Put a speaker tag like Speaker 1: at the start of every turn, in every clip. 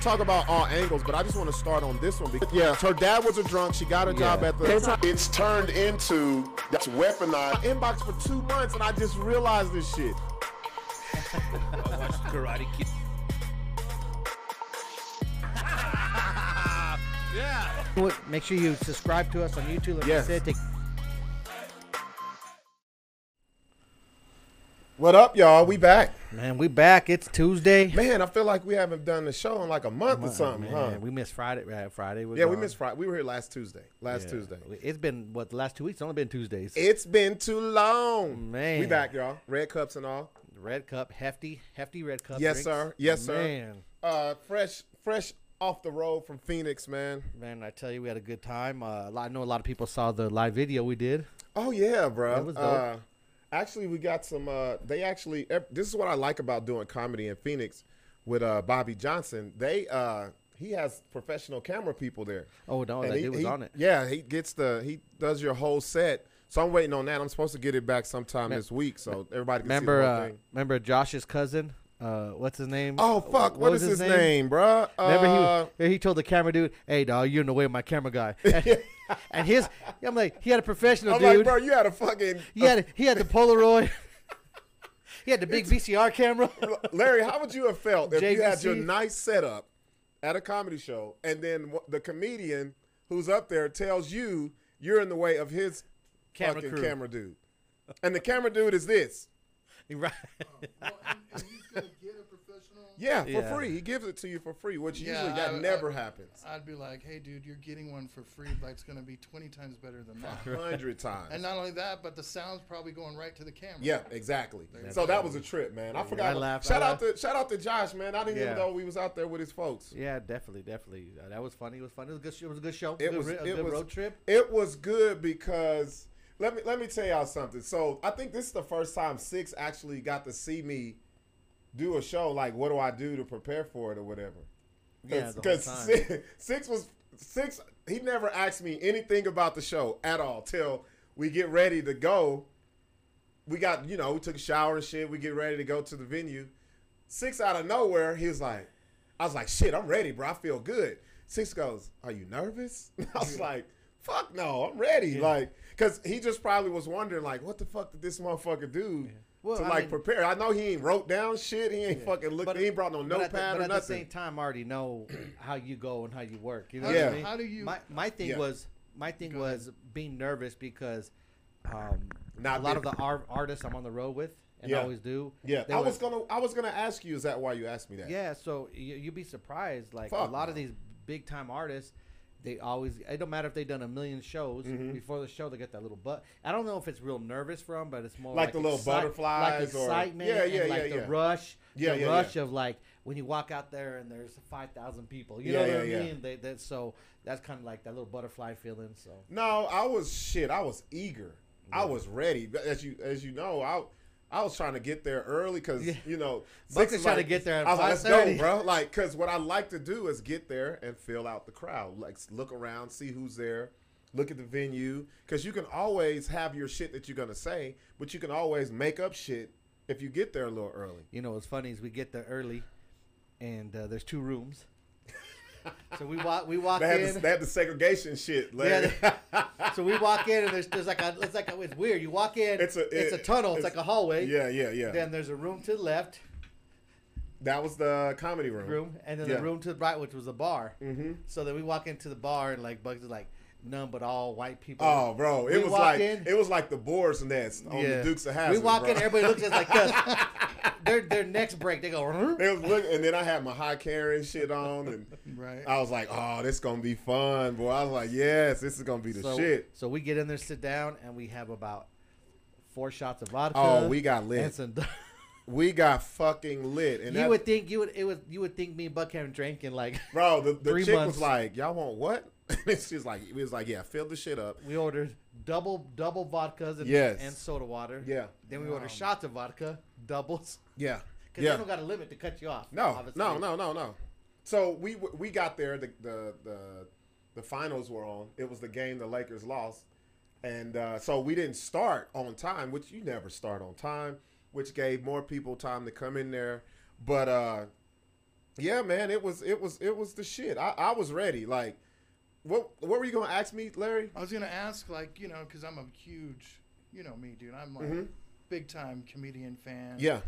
Speaker 1: talk about all angles, but I just want to start on this one because yeah, her dad was a drunk. She got a job
Speaker 2: Yeah.
Speaker 1: at the
Speaker 3: It's turned into that's weaponized.
Speaker 1: inbox for two months, and I just realized this shit.
Speaker 4: Karate Kid. yeah.
Speaker 2: What- Make sure you subscribe to us on YouTube. Like
Speaker 1: Yes.
Speaker 2: I said, take
Speaker 1: What up, y'all? We back,
Speaker 2: Man, we back. It's Tuesday.
Speaker 1: man. I feel like we haven't done the show in like a month or something,
Speaker 2: Man,
Speaker 1: huh?
Speaker 2: We missed Friday. uh, Friday was
Speaker 1: yeah, we
Speaker 2: gone.
Speaker 1: missed Friday. We were here last Tuesday. Last
Speaker 2: Yeah.
Speaker 1: Tuesday.
Speaker 2: It's been what the last two weeks. It's only been Tuesdays.
Speaker 1: It's been too long,
Speaker 2: Man.
Speaker 1: We back, y'all. Red cups and all.
Speaker 2: red cup, hefty, hefty red cup.
Speaker 1: Yes,
Speaker 2: drinks.
Speaker 1: sir. Yes, sir.
Speaker 2: Man,
Speaker 1: Uh, fresh, fresh off the road from Phoenix, man.
Speaker 2: man, I tell you, we had a good time. Uh, a lot- I know a lot of people saw the live video we did.
Speaker 1: Oh yeah, bro.
Speaker 2: That was dope.
Speaker 1: Uh, actually, we got some. Uh, they actually. ev- This is what I like about doing comedy in Phoenix with uh, Bobby Johnson. They uh, he has professional camera people there.
Speaker 2: Oh, no, that
Speaker 1: he,
Speaker 2: dude was
Speaker 1: he-
Speaker 2: on it.
Speaker 1: Yeah, he gets the he does your whole set. So I'm waiting on that. I'm supposed to get it back sometime this week, so everybody can see
Speaker 2: Remember,
Speaker 1: the whole
Speaker 2: uh,
Speaker 1: thing.
Speaker 2: remember Josh's cousin. Uh, what's his name?
Speaker 1: Oh fuck! what
Speaker 2: was
Speaker 1: is his name, bro?
Speaker 2: Remember he
Speaker 1: uh,
Speaker 2: was- he told the camera dude, "Hey, dog, you're in the way of my camera guy." and his, I'm like, he had a professional
Speaker 1: I'm
Speaker 2: dude.
Speaker 1: like, bro, you had a fucking.
Speaker 2: He had he had the Polaroid. he had the big VCR camera.
Speaker 1: Larry, how would you have felt if you had your
Speaker 2: JVC?
Speaker 1: nice setup at a comedy show and then wh- the comedian who's up there tells you you're in the way of his
Speaker 2: Camera
Speaker 1: fucking
Speaker 2: crew.
Speaker 1: camera dude? And the camera dude is this.
Speaker 2: right.
Speaker 1: Yeah, for
Speaker 2: Yeah.
Speaker 1: free. He gives it to you for free, which
Speaker 5: Yeah,
Speaker 1: usually that
Speaker 5: I-
Speaker 1: never
Speaker 5: I-
Speaker 1: happens.
Speaker 5: I'd be like, hey, dude, you're getting one for free, but it's going to be 20 times better than that.
Speaker 1: A hundred times.
Speaker 5: and not only that, but the sound's probably going right to the camera.
Speaker 1: yeah, exactly. So that was a trip, man. I forgot.
Speaker 2: I laughed,
Speaker 1: shout
Speaker 2: I
Speaker 1: out to shout out to Josh, man. I didn't
Speaker 2: Yeah.
Speaker 1: even know we was out there with his folks.
Speaker 2: Yeah, definitely, definitely. Uh, that was funny. It was funny. It was a good. sh- It was a good show.
Speaker 1: It
Speaker 2: good,
Speaker 1: was
Speaker 2: ri- a
Speaker 1: it
Speaker 2: good
Speaker 1: was,
Speaker 2: road trip.
Speaker 1: It was good because let me let me tell y'all something. So I think this is the first time Six actually got to see me do a show. Like, what do I do to prepare for it or whatever?
Speaker 2: Yeah, the whole time.
Speaker 1: Six, Six was Six. He never asked me anything about the show at all till we get ready to go. We got you know we took a shower and shit. We get ready to go to the venue. Six out of nowhere, he was like, I was like, shit, I'm ready, bro. I feel good. Six goes, Are you nervous? I was like, fuck no, I'm ready. Like, cause he just probably was wondering, like, what the fuck did this motherfucker do
Speaker 2: Well,
Speaker 1: to
Speaker 2: I
Speaker 1: like
Speaker 2: mean-
Speaker 1: prepare? I know he ain't wrote down shit. He ain't fucking looked. he ain't brought no
Speaker 2: but at the-
Speaker 1: notepad
Speaker 2: but
Speaker 1: or
Speaker 2: at the same
Speaker 1: nothing.
Speaker 2: time, I already know how you go and how you work. You know
Speaker 5: How,
Speaker 1: Yeah.
Speaker 2: what I
Speaker 5: do,
Speaker 2: mean?
Speaker 5: how do you.
Speaker 2: my my thing
Speaker 1: Yeah.
Speaker 2: was my thing
Speaker 5: Go ahead.
Speaker 2: was being nervous because um,
Speaker 1: Not
Speaker 2: a lot of
Speaker 1: being-
Speaker 2: the ar- artists I'm on the road with and
Speaker 1: Yeah.
Speaker 2: I always do.
Speaker 1: Yeah,
Speaker 2: they
Speaker 1: I
Speaker 2: would-
Speaker 1: was gonna, I was gonna ask you, is that why you asked me that?
Speaker 2: Yeah, so you, you'd be surprised. Like
Speaker 1: Fuck
Speaker 2: a lot of
Speaker 1: no.
Speaker 2: these big time artists, they always. It don't matter if they've done a million shows
Speaker 1: Mm-hmm.
Speaker 2: before the show, they get that little but. I don't know if it's real nervous from, but it's more
Speaker 1: Like
Speaker 2: like,
Speaker 1: the little
Speaker 2: like
Speaker 1: butterflies or-
Speaker 2: excitement,
Speaker 1: Yeah,
Speaker 2: yeah, yeah,
Speaker 1: yeah,
Speaker 2: and like
Speaker 1: yeah,
Speaker 2: the
Speaker 1: yeah.
Speaker 2: rush,
Speaker 1: Yeah,
Speaker 2: the
Speaker 1: yeah,
Speaker 2: rush
Speaker 1: yeah.
Speaker 2: of like when you walk out there and there's five thousand people. You
Speaker 1: Yeah,
Speaker 2: know what
Speaker 1: yeah, yeah.
Speaker 2: I mean? They, that so that's kind of like that little butterfly feeling. So
Speaker 1: No, I was shit. I was eager. I was ready. But As you as you know, I I was trying to get there early because
Speaker 2: Yeah.
Speaker 1: you know
Speaker 2: Buck
Speaker 1: six
Speaker 2: is
Speaker 1: is
Speaker 2: trying to
Speaker 1: like-
Speaker 2: get there at
Speaker 1: I was like, let's go,
Speaker 2: 5:30.
Speaker 1: bro. Like, because what I like to do is get there and fill out the crowd. Like, look around, see who's there, look at the venue. Because you can always have your shit that you're gonna say, but you can always make up shit if you get there a little early.
Speaker 2: you know what's funny is we get there early, and uh, there's two rooms. So we walk, we walk
Speaker 1: They had,
Speaker 2: in.
Speaker 1: the, they had the segregation shit. Larry.
Speaker 2: Yeah, So we walk in and there's there's like a it's like a, it's weird. You walk in,
Speaker 1: It's
Speaker 2: it's
Speaker 1: a-
Speaker 2: a it's a
Speaker 1: it-
Speaker 2: tunnel. It's,
Speaker 1: it's-
Speaker 2: like a hallway.
Speaker 1: yeah, yeah, yeah.
Speaker 2: Then there's a room to the left
Speaker 1: that was the comedy room.
Speaker 2: room, and then
Speaker 1: Yeah.
Speaker 2: the room to the right, which was a bar. Mm-hmm. So then we walk into the bar and like Bugs is like none but all white people.
Speaker 1: Oh, bro, it
Speaker 2: We
Speaker 1: was
Speaker 2: walk
Speaker 1: like
Speaker 2: in-
Speaker 1: it was like the boards nest on the Dukes of Hazzard.
Speaker 2: We walk in,
Speaker 1: bro.
Speaker 2: everybody looks at us like this. their their next break, they go. "Huh?"
Speaker 1: They was look, and then I had my high Karen shit on, and
Speaker 5: Right.
Speaker 1: I was like, "Oh, this gonna be fun, boy." I was like, "Yes, this is gonna be the
Speaker 2: So,
Speaker 1: shit."
Speaker 2: so we get in there, sit down, and we have about four shots of vodka.
Speaker 1: Oh, we got lit.
Speaker 2: and some-
Speaker 1: We got fucking lit, and
Speaker 2: you
Speaker 1: that,
Speaker 2: would think you would it was you would think me and Buck haven't drank in like
Speaker 1: bro, the, the
Speaker 2: Three
Speaker 1: chick
Speaker 2: months.
Speaker 1: was like, "Y'all want what?" And she's like, "It was like, yeah, fill the shit up."
Speaker 2: We ordered double double vodkas and,
Speaker 1: Yes.
Speaker 2: and soda water.
Speaker 1: Yeah.
Speaker 2: Then we ordered shots of vodka, doubles.
Speaker 1: Yeah,
Speaker 2: Because
Speaker 1: yeah.
Speaker 2: they don't got a limit to cut you off.
Speaker 1: No,
Speaker 2: obviously.
Speaker 1: no, no, no, no. So we w- we got there. The, the the the finals were on. It was the game the Lakers lost, and uh, so we didn't start on time, which you never start on time, which gave more people time to come in there. But uh, Yeah, man, it was it was it was the shit. I, I was ready. Like, what what were you gonna ask me, Larry?
Speaker 5: I was gonna ask, like, you know, because I'm a huge, you know, me, dude. I'm like big time comedian fan.
Speaker 1: Mm-hmm. Yeah.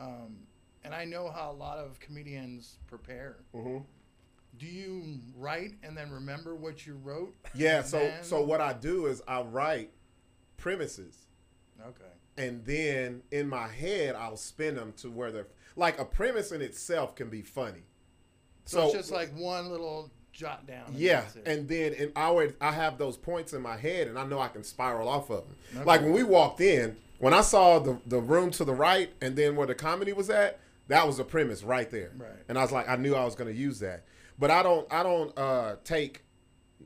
Speaker 5: Um, and I know how a lot of comedians prepare.
Speaker 1: Mm-hmm.
Speaker 5: Do you write and then remember what you wrote?
Speaker 1: Yeah.
Speaker 5: and
Speaker 1: So
Speaker 5: then-
Speaker 1: so what I do is I write premises,
Speaker 5: Okay.
Speaker 1: and then in my head I'll spin them to where they're like a premise in itself can be funny.
Speaker 5: So, it's just like one little jot down. and
Speaker 1: Yeah,
Speaker 5: that's it.
Speaker 1: and then and I always I have those points in my head, and I know I can spiral off of them. Like when we walked in, when I saw the the room to the right, and then where the comedy was at, that was the premise right there.
Speaker 5: Right.
Speaker 1: And I was like, I knew I was going to use that, but I don't I don't uh take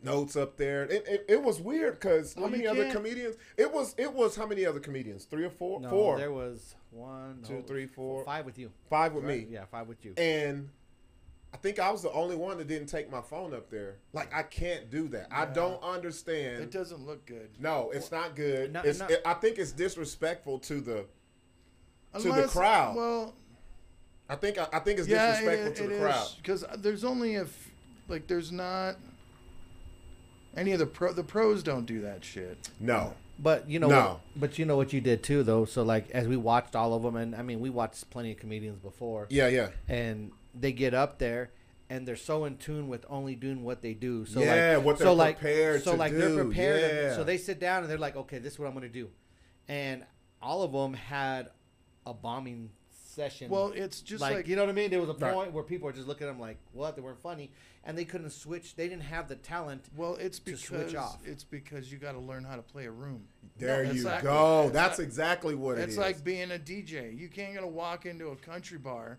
Speaker 1: notes up there. It it, it was weird because
Speaker 5: Well,
Speaker 1: how
Speaker 5: you
Speaker 1: many other
Speaker 5: can't-
Speaker 1: comedians? It was it was how many other comedians? Three or four?
Speaker 2: No,
Speaker 1: four?
Speaker 2: There was one,
Speaker 1: Two,
Speaker 2: no,
Speaker 1: three, four.
Speaker 2: five with you.
Speaker 1: five with me.
Speaker 2: Yeah, five with you.
Speaker 1: and I think I was the only one that didn't take my phone up there. Like I can't do that. I don't understand.
Speaker 5: it doesn't look good.
Speaker 1: no, it's not good.
Speaker 2: No,
Speaker 1: it's,
Speaker 2: no.
Speaker 1: It, I think it's disrespectful to the. the
Speaker 5: Unless-
Speaker 1: crowd.
Speaker 5: Well,
Speaker 1: I think I, I think it's
Speaker 5: yeah,
Speaker 1: disrespectful
Speaker 5: it,
Speaker 1: to the crowd.
Speaker 5: because there's only if like there's not any of the pro the pros don't do that shit.
Speaker 1: No,
Speaker 2: But you know,
Speaker 1: No.
Speaker 2: what, but you know what you did too, though. So like, as we watched all of them, and I mean, we watched plenty of comedians before,
Speaker 1: yeah, yeah,
Speaker 2: and they get up there, and they're so in tune with only doing what they do. So
Speaker 1: Yeah,
Speaker 2: like,
Speaker 1: what
Speaker 2: so
Speaker 1: they're
Speaker 2: like,
Speaker 1: prepared
Speaker 2: so
Speaker 1: to
Speaker 2: like
Speaker 1: do,
Speaker 2: they're prepared. and-
Speaker 1: yeah.
Speaker 2: So they sit down and they're like, okay, this is what I'm gonna do, and all of them had a bombing session.
Speaker 5: Well, it's just
Speaker 2: like,
Speaker 5: like,
Speaker 2: you know what I mean. There was a
Speaker 1: Right.
Speaker 2: point where people were just looking at them like, what? They weren't funny, and they couldn't switch. They didn't have the talent.
Speaker 5: well, it's
Speaker 2: to
Speaker 5: because
Speaker 2: switch off.
Speaker 5: it's because you got to learn how to play a room.
Speaker 1: there
Speaker 5: No,
Speaker 1: you
Speaker 5: exactly.
Speaker 1: go.
Speaker 5: It's
Speaker 1: That's
Speaker 5: not-
Speaker 1: exactly what it
Speaker 5: It's
Speaker 1: is.
Speaker 5: like being a DJ. You can't gonna walk into a country bar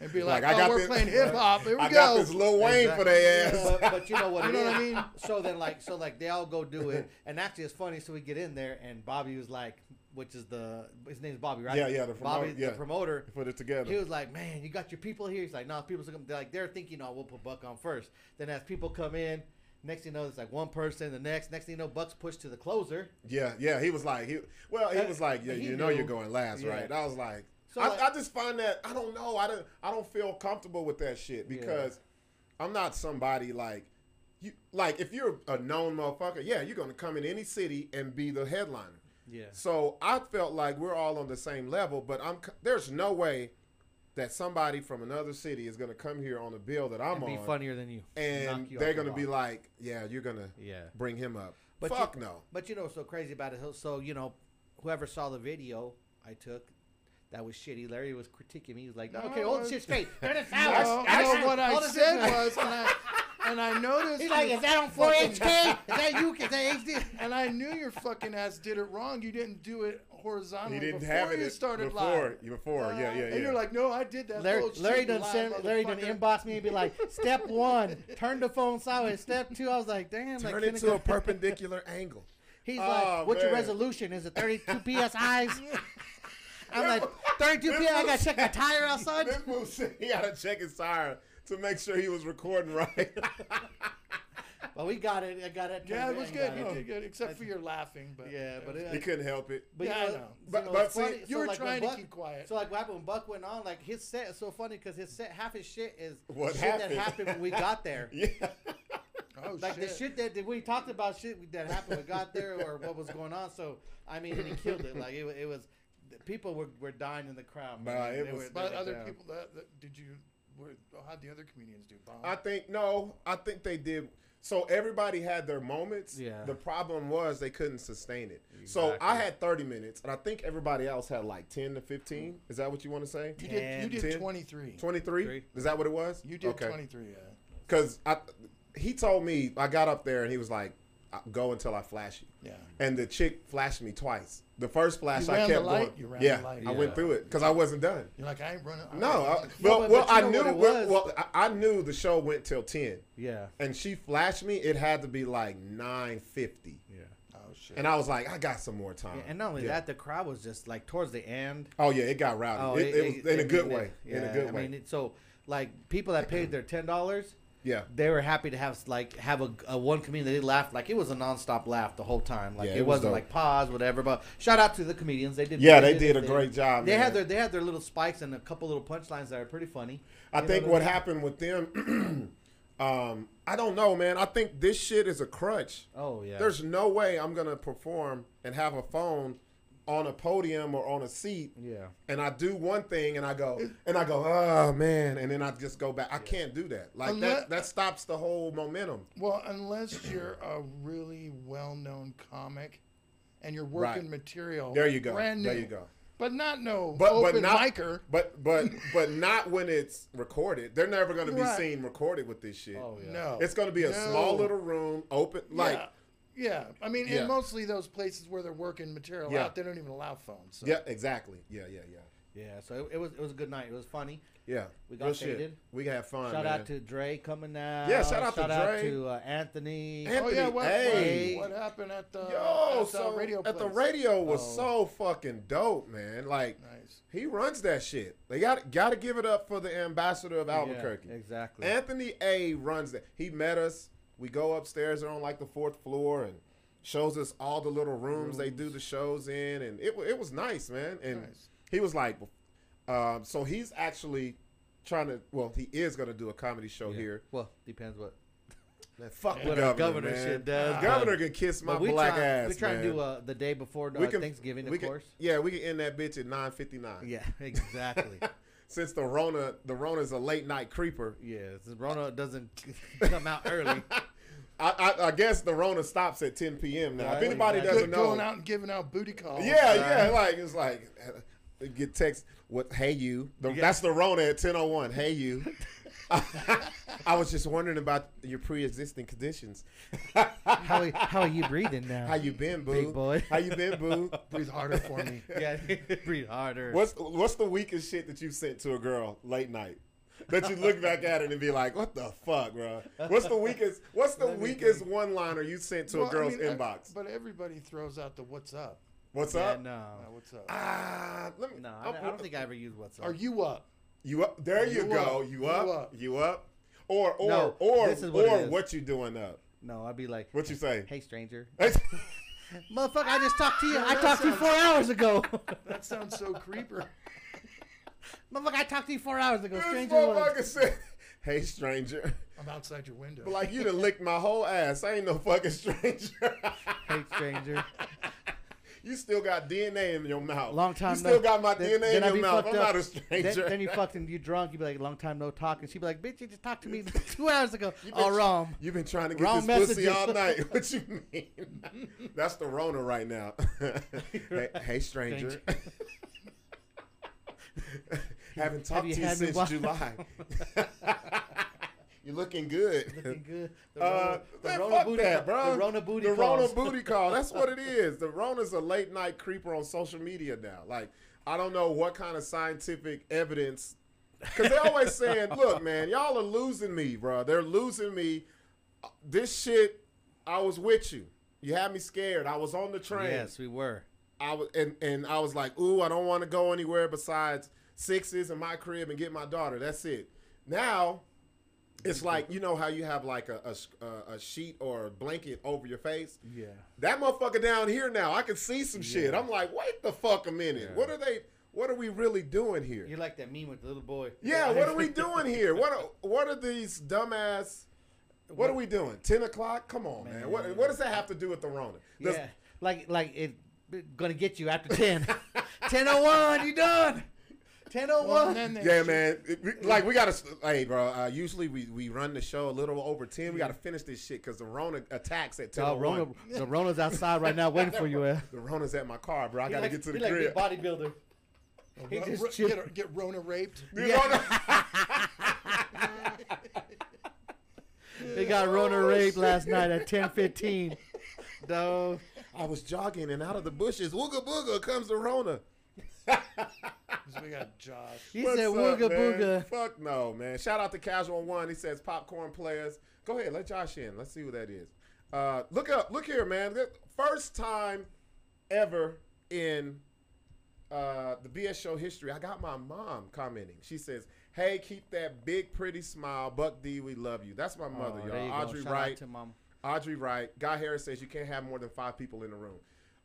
Speaker 5: and be
Speaker 1: Like,
Speaker 5: like,
Speaker 1: I
Speaker 5: "Oh,
Speaker 1: got
Speaker 5: we're
Speaker 1: this-
Speaker 5: playing hip hop. Here we
Speaker 1: I
Speaker 5: go."
Speaker 1: got this Lil Wayne for their ass.
Speaker 2: But, but you know what?
Speaker 5: You
Speaker 2: it
Speaker 5: know what I
Speaker 2: is.
Speaker 5: mean?
Speaker 2: So then, like, so like they all go do it, and actually, it's funny. So we get in there, and Bobby was like, which is the his name's Bobby, right?
Speaker 1: Yeah, yeah, the
Speaker 2: Bobby,
Speaker 1: promoter, yeah.
Speaker 2: the promoter.
Speaker 1: Put it together.
Speaker 2: He was like, "Man, you got your people here." He's like, "No, people's gonna they're like they're thinking, oh, we'll put Buck on first. Then as people come in, next thing you know, it's like one person, the next, next thing you know, Buck's pushed to the closer.
Speaker 1: Yeah, yeah. He was like, he well, he
Speaker 2: Uh,
Speaker 1: was like, yeah,
Speaker 2: he
Speaker 1: you know,
Speaker 2: knew.
Speaker 1: you're going last,
Speaker 2: Yeah.
Speaker 1: right? I was like,
Speaker 2: So,
Speaker 1: I,
Speaker 2: like-
Speaker 1: I just find that I don't know. I don't, I don't feel comfortable with that shit because I'm not somebody like you. Like if you're a known motherfucker, yeah, you're gonna come in any city and be the headliner.
Speaker 2: Yeah.
Speaker 1: So I felt like we're all on the same level, but I'm c- there's no way that somebody from another city is gonna come here on a bill that I'm
Speaker 2: And be
Speaker 1: on,
Speaker 2: funnier than you.
Speaker 1: and
Speaker 2: Knock you off
Speaker 1: they're
Speaker 2: the
Speaker 1: gonna be
Speaker 2: block.
Speaker 1: like, yeah, you're gonna
Speaker 2: Yeah.
Speaker 1: bring him up.
Speaker 2: But you-
Speaker 1: Fuck no.
Speaker 2: But you know, what's so crazy about it. so- So you know, whoever saw the video I took, that was shitty. Larry was critiquing me. He was like, no, "Okay, hold the shit straight. They're the flowers.
Speaker 5: No,
Speaker 2: They're
Speaker 5: no,
Speaker 2: the-
Speaker 5: what I
Speaker 2: hold the shit
Speaker 5: said
Speaker 2: straight."
Speaker 5: was, and I, and I noticed.
Speaker 2: He's like,
Speaker 5: you-
Speaker 2: "Is that on 4HK? Is that you? Is that HD?"
Speaker 5: and I knew your fucking ass did it wrong. You didn't do it horizontally
Speaker 1: He didn't
Speaker 5: before
Speaker 1: have it
Speaker 5: you
Speaker 1: at-
Speaker 5: started
Speaker 1: before,
Speaker 5: live.
Speaker 1: you- Before, yeah, yeah, yeah.
Speaker 5: And you're like, no, I did that.
Speaker 2: Larry,
Speaker 5: bullshit
Speaker 2: Larry done
Speaker 5: live,
Speaker 2: send, Larry done
Speaker 5: motherfucker."
Speaker 2: inbox me and be like, "Step one, turn the phone sideways. Step two, I was like, damn, like,
Speaker 1: Turn
Speaker 2: can
Speaker 1: it to a perpendicular angle.
Speaker 2: He's
Speaker 1: Oh,
Speaker 2: like, "What's your
Speaker 1: man.
Speaker 2: resolution? Is it 32 psi's?" I'm like, "32 psi. I gotta check my tire outside."
Speaker 1: This move said he gotta check his tire to make sure he was recording right.
Speaker 2: But we got it. I got it.
Speaker 5: Yeah, it was
Speaker 2: Got
Speaker 5: good. You did good, except for your laughing. But
Speaker 2: uh, Yeah, but it,
Speaker 1: he couldn't help it.
Speaker 2: But
Speaker 5: Yeah,
Speaker 2: you
Speaker 5: I
Speaker 2: know,
Speaker 5: know.
Speaker 2: you
Speaker 1: uh, But-
Speaker 2: know,
Speaker 1: but
Speaker 2: it's
Speaker 1: see-
Speaker 2: funny.
Speaker 5: You
Speaker 2: so
Speaker 5: were
Speaker 2: like when
Speaker 5: trying to
Speaker 2: Buck-
Speaker 5: keep quiet.
Speaker 2: So like what happened when Buck went on? Like his set is so funny because his set, half his shit is
Speaker 1: What
Speaker 2: shit
Speaker 1: happened?
Speaker 2: that happened when we got there.
Speaker 1: Yeah.
Speaker 5: oh
Speaker 2: Like
Speaker 5: shit.
Speaker 2: the shit that, that we talked about, shit that happened when we got there, or what was going on. So I mean, and he killed it. Like it, wa- it was, the people were, were dying in the crowd. man.
Speaker 1: Nah, it was-
Speaker 2: They were- they
Speaker 5: But
Speaker 2: were
Speaker 5: other
Speaker 2: down.
Speaker 5: people, that, that, did you? Were, oh, how'd the other comedians do? Bomb.
Speaker 1: I think no, I think they did so everybody had their moments.
Speaker 2: Yeah.
Speaker 1: The problem was they couldn't sustain it. So I had 30 minutes and I think everybody else had like 10 to 15. Is that what you want to say?
Speaker 5: you did. You did
Speaker 1: 10?
Speaker 5: 23.
Speaker 1: 23?
Speaker 2: Three.
Speaker 1: Is that what it was?
Speaker 5: You did
Speaker 1: Okay.
Speaker 5: 23. Yeah.
Speaker 1: Cuz I he told me I got up there and he was like "I- go until I flash you.
Speaker 5: Yeah.
Speaker 1: And the chick flashed me twice. The first flash
Speaker 5: You
Speaker 1: I
Speaker 5: ran
Speaker 1: kept
Speaker 5: the light?
Speaker 1: going.
Speaker 5: You ran
Speaker 1: yeah,
Speaker 5: the light.
Speaker 1: I went
Speaker 2: Yeah.
Speaker 1: through it because I wasn't done.
Speaker 5: You're like, I ain't running.
Speaker 1: No, I,
Speaker 2: No,
Speaker 1: well,
Speaker 2: but-
Speaker 1: well,
Speaker 2: but you
Speaker 1: I
Speaker 2: know
Speaker 1: knew.
Speaker 2: what it
Speaker 1: Well,
Speaker 2: was?
Speaker 1: well, I, I knew the show went till ten,
Speaker 2: Yeah,
Speaker 1: and she flashed me. It had to be like nine fifty,
Speaker 2: yeah.
Speaker 5: oh shit.
Speaker 1: and I was like, I got some more time.
Speaker 2: And not only
Speaker 1: Yeah.
Speaker 2: that, the crowd was just like towards the end.
Speaker 1: Oh yeah, it got rowdy. it, it was in a
Speaker 2: I
Speaker 1: good
Speaker 2: mean,
Speaker 1: way.
Speaker 2: it-
Speaker 1: in a
Speaker 2: yeah,
Speaker 1: good
Speaker 2: I
Speaker 1: way.
Speaker 2: mean, it, so like people that paid their ten dollars,
Speaker 1: Yeah.
Speaker 2: they were happy to have like have a, a one comedian that they laughed like it was a nonstop laugh the whole time. Like
Speaker 1: Yeah,
Speaker 2: it,
Speaker 1: it was
Speaker 2: wasn't
Speaker 1: dope.
Speaker 2: like pause whatever. But shout out to the comedians. They did.
Speaker 1: Yeah, they did a
Speaker 2: they-
Speaker 1: great job,
Speaker 2: They
Speaker 1: man.
Speaker 2: had their they had their little spikes and a couple little punchlines that are pretty funny.
Speaker 1: I
Speaker 2: You
Speaker 1: think
Speaker 2: know,
Speaker 1: what
Speaker 2: they-
Speaker 1: happened with them, um, I don't know, man. I think this shit is a crutch.
Speaker 2: Oh yeah.
Speaker 1: There's no way I'm gonna perform and have a phone on a podium or on a seat.
Speaker 2: yeah.
Speaker 1: And I do one thing, and I go, and I go, oh man, and then I just go back. I can't do that. Like
Speaker 5: Unless-
Speaker 1: that, that stops the whole momentum.
Speaker 5: Well, unless you're a really well-known comic, and you're working
Speaker 1: Right.
Speaker 5: material.
Speaker 2: Oh,
Speaker 1: There you go.
Speaker 5: Brand new.
Speaker 1: There you go.
Speaker 5: But not no
Speaker 1: But but
Speaker 5: open
Speaker 1: not
Speaker 5: micer.
Speaker 1: but but but not when it's recorded. They're never gonna be
Speaker 5: Right.
Speaker 1: seen recorded with this shit.
Speaker 2: Oh yeah.
Speaker 5: No.
Speaker 1: It's gonna be a small
Speaker 5: No.
Speaker 1: little room, open like.
Speaker 5: yeah. Yeah. I mean,
Speaker 1: Yeah.
Speaker 5: and mostly those places where they're working material
Speaker 1: Yeah.
Speaker 5: out, they don't even allow phones. So.
Speaker 1: Yeah, exactly. Yeah, yeah, yeah.
Speaker 2: Yeah. So it, it was it was a good night. It was funny.
Speaker 1: Yeah.
Speaker 2: We got
Speaker 1: Real shit.
Speaker 2: faded.
Speaker 1: We had fun.
Speaker 2: Shout
Speaker 1: man.
Speaker 2: out to Dre coming out.
Speaker 1: Yeah, shout out to Dre.
Speaker 2: to uh, Anthony.
Speaker 1: Anthony.
Speaker 5: Oh yeah. What,
Speaker 1: hey.
Speaker 5: what, what happened at
Speaker 2: Uh,
Speaker 5: the
Speaker 1: Yo,
Speaker 5: at the
Speaker 1: so
Speaker 5: radio
Speaker 1: at the
Speaker 5: place?
Speaker 1: radio was
Speaker 2: Oh.
Speaker 1: so fucking dope, man. Like
Speaker 5: Nice.
Speaker 1: he runs that shit. They got got to give it up for the ambassador of
Speaker 2: Yeah,
Speaker 1: Albuquerque.
Speaker 2: exactly.
Speaker 1: Anthony A runs that. He met us. We go upstairs. They're on like the fourth floor and shows us all the little rooms, they do the shows in, and it wa- it was nice, man. And
Speaker 5: Nice.
Speaker 1: he was like, um, so he's actually trying to. Well, he is going to do a comedy show
Speaker 2: Yeah.
Speaker 1: here.
Speaker 2: Well, depends what
Speaker 1: Man, fuck
Speaker 2: What
Speaker 1: the
Speaker 2: our
Speaker 1: governor,
Speaker 2: governor
Speaker 1: man.
Speaker 2: shit does,
Speaker 1: governor
Speaker 2: but-
Speaker 1: can kiss my
Speaker 2: But we
Speaker 1: black
Speaker 2: try,
Speaker 1: ass.
Speaker 2: We try
Speaker 1: man.
Speaker 2: to do uh, the day before uh,
Speaker 1: We can-
Speaker 2: Thanksgiving,
Speaker 1: we
Speaker 2: of
Speaker 1: can-
Speaker 2: course.
Speaker 1: Yeah, we can end that bitch at nine fifty nine.
Speaker 2: Yeah, exactly.
Speaker 1: Since the Rona, the Rona's a late night creeper.
Speaker 2: yeah, since Rona doesn't come out early.
Speaker 1: I, I, I guess the Rona stops at ten p.m. now. if
Speaker 2: Right,
Speaker 1: anybody
Speaker 2: exactly.
Speaker 1: doesn't
Speaker 5: Good,
Speaker 1: know,
Speaker 5: going out and giving out booty calls.
Speaker 1: yeah, yeah, like it's like uh, you get text. What? Hey, you. The, That's the Rona at ten oh one. Hey, you. I was just wondering about your pre-existing conditions.
Speaker 2: How are, how are you breathing now?
Speaker 1: How you been, boo?
Speaker 2: Big boy.
Speaker 1: How you been, boo?
Speaker 5: Breathe harder for me.
Speaker 2: yeah, breathe harder.
Speaker 1: What's what's the weakest shit that you sent to a girl late night? That you look back at it and be like, "What the fuck, bro? What's the weakest? What's the
Speaker 2: Let me
Speaker 1: weakest one liner you sent to
Speaker 5: Well,
Speaker 1: a
Speaker 5: I
Speaker 1: girl's
Speaker 5: mean, I-
Speaker 1: inbox?
Speaker 5: But everybody throws out the what's up.
Speaker 1: What's
Speaker 2: Yeah,
Speaker 1: up?
Speaker 2: no,
Speaker 5: Uh, what's up?
Speaker 1: Ah, let me.
Speaker 2: no, I,
Speaker 1: I'm-
Speaker 2: I don't think I ever used WhatsApp.
Speaker 5: Are you up?
Speaker 1: you up. There you,
Speaker 5: You
Speaker 1: go.
Speaker 5: up.
Speaker 1: You
Speaker 5: You
Speaker 1: up?
Speaker 5: up.
Speaker 1: You up? Or or
Speaker 2: No,
Speaker 1: or
Speaker 2: this is what it
Speaker 1: or
Speaker 2: is.
Speaker 1: what you doing up?
Speaker 2: No, I'd be like,
Speaker 1: What you say?
Speaker 2: hey, stranger. Motherfucker, I just talked to you. I talked to you
Speaker 5: sounds-
Speaker 2: four hours ago.
Speaker 5: That sounds so creeper.
Speaker 2: Motherfucker, I talked to you four hours ago.
Speaker 1: this
Speaker 2: Stranger. was-
Speaker 1: motherfucker said, "Hey, stranger."
Speaker 5: I'm outside your window.
Speaker 1: But like you done licked my whole ass. I ain't no fucking stranger.
Speaker 2: Hey, stranger.
Speaker 1: You still got DNA in your mouth.
Speaker 2: Long time
Speaker 1: You still
Speaker 2: no-
Speaker 1: got my
Speaker 2: then-
Speaker 1: DNA
Speaker 2: then I'd
Speaker 1: in
Speaker 2: be
Speaker 1: your mouth.
Speaker 2: fucked
Speaker 1: I'm
Speaker 2: up.
Speaker 1: not a
Speaker 2: Then,
Speaker 1: stranger.
Speaker 2: then you fucked and you drunk. You'd be like, long time no talk. And she'd be like, bitch, you just talked to me two hours ago.
Speaker 1: You've been-
Speaker 2: All wrong.
Speaker 1: You've been trying to get
Speaker 2: Wrong
Speaker 1: this pussy
Speaker 2: messages.
Speaker 1: all night. What you mean? That's the Rona right now. hey, hey, stranger. Haven't talked
Speaker 2: you
Speaker 1: to you
Speaker 2: had me
Speaker 1: since
Speaker 2: wa-
Speaker 1: July. You're looking good.
Speaker 2: Looking good. The
Speaker 1: Uh,
Speaker 2: Rona-
Speaker 1: man,
Speaker 2: the Rona
Speaker 1: fuck
Speaker 2: booty
Speaker 1: that,
Speaker 2: call-
Speaker 1: bro.
Speaker 2: The Rona booty
Speaker 1: The Rona
Speaker 2: calls.
Speaker 1: booty call. That's what it is. The Rona's a late night creeper on social media now. Like, I don't know what kind of scientific evidence, because they're always saying, "Look, man, y'all are losing me, bro. They're losing me. Uh, This shit, I was with you. You had me scared. I was on the train.
Speaker 2: Yes, we were.
Speaker 1: I was, and and I was like, ooh, I don't want to go anywhere besides sixes in my crib and get my daughter. That's it. Now, it's like you know how you have like a a s- a, a sheet or a blanket over your face.
Speaker 2: Yeah.
Speaker 1: That motherfucker down here now, I can see some shit. I'm like, wait the fuck a minute. What are they? What are we really doing here?
Speaker 2: You're like that meme with the little boy.
Speaker 1: yeah, what are we doing here? What are, what are these dumbass? What are we doing? Ten o'clock? Come on, man. What what does that have to do with the Rona? Does-
Speaker 2: Yeah. Like, like it gonna get you after 10. 1001, you done. 1001.
Speaker 5: Well, and then they
Speaker 1: Yeah,
Speaker 5: shoot-
Speaker 1: man. It- we- like we gotta. s- Hey, bro. Uh, usually we, we run the show a little over ten. We gotta finish this shit because the Rona attacks at ten. oh
Speaker 2: Dog, Mm-hmm. Rona, the Rona's outside right now waiting for you. eh?
Speaker 1: The Rona's at my car, bro. I gotta
Speaker 2: He like-
Speaker 1: get to the
Speaker 2: he like
Speaker 1: crib.
Speaker 2: big bodybuilder. He
Speaker 5: Ro-
Speaker 2: just
Speaker 5: ro-
Speaker 2: chill-
Speaker 5: get, get Rona raped.
Speaker 1: The
Speaker 2: Yeah.
Speaker 1: Rona-
Speaker 2: They got Rona
Speaker 1: Oh,
Speaker 2: raped last night at 10:15. Dog.
Speaker 1: I was jogging and out of the bushes, wooga booga comes the Rona.
Speaker 5: We got Josh.
Speaker 2: He
Speaker 1: What's
Speaker 2: said
Speaker 1: up,
Speaker 2: wooga
Speaker 1: man?
Speaker 2: booga.
Speaker 1: Fuck no, man. Shout out to Casual One. He says popcorn players. Go ahead, let Josh in. Let's see who that is. Uh, look up, look here, man. Look- First time ever in uh, the BS show history, I got my mom commenting. She says, "Hey, keep that big pretty smile, Buck D. We love you." That's my mother,
Speaker 2: Oh, there you
Speaker 1: y'all.
Speaker 2: go.
Speaker 1: Audrey
Speaker 2: Shout out
Speaker 1: Wright.
Speaker 2: to Mama.
Speaker 1: Audrey Wright. Guy Harris says you can't have more than five people in the room.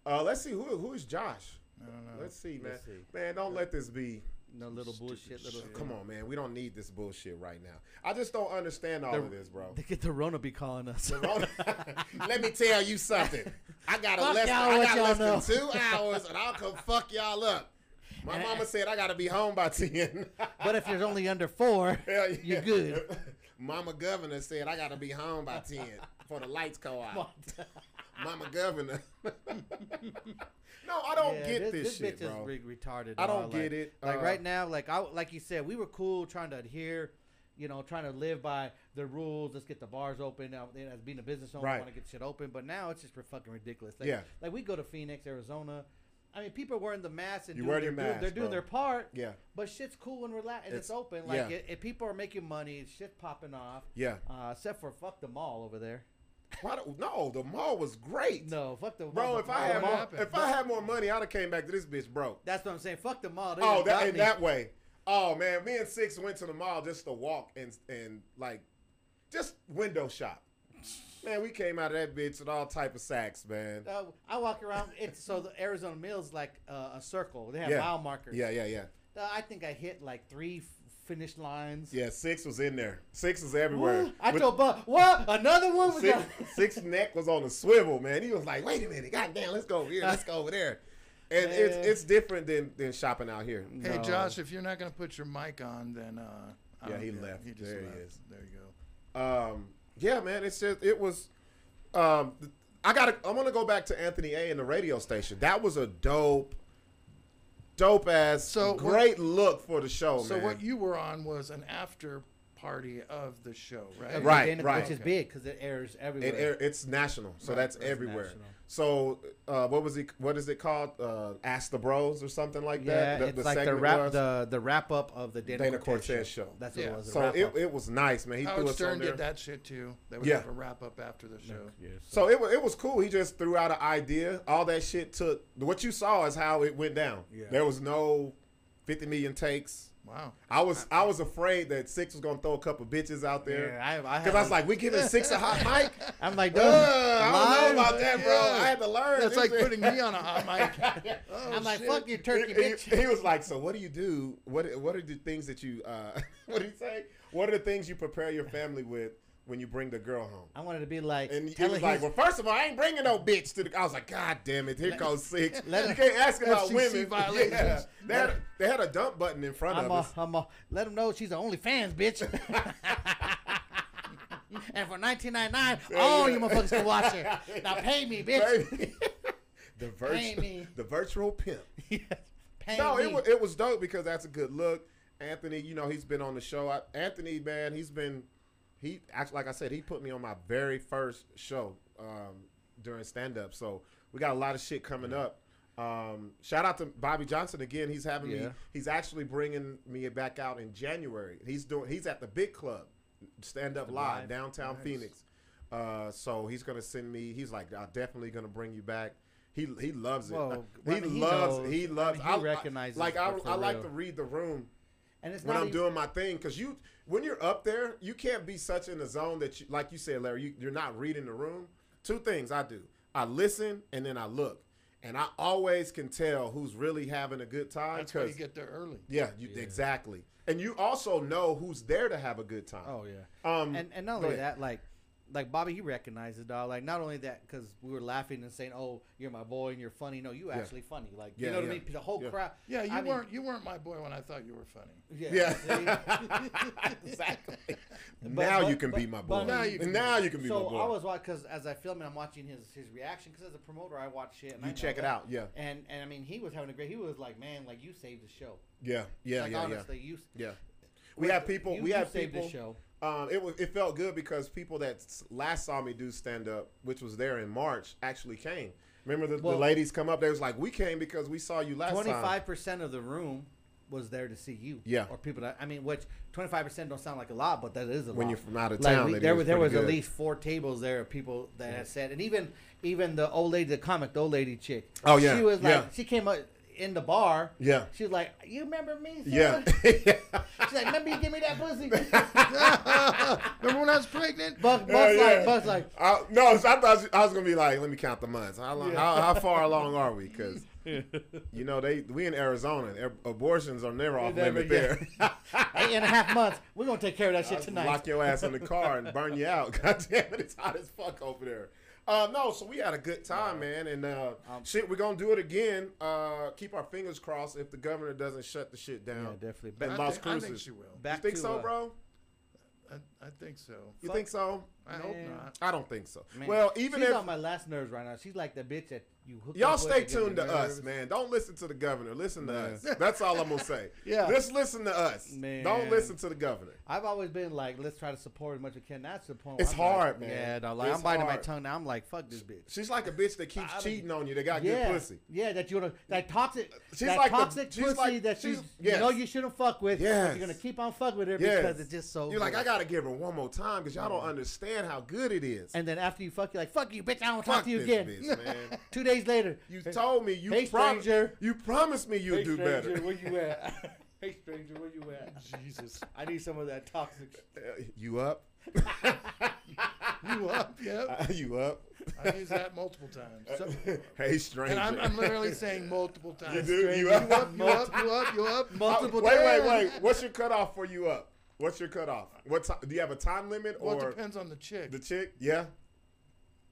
Speaker 1: Uh, let's see who who is Josh.
Speaker 5: I don't know.
Speaker 1: Let's see, man.
Speaker 2: Let's see.
Speaker 1: Man, don't let this be.
Speaker 2: No little bullshit, little.
Speaker 1: Come on, man. We don't need this bullshit right now. I just don't understand all of this, bro.
Speaker 2: They get the Rona be calling us.
Speaker 1: Let me tell you something. I got a
Speaker 2: Fuck
Speaker 1: less,
Speaker 2: y'all,
Speaker 1: I
Speaker 2: what
Speaker 1: got
Speaker 2: y'all
Speaker 1: less
Speaker 2: know.
Speaker 1: than two hours, and I'll come fuck y'all up. My
Speaker 2: And-
Speaker 1: mama said I gotta be home by ten.
Speaker 2: but if you're only under four,
Speaker 1: Hell yeah.
Speaker 2: you're good.
Speaker 1: Mama governor said I gotta be home by ten for the lights go out. Mama governor. no, I don't
Speaker 2: Yeah,
Speaker 1: get this, shit,
Speaker 2: bitch
Speaker 1: bro.
Speaker 2: Is re- retarded.
Speaker 1: I don't
Speaker 2: dog.
Speaker 1: get
Speaker 2: Like-
Speaker 1: it.
Speaker 2: Like
Speaker 1: Uh,
Speaker 2: right now, like I like you said, we were cool trying to adhere, you know, trying to live by the rules. Let's get the bars open. Now, you know, As being a business owner,
Speaker 1: Right.
Speaker 2: want to get shit open. But now it's just for fucking ridiculous. Like,
Speaker 1: Yeah.
Speaker 2: Like we go to Phoenix, Arizona. I mean, people are wearing the masks and
Speaker 1: You
Speaker 2: doing,
Speaker 1: wear
Speaker 2: their,
Speaker 1: your
Speaker 2: doing, they're
Speaker 1: mask,
Speaker 2: doing
Speaker 1: bro.
Speaker 2: their part.
Speaker 1: Yeah.
Speaker 2: But shit's cool and relaxed and it's,
Speaker 1: It's-
Speaker 2: open. Like
Speaker 1: yeah.
Speaker 2: if- if people are making money, shit popping off.
Speaker 1: Yeah.
Speaker 2: Uh, except for fuck the mall over there.
Speaker 1: Why do- no, the mall was great.
Speaker 2: No, fuck the
Speaker 1: Bro, if I had
Speaker 5: What
Speaker 1: more,
Speaker 5: happened?
Speaker 1: if I had more money, I'd have came back to this bitch broke.
Speaker 2: that's what I'm saying. Fuck the mall. They
Speaker 1: Oh,
Speaker 2: done got
Speaker 1: that in
Speaker 2: me.
Speaker 1: that way. Oh man, me and Six went to the mall just to walk and and like just window shop. Man, we came out of that bitch with all type of sacks, man.
Speaker 2: Uh, I walk around. It's so the Arizona Mills like uh, a circle. They have
Speaker 1: Yeah.
Speaker 2: mile markers.
Speaker 1: Yeah, yeah, yeah.
Speaker 2: Uh, I think I hit like three f- finish lines.
Speaker 1: Yeah, Six was in there. Six was everywhere.
Speaker 2: Ooh, I
Speaker 1: With-
Speaker 2: told Buck, what? Another one was
Speaker 1: six,
Speaker 2: on-
Speaker 1: six neck was on a swivel, man. He was like, "Wait a minute, goddamn, let's go over here, let's go over there." And it's
Speaker 2: Man.
Speaker 1: it's different than than shopping out here.
Speaker 5: Hey
Speaker 2: No.
Speaker 5: Josh, if you're not gonna put your mic on, then uh, I
Speaker 1: Yeah,
Speaker 5: don't
Speaker 1: he
Speaker 5: get it.
Speaker 1: left.
Speaker 5: He just
Speaker 1: There he
Speaker 5: left.
Speaker 1: is.
Speaker 5: There you go.
Speaker 1: um, yeah, man, it's just it was. Um, th- I gotta. I'm gonna go back to Anthony A. and the radio station. That was a dope, dope ass,
Speaker 5: So what-
Speaker 1: great look for the show,
Speaker 5: So
Speaker 1: Oh, man.
Speaker 5: what you were on was an after party of the show, right?
Speaker 2: Of
Speaker 1: Right,
Speaker 2: Dana-
Speaker 1: right.
Speaker 2: Which is big because it airs everywhere.
Speaker 1: it, air- it's national, so that's everywhere.
Speaker 2: national.
Speaker 1: So, uh, what was he? What is it called? Uh, Ask the Bros or something like
Speaker 2: yeah,
Speaker 1: that. The-
Speaker 2: it's
Speaker 1: the
Speaker 2: like the
Speaker 1: segment
Speaker 2: wrap
Speaker 1: was?
Speaker 2: the the wrap up of the Dana,
Speaker 1: Dana
Speaker 2: Cortez,
Speaker 1: Cortez
Speaker 2: show.
Speaker 1: show.
Speaker 2: That's what
Speaker 5: Yeah.
Speaker 2: it was. a
Speaker 1: So
Speaker 2: wrap
Speaker 1: it,
Speaker 2: up.
Speaker 1: it was nice, man. He threw
Speaker 5: Howard
Speaker 1: us on
Speaker 5: Stern
Speaker 1: there.
Speaker 5: did that shit too. They would
Speaker 1: Yeah.
Speaker 5: have a wrap up after the show.
Speaker 1: So it, wa- it was cool. He just threw out an idea. All that shit took. What you saw is how it went down.
Speaker 2: Yeah.
Speaker 1: There was no 50 million takes.
Speaker 5: Wow.
Speaker 1: I was I was afraid that Six was gonna throw a couple bitches out there
Speaker 2: yeah, I, I,
Speaker 1: because I was like, we giving Six a hot mic.
Speaker 2: I'm like,
Speaker 1: Uh,
Speaker 2: dude,
Speaker 1: I don't
Speaker 2: live?
Speaker 1: know about that, bro.
Speaker 5: Yeah.
Speaker 1: I had to learn.
Speaker 5: That's
Speaker 1: This
Speaker 5: like
Speaker 1: is-
Speaker 5: putting me on a hot mic. Oh,
Speaker 2: I'm like,
Speaker 5: shit.
Speaker 2: fuck your turkey,
Speaker 1: he,
Speaker 2: bitch.
Speaker 1: he- he was like, so what do you do? What what are the things that you uh, what did he say? What are the things you prepare your family with when you bring the girl home?
Speaker 2: I wanted to be like,
Speaker 1: And he
Speaker 2: tell
Speaker 1: was
Speaker 2: her
Speaker 1: like,
Speaker 2: he's-
Speaker 1: "Well, first of all, I ain't bringing no bitch to the." I was like, "God damn it! Here goes six.
Speaker 2: let
Speaker 1: you
Speaker 2: him-
Speaker 1: can't ask about
Speaker 5: FCC
Speaker 1: women."
Speaker 5: violations.
Speaker 1: Yeah. They, had, they had a dump button in front
Speaker 2: I'm
Speaker 1: of
Speaker 2: a,
Speaker 1: us.
Speaker 2: I'm a, let them know she's the only fans, bitch. and for 19.99, all you motherfuckers can watch her. Now pay me, bitch.
Speaker 1: Baby. the
Speaker 2: Pay
Speaker 1: virtual,
Speaker 2: me.
Speaker 1: the virtual pimp.
Speaker 2: pay
Speaker 1: No,
Speaker 2: me.
Speaker 1: it was, it was dope because that's a good look. Anthony, you know, he's been on the show. I, Anthony, man, he's been he act like I said, he put me on my very first show um, during stand up. So we got a lot of shit coming up. Um, shout out to Bobby Johnson again. He's having me.
Speaker 2: Yeah.
Speaker 1: He's actually bringing me back out in January. He's doing. He's at the Big Club, stand up live,
Speaker 2: Live.
Speaker 1: downtown Phoenix. Uh, so he's gonna send me. He's like, I'm definitely gonna bring you back. He he loves it.
Speaker 2: Well,
Speaker 1: he,
Speaker 2: I mean, he
Speaker 1: loves.
Speaker 2: knows.
Speaker 1: He
Speaker 2: I
Speaker 1: loves.
Speaker 2: mean, he recognizes
Speaker 1: Like I,
Speaker 2: for- for
Speaker 1: I like
Speaker 2: real.
Speaker 1: to read the room
Speaker 2: and it's
Speaker 1: when
Speaker 2: not e
Speaker 1: I'm
Speaker 2: even-
Speaker 1: doing my thing because you when you're up there, you can't be such in the zone that you like you said, Larry, you, you're not reading the room. Two things I do. I listen and then I look. And I always can tell who's really having a good time.
Speaker 5: That's why you
Speaker 1: 'cause-
Speaker 5: get there early.
Speaker 1: yeah, you, exactly. And you also know who's there to have a good time.
Speaker 2: Oh yeah.
Speaker 1: Um,
Speaker 2: and and not
Speaker 1: go
Speaker 2: only
Speaker 1: ahead.
Speaker 2: that, like like Bobby, he recognizes dog. Like not only that, because we were laughing and saying, "Oh, you're my boy and you're funny." No, you actually funny. Like
Speaker 1: Yeah,
Speaker 2: you know
Speaker 1: yeah.
Speaker 2: what I mean? The whole
Speaker 1: Yeah.
Speaker 2: crowd.
Speaker 5: Yeah, you
Speaker 2: I mean,
Speaker 5: weren't you weren't my boy when I thought you were funny.
Speaker 2: Yeah. see?
Speaker 1: yeah, exactly. now
Speaker 2: but-
Speaker 1: you can be
Speaker 2: but-
Speaker 1: my boy.
Speaker 2: but-
Speaker 1: now you can, now you can be
Speaker 2: so
Speaker 1: my boy.
Speaker 2: I was watching because as I film it, I'm watching his his reaction because as a promoter, I watch shit. And I
Speaker 1: you
Speaker 2: know
Speaker 1: check it
Speaker 2: that.
Speaker 1: out. Yeah,
Speaker 2: And and I mean, he was having a great. He was like, man, like you saved the show.
Speaker 1: yeah, yeah,
Speaker 2: like
Speaker 1: yeah, yeah.
Speaker 2: honestly, you.
Speaker 1: Yeah. We
Speaker 2: Wait,
Speaker 1: have people.
Speaker 2: you-
Speaker 1: we
Speaker 2: you
Speaker 1: have
Speaker 2: saved
Speaker 1: people.
Speaker 2: the show.
Speaker 1: Um, it was. It felt good because people that s- last saw me do stand up, which was there in March, actually came. Remember the,
Speaker 2: Well-
Speaker 1: the ladies come up. They was like, "We came because we saw you last
Speaker 2: Twenty
Speaker 1: time."
Speaker 2: five percent of the room was there to see you.
Speaker 1: Yeah.
Speaker 2: Or people that I mean, which twenty five percent don't sound like a lot, but that is a lot.
Speaker 1: When you're from out of
Speaker 2: Like,
Speaker 1: town,
Speaker 2: we-
Speaker 1: that
Speaker 2: there
Speaker 1: is
Speaker 2: was there was
Speaker 1: pretty
Speaker 2: at
Speaker 1: good.
Speaker 2: least four tables there of people that had said, and even even the old lady, the comic, the old lady chick.
Speaker 1: Oh, yeah,
Speaker 2: She was like,
Speaker 1: yeah.
Speaker 2: she came up. in the bar.
Speaker 1: Yeah.
Speaker 2: She was like, "You remember me?"
Speaker 1: Yeah.
Speaker 2: Sarah?" She's like, "Remember you give me that pussy?"
Speaker 5: Remember when I was pregnant?
Speaker 2: Buck, Buck's
Speaker 1: Yeah, Oh, yeah.
Speaker 2: like, Buck's like,
Speaker 1: I, no, so I thought I was gonna be like, let me count the months. How long? How, how far along are we? Because you know they we in Arizona, and ab- abortions are never off
Speaker 2: never-
Speaker 1: limit there.
Speaker 2: eight and a half months. We're gonna take care of that shit
Speaker 1: I'll
Speaker 2: tonight.
Speaker 1: Lock your ass in the car and burn you out. God damn it, it's hot as fuck over there. Uh, no, so we had a good time, man, and uh,
Speaker 2: Um,
Speaker 1: shit, we're gonna do it again. Uh, keep our fingers crossed if the governor doesn't shut the shit down.
Speaker 2: Yeah, definitely.
Speaker 1: In
Speaker 5: I,
Speaker 1: Las
Speaker 5: think, I think
Speaker 1: Cruces.
Speaker 5: she will.
Speaker 1: You think
Speaker 2: to,
Speaker 1: so,
Speaker 2: uh,
Speaker 1: bro?
Speaker 5: I, I think so.
Speaker 1: You think so?
Speaker 5: I hope
Speaker 2: Man.
Speaker 5: not.
Speaker 1: I don't think so.
Speaker 2: man,
Speaker 1: Well, even
Speaker 2: she's
Speaker 1: if
Speaker 2: on my last nerves right now. She's like the bitch that you hooked
Speaker 1: Y'all
Speaker 2: up with
Speaker 1: stay
Speaker 2: that gives you
Speaker 1: tuned to us,
Speaker 2: nerves.
Speaker 1: man. Don't listen to the governor. Listen to us. That's all I'm gonna say.
Speaker 5: Yeah.
Speaker 1: Just listen to us.
Speaker 2: Man.
Speaker 1: Don't listen to the governor.
Speaker 2: I've always been like, let's try to support as much as we can. That's the point. where
Speaker 1: It's
Speaker 2: I'm like,
Speaker 1: hard, man.
Speaker 2: Yeah, no, like
Speaker 1: It's
Speaker 2: I'm biting my
Speaker 1: hard.
Speaker 2: tongue now. I'm like, fuck this bitch.
Speaker 1: She's like a bitch that keeps cheating on you. They got
Speaker 2: Yeah,
Speaker 1: good pussy.
Speaker 2: yeah, that you wanna that toxic,
Speaker 1: She's
Speaker 2: that
Speaker 1: like the-
Speaker 2: toxic
Speaker 1: she's
Speaker 2: pussy
Speaker 1: like-
Speaker 2: that you,
Speaker 1: she's-
Speaker 2: you know
Speaker 1: yes.
Speaker 2: you shouldn't fuck with. Yeah,
Speaker 1: Yes.
Speaker 2: you're gonna keep on fucking with her
Speaker 1: Yes.
Speaker 2: because it's just so.
Speaker 1: You're like,
Speaker 2: good. Mm-hmm.
Speaker 1: I gotta give her one more time because y'all don't understand how good it is.
Speaker 2: And then after you fuck, you're like, fuck you, bitch. I don't talk
Speaker 1: Fuck
Speaker 2: to you
Speaker 1: this
Speaker 2: again.
Speaker 1: bitch, man.
Speaker 2: Two days later,
Speaker 1: You told me you
Speaker 2: Hey,
Speaker 1: prom-
Speaker 2: stranger.
Speaker 1: you promised me you'd
Speaker 2: hey,
Speaker 1: do
Speaker 2: stranger,
Speaker 1: better.
Speaker 2: Where you at? hey stranger, where you at?
Speaker 5: Jesus.
Speaker 2: I need some of that toxic.
Speaker 1: Uh, You up?
Speaker 5: You up? Yep.
Speaker 1: you up?
Speaker 5: I've used that multiple times.
Speaker 1: hey, stranger.
Speaker 5: and I'm, I'm literally saying multiple times.
Speaker 1: you do? You
Speaker 5: You up,
Speaker 1: up?
Speaker 5: you up, you up, you up. Multiple
Speaker 1: Oh, wait,
Speaker 5: times.
Speaker 1: wait, wait. What's your cutoff for you up? What's your cutoff? What time? Do you have a time limit or?
Speaker 5: Well, it Oh, depends on the chick.
Speaker 1: The chick, yeah.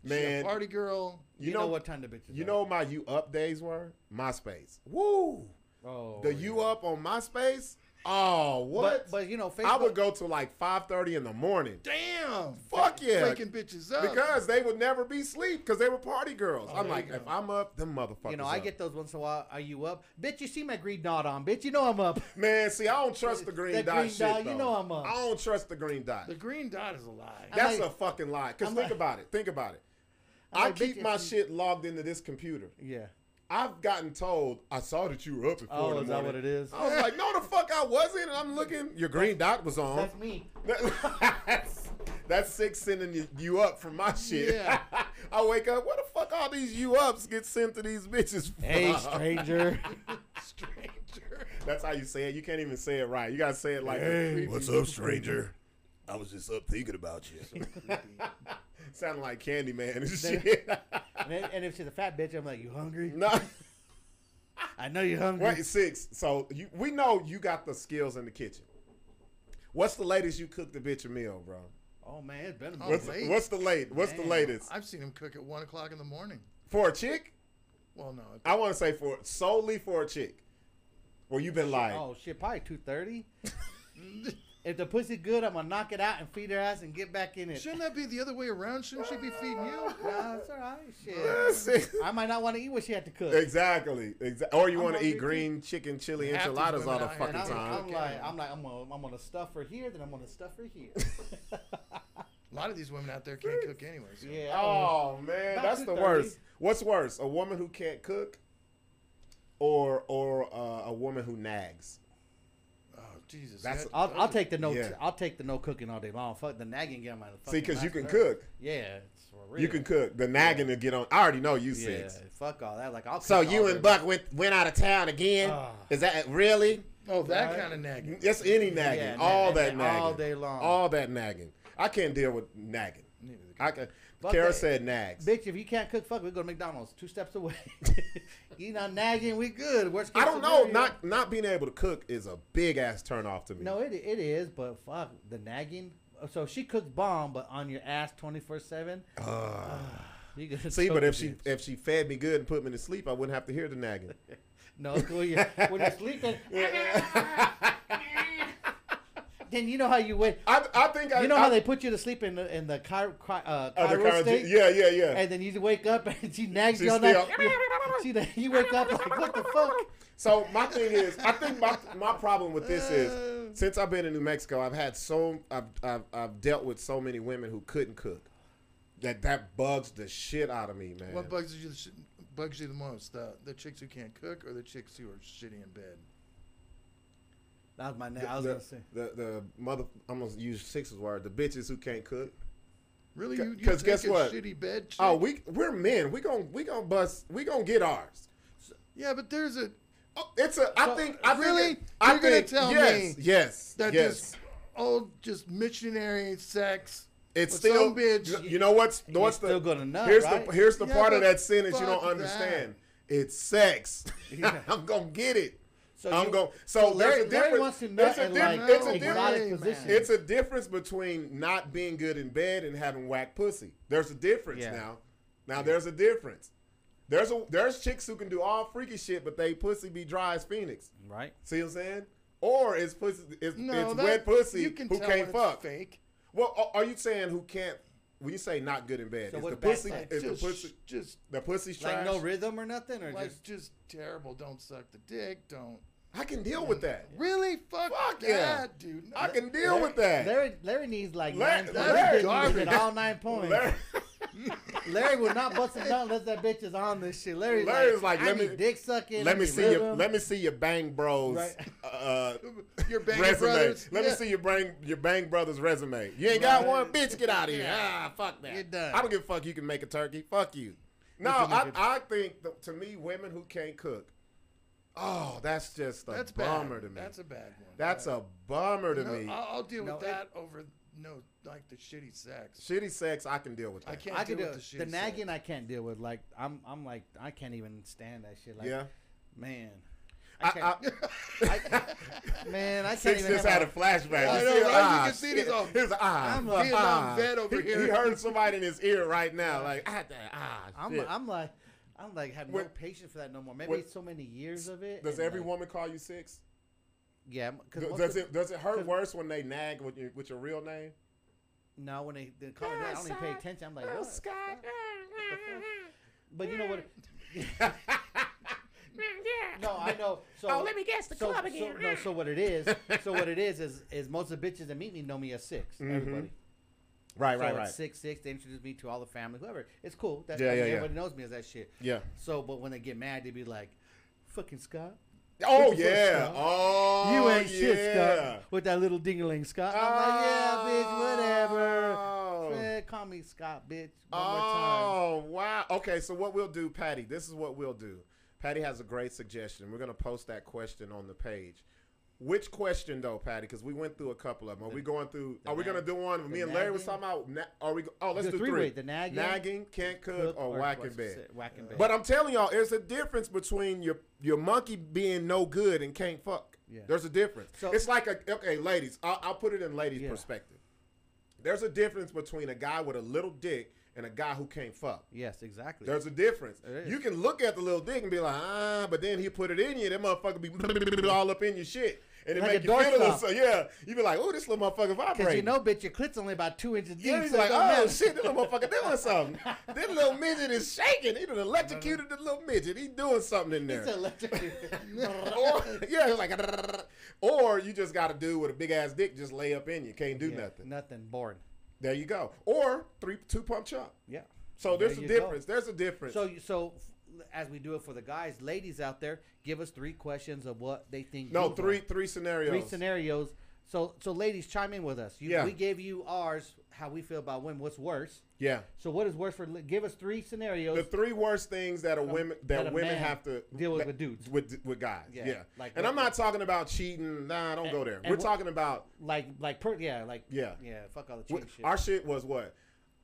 Speaker 5: She a
Speaker 1: Man,
Speaker 5: party girl.
Speaker 2: You, know, what time the bitch is.
Speaker 1: You
Speaker 2: up.
Speaker 1: know what my you up days were? MySpace. Woo!
Speaker 2: Oh,
Speaker 1: the you up on MySpace? Oh, what?
Speaker 2: But, but you know, Facebook.
Speaker 1: I would go to like 5:30 in the morning.
Speaker 5: Damn.
Speaker 1: Fuck yeah.
Speaker 5: Waking bitches up.
Speaker 1: Because they would never be sleep because they were party girls.
Speaker 2: Oh,
Speaker 1: I'm
Speaker 5: there
Speaker 1: like,
Speaker 5: you
Speaker 1: if I'm up, them motherfuckers.
Speaker 2: You know, I
Speaker 1: up.
Speaker 2: get those once in a while. Are you up, bitch? You see my green dot on, bitch? You know I'm up.
Speaker 1: man. See, I don't trust the green
Speaker 2: That
Speaker 1: dot
Speaker 2: green
Speaker 1: shit.
Speaker 2: dot, you
Speaker 1: though.
Speaker 2: know I'm up.
Speaker 1: I don't trust the green dot.
Speaker 5: the green dot is a lie.
Speaker 1: That's
Speaker 2: like-
Speaker 1: a fucking lie. Because
Speaker 2: I'm
Speaker 1: think
Speaker 2: like-
Speaker 1: about it. Think about it.
Speaker 2: I'm
Speaker 1: I
Speaker 2: like, bitch,
Speaker 1: keep
Speaker 2: if
Speaker 1: my
Speaker 2: you-
Speaker 1: shit logged into this computer.
Speaker 2: Yeah.
Speaker 1: I've gotten told I saw that you were up at four
Speaker 2: Oh,
Speaker 1: in the
Speaker 2: is that
Speaker 1: morning.
Speaker 2: what it is?
Speaker 1: I was like, no, the fuck, I wasn't. And I'm looking. Your green dot was on.
Speaker 2: That's me.
Speaker 1: That's, that's six sending you, you up for my shit.
Speaker 5: Yeah.
Speaker 1: I wake up. What the fuck? All these you ups get sent to these bitches. For?
Speaker 2: Hey, stranger.
Speaker 5: Stranger.
Speaker 1: That's how you say it. You can't even say it right. You gotta say it like, "What's up, stranger? I was just up thinking about you." Sounding like Candyman and shit.
Speaker 2: and, then- and if she's a fat bitch, I'm like, you hungry?
Speaker 1: no.
Speaker 2: I know you're hungry.
Speaker 1: Wait, six. So you, we know you got the skills in the kitchen. What's the latest you cooked the bitch a meal, bro?
Speaker 2: Oh man, it's been a
Speaker 5: Oh,
Speaker 2: minute.
Speaker 1: What's
Speaker 5: late.
Speaker 1: what's the late? What's the
Speaker 2: Damn.
Speaker 1: latest
Speaker 5: I've seen him cook at one o'clock in the morning.
Speaker 1: for a chick?
Speaker 5: Well, no.
Speaker 1: I want to say for solely for a chick. Well, you've been lying.
Speaker 2: Oh shit, probably two thirty. if the pussy good, I'm gonna knock it out and feed her ass and get back in it.
Speaker 5: Shouldn't that be the other way around? Shouldn't she be feeding you?
Speaker 2: Nah, it's all right.
Speaker 1: Yeah,
Speaker 2: Shit.
Speaker 1: see?
Speaker 2: I might not want to eat what she had to cook.
Speaker 1: exactly. Exa- or you
Speaker 5: I'm
Speaker 1: want to
Speaker 5: hungry,
Speaker 1: eat
Speaker 5: too.
Speaker 1: green chicken chili
Speaker 5: Half these
Speaker 1: enchiladas all
Speaker 5: women
Speaker 1: the
Speaker 5: out here
Speaker 1: fucking
Speaker 2: And I'm,
Speaker 1: time.
Speaker 2: I'm like, I'm like, I'm gonna, I'm gonna stuff her here, then I'm gonna stuff her here.
Speaker 5: A lot of these women out there can't cook anyways.
Speaker 2: yeah. I don't know.
Speaker 1: oh man,
Speaker 2: About
Speaker 1: that's the
Speaker 2: 2:30.
Speaker 1: worst. What's worse, a woman who can't cook, or or uh, a woman who nags?
Speaker 5: Oh, Jesus.
Speaker 1: That's-
Speaker 5: that-
Speaker 2: I'll, I'll take the no.
Speaker 1: Yeah.
Speaker 2: I'll take the no cooking all day long. Fuck the nagging game out of the
Speaker 1: See,
Speaker 2: fucking
Speaker 1: because you
Speaker 2: life
Speaker 1: can
Speaker 2: of her.
Speaker 1: cook.
Speaker 2: Yeah, it's for real.
Speaker 1: You can cook. The nagging to get on. I already know you
Speaker 2: Yeah,
Speaker 1: six.
Speaker 2: fuck all that. Like I'll.
Speaker 1: So
Speaker 2: cook
Speaker 1: you
Speaker 2: all
Speaker 1: and
Speaker 2: day
Speaker 1: Buck went went out of town again.
Speaker 2: Ah.
Speaker 1: Is that really?
Speaker 5: oh, that
Speaker 2: Right?
Speaker 5: kind of nagging.
Speaker 1: That's any nagging.
Speaker 2: na-
Speaker 1: all
Speaker 2: na-
Speaker 1: that
Speaker 2: na-
Speaker 1: nagging.
Speaker 2: all day long.
Speaker 1: All that nagging. I can't deal with nagging.
Speaker 5: Neither do
Speaker 1: I can.
Speaker 2: Fuck
Speaker 1: Kara
Speaker 2: that.
Speaker 1: said nags.
Speaker 2: Bitch, if you can't cook, fuck, we go to McDonald's. Two steps away. you not nagging, we good. Worst case
Speaker 1: I don't know.
Speaker 2: scenario-
Speaker 1: Not not being able to cook is a big ass turn off to me.
Speaker 2: No, it it is, but fuck the nagging. So she cooks bomb, but on your ass twenty four seven. Ah, You gonna
Speaker 1: See,
Speaker 2: choke
Speaker 1: but if
Speaker 2: a
Speaker 1: she
Speaker 2: bitch.
Speaker 1: if she fed me good and put me to sleep, I wouldn't have to hear the nagging.
Speaker 2: no when you're, when you're sleeping, then you know how you went.
Speaker 1: I, I think I
Speaker 2: You know
Speaker 1: I,
Speaker 2: how they put you to sleep in the in the car, uh,
Speaker 1: uh, the
Speaker 2: chiral
Speaker 1: Kara-
Speaker 2: state,
Speaker 1: Yeah, yeah, yeah.
Speaker 2: and then you wake up and she nags
Speaker 1: She's
Speaker 2: you all night.
Speaker 1: still-
Speaker 2: She, you wake up like what the fuck.
Speaker 1: So my thing is, I think my my problem with this
Speaker 5: uh,
Speaker 1: is since I've been in New Mexico, I've had so I've I've, I've dealt with so many women who couldn't cook. That that bugs the shit out of me, man.
Speaker 5: What bugs you the sh- bugs you the most? The the chicks who can't cook or the chicks who are shitty in bed?
Speaker 2: That was my name.
Speaker 1: the,
Speaker 2: I was
Speaker 1: the,
Speaker 2: gonna say.
Speaker 1: the the mother. I'm gonna use six's word. The bitches who can't cook. Oh,
Speaker 5: Really?
Speaker 1: C-
Speaker 5: You, you
Speaker 1: 'cause
Speaker 5: take
Speaker 1: guess
Speaker 5: a
Speaker 1: what?
Speaker 5: shitty bed? Chick?
Speaker 1: Oh, we we're men. We gonna we gonna bust. We gonna get ours.
Speaker 5: yeah, but there's a
Speaker 1: Oh, It's a. I
Speaker 5: So,
Speaker 1: think. I
Speaker 5: really?
Speaker 1: Think, I
Speaker 5: You're gonna
Speaker 1: think-
Speaker 5: tell
Speaker 1: yes,
Speaker 5: me
Speaker 1: Yes.
Speaker 5: That
Speaker 1: yes.
Speaker 5: just old just missionary sex.
Speaker 1: it's
Speaker 5: with
Speaker 1: still.
Speaker 5: some bitch.
Speaker 1: You know what's what's
Speaker 2: still
Speaker 1: the
Speaker 2: gonna nut,
Speaker 1: here's
Speaker 2: right?
Speaker 1: the here's the
Speaker 5: Yeah,
Speaker 1: part of
Speaker 5: but
Speaker 1: that sentence you
Speaker 5: fuck
Speaker 1: don't
Speaker 5: that.
Speaker 1: understand. It's sex.
Speaker 2: Yeah.
Speaker 1: I'm gonna get it.
Speaker 2: So
Speaker 1: I'm
Speaker 2: you-
Speaker 1: going. So, there's a
Speaker 2: Larry,
Speaker 1: difference.
Speaker 2: Larry wants to nut
Speaker 1: it's a
Speaker 2: in
Speaker 1: diff-
Speaker 2: like
Speaker 5: different-
Speaker 1: it's a
Speaker 5: no
Speaker 1: difference.
Speaker 2: exotic
Speaker 5: way, man.
Speaker 2: position.
Speaker 1: It's a difference between not being good in bed and having whack pussy. There's a difference
Speaker 2: Yeah.
Speaker 1: now. Now there's a difference. There's a there's chicks who can do all freaky shit, but they pussy be dry as phoenix.
Speaker 2: right.
Speaker 1: See what I'm saying? Or it's pussy, it's,
Speaker 5: No,
Speaker 1: it's
Speaker 5: that-
Speaker 1: wet pussy
Speaker 5: You can
Speaker 1: who
Speaker 5: tell
Speaker 1: can't
Speaker 5: when
Speaker 1: fuck.
Speaker 5: It's fake.
Speaker 1: Well, are- are you saying who can't? When you say not good in bed,
Speaker 2: So
Speaker 1: is
Speaker 2: what
Speaker 1: the
Speaker 2: about
Speaker 1: pussy
Speaker 2: sex?
Speaker 1: is the
Speaker 5: just,
Speaker 1: pussy
Speaker 5: just
Speaker 1: the pussy's
Speaker 2: Like
Speaker 1: trash?
Speaker 2: no rhythm or nothing, or
Speaker 5: like
Speaker 2: just
Speaker 5: just terrible. Don't suck the dick. Don't
Speaker 1: I can deal with that.
Speaker 5: really fuck,
Speaker 1: Fuck
Speaker 5: that,
Speaker 1: yeah.
Speaker 5: dude.
Speaker 1: I can deal with that.
Speaker 2: Larry, Larry needs like
Speaker 1: Larry-
Speaker 2: nine
Speaker 1: Larry
Speaker 2: Larry, Larry,
Speaker 5: garbage.
Speaker 2: all nine points. Larry,
Speaker 1: Larry,
Speaker 2: will not bust him down unless that bitch is on this shit. Larry,
Speaker 1: Larry's
Speaker 2: Larry's like,
Speaker 1: like, let
Speaker 2: I
Speaker 1: me-
Speaker 2: need dick sucking.
Speaker 1: let
Speaker 2: I
Speaker 1: me
Speaker 2: need
Speaker 1: see your
Speaker 2: rhythm.
Speaker 1: let me see your bang bros
Speaker 2: Right.
Speaker 1: uh,
Speaker 5: Your bang
Speaker 1: resume.
Speaker 5: brothers.
Speaker 1: Let me
Speaker 5: yeah.
Speaker 1: see your bang your bang brothers resume. You ain't got one, bitch. Get out of here. Ah, fuck that.
Speaker 5: Get done.
Speaker 1: I don't give a fuck. You can make a turkey. Fuck you. No, I, I think th- to me, women who can't cook, oh, that's just a
Speaker 5: That's bad.
Speaker 1: bummer to me.
Speaker 5: That's a bad one.
Speaker 1: That's a bummer to
Speaker 5: No,
Speaker 1: me.
Speaker 5: I'll, I'll deal
Speaker 2: No,
Speaker 5: with
Speaker 2: it-
Speaker 5: that over no like the shitty sex.
Speaker 1: Shitty sex, I can deal with that.
Speaker 5: I can't
Speaker 2: I
Speaker 5: deal
Speaker 2: can do
Speaker 5: with the
Speaker 2: it.
Speaker 5: shitty
Speaker 2: the
Speaker 5: sex.
Speaker 2: nagging. I can't deal with. Like I'm, I'm like I can't even stand that shit. Like,
Speaker 1: yeah.
Speaker 2: man, I
Speaker 1: I,
Speaker 2: can't,
Speaker 1: I,
Speaker 2: man, I can't
Speaker 1: Six
Speaker 2: even.
Speaker 1: just
Speaker 2: have
Speaker 1: had
Speaker 2: a-
Speaker 1: a flashback.
Speaker 5: I
Speaker 1: You
Speaker 5: know,
Speaker 1: see,
Speaker 5: right? You
Speaker 1: ah,
Speaker 5: can see
Speaker 1: shit.
Speaker 5: this all-
Speaker 1: Here's ah.
Speaker 2: I'm a
Speaker 1: fuck,
Speaker 5: Vietnam
Speaker 1: ah.
Speaker 5: vet over
Speaker 1: he,
Speaker 5: here.
Speaker 1: He heard somebody in his ear right now, like ah, that, ah.
Speaker 2: I'm,
Speaker 1: shit.
Speaker 2: I'm like, I'm like have no
Speaker 1: When-
Speaker 2: patience for that no more. Maybe
Speaker 1: when-
Speaker 2: it's so many years of it.
Speaker 1: Does
Speaker 2: and,
Speaker 1: every
Speaker 2: like,
Speaker 1: woman call you six?
Speaker 2: Yeah,
Speaker 1: Does,
Speaker 2: because
Speaker 1: does it does it hurt
Speaker 2: 'cause-
Speaker 1: worse when they nag with your with your real name?
Speaker 2: No, when they, they call me that, I don't even pay attention. I'm like,
Speaker 1: Oh,
Speaker 2: what? But you know what? No, I know. So
Speaker 4: Oh, let me guess, the
Speaker 2: so,
Speaker 4: club
Speaker 2: so-
Speaker 4: again.
Speaker 2: no, so what it is? So what it is is is most of the bitches that meet me know me as 6 Everybody.
Speaker 1: Right, Mm-hmm.
Speaker 2: So
Speaker 1: right,
Speaker 2: it's
Speaker 1: right.
Speaker 2: Six six. They introduce me to all the family, whoever. It's cool. That's
Speaker 1: Yeah,
Speaker 2: I mean,
Speaker 1: yeah, yeah.
Speaker 2: everybody knows me as that shit.
Speaker 1: Yeah.
Speaker 2: So, but when they get mad, they be like, "Fucking Scott,
Speaker 1: Oh
Speaker 2: Look at
Speaker 1: yeah.
Speaker 2: Scott.
Speaker 1: Oh,
Speaker 2: you ain't
Speaker 1: yeah.
Speaker 2: shit, Scott." With that little dingaling Scott. And I'm like, "Yeah, bitch, whatever."
Speaker 1: Oh.
Speaker 2: Man, call me Scott, bitch. One more time.
Speaker 1: Oh, wow. Okay, so what we'll do, Patty, this is what we'll do. Patty has a great suggestion. We're going to post that question on the page. Which question, though, Patty? Because we went through a couple of them. Are we going through? Are we
Speaker 2: nag-
Speaker 1: going to do one? Me and Larry was talking
Speaker 2: nagging?
Speaker 1: about. na- Are we? go- Oh, let's
Speaker 2: The
Speaker 1: do
Speaker 2: three-way,
Speaker 1: three.
Speaker 2: the nagging,
Speaker 1: nagging, can't cook,
Speaker 2: Cook
Speaker 1: or Oh, whack
Speaker 2: what's
Speaker 1: and
Speaker 2: it
Speaker 1: bed.
Speaker 2: say? Whack and bed.
Speaker 1: But I'm telling y'all, there's a difference between your your monkey being no good and can't fuck.
Speaker 2: Yeah.
Speaker 1: There's a difference.
Speaker 2: So-
Speaker 1: it's like a okay, ladies. I'll, I'll put it in ladies'
Speaker 2: Yeah.
Speaker 1: perspective. There's a difference between a guy with a little dick and a guy who can't fuck.
Speaker 2: yes, exactly.
Speaker 1: There's a difference.
Speaker 2: There is.
Speaker 1: You can look at the little dick and be like, ah, but then he put it in you. That motherfucker be all up in your shit, and it
Speaker 2: Like
Speaker 1: make
Speaker 2: a
Speaker 1: you feel a little.
Speaker 2: doorstop.
Speaker 1: So yeah, you be like, oh, this little motherfucker
Speaker 2: Because
Speaker 1: vibrating.
Speaker 2: you know, bitch, your clit's only about two inches deep.
Speaker 1: Yeah, he's
Speaker 2: so it
Speaker 1: like, oh
Speaker 2: don't matter.
Speaker 1: shit, this little motherfucker doing something. this little midget is shaking. He done electrocuted the little midget. He doing something in there.
Speaker 2: It's electric.
Speaker 1: or, yeah, it's like, or you just got a dude with a big ass dick just lay up in you, can't do
Speaker 2: Yeah,
Speaker 1: nothing.
Speaker 2: Nothing. Boring.
Speaker 1: There you go. Or three, two pump chump.
Speaker 2: Yeah.
Speaker 1: So there's
Speaker 2: There
Speaker 1: a
Speaker 2: you go.
Speaker 1: difference. There's a difference.
Speaker 2: So, you- so f- as we do it for the guys, ladies out there, give us three questions of what they think. you
Speaker 1: no,
Speaker 2: want.
Speaker 1: three, three scenarios.
Speaker 2: three scenarios. So, so ladies, chime in with us. You,
Speaker 1: Yeah.
Speaker 2: We gave you ours. How we feel about women. What's worse?
Speaker 1: Yeah.
Speaker 2: So, what is worse for? li- Give us three scenarios.
Speaker 1: The three worst things that a women that,
Speaker 2: Uh, that a
Speaker 1: women
Speaker 2: man
Speaker 1: have to
Speaker 2: deal with
Speaker 1: that-
Speaker 2: with dudes.
Speaker 1: with with guys. Yeah.
Speaker 2: Yeah, like
Speaker 1: and
Speaker 2: what-
Speaker 1: I'm not talking about cheating. Nah, don't go there.
Speaker 2: and
Speaker 1: We're
Speaker 2: what-
Speaker 1: talking about
Speaker 2: like, like, per, yeah, like,
Speaker 1: Yeah.
Speaker 2: yeah. Fuck all the
Speaker 1: Wh-
Speaker 2: cheap shit.
Speaker 1: Our shit was what?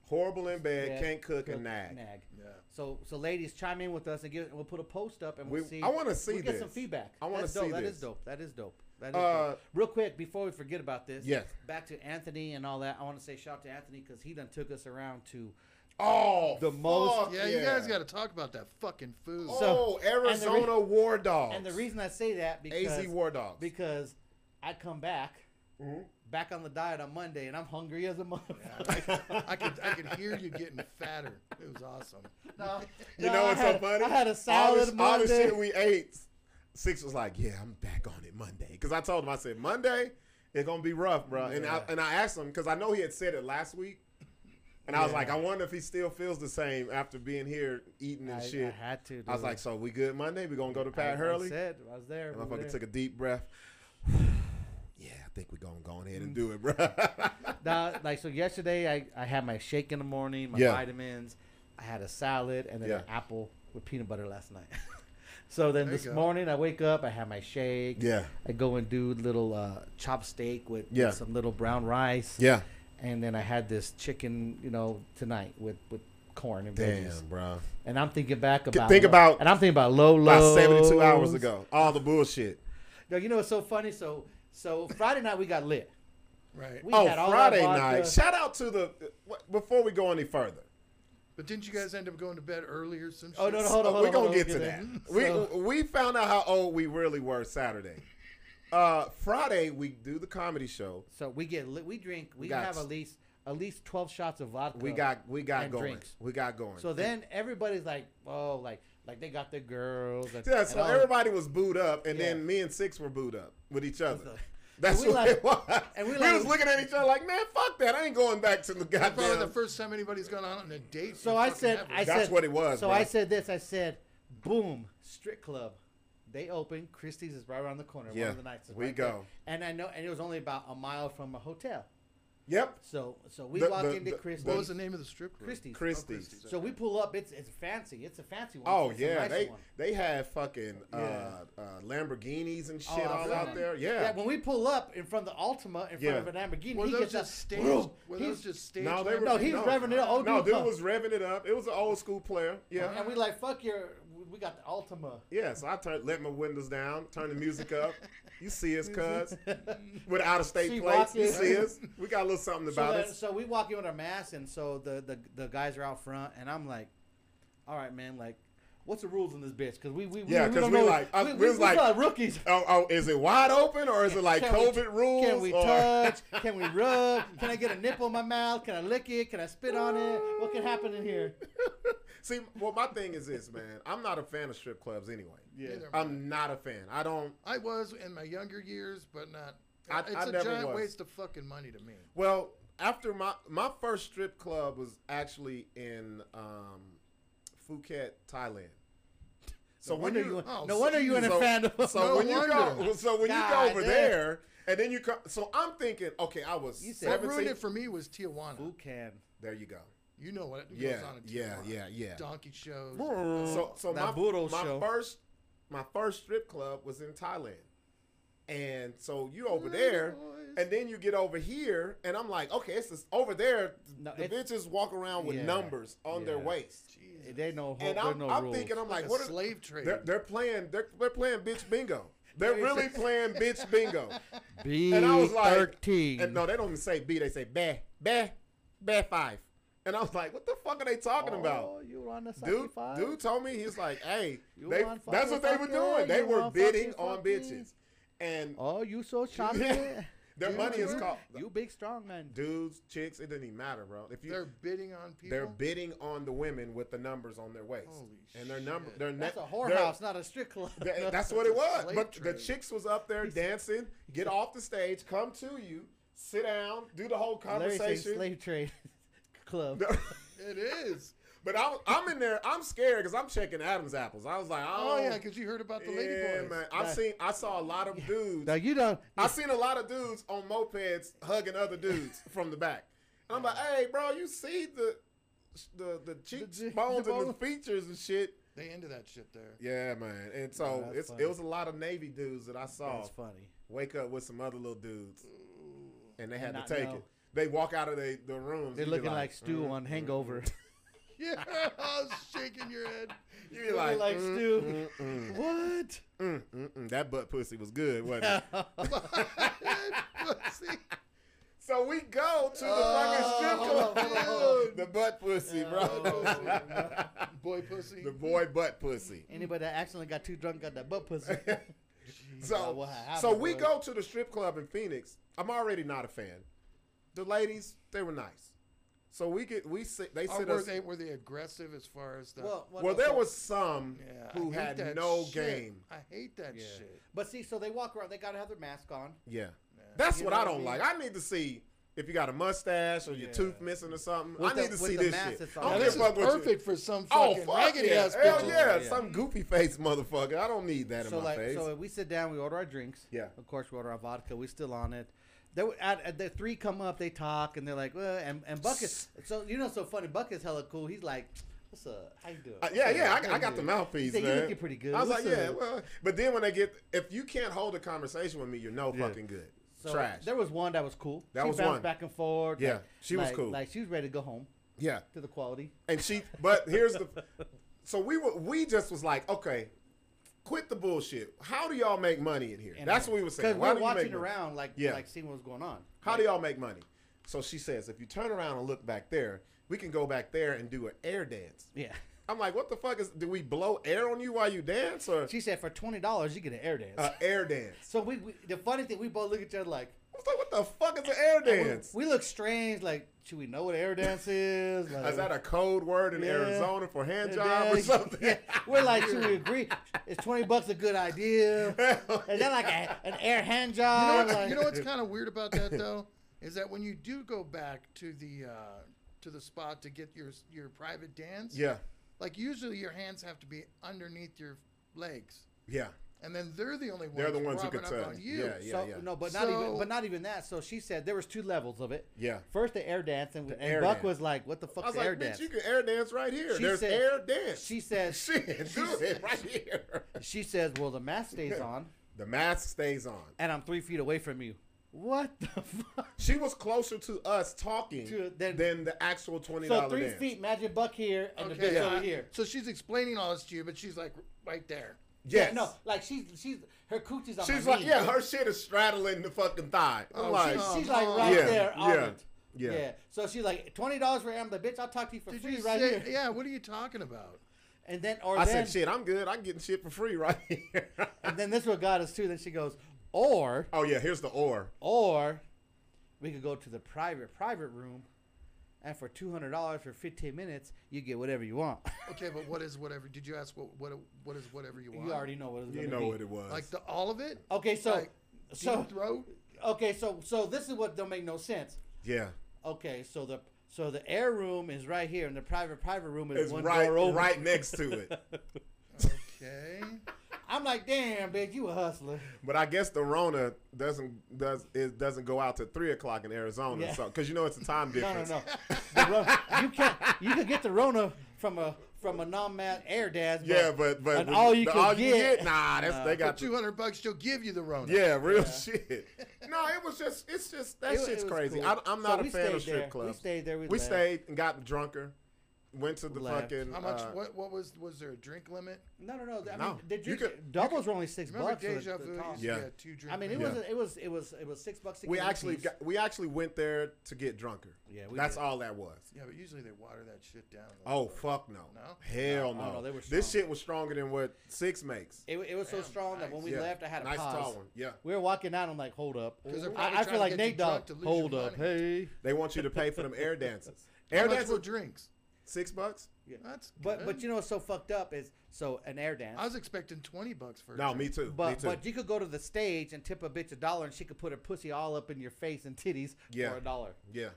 Speaker 1: Horrible in bed,
Speaker 2: Bed,
Speaker 1: can't cook, and nag.
Speaker 5: Yeah.
Speaker 2: So, so ladies, chime in with us and give. We'll put a post up and
Speaker 1: We-
Speaker 2: we'll see.
Speaker 1: I wanna see
Speaker 2: we'll get some
Speaker 1: this.
Speaker 2: feedback.
Speaker 1: I wanna
Speaker 2: That's dope.
Speaker 1: see
Speaker 2: That
Speaker 1: this.
Speaker 2: is dope. That is dope. That is
Speaker 1: Uh,
Speaker 2: dope. Real quick before we forget about this.
Speaker 1: Yes.
Speaker 2: Back to Anthony and all that. I want to say shout out to Anthony because he done took us around to.
Speaker 1: Oh,
Speaker 2: The most-
Speaker 1: fuck
Speaker 5: Yeah, you guys got to talk about that fucking food.
Speaker 1: Oh,
Speaker 2: So- and the re-
Speaker 1: Arizona War Dogs.
Speaker 2: And the reason I say that because
Speaker 1: AZ War Dogs.
Speaker 2: because I come back.
Speaker 1: Mm-hmm.
Speaker 2: Back on the diet on Monday, and I'm hungry as a motherfucker.
Speaker 5: I could I could hear you getting fatter. It was awesome.
Speaker 2: No,
Speaker 1: you
Speaker 2: no,
Speaker 1: know
Speaker 2: I
Speaker 1: what's
Speaker 2: had,
Speaker 1: so funny?
Speaker 2: I had a
Speaker 1: all
Speaker 2: salad
Speaker 1: this, all this
Speaker 2: Monday.
Speaker 1: shit we ate. Six was like, "Yeah, I'm back on it Monday." Because I told him, I said Monday it's gonna be rough, bro. And I
Speaker 2: Yeah.
Speaker 1: and I asked him because I know he had said it last week, and I was
Speaker 2: Yeah.
Speaker 1: like, I wonder if he still feels the same after being here eating and
Speaker 2: I,
Speaker 1: shit.
Speaker 2: I had to.
Speaker 1: I was
Speaker 2: dude.
Speaker 1: like, so we good Monday? We gonna go to
Speaker 2: I-
Speaker 1: Pat Hurley?
Speaker 2: I said I was there.
Speaker 1: That
Speaker 2: we were
Speaker 1: Motherfucker
Speaker 2: there.
Speaker 1: took a deep breath. yeah, I think we're gonna go on ahead and do it, bro.
Speaker 2: now, like so yesterday I, I had my shake in the morning, my
Speaker 1: Yeah.
Speaker 2: vitamins, I had a salad and then
Speaker 1: Yeah.
Speaker 2: an apple with peanut butter last night. So then
Speaker 5: There you
Speaker 2: this
Speaker 5: go.
Speaker 2: morning I wake up, I have my shake.
Speaker 1: Yeah.
Speaker 2: I go and do little uh, chop steak with
Speaker 1: Yeah.
Speaker 2: some little brown rice.
Speaker 1: Yeah.
Speaker 2: And then I had this chicken, you know, tonight with with corn and
Speaker 1: Damn,
Speaker 2: veggies.
Speaker 1: bro.
Speaker 2: And I'm thinking back about
Speaker 1: think about-
Speaker 2: and I'm thinking about low
Speaker 1: About
Speaker 2: low
Speaker 1: 72 hours ago. All the bullshit.
Speaker 2: No, you know what's so funny? So so Friday night we got lit.
Speaker 5: Right.
Speaker 2: We
Speaker 1: Oh,
Speaker 2: had all our
Speaker 1: Friday
Speaker 2: vodka.
Speaker 1: night. Shout out to the. what- Before we go any further,
Speaker 5: But didn't you guys end up going to bed early or some shit?
Speaker 2: Oh, no, no, hold on,
Speaker 1: Uh,
Speaker 2: hold
Speaker 1: we're
Speaker 2: on.
Speaker 1: gonna
Speaker 2: hold on,
Speaker 1: get to
Speaker 2: we'll
Speaker 1: that. We
Speaker 2: there. So-
Speaker 1: we found out how old we really were Saturday. Uh, Friday we do the comedy show.
Speaker 2: So we get lit. We drink. We,
Speaker 1: got
Speaker 2: have
Speaker 1: s-
Speaker 2: at least at least twelve shots of vodka.
Speaker 1: We got we got
Speaker 2: and
Speaker 1: going.
Speaker 2: drinks.
Speaker 1: We got going.
Speaker 2: So then everybody's like, oh, like like they got their girls. And,
Speaker 1: yeah,
Speaker 2: and
Speaker 1: so
Speaker 2: all-
Speaker 1: everybody was booed up, and
Speaker 2: Yeah.
Speaker 1: then me and Six were booed up with each other.
Speaker 2: So-
Speaker 1: That's
Speaker 2: and we
Speaker 1: what
Speaker 2: like-
Speaker 1: it was.
Speaker 2: and we
Speaker 1: we,
Speaker 2: like-
Speaker 1: was looking at each other like, man, fuck that. I ain't going back to the
Speaker 5: That's probably
Speaker 1: goddamn.
Speaker 5: the first time anybody's gone out on a date.
Speaker 2: So
Speaker 5: in
Speaker 2: I
Speaker 5: fucking
Speaker 2: said,
Speaker 5: ever.
Speaker 2: I
Speaker 1: That's
Speaker 2: said,
Speaker 1: what it was,
Speaker 2: So
Speaker 1: bro.
Speaker 2: I said this. I said, boom, strip club. They open. Christie's is right around the corner.
Speaker 1: Yeah,
Speaker 2: one of the nights. is
Speaker 1: we
Speaker 2: right there.
Speaker 1: go.
Speaker 2: And I know, and it was only about a mile from a hotel.
Speaker 1: yep,
Speaker 2: So so we
Speaker 1: The-
Speaker 2: walk
Speaker 1: the-
Speaker 2: into
Speaker 1: the-
Speaker 2: Christie's.
Speaker 5: what was the name of the strip club?
Speaker 2: Christie's.
Speaker 1: Christie's.
Speaker 2: So we pull up. It's it's fancy. It's a fancy one.
Speaker 1: Oh
Speaker 2: It's a
Speaker 1: yeah,
Speaker 2: nice
Speaker 1: they
Speaker 2: one.
Speaker 1: they had fucking uh,
Speaker 2: Yeah.
Speaker 1: uh, Lamborghinis and
Speaker 2: Oh,
Speaker 1: shit all
Speaker 2: really?
Speaker 1: out there.
Speaker 2: Yeah.
Speaker 1: Yeah,
Speaker 2: when we pull up in front of the Ultima, in front
Speaker 1: Yeah.
Speaker 2: of an Lamborghini,
Speaker 5: Were
Speaker 2: he
Speaker 5: those
Speaker 2: gets
Speaker 5: just
Speaker 2: up.
Speaker 5: stage? Were those
Speaker 2: He's-
Speaker 5: just stage?
Speaker 1: No, they were-
Speaker 5: Lamborghinis?
Speaker 2: no, he was
Speaker 1: No.
Speaker 2: revving it. up. Old
Speaker 1: no, dude
Speaker 2: come.
Speaker 1: was revving it up. It was an old school player. Yeah,
Speaker 2: And we like fuck your. We got the Ultima.
Speaker 1: yeah. So I turned, let my windows down, turn the music up. You see us, cuz with out of
Speaker 2: She
Speaker 1: state plates. You
Speaker 2: walking.
Speaker 1: see us. We got a little something
Speaker 2: so,
Speaker 1: about
Speaker 2: then-
Speaker 1: us.
Speaker 2: so we walk in with our masks, and so the, the the guys are out front, and I'm like, all right, man, like. What's the rules in this bitch? Because we, we, we-
Speaker 1: Yeah,
Speaker 2: we
Speaker 1: 'cause
Speaker 2: don't
Speaker 1: we
Speaker 2: know-
Speaker 1: like- I-
Speaker 2: we,
Speaker 1: we
Speaker 2: we-
Speaker 1: was
Speaker 2: we
Speaker 1: like-
Speaker 2: thought rookies.
Speaker 1: Oh, oh, is it wide open or is it like
Speaker 2: Can we-
Speaker 1: COVID rules?
Speaker 2: Can we
Speaker 1: or-
Speaker 2: touch? Can we rub? Can I get a nipple in my mouth? Can I lick it? Can I spit on it? What can happen in here?
Speaker 1: See, well, my thing is this, man. I'm not a fan of strip clubs anyway.
Speaker 5: Neither am
Speaker 1: I'm not a fan. I don't.
Speaker 5: I was in my younger years, but not.
Speaker 1: I-
Speaker 5: it's
Speaker 1: I
Speaker 5: a
Speaker 1: never
Speaker 5: giant
Speaker 1: was.
Speaker 5: waste of fucking money to me.
Speaker 1: Well, after my my first strip club was actually in um, Phuket, Thailand. So when
Speaker 2: wonder
Speaker 1: you,
Speaker 2: you-
Speaker 5: oh,
Speaker 2: no wonder you in a
Speaker 1: so,
Speaker 2: fan of
Speaker 1: so
Speaker 5: No
Speaker 1: when you
Speaker 5: wonder.
Speaker 1: go so when
Speaker 2: God
Speaker 1: you go over
Speaker 2: damn.
Speaker 1: there and then you come so I'm thinking okay I was
Speaker 2: You said-
Speaker 5: What
Speaker 1: 17
Speaker 5: ruined it for me was Tijuana.
Speaker 2: Who can?
Speaker 1: there you go
Speaker 5: You know what goes
Speaker 1: yeah
Speaker 5: on in Tijuana.
Speaker 1: yeah yeah yeah
Speaker 5: Donkey shows.
Speaker 1: so so
Speaker 2: That
Speaker 1: my,
Speaker 2: Budo
Speaker 1: my
Speaker 2: show.
Speaker 1: first my first strip club was in Thailand. And so you over there
Speaker 5: Boys.
Speaker 1: and then you get over here and I'm like, okay, it's just over there
Speaker 2: No,
Speaker 1: the
Speaker 2: it's-
Speaker 1: bitches walk around with
Speaker 2: Yeah.
Speaker 1: numbers on their
Speaker 2: Yeah.
Speaker 1: waist.
Speaker 5: Jesus.
Speaker 2: They know.
Speaker 1: And
Speaker 2: there
Speaker 1: I'm,
Speaker 2: no
Speaker 1: I'm
Speaker 2: rules.
Speaker 1: thinking I'm like,
Speaker 5: a
Speaker 1: what are
Speaker 5: slave trade.
Speaker 1: they're, they're playing they're, they're playing bitch bingo. They're really playing bitch bingo.
Speaker 2: B
Speaker 1: And I was like
Speaker 2: E thirteen.
Speaker 1: And no, they don't even say B, they say bah, bah, bah five. And I was like, what the fuck are they talking about?
Speaker 2: Oh, you were on the
Speaker 1: Dude,
Speaker 2: 75?
Speaker 1: dude told me he's like, hey,
Speaker 2: You
Speaker 1: they,
Speaker 2: want
Speaker 1: that's
Speaker 2: fucking
Speaker 1: what they were
Speaker 2: fucking,
Speaker 1: doing. They
Speaker 2: you
Speaker 1: were
Speaker 2: want
Speaker 1: bidding
Speaker 2: fucking
Speaker 1: on
Speaker 2: fucking.
Speaker 1: bitches, and
Speaker 2: Oh, you so choppy.
Speaker 1: their
Speaker 5: dude,
Speaker 1: money is
Speaker 5: you-
Speaker 1: called
Speaker 2: You big strong man.
Speaker 1: dudes, chicks. It doesn't even matter, bro. If you
Speaker 5: They're
Speaker 1: they're,
Speaker 5: bidding on people.
Speaker 1: bidding on the women with the numbers on their waist,
Speaker 5: Holy
Speaker 1: and their number,
Speaker 5: shit.
Speaker 1: their
Speaker 2: That's a
Speaker 1: net-
Speaker 2: whorehouse, not a strip club.
Speaker 1: their- that- that's what it was.
Speaker 5: slave
Speaker 1: But the
Speaker 5: trade.
Speaker 1: chicks was up there dancing. Get off the stage. Come to you. Sit down. Do the whole
Speaker 2: Larry said
Speaker 1: conversation.
Speaker 2: slave trade club.
Speaker 5: It is.
Speaker 1: but I'm, I'm in there. I'm scared because I'm checking Adam's apples. I was like,
Speaker 5: Oh,
Speaker 1: oh,
Speaker 5: yeah, because you heard about the lady
Speaker 1: yeah,
Speaker 5: boys.
Speaker 1: man. I've
Speaker 2: Nah.
Speaker 1: seen. I saw a lot of dudes.
Speaker 2: Now you don't.
Speaker 1: I've seen a lot of dudes on mopeds hugging other dudes from the back. And I'm like, hey, bro, you see the the the cheekbones and the
Speaker 2: bone.
Speaker 1: features and shit.
Speaker 5: They into that shit there.
Speaker 1: Yeah, man. And
Speaker 2: Yeah,
Speaker 1: so
Speaker 2: that's
Speaker 1: it's
Speaker 2: funny.
Speaker 1: it was a lot of Navy dudes that I saw
Speaker 2: That's funny.
Speaker 1: wake up with some other little dudes, and they
Speaker 2: And
Speaker 1: had
Speaker 2: not
Speaker 1: to take
Speaker 2: know.
Speaker 1: it. They walk out of the the rooms.
Speaker 2: They're
Speaker 1: you be
Speaker 2: looking like, Stu
Speaker 1: mm.
Speaker 2: on Hangover.
Speaker 5: Yeah, shaking your head.
Speaker 1: You
Speaker 2: They
Speaker 1: be
Speaker 2: look
Speaker 1: like,
Speaker 2: like
Speaker 1: mm,
Speaker 2: Stu.
Speaker 1: mm,
Speaker 2: What?
Speaker 1: mm, mm, mm. that butt pussy was good, wasn't it?
Speaker 5: Pussy.
Speaker 1: So we go to the
Speaker 2: Oh,
Speaker 1: fucking strip
Speaker 5: hold on, hold
Speaker 1: club.
Speaker 5: on.
Speaker 1: The butt pussy, bro.
Speaker 5: Oh, Boy pussy.
Speaker 1: the boy butt pussy.
Speaker 2: Anybody that accidentally got too drunk got that butt pussy. Well,
Speaker 1: So,
Speaker 2: what happened
Speaker 1: so we
Speaker 2: was-
Speaker 1: go to the strip club in Phoenix. I'm already not a fan. The ladies, they were nice. So we get we sit. They
Speaker 5: Or
Speaker 1: sit
Speaker 5: were
Speaker 1: us.
Speaker 5: they were they aggressive as far as the?
Speaker 2: well,
Speaker 1: well,
Speaker 2: no,
Speaker 1: there
Speaker 2: so-
Speaker 1: was some
Speaker 5: yeah, I
Speaker 1: who
Speaker 5: hate
Speaker 1: had
Speaker 5: that
Speaker 1: no
Speaker 5: shit.
Speaker 1: game.
Speaker 5: I hate that
Speaker 2: Yeah.
Speaker 5: shit.
Speaker 2: But see, so they walk around. They gotta have their mask on.
Speaker 1: Yeah,
Speaker 5: Yeah.
Speaker 1: that's
Speaker 2: You
Speaker 1: what
Speaker 2: know
Speaker 1: I
Speaker 2: what I
Speaker 1: don't
Speaker 2: mean?
Speaker 1: like. I need to see if you got a mustache or your
Speaker 2: Yeah.
Speaker 1: tooth missing or something.
Speaker 2: With
Speaker 1: I need
Speaker 2: the-
Speaker 1: to
Speaker 2: with
Speaker 1: see
Speaker 2: the
Speaker 1: this
Speaker 2: mask
Speaker 1: shit.
Speaker 2: that's
Speaker 1: I
Speaker 2: on.
Speaker 1: don't
Speaker 5: Now,
Speaker 1: give
Speaker 5: this
Speaker 1: a
Speaker 5: is
Speaker 1: fuck what you-
Speaker 5: perfect for some
Speaker 1: Oh
Speaker 5: fucking
Speaker 1: fuck
Speaker 5: raggedy
Speaker 1: yeah!
Speaker 5: ass
Speaker 1: Hell
Speaker 5: bitches.
Speaker 1: yeah.
Speaker 2: Yeah.
Speaker 1: Some goofy face motherfucker. I don't need that
Speaker 2: So
Speaker 1: in my
Speaker 2: like,
Speaker 1: face.
Speaker 2: so we sit down, we order our drinks.
Speaker 1: Yeah.
Speaker 2: Of course, we order our vodka. We still on it. There, were- at, at the three come up, they talk, and they're like, well, and and Bucket. So you know, so funny. Bucket's hella cool. He's like, What's up? How you doing?
Speaker 1: Uh, yeah,
Speaker 2: What's
Speaker 1: yeah,
Speaker 2: up?
Speaker 1: I,
Speaker 2: How
Speaker 1: I
Speaker 2: you
Speaker 1: got the
Speaker 2: doing?"
Speaker 1: mouthpiece,
Speaker 2: He said,
Speaker 1: man.
Speaker 2: You looking pretty good.
Speaker 1: I was
Speaker 2: What's
Speaker 1: like, yeah,
Speaker 2: up?"
Speaker 1: well, but then when I get, if you can't hold a conversation with me, you're no fucking good.
Speaker 2: So
Speaker 1: Trash.
Speaker 2: There was one that was cool.
Speaker 1: That
Speaker 2: she
Speaker 1: was
Speaker 2: bounced
Speaker 1: one.
Speaker 2: back and forth.
Speaker 1: Yeah,
Speaker 2: like-
Speaker 1: she was
Speaker 2: like-
Speaker 1: cool.
Speaker 2: Like she was ready to go home
Speaker 1: yeah,
Speaker 2: to the quality.
Speaker 1: and she, but here's the, so we were, we just was like, okay, quit the bullshit. How do y'all make money in here?
Speaker 2: And
Speaker 1: That's
Speaker 2: then-
Speaker 1: what we were saying.
Speaker 2: Because
Speaker 1: Why
Speaker 2: we're
Speaker 1: do you
Speaker 2: watching
Speaker 1: make money?
Speaker 2: around, like
Speaker 1: Yeah.
Speaker 2: like seeing what was going on.
Speaker 1: How do y'all make money? So she says, if you turn around and look back there, we can go back there and do an air dance.
Speaker 2: Yeah.
Speaker 1: I'm like, what the fuck is? Do we blow air on you while you dance or
Speaker 2: She said for twenty dollars you get an air dance.
Speaker 1: an air dance?
Speaker 2: so we, we the funny thing we both look at each other like
Speaker 1: I was like, what the fuck is an air dance?
Speaker 2: we look strange. Like should we know what air dance is? Like,
Speaker 1: Is that a code word in
Speaker 2: Yeah.
Speaker 1: Arizona for hand job or
Speaker 2: Yeah,
Speaker 1: something?
Speaker 2: yeah. We're like, should we agree? Is twenty bucks a good idea? Is that like a, an air hand
Speaker 5: You know,
Speaker 2: job?
Speaker 5: what-
Speaker 2: Like-
Speaker 5: you know what's kind of weird about that though is that when you do go back to the uh, to the spot to get your your private dance,
Speaker 1: yeah,
Speaker 5: like usually your hands have to be underneath your legs,
Speaker 1: yeah.
Speaker 5: and then they're the only ones
Speaker 1: They're the ones who
Speaker 5: rubbing
Speaker 1: can
Speaker 5: up
Speaker 1: tell.
Speaker 5: on you.
Speaker 1: Yeah, yeah,
Speaker 2: so
Speaker 1: yeah.
Speaker 2: no, but not even
Speaker 5: So-
Speaker 2: but not even that. So she said there was two levels of it.
Speaker 1: Yeah.
Speaker 2: First the air dance, and, and
Speaker 1: air
Speaker 2: Buck
Speaker 1: dance.
Speaker 2: was like, "What the
Speaker 1: I
Speaker 2: fuck's
Speaker 1: was
Speaker 2: the air
Speaker 1: like,
Speaker 2: dance?"
Speaker 1: bitch, you can air dance right here.
Speaker 2: She
Speaker 1: There's
Speaker 2: said-
Speaker 1: air dance.
Speaker 2: she says
Speaker 1: Shit, do it right here.
Speaker 2: she says, "Well, the mask stays on,
Speaker 1: The mask stays on.
Speaker 2: and I'm three feet away from you." What the fuck?
Speaker 1: She was closer to us talking
Speaker 2: To- than-
Speaker 1: than, the actual twenty
Speaker 2: So
Speaker 1: dollar
Speaker 2: three
Speaker 1: dance.
Speaker 2: feet, Magic Buck here, and the bitch
Speaker 5: yeah.
Speaker 2: over here.
Speaker 5: So she's explaining all this to you, but she's like right there.
Speaker 1: Yes.
Speaker 2: Yeah, no, like she's she's her coochie's on
Speaker 1: She's
Speaker 2: my
Speaker 1: like,
Speaker 2: knee.
Speaker 1: yeah, her shit is straddling the fucking thigh. I'm
Speaker 5: Oh,
Speaker 1: like,
Speaker 5: she's-
Speaker 2: She's like right
Speaker 1: Yeah,
Speaker 2: there on
Speaker 1: yeah,
Speaker 2: it.
Speaker 1: yeah.
Speaker 2: So she's like twenty dollars for him. The bitch, I'll talk to you for
Speaker 5: Did
Speaker 2: free
Speaker 5: you
Speaker 2: right
Speaker 5: say?
Speaker 2: here.
Speaker 5: Yeah, what are you talking about?
Speaker 2: And then or
Speaker 1: I
Speaker 2: then
Speaker 1: said, shit, I'm good. I'm getting shit for free right here.
Speaker 2: and then this what got us too. Then she goes, or
Speaker 1: oh yeah, here's the or.
Speaker 2: or we could go to the private private room, and for two hundred dollars for fifteen minutes, you get whatever you want.
Speaker 5: Okay, but what is whatever? Did you ask what what what is whatever you want?
Speaker 2: you already know what it's
Speaker 1: You
Speaker 2: gonna
Speaker 1: know
Speaker 2: be.
Speaker 1: what it was.
Speaker 5: like the all of it.
Speaker 2: Okay, so
Speaker 5: Like, deep
Speaker 2: so
Speaker 5: throat.
Speaker 2: okay, so so this is what don't make no sense.
Speaker 1: yeah.
Speaker 2: Okay, so the so the air room is right here, and the private private room is
Speaker 1: It's
Speaker 2: one
Speaker 1: right
Speaker 2: door over.
Speaker 1: right next to it.
Speaker 5: Okay.
Speaker 2: I'm like, damn, bitch, you a hustler.
Speaker 1: But I guess the Rona doesn't does it doesn't go out to three o'clock in Arizona,
Speaker 2: Yeah.
Speaker 1: so because you know it's a time
Speaker 2: No, no,
Speaker 1: difference.
Speaker 2: no. The Rona, you can you can get the Rona from a from a non-mat air dad.
Speaker 1: Yeah, but but
Speaker 2: an
Speaker 1: when-
Speaker 2: all you
Speaker 1: the
Speaker 2: can get.
Speaker 1: nah, that's
Speaker 2: Nah.
Speaker 1: they got
Speaker 5: Two
Speaker 1: the,
Speaker 5: hundred bucks, she'll give you the Rona.
Speaker 1: yeah, real shit. No, it was just it's just that
Speaker 2: It wa-
Speaker 1: shit's
Speaker 2: it was
Speaker 1: crazy.
Speaker 2: cool.
Speaker 1: I, I'm
Speaker 2: So
Speaker 1: not a
Speaker 2: we
Speaker 1: fan
Speaker 2: stayed
Speaker 1: of strip
Speaker 2: there. We
Speaker 1: clubs.
Speaker 2: stayed there, we
Speaker 1: We
Speaker 2: left.
Speaker 1: stayed and got drunker. Went to the
Speaker 2: Left.
Speaker 1: fucking.
Speaker 5: How much?
Speaker 1: uh,
Speaker 5: what? What was? Was there a drink limit?
Speaker 2: no, no, no. I
Speaker 1: No.
Speaker 2: mean, the
Speaker 1: You
Speaker 2: drink,
Speaker 1: could-
Speaker 2: doubles were only six
Speaker 5: Remember
Speaker 2: bucks. for the-
Speaker 5: Deja
Speaker 2: the
Speaker 5: Vu?
Speaker 2: tall.
Speaker 5: used to
Speaker 1: Yeah.
Speaker 5: get two drinks.
Speaker 2: I mean, it
Speaker 1: Yeah.
Speaker 2: was it was it was it was six bucks. to
Speaker 1: We
Speaker 2: get a
Speaker 1: actually
Speaker 2: piece.
Speaker 1: got, we actually went there to get drunker.
Speaker 2: Yeah, we
Speaker 1: that's
Speaker 2: did.
Speaker 1: all that was.
Speaker 5: Yeah, but usually they water that shit down. a
Speaker 1: Oh
Speaker 5: little.
Speaker 1: fuck no!
Speaker 5: No?
Speaker 1: Hell
Speaker 2: No,
Speaker 1: no!
Speaker 2: oh, no, they were
Speaker 1: this
Speaker 2: strong.
Speaker 1: shit was stronger than what six makes.
Speaker 2: It, wa- it was so
Speaker 5: Damn,
Speaker 2: strong that when we
Speaker 1: Yeah.
Speaker 2: left, I had a
Speaker 1: nice
Speaker 2: pause.
Speaker 1: tall one. Yeah,
Speaker 2: We were walking out. I'm like, hold up.
Speaker 5: 'Cause they're probably
Speaker 2: I, I
Speaker 5: trying to
Speaker 2: feel like
Speaker 5: get you
Speaker 2: Nate Dog.
Speaker 5: drunk to lose your
Speaker 2: Hold up,
Speaker 5: money."
Speaker 2: hey.
Speaker 1: they want you to pay for them air dances.
Speaker 5: How
Speaker 1: Air
Speaker 5: much were
Speaker 1: dances,
Speaker 5: drinks?
Speaker 1: six bucks?
Speaker 5: That's
Speaker 2: But
Speaker 5: good.
Speaker 2: but you know what's so fucked up is so an air dance.
Speaker 5: I was expecting twenty bucks for. a
Speaker 1: No,
Speaker 5: drink.
Speaker 1: me too. me
Speaker 2: But
Speaker 1: too.
Speaker 2: but you could go to the stage and tip a bitch a dollar, and she could put her pussy all up in your face and titties
Speaker 1: Yeah.
Speaker 2: for a dollar.
Speaker 1: yeah,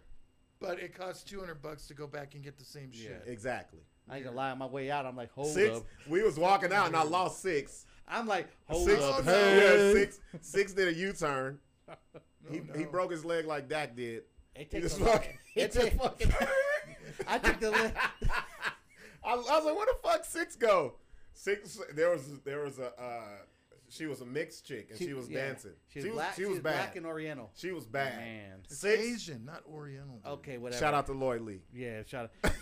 Speaker 5: But it costs two hundred bucks to go back and get the same shit.
Speaker 1: exactly.
Speaker 2: I ain't gonna lie. On my way out, I'm like, hold
Speaker 1: Six.
Speaker 2: up.
Speaker 1: We was walking out and I lost six.
Speaker 2: I'm like, hold
Speaker 1: six.
Speaker 2: up.
Speaker 5: no.
Speaker 1: Yeah,
Speaker 2: hey.
Speaker 1: six. Six did a U turn.
Speaker 5: No,
Speaker 1: he
Speaker 5: no.
Speaker 1: he broke his leg like Dak did.
Speaker 2: It
Speaker 1: He
Speaker 2: takes
Speaker 1: just
Speaker 2: a lot.
Speaker 1: fucking- he
Speaker 2: It
Speaker 1: just
Speaker 2: takes-
Speaker 1: fucking-
Speaker 2: I took the li-
Speaker 1: I, I was like, where the fuck six go? Six. There was there was a. Uh, she was a mixed chick and she, was
Speaker 2: yeah.
Speaker 1: dancing.
Speaker 2: She was, black.
Speaker 1: She was, bad.
Speaker 2: black and Oriental.
Speaker 1: she was bad.
Speaker 2: Man.
Speaker 5: It's
Speaker 1: Six.
Speaker 5: Asian, not Oriental. dude.
Speaker 2: Okay, whatever.
Speaker 1: Shout out to Lloyd Lee.
Speaker 2: Yeah, shout out.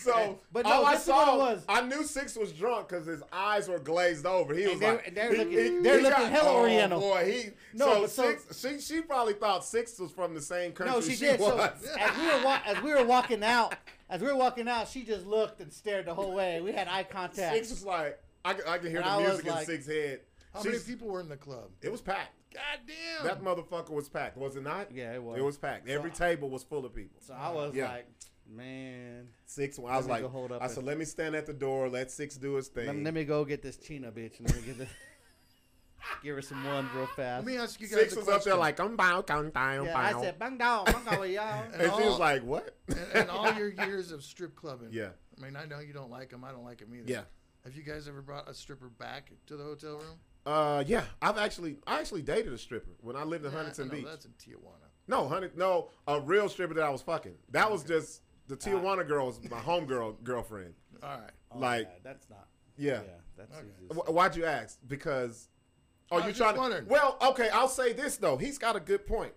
Speaker 1: so, but
Speaker 2: But no,
Speaker 1: all I
Speaker 2: this is what it
Speaker 1: saw
Speaker 2: was.
Speaker 1: was I knew Six was drunk because his eyes were glazed over. He was
Speaker 2: they-
Speaker 1: like,
Speaker 2: and they're
Speaker 1: he-
Speaker 2: looking-
Speaker 1: he-
Speaker 2: they're
Speaker 1: he
Speaker 2: looking
Speaker 1: got-
Speaker 2: hella
Speaker 1: oh,
Speaker 2: Oriental.
Speaker 1: Boy, he
Speaker 2: No,
Speaker 1: so
Speaker 2: but so-
Speaker 1: Six. She she probably thought Six was from the same country.
Speaker 2: No, she, did. So
Speaker 1: Was.
Speaker 2: as we were wa- as we were walking out, as we were walking out, she just looked and stared the whole way. We had eye contact.
Speaker 1: Six was like, I, c- I can hear
Speaker 2: And I
Speaker 1: the
Speaker 2: was
Speaker 1: music
Speaker 2: like-
Speaker 1: in Six's head.
Speaker 5: How
Speaker 1: She's-
Speaker 5: many people were in the club?
Speaker 1: It was packed.
Speaker 5: God damn.
Speaker 1: That motherfucker was packed, was it not?
Speaker 2: Oh. Yeah, it was.
Speaker 1: It was packed. Every table was full of people.
Speaker 2: so I was
Speaker 1: Yeah.
Speaker 2: like, man,
Speaker 1: Six. I was
Speaker 2: me
Speaker 1: like,
Speaker 2: go hold up
Speaker 1: I
Speaker 2: and-
Speaker 1: said, let me stand at the door. Let Six do his thing.
Speaker 2: let, let me go get this Chino bitch and let me get this. Give her some ones real fast.
Speaker 5: Let me ask you guys
Speaker 1: Six
Speaker 5: a
Speaker 1: was up there
Speaker 5: question.
Speaker 1: like, I'm bound, count down,
Speaker 2: yeah, I
Speaker 1: bound.
Speaker 2: said, bang down, bang down with y'all.
Speaker 1: and she was
Speaker 5: all-
Speaker 1: like, what?
Speaker 5: and, and all your years of strip clubbing.
Speaker 1: Yeah.
Speaker 5: I mean, I know you don't like them. I don't like them either.
Speaker 1: Yeah.
Speaker 5: Have you guys ever brought a stripper back to the hotel room?
Speaker 1: Uh, yeah, I've actually I actually dated a stripper when I lived in Huntington
Speaker 5: Nah, no,
Speaker 1: Beach.
Speaker 5: That's in Tijuana.
Speaker 1: No, honey, no, a real stripper that I was fucking. That was just the Tijuana girl was my homegirl girlfriend.
Speaker 5: All right.
Speaker 2: Oh,
Speaker 1: Like-
Speaker 2: yeah, that's not.
Speaker 1: Yeah.
Speaker 2: Yeah, that's
Speaker 5: Okay.
Speaker 2: easy.
Speaker 1: Wh- Why'd you ask? Because
Speaker 5: I
Speaker 1: are
Speaker 5: was
Speaker 1: you
Speaker 5: just
Speaker 1: trying? To,
Speaker 5: wondering.
Speaker 1: well, okay. I'll say this though. He's got a good point.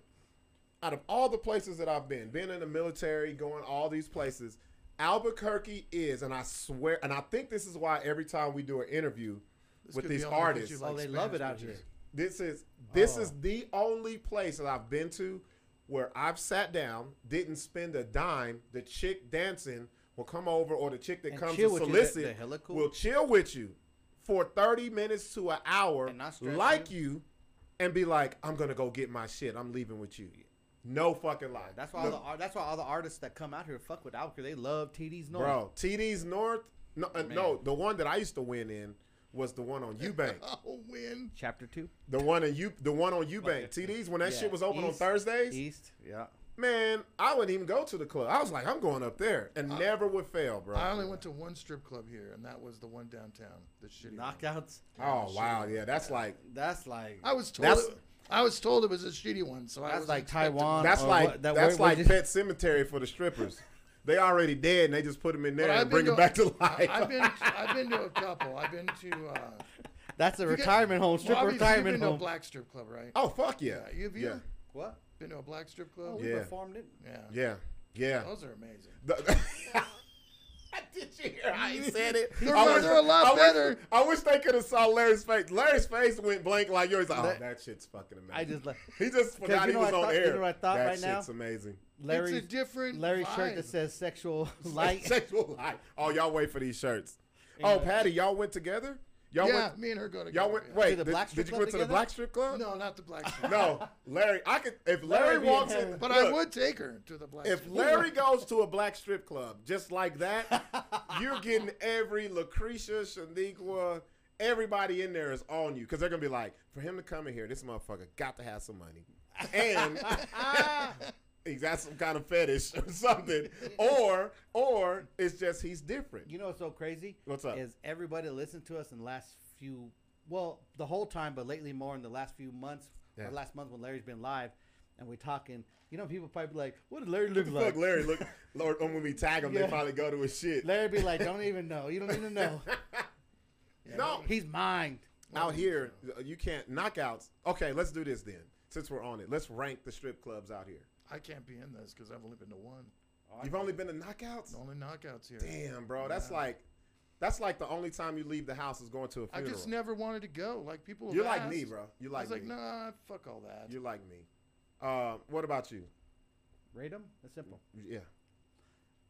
Speaker 1: Out of all the places that I've been, been in the military, going all these places, Albuquerque is, and I swear, and I think this is why every time we do an interview
Speaker 5: This
Speaker 1: with
Speaker 5: could be
Speaker 1: these
Speaker 5: only 'cause
Speaker 1: artists,
Speaker 5: you
Speaker 2: oh,
Speaker 5: like
Speaker 2: they
Speaker 5: Spanish
Speaker 2: love it out here.
Speaker 5: bitches.
Speaker 1: this is this
Speaker 2: Oh.
Speaker 1: is the only place that I've been to where I've sat down, didn't spend a dime. The chick dancing will come over, or the chick that
Speaker 2: And
Speaker 1: comes to
Speaker 2: chill with you. That-
Speaker 1: solicit
Speaker 2: that hella cool.
Speaker 1: will chill with you for thirty minutes to an hour,
Speaker 2: And not stress
Speaker 1: like you. and be like, "I'm gonna go get my shit. I'm leaving with you." No fucking lie.
Speaker 2: That's why all the ar- that's why all the artists that come out here fuck with Albuquerque. They love TD's North.
Speaker 1: bro. TD's North. No, uh, no,
Speaker 2: Man.
Speaker 1: the one that I used to win in was the one on Eubank.
Speaker 5: Oh, win.
Speaker 2: Chapter two.
Speaker 1: the one in you, the one on Eubank.
Speaker 2: Like-
Speaker 1: TD's when that
Speaker 2: Yeah.
Speaker 1: shit was open on
Speaker 2: East-
Speaker 1: Thursdays.
Speaker 2: East. Yeah.
Speaker 1: Man, I wouldn't even go to the club. I was like, I'm going up there, and never would fail, bro.
Speaker 5: I only went to one strip club here, and that was the one downtown. The shitty one.
Speaker 2: Knockouts.
Speaker 1: oh wow, yeah, that's like
Speaker 2: That's like
Speaker 5: I was told.
Speaker 1: That's-
Speaker 5: it- I was told it was a shitty one, so I
Speaker 2: That's
Speaker 5: was
Speaker 2: like Taiwan.
Speaker 1: that's
Speaker 2: or
Speaker 1: like
Speaker 2: what- that-
Speaker 1: that's
Speaker 2: what- what
Speaker 1: like
Speaker 2: did-
Speaker 1: Pet Cemetery for the strippers. they already dead, and they just put them in there
Speaker 5: But I've
Speaker 1: and bring
Speaker 5: been
Speaker 1: them back to
Speaker 5: to-
Speaker 1: life.
Speaker 5: I've been. I've been to a couple. I've been to. Uh,
Speaker 2: that's a
Speaker 5: you get-
Speaker 2: retirement home. Strip
Speaker 5: well, obviously you've
Speaker 2: retirement
Speaker 5: been to a
Speaker 2: home.
Speaker 5: black strip club, right?
Speaker 1: oh fuck yeah,
Speaker 5: Yeah, you have you
Speaker 1: yeah,
Speaker 2: what?
Speaker 5: been to a black strip
Speaker 2: Oh,
Speaker 5: club?
Speaker 2: we
Speaker 1: Yeah.
Speaker 2: performed it.
Speaker 5: Yeah.
Speaker 1: yeah, yeah.
Speaker 5: Those are amazing.
Speaker 1: The- Did you hear how he said it?
Speaker 5: They're-
Speaker 1: I wish-
Speaker 5: they're a lot
Speaker 1: I wish-
Speaker 5: better.
Speaker 1: I wish they could have saw Larry's face. Larry's face went blank like yours. Like, oh,
Speaker 2: That-
Speaker 1: that shit's fucking amazing.
Speaker 2: I just like
Speaker 1: he just forgot
Speaker 2: you know
Speaker 1: he was
Speaker 2: what I
Speaker 1: on
Speaker 2: thought- you
Speaker 1: air.
Speaker 2: know what I thought
Speaker 1: that
Speaker 2: right now?
Speaker 1: shit's amazing.
Speaker 5: it's a
Speaker 2: Larry's
Speaker 5: different
Speaker 2: Larry's shirt
Speaker 5: vibe.
Speaker 2: that says sexual light.
Speaker 1: sexual life. Oh, y'all wait for these shirts. Oh, Patty, y'all went together. Y'all
Speaker 5: yeah,
Speaker 1: went.
Speaker 5: me and her go together.
Speaker 1: Y'all went.
Speaker 5: yeah.
Speaker 1: Wait,
Speaker 2: To the
Speaker 1: did,
Speaker 2: black
Speaker 1: did
Speaker 2: strip
Speaker 1: you go
Speaker 2: club
Speaker 1: to the
Speaker 2: together?
Speaker 1: black strip club?
Speaker 5: No, not the black strip.
Speaker 1: no, Larry. I could. If Larry,
Speaker 2: Larry be in
Speaker 1: walks in,
Speaker 2: heaven.
Speaker 5: But I
Speaker 1: look,
Speaker 5: would take her to the black
Speaker 1: If
Speaker 5: strip
Speaker 1: Larry goes to a black strip club just like that, you're getting every Lucretia, Shaniqua, everybody in there is on you because they're gonna be like, for him to come in here, this motherfucker got to have some money, and he's got some kind of fetish or something, or or it's just he's different.
Speaker 2: You know what's so crazy?
Speaker 1: What's up?
Speaker 2: Is everybody that listened to us in the last few, well, the whole time, but lately more in the last few months,
Speaker 1: Yeah.
Speaker 2: or last month when Larry's been live, and we're talking. You know, people probably be like, "What did Larry look
Speaker 1: Fuck
Speaker 2: like?"
Speaker 1: Larry, look, Lord, oh, when we tag him,
Speaker 2: Yeah.
Speaker 1: they finally go to his shit.
Speaker 2: Larry be like, "Don't even know. You don't even know.
Speaker 1: no,
Speaker 2: He's mined."
Speaker 1: out here, uh, you can't knockouts. Okay, let's do this then. Since we're on it, let's rank the strip clubs out here.
Speaker 5: I can't be in this because I've only been to one.
Speaker 1: You've only been to knockouts.
Speaker 5: Only knockouts here.
Speaker 1: Damn, bro, that's like, that's like the only time you leave the house is going to a
Speaker 5: I
Speaker 1: funeral.
Speaker 5: just never wanted to go. Like people. have
Speaker 1: You're like
Speaker 5: asked.
Speaker 1: me, bro. You
Speaker 5: I
Speaker 1: like
Speaker 5: was like,
Speaker 1: me.
Speaker 5: nah, fuck all that.
Speaker 1: You're like me. Uh, what about you?
Speaker 2: Rate him. That's simple.
Speaker 1: Yeah.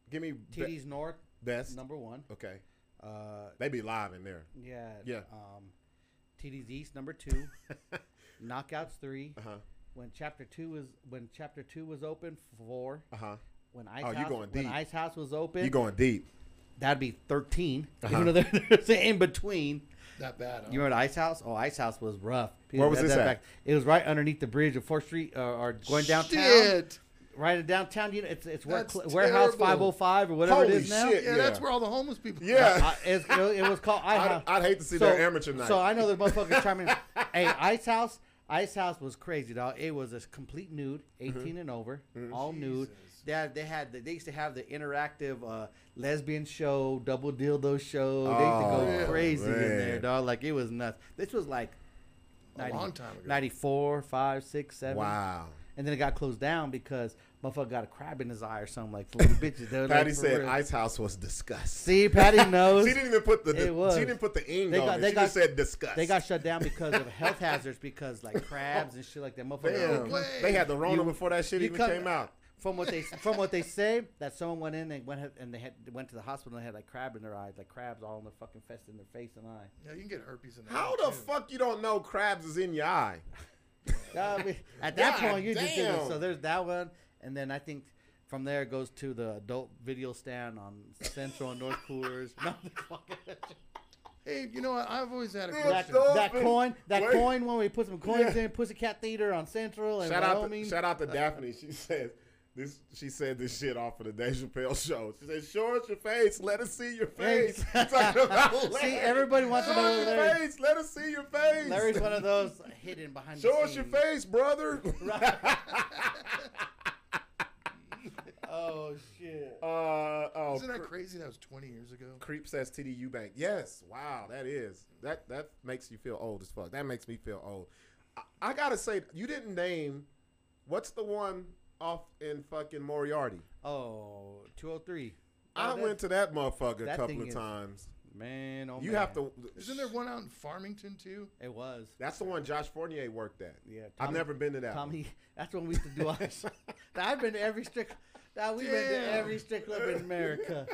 Speaker 1: Give me be-
Speaker 2: TD's North,
Speaker 1: best.
Speaker 2: number one.
Speaker 1: Okay,
Speaker 2: Uh,
Speaker 1: they be live in there.
Speaker 2: yeah.
Speaker 1: Yeah.
Speaker 2: Um, TD's East, number two. Knockouts three.
Speaker 1: Uh huh.
Speaker 2: When chapter two was when chapter two was open, four.
Speaker 1: Uh huh.
Speaker 2: When Ice
Speaker 1: Oh, you
Speaker 2: House
Speaker 1: going
Speaker 2: when
Speaker 1: deep.
Speaker 2: Ice House was open,
Speaker 1: You going deep?
Speaker 2: that'd be 13
Speaker 1: Uh-huh.
Speaker 2: You know, there- there's an in between.
Speaker 5: That bad. Huh?
Speaker 2: You remember the Ice House? Oh, Ice House was rough. People
Speaker 1: Where was
Speaker 2: had
Speaker 1: this
Speaker 2: that
Speaker 1: at?
Speaker 2: It was right underneath the bridge of Fourth Street, uh, or going downtown.
Speaker 5: Shit.
Speaker 2: Right in downtown, you know, it's it's where,
Speaker 5: That's
Speaker 2: Cl- warehouse
Speaker 5: terrible.
Speaker 2: five hundred five or whatever
Speaker 1: Holy
Speaker 2: it is now.
Speaker 1: shit.
Speaker 5: Yeah,
Speaker 1: Yeah.
Speaker 5: that's where all the homeless people.
Speaker 1: Yeah.
Speaker 2: I, it's, it, it was called Ice
Speaker 1: I'd-
Speaker 2: House.
Speaker 1: I'd hate to see their amateur night.
Speaker 2: So I know the motherfuckers chiming. in. Hey, Ice House, Ice House was crazy, dog. It was a complete nude,
Speaker 1: Mm-hmm.
Speaker 2: 18 and over, all nude.
Speaker 5: Jesus.
Speaker 2: They had, they had the, they used to have the interactive uh, lesbian show, double dildo show. They used to
Speaker 1: Oh,
Speaker 2: go crazy in there,
Speaker 1: man.
Speaker 2: dog. Like it was nuts. This was like
Speaker 5: A long time ago.
Speaker 2: 94, 5, 6, 7.
Speaker 1: Wow.
Speaker 2: And then it got closed down because motherfucker got a crab in his eye or something like little bitches. They were, like,
Speaker 1: Patty
Speaker 2: for
Speaker 1: said
Speaker 2: real.
Speaker 1: Ice House was disgust.
Speaker 2: See, Patty knows.
Speaker 1: she didn't even put the.
Speaker 2: It was.
Speaker 1: She didn't put the ing
Speaker 2: They
Speaker 1: on
Speaker 2: got-
Speaker 1: it.
Speaker 2: they
Speaker 1: she just
Speaker 2: got-
Speaker 1: said disgust.
Speaker 2: They got shut down because of health hazards, because like crabs and shit like that. Motherfucker.
Speaker 1: Damn.
Speaker 5: way.
Speaker 1: They had the Rona
Speaker 2: You-
Speaker 1: before that shit
Speaker 2: you
Speaker 1: even
Speaker 2: come-
Speaker 1: came out.
Speaker 2: From what they from what they say, that someone went in, they went ahead- and they had went to the hospital and they had like crab in their eyes, like crabs all in their fucking fest in their face and eye.
Speaker 5: Yeah, you can get herpes in there.
Speaker 1: How the
Speaker 5: too.
Speaker 1: fuck you don't know crabs is in your eye?
Speaker 2: I mean, at that
Speaker 1: God
Speaker 2: point, you just did it.
Speaker 1: damn.
Speaker 2: So there's that one, and then I think from there it goes to the adult video stand on Central and North Coolers. No,
Speaker 5: Hey, you know what? I've always had a
Speaker 1: That
Speaker 2: that,
Speaker 5: question.
Speaker 1: dog-
Speaker 2: that coin, that
Speaker 1: Wait.
Speaker 2: coin one, we put some coins
Speaker 1: Yeah.
Speaker 2: in Pussycat Theater on Central and
Speaker 1: Shout out, to,
Speaker 2: Wyoming.
Speaker 1: shout out to Daphne. She says this. She said this shit off of the Dave Chappelle show. She said, "Show us your face. Let us see your face." Talking about Larry.
Speaker 2: See, everybody wants to
Speaker 1: Show
Speaker 2: know
Speaker 1: us your
Speaker 2: Larry.
Speaker 1: face. Let us see your face.
Speaker 2: Larry's one of those hidden behind.
Speaker 1: Show
Speaker 2: the
Speaker 1: us your
Speaker 2: scenes.
Speaker 1: face, brother.
Speaker 2: Oh shit! Oh,
Speaker 1: uh, uh, Oh,
Speaker 5: Isn't that
Speaker 1: cr-
Speaker 5: crazy? That was 20 years ago.
Speaker 1: Creep says TD Eubank. Yes. Wow, that is. That that makes you feel old as fuck. That makes me feel old. I, I gotta say, you didn't name what's the one off in fucking Moriarty.
Speaker 2: Oh, 203.
Speaker 1: I
Speaker 2: Oh, that-
Speaker 1: went to that motherfucker a
Speaker 2: that
Speaker 1: couple
Speaker 2: thing
Speaker 1: of
Speaker 2: is-
Speaker 1: times.
Speaker 2: Man, oh
Speaker 1: You
Speaker 2: man.
Speaker 1: have to.
Speaker 5: Isn't there one out in Farmington too?
Speaker 2: It was.
Speaker 1: That's the one Josh Fournier worked at.
Speaker 2: Yeah,
Speaker 1: I've
Speaker 2: Tommy-
Speaker 1: never been to that.
Speaker 2: Tommy, that's when we used to do ours. I've been to every strip. Now we've been to
Speaker 5: Damn.
Speaker 2: every strip club in America.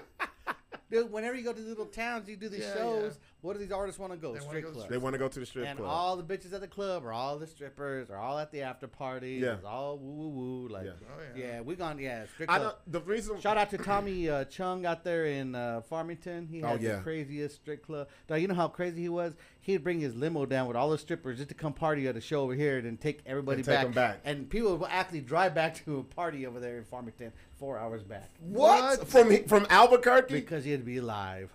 Speaker 2: Dude, whenever you go to these little towns, you do these
Speaker 5: Yeah,
Speaker 2: shows.
Speaker 5: yeah.
Speaker 2: What do these artists want to go?
Speaker 5: They wanna
Speaker 2: strip
Speaker 5: go to
Speaker 1: One.
Speaker 2: club.
Speaker 1: They want to go to the strip
Speaker 2: and
Speaker 1: club.
Speaker 2: all the bitches at the club are all the strippers, are all at the after party.
Speaker 1: Yeah.
Speaker 2: It's all woo woo woo. Like,
Speaker 1: Yeah.
Speaker 2: yeah,
Speaker 5: Oh, yeah.
Speaker 2: we gone. Yeah, strip
Speaker 1: I
Speaker 2: club.
Speaker 1: don't. The reason.
Speaker 2: Shout out to Tommy uh, Chung out there in uh, Farmington. He
Speaker 1: Oh,
Speaker 2: had
Speaker 1: yeah.
Speaker 2: the craziest strip club. Now you know how crazy he was. He'd bring his limo down with all the strippers just to come party at a show over here, and then take everybody
Speaker 1: And take 'em back.
Speaker 2: And people would actually drive back to a party over there in Farmington four hours back
Speaker 1: what?
Speaker 5: What?
Speaker 1: from from Albuquerque?
Speaker 2: because he'd be live.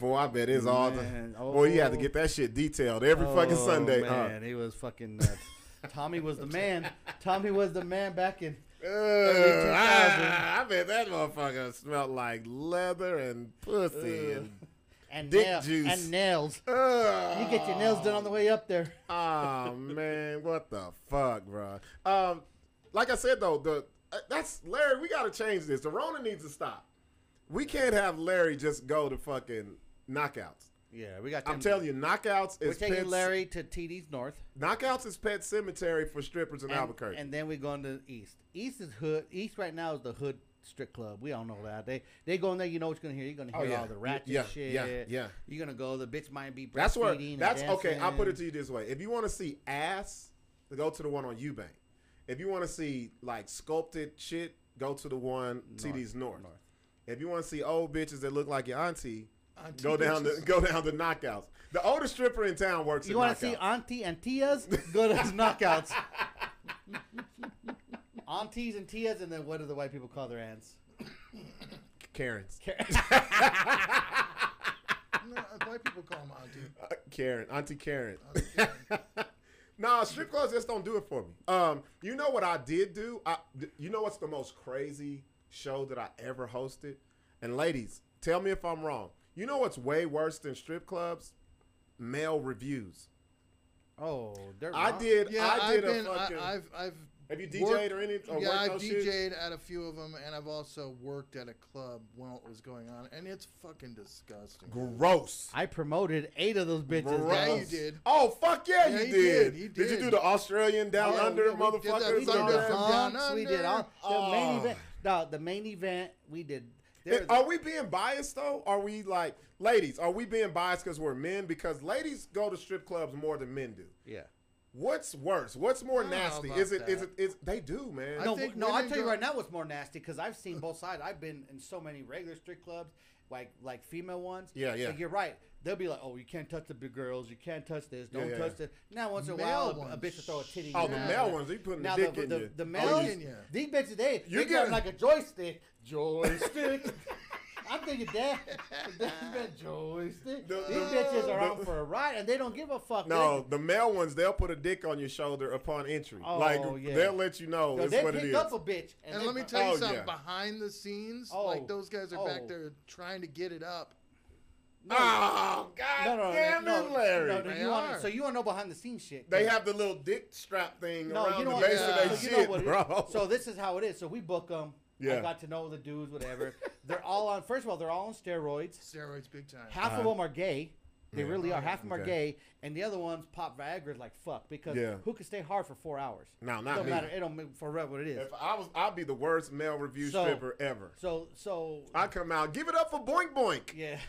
Speaker 1: Boy, I bet it's all
Speaker 2: Man,
Speaker 1: the. Boy, you had to
Speaker 2: oh.
Speaker 1: get that shit detailed every fucking
Speaker 2: Oh,
Speaker 1: Sunday. Uh, huh?
Speaker 2: man, he was fucking nuts. Tommy was the man. Tommy was the man back in.
Speaker 1: Ugh,
Speaker 2: Early 2000.
Speaker 1: ah, I bet that motherfucker smelled like leather and pussy.
Speaker 2: Ugh.
Speaker 1: and,
Speaker 2: And,
Speaker 1: Dick
Speaker 2: nail-
Speaker 1: juice.
Speaker 2: and nails.
Speaker 1: Ugh.
Speaker 2: You get your nails done on the way up there.
Speaker 1: Oh man, what the fuck, bro? Um, like I said though, the uh, that's Larry. We gotta change this. The Rona needs to stop. We can't have Larry just go to fucking knockouts.
Speaker 2: Yeah, we got.
Speaker 1: I'm telling you, knockouts
Speaker 2: we're
Speaker 1: is
Speaker 2: taking
Speaker 1: Pet-
Speaker 2: Larry to TD's North.
Speaker 1: Knockouts is Pet Cemetery for strippers in
Speaker 2: and,
Speaker 1: Albuquerque.
Speaker 2: and then we go into the East. East is hood. East right now is the hood strip club. We all know that. They they go in there. You know what you're gonna hear. You're gonna
Speaker 1: Oh,
Speaker 2: hear
Speaker 1: yeah.
Speaker 2: all the ratchet
Speaker 1: Yeah,
Speaker 2: shit.
Speaker 1: yeah, yeah.
Speaker 2: You're gonna go. The bitch might be breastfeeding.
Speaker 1: That's where.
Speaker 2: and
Speaker 1: That's okay. I'll put it to
Speaker 2: dancing.
Speaker 1: you this way: if you want to see ass, go to the one on Eubank. If you want to see like sculpted shit, go to the one TD's North.
Speaker 2: North.
Speaker 1: If you want to see old bitches that look like your auntie,
Speaker 5: Auntie
Speaker 1: go down the
Speaker 5: bitches.
Speaker 1: go down the knockouts. The oldest stripper in town works.
Speaker 2: You
Speaker 1: want to
Speaker 2: see uh, auntie and tias? Go to those knockouts. Aunties and tias, and then what do the white people call their aunts?
Speaker 1: Karens?
Speaker 5: No, white people call them auntie.
Speaker 1: Uh, Karen, Auntie Karen.
Speaker 5: Auntie Karen.
Speaker 1: nah, strip clubs just don't do it for me. Um, you know what I did do? I, th- you know what's the most crazy show that I ever hosted? And ladies, tell me if I'm wrong. You know what's way worse than strip clubs? Male reviews.
Speaker 2: Oh, they're
Speaker 1: I
Speaker 2: wrong.
Speaker 1: did.
Speaker 5: Yeah,
Speaker 1: I did
Speaker 5: I've been.
Speaker 1: a fucking.
Speaker 5: I, I've. I've.
Speaker 1: have you DJ'd
Speaker 5: worked-
Speaker 1: or any? Or
Speaker 5: yeah,
Speaker 1: worked
Speaker 5: I
Speaker 1: those shits?
Speaker 5: DJ'd at a few of them, and I've also worked at a club while it was going on, and it's fucking disgusting.
Speaker 1: Gross.
Speaker 2: I promoted eight of those bitches.
Speaker 1: Gross.
Speaker 5: Yeah,
Speaker 2: dog.
Speaker 5: you did.
Speaker 1: Oh fuck yeah,
Speaker 5: Yeah,
Speaker 1: you,
Speaker 5: you
Speaker 1: did.
Speaker 5: did, you
Speaker 1: you
Speaker 5: did.
Speaker 1: do the Australian down
Speaker 5: Yeah,
Speaker 1: under
Speaker 5: we did- we did that.
Speaker 1: motherfuckers?
Speaker 5: We
Speaker 2: We
Speaker 1: and
Speaker 2: did
Speaker 1: all
Speaker 5: did
Speaker 2: the
Speaker 5: that.
Speaker 1: that?
Speaker 5: Down
Speaker 2: hunks. We did
Speaker 5: Under.
Speaker 2: all the
Speaker 1: Oh.
Speaker 2: main event. No, the main event we did.
Speaker 1: It- oh,
Speaker 2: There,
Speaker 1: are we being biased though? Are we like ladies? Are we being biased because we're men? Because ladies go to strip clubs more than men do.
Speaker 2: yeah.
Speaker 1: What's worse? What's more
Speaker 5: I don't know
Speaker 1: nasty?
Speaker 5: about
Speaker 1: Is it? Is
Speaker 5: that.
Speaker 1: it? Is they do, man?
Speaker 5: I
Speaker 2: No,
Speaker 5: think
Speaker 2: no. I
Speaker 5: women
Speaker 2: tell you
Speaker 5: don't-
Speaker 2: right now, what's more nasty because I've seen both sides. I've been in so many regular strip clubs, like like female ones.
Speaker 1: Yeah, yeah.
Speaker 2: So you're right. They'll be like, "Oh, you can't touch the big girls. You can't touch this. Don't
Speaker 1: yeah,
Speaker 2: touch
Speaker 1: yeah.
Speaker 2: this." Now once in a
Speaker 5: Male
Speaker 2: while, a- a
Speaker 5: ones.
Speaker 2: bitch will throw a titty.
Speaker 1: Oh,
Speaker 2: in
Speaker 1: the
Speaker 2: your
Speaker 1: male
Speaker 2: mouth.
Speaker 1: ones, they putting the
Speaker 2: Now
Speaker 1: dick
Speaker 2: the,
Speaker 1: in
Speaker 2: the,
Speaker 1: you.
Speaker 2: the
Speaker 1: Oh,
Speaker 2: males,
Speaker 1: you-
Speaker 5: in you.
Speaker 2: these bitches, they
Speaker 1: You
Speaker 2: they got
Speaker 1: gotta-
Speaker 2: like a joystick. Joystick. I'm thinking that that been joystick.
Speaker 1: The-
Speaker 2: these
Speaker 1: the-
Speaker 2: bitches are
Speaker 1: the-
Speaker 2: on for a ride and they don't give a fuck.
Speaker 1: No, the male ones they'll put a dick on your shoulder upon entry.
Speaker 2: Oh,
Speaker 1: like
Speaker 2: yeah.
Speaker 1: they'll let you know
Speaker 2: They,
Speaker 1: it's
Speaker 2: they
Speaker 1: what it
Speaker 2: pick
Speaker 1: is.
Speaker 2: up a bitch and,
Speaker 5: And
Speaker 2: they
Speaker 5: let me
Speaker 2: fu-
Speaker 5: tell
Speaker 1: Oh,
Speaker 5: you something.
Speaker 1: yeah.
Speaker 5: Behind the scenes,
Speaker 2: Oh,
Speaker 5: like those guys are
Speaker 2: oh.
Speaker 5: back there trying to get it up. Ah,
Speaker 1: Oh God
Speaker 2: No, no,
Speaker 1: damn
Speaker 2: no,
Speaker 1: it,
Speaker 2: no,
Speaker 1: Larry!
Speaker 2: no, no,
Speaker 5: They
Speaker 2: you wanna,
Speaker 5: are.
Speaker 2: so you want to know behind the scenes shit?
Speaker 1: They
Speaker 2: yeah.
Speaker 1: have the little dick strap thing
Speaker 2: No,
Speaker 1: around
Speaker 2: you know
Speaker 1: the
Speaker 2: what?
Speaker 1: base
Speaker 5: yeah.
Speaker 1: of that
Speaker 2: so you
Speaker 1: shit,
Speaker 2: know what it is.
Speaker 1: bro.
Speaker 2: So this is how it is. So we book them.
Speaker 1: Yeah.
Speaker 2: I got to know the dudes, whatever. they're all on. First of all, they're all on steroids.
Speaker 5: Steroids, big time.
Speaker 2: Half of them are gay. They really are. Half of them are
Speaker 1: Uh, Okay.
Speaker 2: gay, and the other ones pop Viagra's like fuck because
Speaker 1: Yeah.
Speaker 2: who can stay hard for four hours?
Speaker 1: No,
Speaker 2: it
Speaker 1: not
Speaker 2: don't
Speaker 1: me.
Speaker 2: matter. It don't matter for what it is.
Speaker 1: If I was, I'd be the worst male review
Speaker 2: So-
Speaker 1: stripper ever.
Speaker 2: So so
Speaker 1: I come out, give it up for Boink Boink.
Speaker 2: yeah.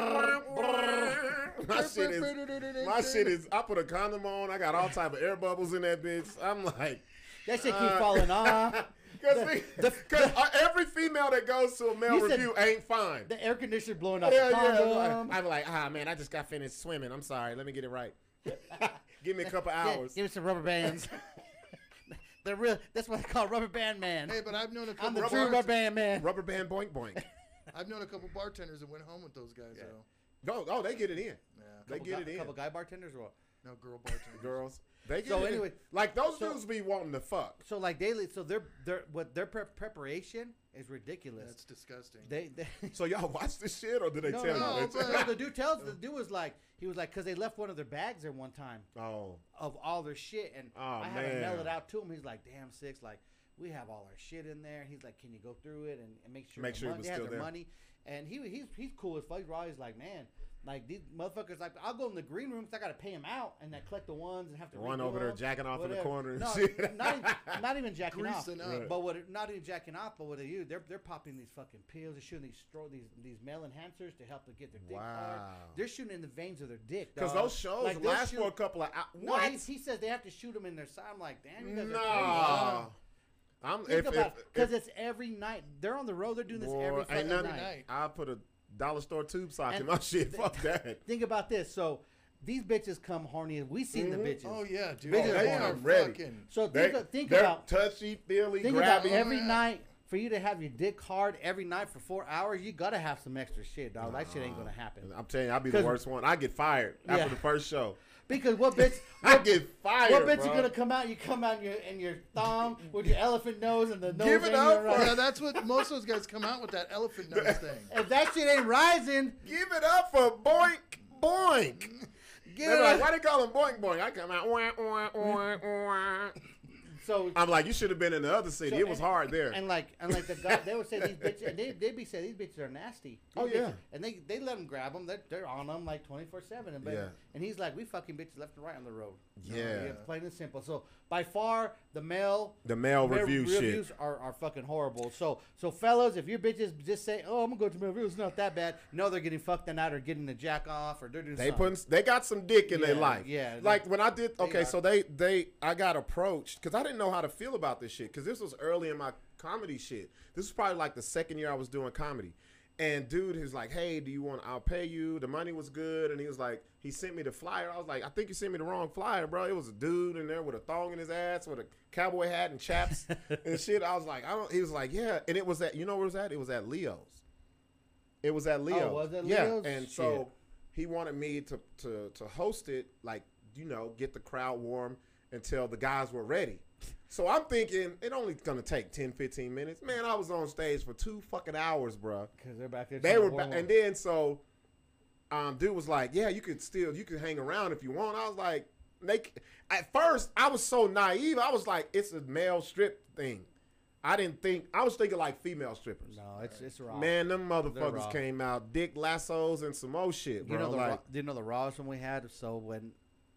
Speaker 1: my shit is, my shit is. I put a condom on. I got all type of air bubbles in that bitch. I'm like,
Speaker 2: That shit keep
Speaker 1: Uh,
Speaker 2: falling off.
Speaker 1: because
Speaker 2: The- the-
Speaker 1: every female that goes to a male
Speaker 2: You said-
Speaker 1: review ain't fine.
Speaker 2: The air conditioner blowing up.
Speaker 1: Yeah,
Speaker 2: the
Speaker 1: yeah.
Speaker 2: condom.
Speaker 1: I'm like, ah, man, I just got finished swimming. I'm sorry. Let me get it right. Give me a couple
Speaker 2: Yeah,
Speaker 1: hours.
Speaker 2: Give me some rubber bands. They're real. That's what they call rubber band man.
Speaker 5: Hey, but I've known a
Speaker 2: I'm
Speaker 5: couple.
Speaker 2: the
Speaker 5: Of
Speaker 2: true rubber
Speaker 5: bart-
Speaker 2: band man.
Speaker 1: Rubber band Boink Boink.
Speaker 5: I've known a couple bartenders that went home with those guys though.
Speaker 1: Go, oh, they get it in.
Speaker 5: Yeah.
Speaker 1: They
Speaker 2: Couple
Speaker 1: get
Speaker 2: guy-
Speaker 1: it in.
Speaker 2: Couple guy bartenders. Or what?
Speaker 5: No girl bartenders.
Speaker 1: girls. They get
Speaker 2: So
Speaker 1: it.
Speaker 2: anyway,
Speaker 1: like those
Speaker 2: so-
Speaker 1: dudes be wanting to fuck.
Speaker 2: So like daily, so their their what their pre- preparation is ridiculous.
Speaker 5: That's disgusting.
Speaker 2: They, they
Speaker 1: So y'all watch this shit, or do they
Speaker 2: no,
Speaker 1: tell
Speaker 2: no,
Speaker 1: you?
Speaker 5: it's-
Speaker 2: no, the dude tells the dude was like he was like because they left one of their bags there one time
Speaker 1: oh,
Speaker 2: of all their shit and
Speaker 1: Oh,
Speaker 2: I had to mail
Speaker 1: man.
Speaker 2: it out to him. He's like, damn six, like we have all our shit in there. He's like, can you go through it and, and make sure
Speaker 1: Make
Speaker 2: the
Speaker 1: sure it
Speaker 2: mon-
Speaker 1: was
Speaker 2: they had
Speaker 1: still
Speaker 2: their
Speaker 1: there.
Speaker 2: money? And he he's he's cool as fuck. He's always like, man. Like these motherfuckers, like I'll go in the green room 'cause I gotta pay them out and I collect the ones and have to
Speaker 1: The one
Speaker 2: redo
Speaker 1: over there
Speaker 2: them,
Speaker 1: jacking off in the
Speaker 2: whatever.
Speaker 1: corner and
Speaker 2: No,
Speaker 1: shit.
Speaker 2: not even, not even jacking off.
Speaker 5: Greasing up.
Speaker 2: But what? Not even jacking off, but what they do? They're they're popping these fucking pills. They're shooting these stro- these these male enhancers to help to get their dick hard.
Speaker 1: Wow.
Speaker 2: They're shooting in the veins of their dick.
Speaker 1: because
Speaker 2: dog.
Speaker 1: those shows
Speaker 2: Like, they'll
Speaker 1: last
Speaker 2: shoot-
Speaker 1: for a couple of hours.
Speaker 2: no,
Speaker 1: what?
Speaker 2: He, he says they have to shoot him in their side. I'm like, damn, you guys are
Speaker 1: Nah. I'm
Speaker 2: crazy. Think
Speaker 1: if, if,
Speaker 2: about
Speaker 1: if,
Speaker 2: because it's every night. They're on the road. They're doing this
Speaker 1: boy,
Speaker 2: every fucking
Speaker 1: ain't nothing.
Speaker 2: night.
Speaker 5: night.
Speaker 1: I put a dollar store tube sock in
Speaker 2: And
Speaker 1: my shit. Fuck that.
Speaker 2: Think about this. So these bitches come horny. We seen the bitches.
Speaker 5: oh yeah, dude.
Speaker 2: Bitches
Speaker 5: they
Speaker 2: are
Speaker 5: are
Speaker 1: ready.
Speaker 5: fucking.
Speaker 2: So
Speaker 1: Mm-hmm. They,
Speaker 2: think, of- think
Speaker 1: they're
Speaker 2: about
Speaker 1: touchy feely,
Speaker 2: think
Speaker 1: grabby.
Speaker 2: about every
Speaker 5: yeah.
Speaker 2: night for you to have your dick hard every night for four hours. You gotta have some extra shit, dog. That shit ain't gonna happen.
Speaker 1: I'm telling you, I'll be the
Speaker 2: 'Cause-
Speaker 1: worst one. I get fired
Speaker 2: Yeah.
Speaker 1: after the first show.
Speaker 2: Because what bitch?
Speaker 1: I
Speaker 2: What,
Speaker 1: get fired.
Speaker 2: what bitch
Speaker 1: bro.
Speaker 2: you gonna come out? You come out in your in your thumb with your elephant nose and the nose.
Speaker 1: Give it
Speaker 2: ain't
Speaker 1: up
Speaker 2: even
Speaker 1: for-
Speaker 5: Yeah,
Speaker 2: right.
Speaker 5: that's what most of those guys come out with that elephant nose thing.
Speaker 2: If that shit ain't rising,
Speaker 1: Give it up for boink boink.
Speaker 2: give
Speaker 1: They're
Speaker 2: it
Speaker 1: like,
Speaker 2: up.
Speaker 1: why they call him boink boink? I come out. Wah, wah, wah, wah.
Speaker 2: So
Speaker 1: I'm like, you should have been in the other city.
Speaker 2: So,
Speaker 1: it was
Speaker 2: and-
Speaker 1: hard there.
Speaker 2: and like and like the guy, they would say these bitches. And they they be saying these bitches are nasty. These
Speaker 1: Oh, yeah.
Speaker 2: bitches- And they they let them grab them. They're, they're on them like twenty four seven. And but-
Speaker 1: Yeah.
Speaker 2: and he's like, we fucking bitches left and right on the road.
Speaker 1: Yeah.
Speaker 2: plain and simple. So by far the male.
Speaker 1: the male
Speaker 2: male
Speaker 1: review shit.
Speaker 2: reviews are, are fucking horrible. So so fellas, if your bitches just say, "Oh, I'm gonna go to male reviews," it's not that bad. No, they're getting fucked that night or getting the jack off or they're doing.
Speaker 1: They
Speaker 2: something.
Speaker 1: putting, they got some dick in their
Speaker 2: Yeah,
Speaker 1: life.
Speaker 2: yeah, they-
Speaker 1: Like when I did,
Speaker 2: they
Speaker 1: okay,
Speaker 2: are.
Speaker 1: so they they I got approached because I didn't know how to feel about this shit because this was early in my comedy shit. This was probably like the second year I was doing comedy, and dude is like, hey, do you want? I'll pay you. The money was good, and he was like, he sent me the flyer. I was like, I think you sent me the wrong flyer, bro. It was a dude in there with a thong in his ass, with a cowboy hat and chaps and shit. I was like, I don't. He was like, yeah, and it was at you know where it was at? It was at Leo's. It was at Leo's.
Speaker 2: Oh, was it Leo's?
Speaker 1: Yeah, and so
Speaker 2: Shit.
Speaker 1: he wanted me to to to host it, like you know, get the crowd warm until the guys were ready. So I'm thinking it only gonna take 10, 15 minutes. Man, I was on stage for two fucking hours, bruh.
Speaker 2: because they're back there.
Speaker 1: They
Speaker 2: trying to
Speaker 1: were,
Speaker 2: warm
Speaker 1: ba- and
Speaker 2: up.
Speaker 1: then so, um, dude was like, "Yeah, you could still, you could hang around if you want." I was like, "They." At first, I was so naive. I was like, "It's a male strip thing." I didn't think. I was thinking like female strippers.
Speaker 2: no, it's it's raw.
Speaker 1: Man, them
Speaker 2: raw.
Speaker 1: motherfuckers came out, dick lassos and some old shit,
Speaker 2: You
Speaker 1: bro.
Speaker 2: know the
Speaker 1: like,
Speaker 2: Ra- you know the rawest one we had. So when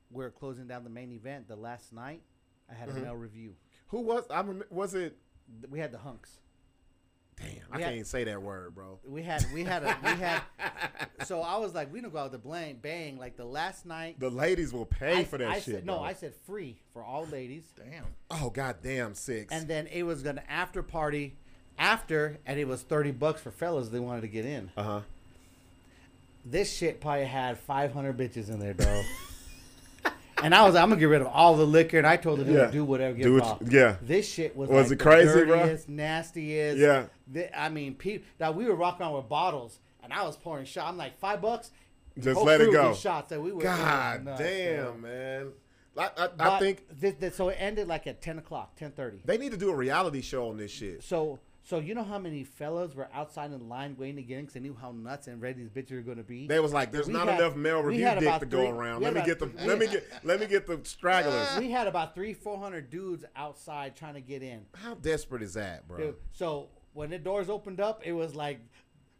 Speaker 2: we were closing down the main event, the last night, I had a
Speaker 1: Mm-hmm.
Speaker 2: male review.
Speaker 1: who was I? Rem- was it?
Speaker 2: Th- We had the hunks.
Speaker 1: Damn, I
Speaker 2: We
Speaker 1: can't
Speaker 2: had-
Speaker 1: even say that word, bro.
Speaker 2: We had we had a we had. so I was like, we don't go out to bang bang like the last night.
Speaker 1: The ladies will pay
Speaker 2: I-
Speaker 1: for that
Speaker 2: I
Speaker 1: shit.
Speaker 2: Said, no,
Speaker 1: bro.
Speaker 2: I said free for all ladies,
Speaker 5: Damn.
Speaker 1: Oh goddamn, six.
Speaker 2: and then it was gonna after party after, and it was thirty bucks for fellas they wanted to get in.
Speaker 1: uh huh.
Speaker 2: this shit probably had 500 bitches in there, bro. and I was, I'm gonna get rid of all the liquor, and I told the dude
Speaker 1: Yeah.
Speaker 2: do whatever, get
Speaker 1: Do what
Speaker 2: off.
Speaker 1: you- yeah.
Speaker 2: This shit was
Speaker 1: Was
Speaker 2: like
Speaker 1: it
Speaker 2: the
Speaker 1: crazy, bro?
Speaker 2: dirtiest, nastiest.
Speaker 1: Yeah.
Speaker 2: Th- I mean, people. Now we were walking around with bottles, and I was pouring shots. I'm like five bucks.
Speaker 1: Just
Speaker 2: whole
Speaker 1: let it
Speaker 2: crew
Speaker 1: go.
Speaker 2: did Shots that we were. it was
Speaker 1: God
Speaker 2: nuts,
Speaker 1: damn,
Speaker 2: bro.
Speaker 1: man. Like, I, I
Speaker 2: But
Speaker 1: think
Speaker 2: thi- thi- so. It ended like at 10 o'clock, 10:30.
Speaker 1: they need to do a reality show on this shit.
Speaker 2: So, so you know how many fellas were outside in line waiting to get in because they knew how nuts and ready these bitches were going to be.
Speaker 1: They was like, "There's
Speaker 2: We
Speaker 1: not
Speaker 2: had-
Speaker 1: enough male
Speaker 2: we
Speaker 1: review
Speaker 2: had
Speaker 1: dick
Speaker 2: about
Speaker 1: to go
Speaker 2: three-
Speaker 1: around.
Speaker 2: we
Speaker 1: Let
Speaker 2: had
Speaker 1: me get the
Speaker 2: about three-
Speaker 1: let me get let me get the stragglers."
Speaker 2: we had about three, four hundred dudes outside trying to get in.
Speaker 1: How desperate is that, bro?
Speaker 2: Dude, So when the doors opened up, it was like,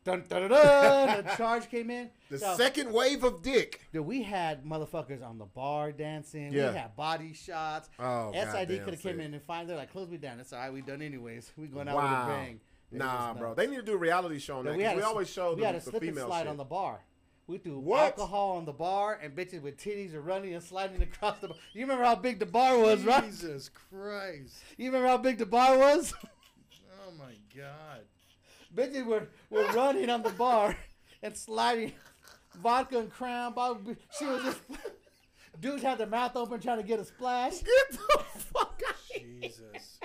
Speaker 2: dun dun dun. dun the charge came in.
Speaker 1: the
Speaker 2: So,
Speaker 1: second wave of dick.
Speaker 2: Dude, we had motherfuckers on the bar dancing.
Speaker 1: Yeah.
Speaker 2: We had body shots.
Speaker 1: Oh,
Speaker 2: SID
Speaker 1: goddamn,
Speaker 2: could have came
Speaker 1: sick.
Speaker 2: in and finally they're like, close me down. It's all right. We done anyways. We going out
Speaker 1: wow.
Speaker 2: with a bang. It
Speaker 1: Nah,
Speaker 2: was
Speaker 1: bro.
Speaker 2: nuts.
Speaker 1: They need to do a reality show on
Speaker 2: But
Speaker 1: that. 'cause We,
Speaker 2: sl-
Speaker 1: always show
Speaker 2: we
Speaker 1: the,
Speaker 2: had a
Speaker 1: the
Speaker 2: slip and
Speaker 1: female
Speaker 2: slide
Speaker 1: shit.
Speaker 2: on the bar. We threw
Speaker 1: What?
Speaker 2: alcohol on the bar and bitches with titties are running and sliding across the bar. You remember how big the bar was, right?
Speaker 5: Jesus Christ.
Speaker 2: You remember how big the bar was?
Speaker 5: Oh my God.
Speaker 2: Bitches were, were running on the bar and sliding vodka and crown. Bottle. She was just. Dudes had their mouth open trying to get a splash.
Speaker 1: Get the fuck out.
Speaker 5: Jesus.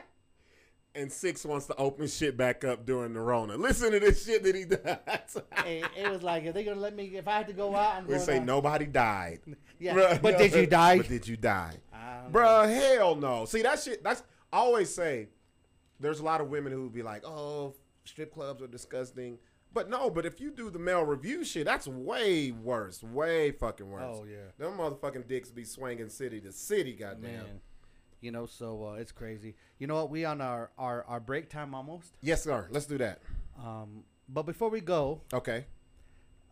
Speaker 1: And Six wants to open shit back up during the Rona. Listen to this shit that he does.
Speaker 2: Hey, it was like, if they going to let me, if I had to go out, I'm
Speaker 1: we
Speaker 2: going
Speaker 1: say
Speaker 2: out.
Speaker 1: nobody died.
Speaker 2: Yeah.
Speaker 1: Bruh,
Speaker 2: but
Speaker 1: yo,
Speaker 2: did you die?
Speaker 1: But did you die?
Speaker 2: I don't
Speaker 1: Bruh, hell no. See that shit. That's I always say. There's a lot of women who be like, "Oh, strip clubs are disgusting," but no. But if you do the male review shit, that's way worse. Way fucking worse.
Speaker 2: Oh, yeah.
Speaker 1: Them motherfucking dicks be swinging city to city. Goddamn.
Speaker 2: man. You know, so uh, it's crazy. You know what? We on our, our, our break time almost.
Speaker 1: Yes, sir. Let's do that.
Speaker 2: Um, but before we go,
Speaker 1: Okay.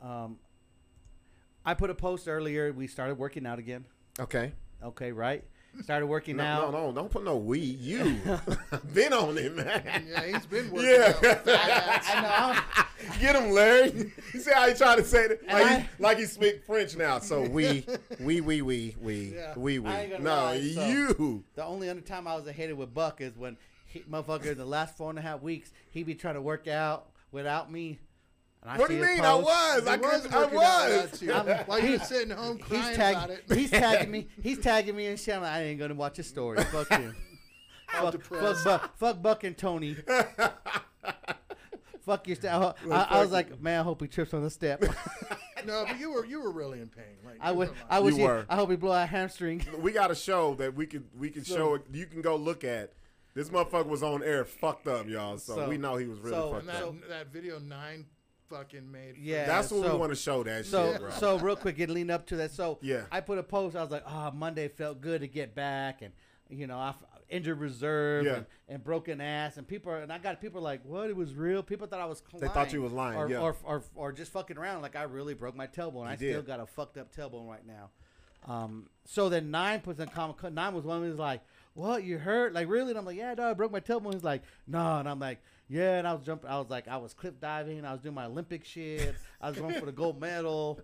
Speaker 2: um, I put a post earlier. We started working out again.
Speaker 1: Okay.
Speaker 2: Okay, right? Started working out.
Speaker 1: No, no, no, don't put no we. You been on it, man.
Speaker 5: Yeah, he's been working
Speaker 1: Yeah.
Speaker 5: out.
Speaker 2: I, I know. I'm-
Speaker 1: Get him, Larry. You see how he trying to say that? Like,
Speaker 2: I-
Speaker 1: he, like he speak French now. So we, we, we, we, we,
Speaker 5: Yeah.
Speaker 1: we, we.
Speaker 2: I ain't gonna
Speaker 1: No,
Speaker 2: lie, so-
Speaker 1: you.
Speaker 2: the only other time I was ahead with Buck is when he, motherfucker in the last four and a half weeks he be trying to work out without me. And I
Speaker 1: What do
Speaker 2: see
Speaker 1: you
Speaker 2: his
Speaker 1: mean? I
Speaker 2: post.
Speaker 1: was.
Speaker 5: He
Speaker 1: I could.
Speaker 5: was
Speaker 1: I
Speaker 5: working out
Speaker 1: was.
Speaker 5: without you.
Speaker 2: I'm-
Speaker 5: While you were
Speaker 2: he-
Speaker 5: sitting home
Speaker 2: He's
Speaker 5: crying
Speaker 2: tagging.
Speaker 5: about it.
Speaker 2: He's tagging me. He's tagging me and shit. I'm like, I ain't gonna watch his story. Fuck him. fuck, fuck,
Speaker 5: depressed.
Speaker 2: Buck, fuck Buck and Tony. fuck your step. I, I was like, man, I hope he trips on the step.
Speaker 5: No, but you were you were really in pain. Like
Speaker 2: I
Speaker 5: you
Speaker 2: would.
Speaker 5: were like-
Speaker 2: I wish.
Speaker 1: You
Speaker 2: he-
Speaker 1: were.
Speaker 2: I hope he blow out a hamstring.
Speaker 1: We got a show that we could. We can show it. You can go look at. This motherfucker was on air, fucked up, y'all. So,
Speaker 2: So-
Speaker 1: we know he was really
Speaker 2: so-
Speaker 1: fucked
Speaker 5: and that,
Speaker 1: up.
Speaker 5: that video nine fucking made. for-
Speaker 2: Yeah.
Speaker 1: That's what
Speaker 2: so-
Speaker 1: we want to show. That
Speaker 2: So,
Speaker 1: shit, bro.
Speaker 2: so real quick, it leaned up to that. So,
Speaker 1: Yeah.
Speaker 2: I put a post. I was like, "Ah, Monday felt good to get back, and you know, I f- injured reserve
Speaker 1: Yeah.
Speaker 2: and, and broken ass, and people, are, and I got people like, what? It was real. People thought I was. Lying,
Speaker 1: thought you was lying,
Speaker 2: or,
Speaker 1: yeah.
Speaker 2: or, or or just fucking around. Like I really broke my tailbone. I
Speaker 1: did.
Speaker 2: still got a fucked up tailbone right now. Um, so then nine puts in comment. Nine was one who's like, "What? You hurt? Like really?" And I'm like, "Yeah, dog, I broke my tailbone." He's like, "No," and I'm like, "Yeah." And I was jumping. I was like, I was cliff diving. I was doing my Olympic shit. I was going for the gold medal.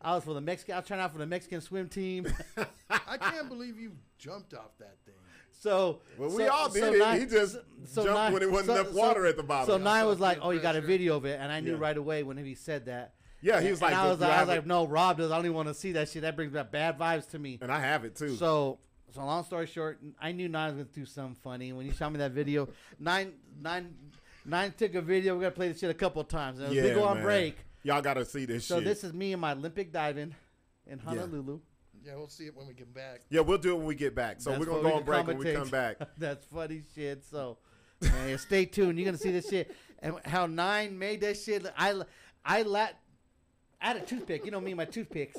Speaker 2: I was for the Mexican. I was trying out for the Mexican swim team.
Speaker 5: I can't believe you jumped off that thing.
Speaker 2: So
Speaker 1: Well, we
Speaker 2: so-
Speaker 1: all
Speaker 2: so
Speaker 1: did it.
Speaker 2: Nine-
Speaker 1: He just jumped when it wasn't enough water at the bottom.
Speaker 2: So
Speaker 1: Yeah,
Speaker 2: nine
Speaker 5: so
Speaker 2: was like,
Speaker 5: peer
Speaker 2: "Oh, you got a
Speaker 5: pressure.
Speaker 2: video of it," and I knew
Speaker 1: Yeah.
Speaker 2: right away when he said that.
Speaker 1: Yeah, he was
Speaker 2: And
Speaker 1: like,
Speaker 2: I was,
Speaker 1: "Do I
Speaker 2: I was
Speaker 1: have it?"
Speaker 2: like, "No, Rob does. I don't even want to see that shit. That brings back bad vibes to me."
Speaker 1: and I have it too.
Speaker 2: So, so long story short, I knew Nine was gonna do something funny. When you showed me that video, Nine, Nine, Nine took a video. We gotta play this shit a couple of times. And we go on
Speaker 1: man.
Speaker 2: break.
Speaker 1: Y'all gotta see this
Speaker 2: So
Speaker 1: shit.
Speaker 2: this is me and my Olympic diving in Honolulu.
Speaker 5: Yeah, we'll see it when we get back.
Speaker 1: yeah, we'll do it when we get back. So
Speaker 2: That's
Speaker 1: we're gonna
Speaker 2: where
Speaker 1: go
Speaker 2: we
Speaker 1: on break when we
Speaker 2: commentate.
Speaker 1: come back.
Speaker 2: That's funny shit. So, man, stay tuned. You're gonna see this shit and how Nine made that shit. I, I la- I had a toothpick. You know me and my toothpicks.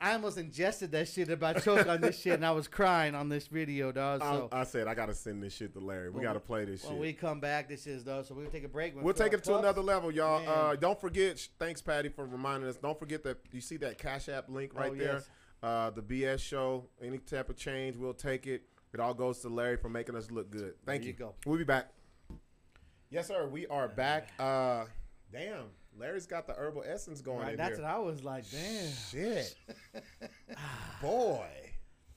Speaker 2: I almost ingested that shit about choke on this shit, and I was crying on this video, dog. So.
Speaker 1: I, I said I gotta send this shit to Larry. We
Speaker 2: When
Speaker 1: gotta
Speaker 2: we-
Speaker 1: play this
Speaker 2: When
Speaker 1: Oh, shit.
Speaker 2: we come back, this is though. So we'll take a break.
Speaker 1: We'll take it to another level,
Speaker 2: level.
Speaker 1: y'all.
Speaker 2: Man.
Speaker 1: Uh, don't forget, sh- thanks Patty for reminding us. Don't forget that you see that Cash App link right
Speaker 2: Oh,
Speaker 1: there.
Speaker 2: yes.
Speaker 1: Uh, the BS show, any type of change, we'll take it. It all goes to Larry for making us look good. Thank
Speaker 2: There you go.
Speaker 1: We'll be back. Yes, sir. We are back. Uh, damn, Larry's got the herbal essence going in
Speaker 2: That's
Speaker 1: here.
Speaker 2: what I was like. Damn.
Speaker 1: Shit. Boy.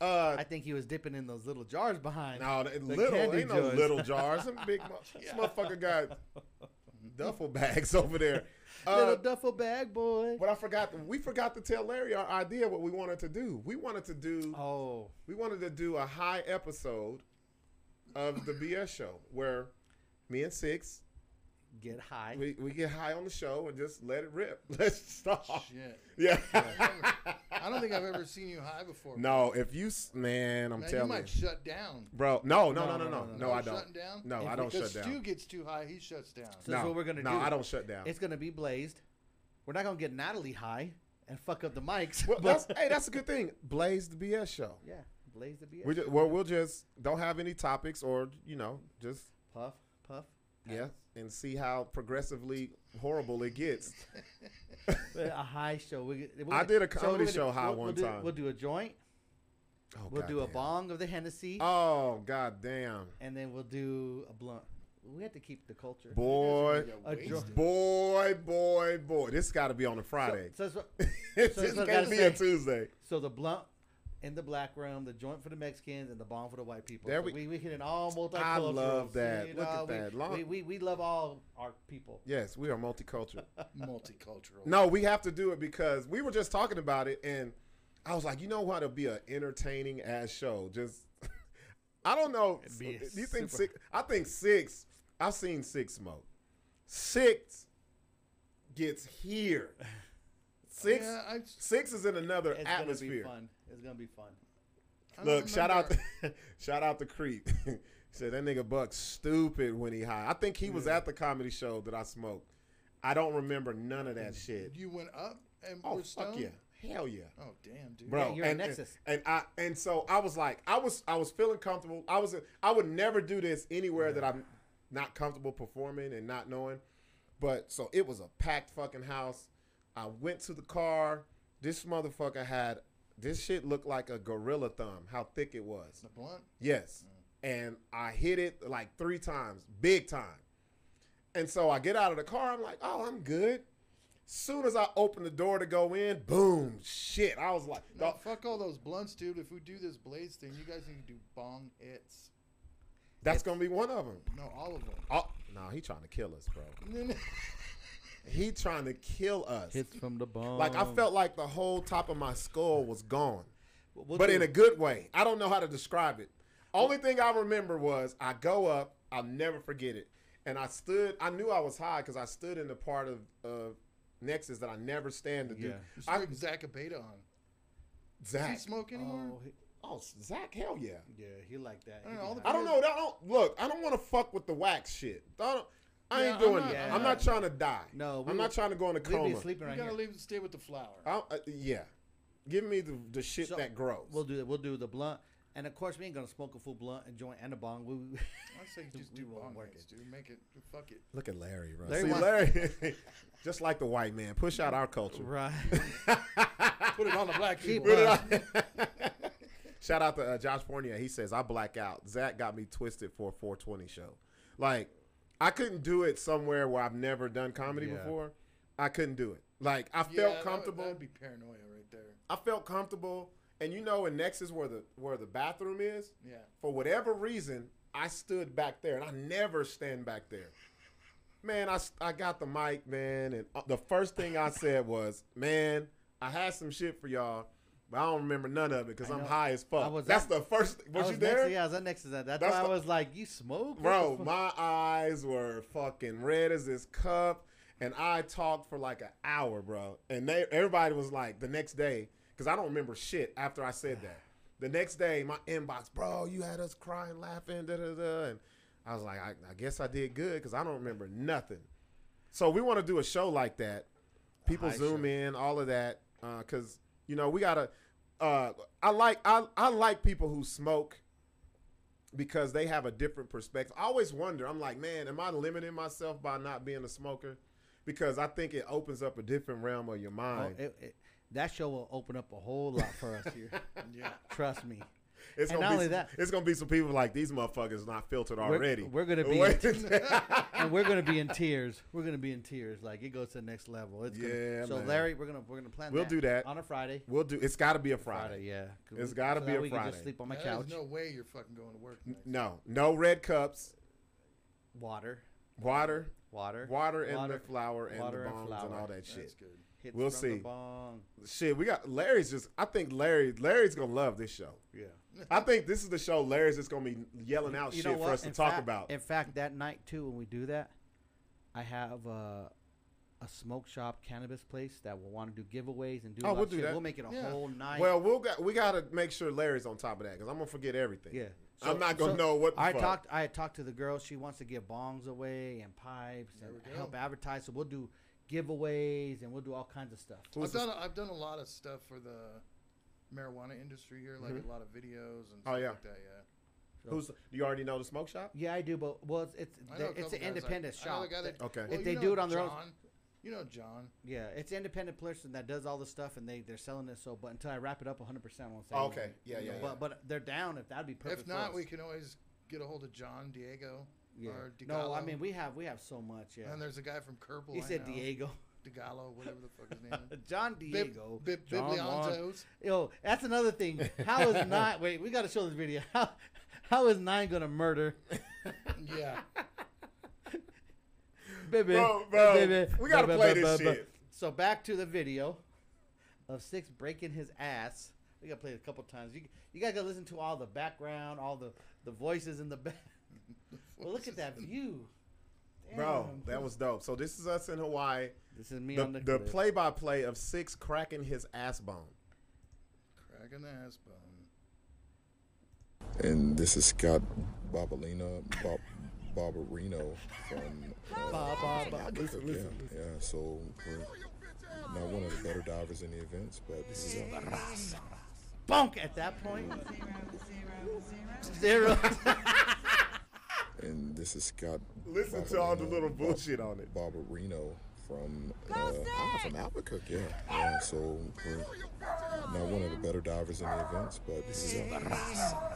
Speaker 1: Uh,
Speaker 2: I think he was dipping in those little jars behind.
Speaker 1: no, th-
Speaker 2: the
Speaker 1: little
Speaker 2: candy
Speaker 1: ain't no
Speaker 2: jars.
Speaker 1: little jars. Some big mo- this motherfucker got duffel bags over there. Uh,
Speaker 2: little duffel bag boy.
Speaker 1: but I forgot. We forgot to tell Larry our idea what we wanted to do. We wanted to do.
Speaker 2: Oh,
Speaker 1: We wanted to do a high episode of the BS show where me and Six
Speaker 2: get high.
Speaker 1: we, we get high on the show and just let it rip. Let's stop.
Speaker 5: Shit.
Speaker 1: Yeah.
Speaker 5: I don't think I've ever seen you high before.
Speaker 1: no, if you s- man, I'm
Speaker 5: Man, you
Speaker 1: telling
Speaker 5: might shut down.
Speaker 1: Bro, no, no, no, no,
Speaker 2: No,
Speaker 1: no,
Speaker 2: no,
Speaker 1: no,
Speaker 2: no, no.
Speaker 1: I
Speaker 5: You
Speaker 1: don't.
Speaker 5: shutting down?
Speaker 1: No,
Speaker 2: If
Speaker 1: I
Speaker 2: we
Speaker 1: don't shut
Speaker 5: Because
Speaker 1: down.
Speaker 5: Stu gets too high, he shuts down.
Speaker 2: So that's
Speaker 1: no,
Speaker 2: what we're gonna
Speaker 1: no,
Speaker 2: do.
Speaker 1: I don't shut down.
Speaker 2: It's gonna be blazed. We're not gonna get Natalie high and fuck up the mics.
Speaker 1: well,
Speaker 2: but
Speaker 1: that's, hey, that's a good thing. Blaze the BS show.
Speaker 2: yeah, blaze the BS.
Speaker 1: We just, well, we'll just don't have any topics or you know just
Speaker 2: puff, puff.
Speaker 1: yeah, and see how progressively horrible it gets.
Speaker 2: a high show. We, we,
Speaker 1: I did a
Speaker 2: so
Speaker 1: comedy
Speaker 2: we're gonna-
Speaker 1: show high
Speaker 2: we'll- we'll
Speaker 1: one
Speaker 2: do-
Speaker 1: time.
Speaker 2: We'll do a joint.
Speaker 1: Oh,
Speaker 2: We'll do a
Speaker 1: goddamn.
Speaker 2: bong of the Hennessy,
Speaker 1: Oh god damn,
Speaker 2: and then we'll do a blunt. We have to keep the culture.
Speaker 1: boy,
Speaker 2: A dr-
Speaker 1: boy, boy, boy. This got to be on a Friday.
Speaker 2: So, so,
Speaker 1: this
Speaker 2: so I
Speaker 1: can't
Speaker 2: gotta
Speaker 1: be
Speaker 2: say-
Speaker 1: a Tuesday.
Speaker 2: so the blunt in the black room, the joint for the Mexicans, and the bomb for the white people.
Speaker 1: There
Speaker 2: So
Speaker 1: we-
Speaker 2: we we hitting all multicultural.
Speaker 1: love that.
Speaker 2: you
Speaker 1: Look at
Speaker 2: know, we-
Speaker 1: that. Long-
Speaker 2: We, we we love all our people.
Speaker 1: Yes, we are multicultural.
Speaker 5: Multicultural.
Speaker 1: No, we have to do it because we were just talking about it, and I was like, you know what? It'll be an entertaining ass show. Just, I don't know.
Speaker 2: It'd
Speaker 1: Do
Speaker 2: be
Speaker 1: you think
Speaker 2: super-
Speaker 1: six? I think six. I've seen six smoke. Six gets here. Six,
Speaker 5: Yeah, I,
Speaker 1: six is in another
Speaker 2: It's gonna be
Speaker 1: atmosphere.
Speaker 2: fun. It's gonna be fun.
Speaker 5: I don't
Speaker 1: Look, shout out,
Speaker 5: remember.
Speaker 1: shout out to Creep. Said that nigga Buck stupid when he high. I think he was at the comedy show that I smoked. I don't remember none of
Speaker 2: Mm.
Speaker 1: that shit.
Speaker 5: You went up and
Speaker 1: Oh
Speaker 5: were
Speaker 1: fuck
Speaker 5: stoned?
Speaker 1: yeah, hell yeah,
Speaker 5: Oh damn, dude.
Speaker 1: bro.
Speaker 2: Yeah, you're a
Speaker 1: and,
Speaker 2: Nexus.
Speaker 1: and I and so I was like, I was I was feeling comfortable. I was I would never do this anywhere that I'm not comfortable performing and not knowing. But so it was a packed fucking house. I went to the car. This motherfucker had this shit looked like a gorilla thumb. How thick it was.
Speaker 5: The blunt.
Speaker 1: Yes. And I hit it like three times, big time. And so I get out of the car. I'm like, oh, I'm good. Soon as I open the door to go in, boom, shit. I was like,
Speaker 5: No,
Speaker 1: the-
Speaker 5: fuck all those blunts, dude. If we do this blaze thing, you guys need to do bong hits.
Speaker 1: that's gonna be one of them.
Speaker 5: No, all of them.
Speaker 1: Oh, no, he trying to kill us, bro. He trying to kill us.
Speaker 2: Hits from the bone.
Speaker 1: Like I felt like the whole top of my skull was gone,
Speaker 2: We'll
Speaker 1: but
Speaker 2: do-
Speaker 1: in a good way. I don't know how to describe it. Only thing I remember was I go up. I'll never forget it. And I stood. I knew I was high because I stood in the part of of Nexus that I never stand to do.
Speaker 2: Yeah.
Speaker 5: Just
Speaker 1: I,
Speaker 5: bring Zach a beta on. Does he
Speaker 1: Zach.
Speaker 5: smoke anymore?
Speaker 2: Oh, he,
Speaker 1: Oh, Zach. Hell yeah.
Speaker 2: yeah, he like that.
Speaker 5: I
Speaker 2: He
Speaker 5: don't know, all
Speaker 2: be
Speaker 5: the-
Speaker 1: I don't know. I don't look. I don't want to fuck with the wax shit. I, don't, I
Speaker 5: Yeah,
Speaker 1: ain't
Speaker 5: I'm
Speaker 1: doing
Speaker 5: not-
Speaker 1: that.
Speaker 2: Yeah.
Speaker 1: I'm not trying to die.
Speaker 2: No, we
Speaker 1: I'm not
Speaker 2: would-
Speaker 1: trying to go in a
Speaker 2: high. We'd
Speaker 1: coma.
Speaker 2: be sleeping
Speaker 5: You
Speaker 2: right
Speaker 5: gotta
Speaker 2: here.
Speaker 5: leave. Stay with the flower.
Speaker 1: I, uh, yeah, give me the, the shit
Speaker 2: So,
Speaker 1: that grows.
Speaker 2: We'll do that. We'll do the blunt, and of course we ain't gonna smoke a full blunt and join and a bong. We,
Speaker 5: I say just
Speaker 2: We
Speaker 5: do
Speaker 2: won't
Speaker 5: bong
Speaker 2: work
Speaker 5: hits, dude. Make it. Fuck it.
Speaker 1: Look at Larry, bro.
Speaker 2: Larry
Speaker 1: See,
Speaker 2: wants-
Speaker 1: Larry, just like the white man, push out our culture.
Speaker 2: right.
Speaker 5: Put it on the black
Speaker 2: Keep
Speaker 5: people.
Speaker 2: it up.
Speaker 1: Shout out to uh, Josh Fournier. He says I black out. Zach got me twisted for a 420 show. Like I couldn't do it somewhere where I've never done comedy
Speaker 2: Yeah.
Speaker 1: before. I couldn't do it. Like I
Speaker 5: Yeah,
Speaker 1: felt
Speaker 5: that would-
Speaker 1: comfortable.
Speaker 5: That'd be paranoia right there.
Speaker 1: I felt comfortable, and you know, in Nexus where the where the bathroom is,
Speaker 5: Yeah.
Speaker 1: for whatever reason, I stood back there, and I never stand back there. Man, I, s- I got the mic, man, and uh, the first thing I said was, "Man, I had some shit for y'all, but I don't remember none of it because
Speaker 2: I
Speaker 1: I'm
Speaker 2: know.
Speaker 1: high as fuck."
Speaker 2: I was
Speaker 1: That's
Speaker 2: at-
Speaker 1: the first.
Speaker 2: I
Speaker 1: Was, you
Speaker 2: was
Speaker 1: there,
Speaker 2: Next to, yeah, I was at next to that. That's,
Speaker 1: That's
Speaker 2: why
Speaker 1: the-
Speaker 2: I was like, "You smoke, What
Speaker 1: bro?
Speaker 2: the fuck?"
Speaker 1: My eyes were fucking red as this cup, and I talked for like an hour, bro. And they everybody was like, the next day, because I don't remember shit after I said that. The next day, my inbox, bro, you had us crying, laughing, da da da, and I was like, I, I guess I did good because I don't remember nothing. So we want to do a show like that. People
Speaker 2: high
Speaker 1: zoom
Speaker 2: show.
Speaker 1: in, all of that, because you know we gotta. Uh, I like I, I like people who smoke because they have a different perspective. I always wonder. I'm like, man, am I limiting myself by not being a smoker? Because I think it opens up a different realm of your
Speaker 2: Oh,
Speaker 1: mind.
Speaker 2: it- it- that show will open up a whole lot for us here.
Speaker 5: Yeah.
Speaker 2: Trust me.
Speaker 1: it's gonna
Speaker 2: and not
Speaker 1: be
Speaker 2: only
Speaker 1: some,
Speaker 2: that-
Speaker 1: it's gonna be some people like these motherfuckers not filtered
Speaker 2: We're-
Speaker 1: already.
Speaker 2: we're gonna be-
Speaker 1: Wait-
Speaker 2: and we're gonna be in tears. We're gonna be in tears. Like it goes to the next level. It's
Speaker 1: Yeah,
Speaker 2: Gonna, so
Speaker 1: man.
Speaker 2: Larry, we're gonna we're gonna plan.
Speaker 1: We'll do that.
Speaker 2: on a Friday.
Speaker 1: we'll do. It's got to be a
Speaker 2: Friday,
Speaker 1: Friday.
Speaker 2: yeah. 'Cause
Speaker 1: It's
Speaker 2: we-
Speaker 1: gotta
Speaker 2: so
Speaker 1: be
Speaker 2: that
Speaker 1: a
Speaker 2: we can just
Speaker 1: Friday.
Speaker 2: sleep on my
Speaker 5: There's
Speaker 2: couch.
Speaker 5: no way you're fucking going to work. Tonight.
Speaker 1: No, no red cups.
Speaker 2: Water,
Speaker 1: Water,
Speaker 2: water,
Speaker 1: water, and the
Speaker 2: Water.
Speaker 1: flour and
Speaker 2: Water
Speaker 1: the
Speaker 2: and
Speaker 1: bombs and,
Speaker 2: flour.
Speaker 1: all that
Speaker 5: That's
Speaker 1: shit.
Speaker 5: good.
Speaker 2: Hits
Speaker 1: We'll
Speaker 2: from the
Speaker 1: see.
Speaker 2: bong.
Speaker 1: Shit, we got Larry's. Just I think Larry, Larry's gonna love this show.
Speaker 2: Yeah.
Speaker 1: I think this is the show Larry's just gonna be yelling out
Speaker 2: You know
Speaker 1: shit for
Speaker 2: what?
Speaker 1: us to
Speaker 2: In
Speaker 1: talk
Speaker 2: fact-
Speaker 1: about.
Speaker 2: In fact, that night too, when we do that, I have uh, a smoke shop cannabis place that will want to do giveaways and do.
Speaker 1: Oh,
Speaker 2: a lot
Speaker 1: we'll
Speaker 2: of
Speaker 1: do
Speaker 2: shit.
Speaker 1: that.
Speaker 2: We'll make it a
Speaker 5: Yeah.
Speaker 2: whole night.
Speaker 1: Well, we'll got we gotta make sure Larry's on top of that because I'm gonna forget everything.
Speaker 2: Yeah.
Speaker 1: I'm not gonna know what the
Speaker 2: I
Speaker 1: fuck.
Speaker 2: talked. I had talked to the girl. She wants to give bongs away and pipes
Speaker 5: There we
Speaker 2: and
Speaker 5: go.
Speaker 2: help advertise. So we'll do giveaways and we'll do all kinds of stuff.
Speaker 1: Who's
Speaker 5: I've
Speaker 1: this-
Speaker 5: done, a, I've done a lot of stuff for the marijuana industry here, like a lot of videos and stuff
Speaker 1: Oh, yeah.
Speaker 5: like that. Yeah,
Speaker 1: Who's do you already know the smoke shop?
Speaker 2: Yeah, I do, but well, it's it's,
Speaker 5: I
Speaker 2: the-
Speaker 5: know a
Speaker 2: it's
Speaker 5: couple
Speaker 2: an
Speaker 5: guys,
Speaker 2: independent
Speaker 5: I, I know
Speaker 2: shop.
Speaker 5: the guy
Speaker 2: that-
Speaker 5: that-
Speaker 1: Okay.
Speaker 5: well,
Speaker 2: If they
Speaker 5: you
Speaker 2: do
Speaker 5: know
Speaker 2: it on their own-
Speaker 5: John. you know John.
Speaker 2: yeah, it's an independent person that does all the stuff, and they they're selling it. So, but until I wrap it up 100, percent I won't say.
Speaker 1: Oh, okay.
Speaker 2: anything.
Speaker 1: Yeah,
Speaker 2: You
Speaker 1: yeah,
Speaker 2: know,
Speaker 1: yeah.
Speaker 2: But but they're down if that'd be perfect.
Speaker 5: If
Speaker 2: for
Speaker 5: not,
Speaker 2: us.
Speaker 5: we can always get a hold of John Diego
Speaker 2: Yeah.
Speaker 5: or DiGallo.
Speaker 2: No, I mean we have we have so much. Yeah.
Speaker 5: and there's a guy from Kerbal.
Speaker 2: he
Speaker 5: I
Speaker 2: said
Speaker 5: know,
Speaker 2: Diego.
Speaker 5: DiGallo, whatever the fuck his name. is.
Speaker 2: John
Speaker 5: Bib-
Speaker 2: Diego.
Speaker 5: Bib-
Speaker 2: John Juan-
Speaker 5: Biblianzos.
Speaker 2: Yo, that's another thing. How is nine? wait, we got to show this video. How how is nine gonna murder?
Speaker 5: yeah,
Speaker 2: baby,
Speaker 1: Bro, bro,
Speaker 2: baby,
Speaker 1: we gotta play this shit.
Speaker 2: So back to the video of six breaking his ass. We gotta play it a couple times. You you guys gotta listen to all the background, all the the voices in the back. well, look at that view.
Speaker 1: Bro,
Speaker 2: Damn.
Speaker 1: that was dope. So this is us in Hawaii.
Speaker 2: This is me on
Speaker 1: The
Speaker 2: the,
Speaker 1: the
Speaker 2: clip.
Speaker 1: play by play of six cracking his ass bone.
Speaker 5: Cracking the ass bone.
Speaker 4: And this is Scott Bobolino, Bob, Barbarino from. Uh,
Speaker 2: Ba, ba, ba.
Speaker 1: Listen,
Speaker 4: yeah,
Speaker 1: listen.
Speaker 4: yeah. So we're not one of the better divers in the events, but this is uh,
Speaker 2: Bonk at that point. Zero.
Speaker 4: and this is Scott.
Speaker 1: Listen to all the
Speaker 4: Barbarino,
Speaker 1: little
Speaker 4: Bob-
Speaker 1: bullshit on it.
Speaker 4: Barbarino from uh, I'm from Albuquerque. Yeah, yeah. So we're not one of the better divers in the events, but this is uh,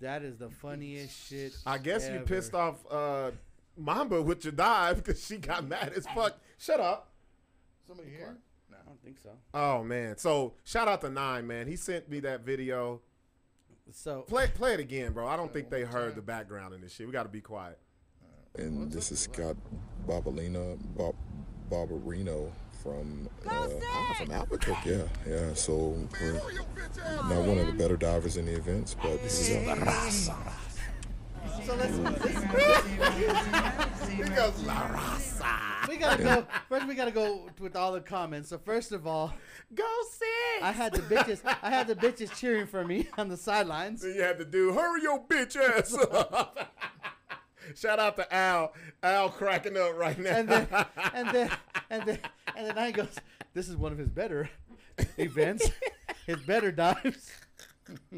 Speaker 2: that is the funniest shit.
Speaker 1: I guess you
Speaker 2: ever.
Speaker 1: pissed off uh, Mamba with your dive because she got mad as fuck. Shut up.
Speaker 5: Somebody here? No.
Speaker 2: I don't think so.
Speaker 1: Oh man. So shout out to Nine man. He sent me that video.
Speaker 2: So
Speaker 1: Play play it again, bro. I don't think they heard the background in this shit. We got to be quiet.
Speaker 4: and this is Scott Bobolino, Bob, Barbarino from uh, I'm from Albuquerque. Yeah, yeah. So we're not one of the better divers in the events, but this is uh,
Speaker 2: we gotta go. First, we gotta go with all the comments. So first of all,
Speaker 1: Go six.
Speaker 2: I had the bitches. I had the bitches cheering for me on the sidelines.
Speaker 1: Then you had to do hurry your bitch ass up. Shout out to Al. Al cracking up right now.
Speaker 2: and then and then and then and then I goes, this is one of his better events, his better dives.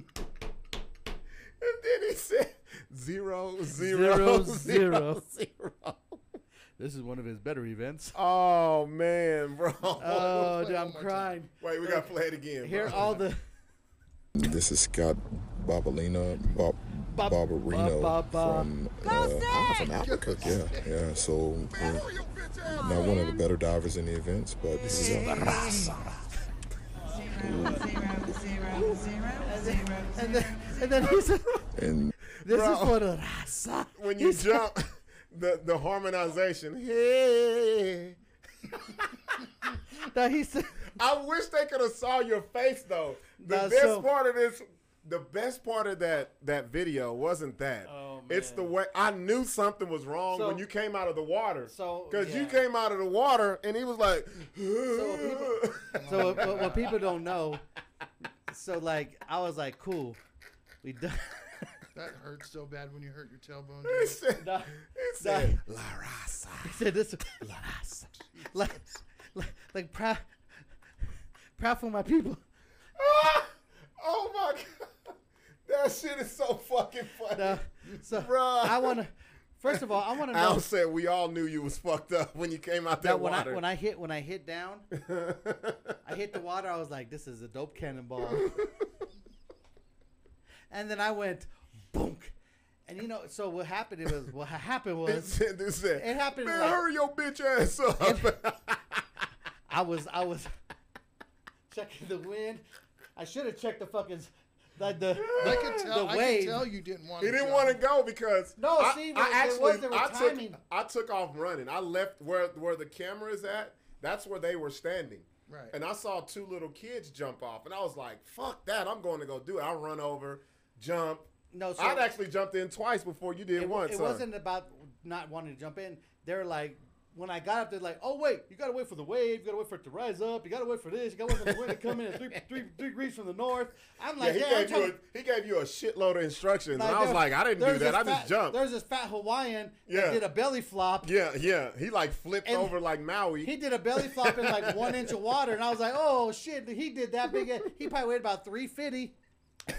Speaker 1: And then he said zero zero zero zero.
Speaker 2: Zero, This is one of his better events.
Speaker 1: Oh man, bro.
Speaker 2: Oh, dude,
Speaker 5: one
Speaker 2: I'm
Speaker 5: more
Speaker 2: crying.
Speaker 1: Wait, we gotta play it again.
Speaker 2: Here are
Speaker 1: bro.
Speaker 2: all the
Speaker 4: this is Scott Bobolino, Bob,
Speaker 2: Bob-
Speaker 4: Barbarino
Speaker 2: Bob- Bob-
Speaker 4: from uh, I'm from Albuquerque. Yeah, yeah. So we're not one of the better divers in the events, but this is uh,
Speaker 2: and then and then he said,
Speaker 4: and
Speaker 2: this
Speaker 1: Bro.
Speaker 2: is for the raza.
Speaker 1: when you jump the the harmonization. Hey.
Speaker 2: That he said,
Speaker 1: I wish they could have saw your face though. The
Speaker 2: That's
Speaker 1: best
Speaker 2: so-
Speaker 1: part of this, the best part of that that video wasn't that.
Speaker 2: Oh,
Speaker 1: It's the way I knew something was wrong when
Speaker 2: So-
Speaker 1: you came out of the water.
Speaker 2: so,
Speaker 1: because you
Speaker 2: yeah.
Speaker 1: came out of the water and he was like,
Speaker 2: people- so what, what, what people don't know, so like I was like, cool, we done.
Speaker 5: That hurts so bad when you hurt your tailbone.
Speaker 1: he
Speaker 5: dude.
Speaker 1: said,
Speaker 2: Nah,
Speaker 1: he said La
Speaker 2: He
Speaker 1: Raza.
Speaker 2: said this like like like proud proud for my people.
Speaker 1: Ah! oh my god, that shit is so fucking funny.
Speaker 2: Uh, so
Speaker 1: Bruh.
Speaker 2: I want to first of all I want to know
Speaker 1: Al said we all knew you was fucked up when you came out that,
Speaker 2: that when
Speaker 1: water.
Speaker 2: I when I hit when I hit down, I hit the water. I was like, this is a dope cannonball. and then I went boom. And you know, so what happened it was what happened
Speaker 1: He
Speaker 2: was
Speaker 1: said, he said,
Speaker 2: It happened
Speaker 1: Man,
Speaker 2: like-
Speaker 1: hurry your bitch ass up.
Speaker 2: I was I was checking the wind. I should have checked the fucking like the
Speaker 5: I could tell.
Speaker 2: the
Speaker 5: I could
Speaker 2: wave.
Speaker 5: tell you didn't want.
Speaker 1: he didn't want to go because
Speaker 2: No,
Speaker 1: I,
Speaker 2: see,
Speaker 1: I
Speaker 2: but it
Speaker 1: actually
Speaker 2: was- there was
Speaker 1: I
Speaker 2: timing.
Speaker 1: took I took off running. I left where where the camera is at. That's where they were standing.
Speaker 5: Right.
Speaker 1: And I saw two little kids jump off, and I was like, "Fuck that! I'm going to go do it." I run over, jump.
Speaker 2: No, so-
Speaker 1: I'd actually jumped in twice before you did
Speaker 2: it,
Speaker 1: once.
Speaker 2: it
Speaker 1: son.
Speaker 2: wasn't about not wanting to jump in. They're like, when I got up, they're like, oh wait, you gotta wait for the wave, you gotta wait for it to rise up, you gotta wait for this, you gotta wait for the wind to come in at three, three, three degrees from the north. I'm
Speaker 1: Yeah,
Speaker 2: like,
Speaker 1: he
Speaker 2: yeah, I'm
Speaker 1: gave you
Speaker 2: trying
Speaker 1: a,
Speaker 2: to-
Speaker 1: he gave you a shitload of instructions, and I was
Speaker 2: there-
Speaker 1: like, "I didn't do
Speaker 2: there's
Speaker 1: that.
Speaker 2: this
Speaker 1: I just
Speaker 2: fat-
Speaker 1: jumped."
Speaker 2: There's this fat Hawaiian
Speaker 1: Yeah.
Speaker 2: that did a belly flop.
Speaker 1: Yeah, yeah. He like flipped
Speaker 2: And
Speaker 1: over like Maui.
Speaker 2: He did a belly flop in like one inch of water, and I was like, oh shit, he did that big. ass- He probably weighed about three fifty.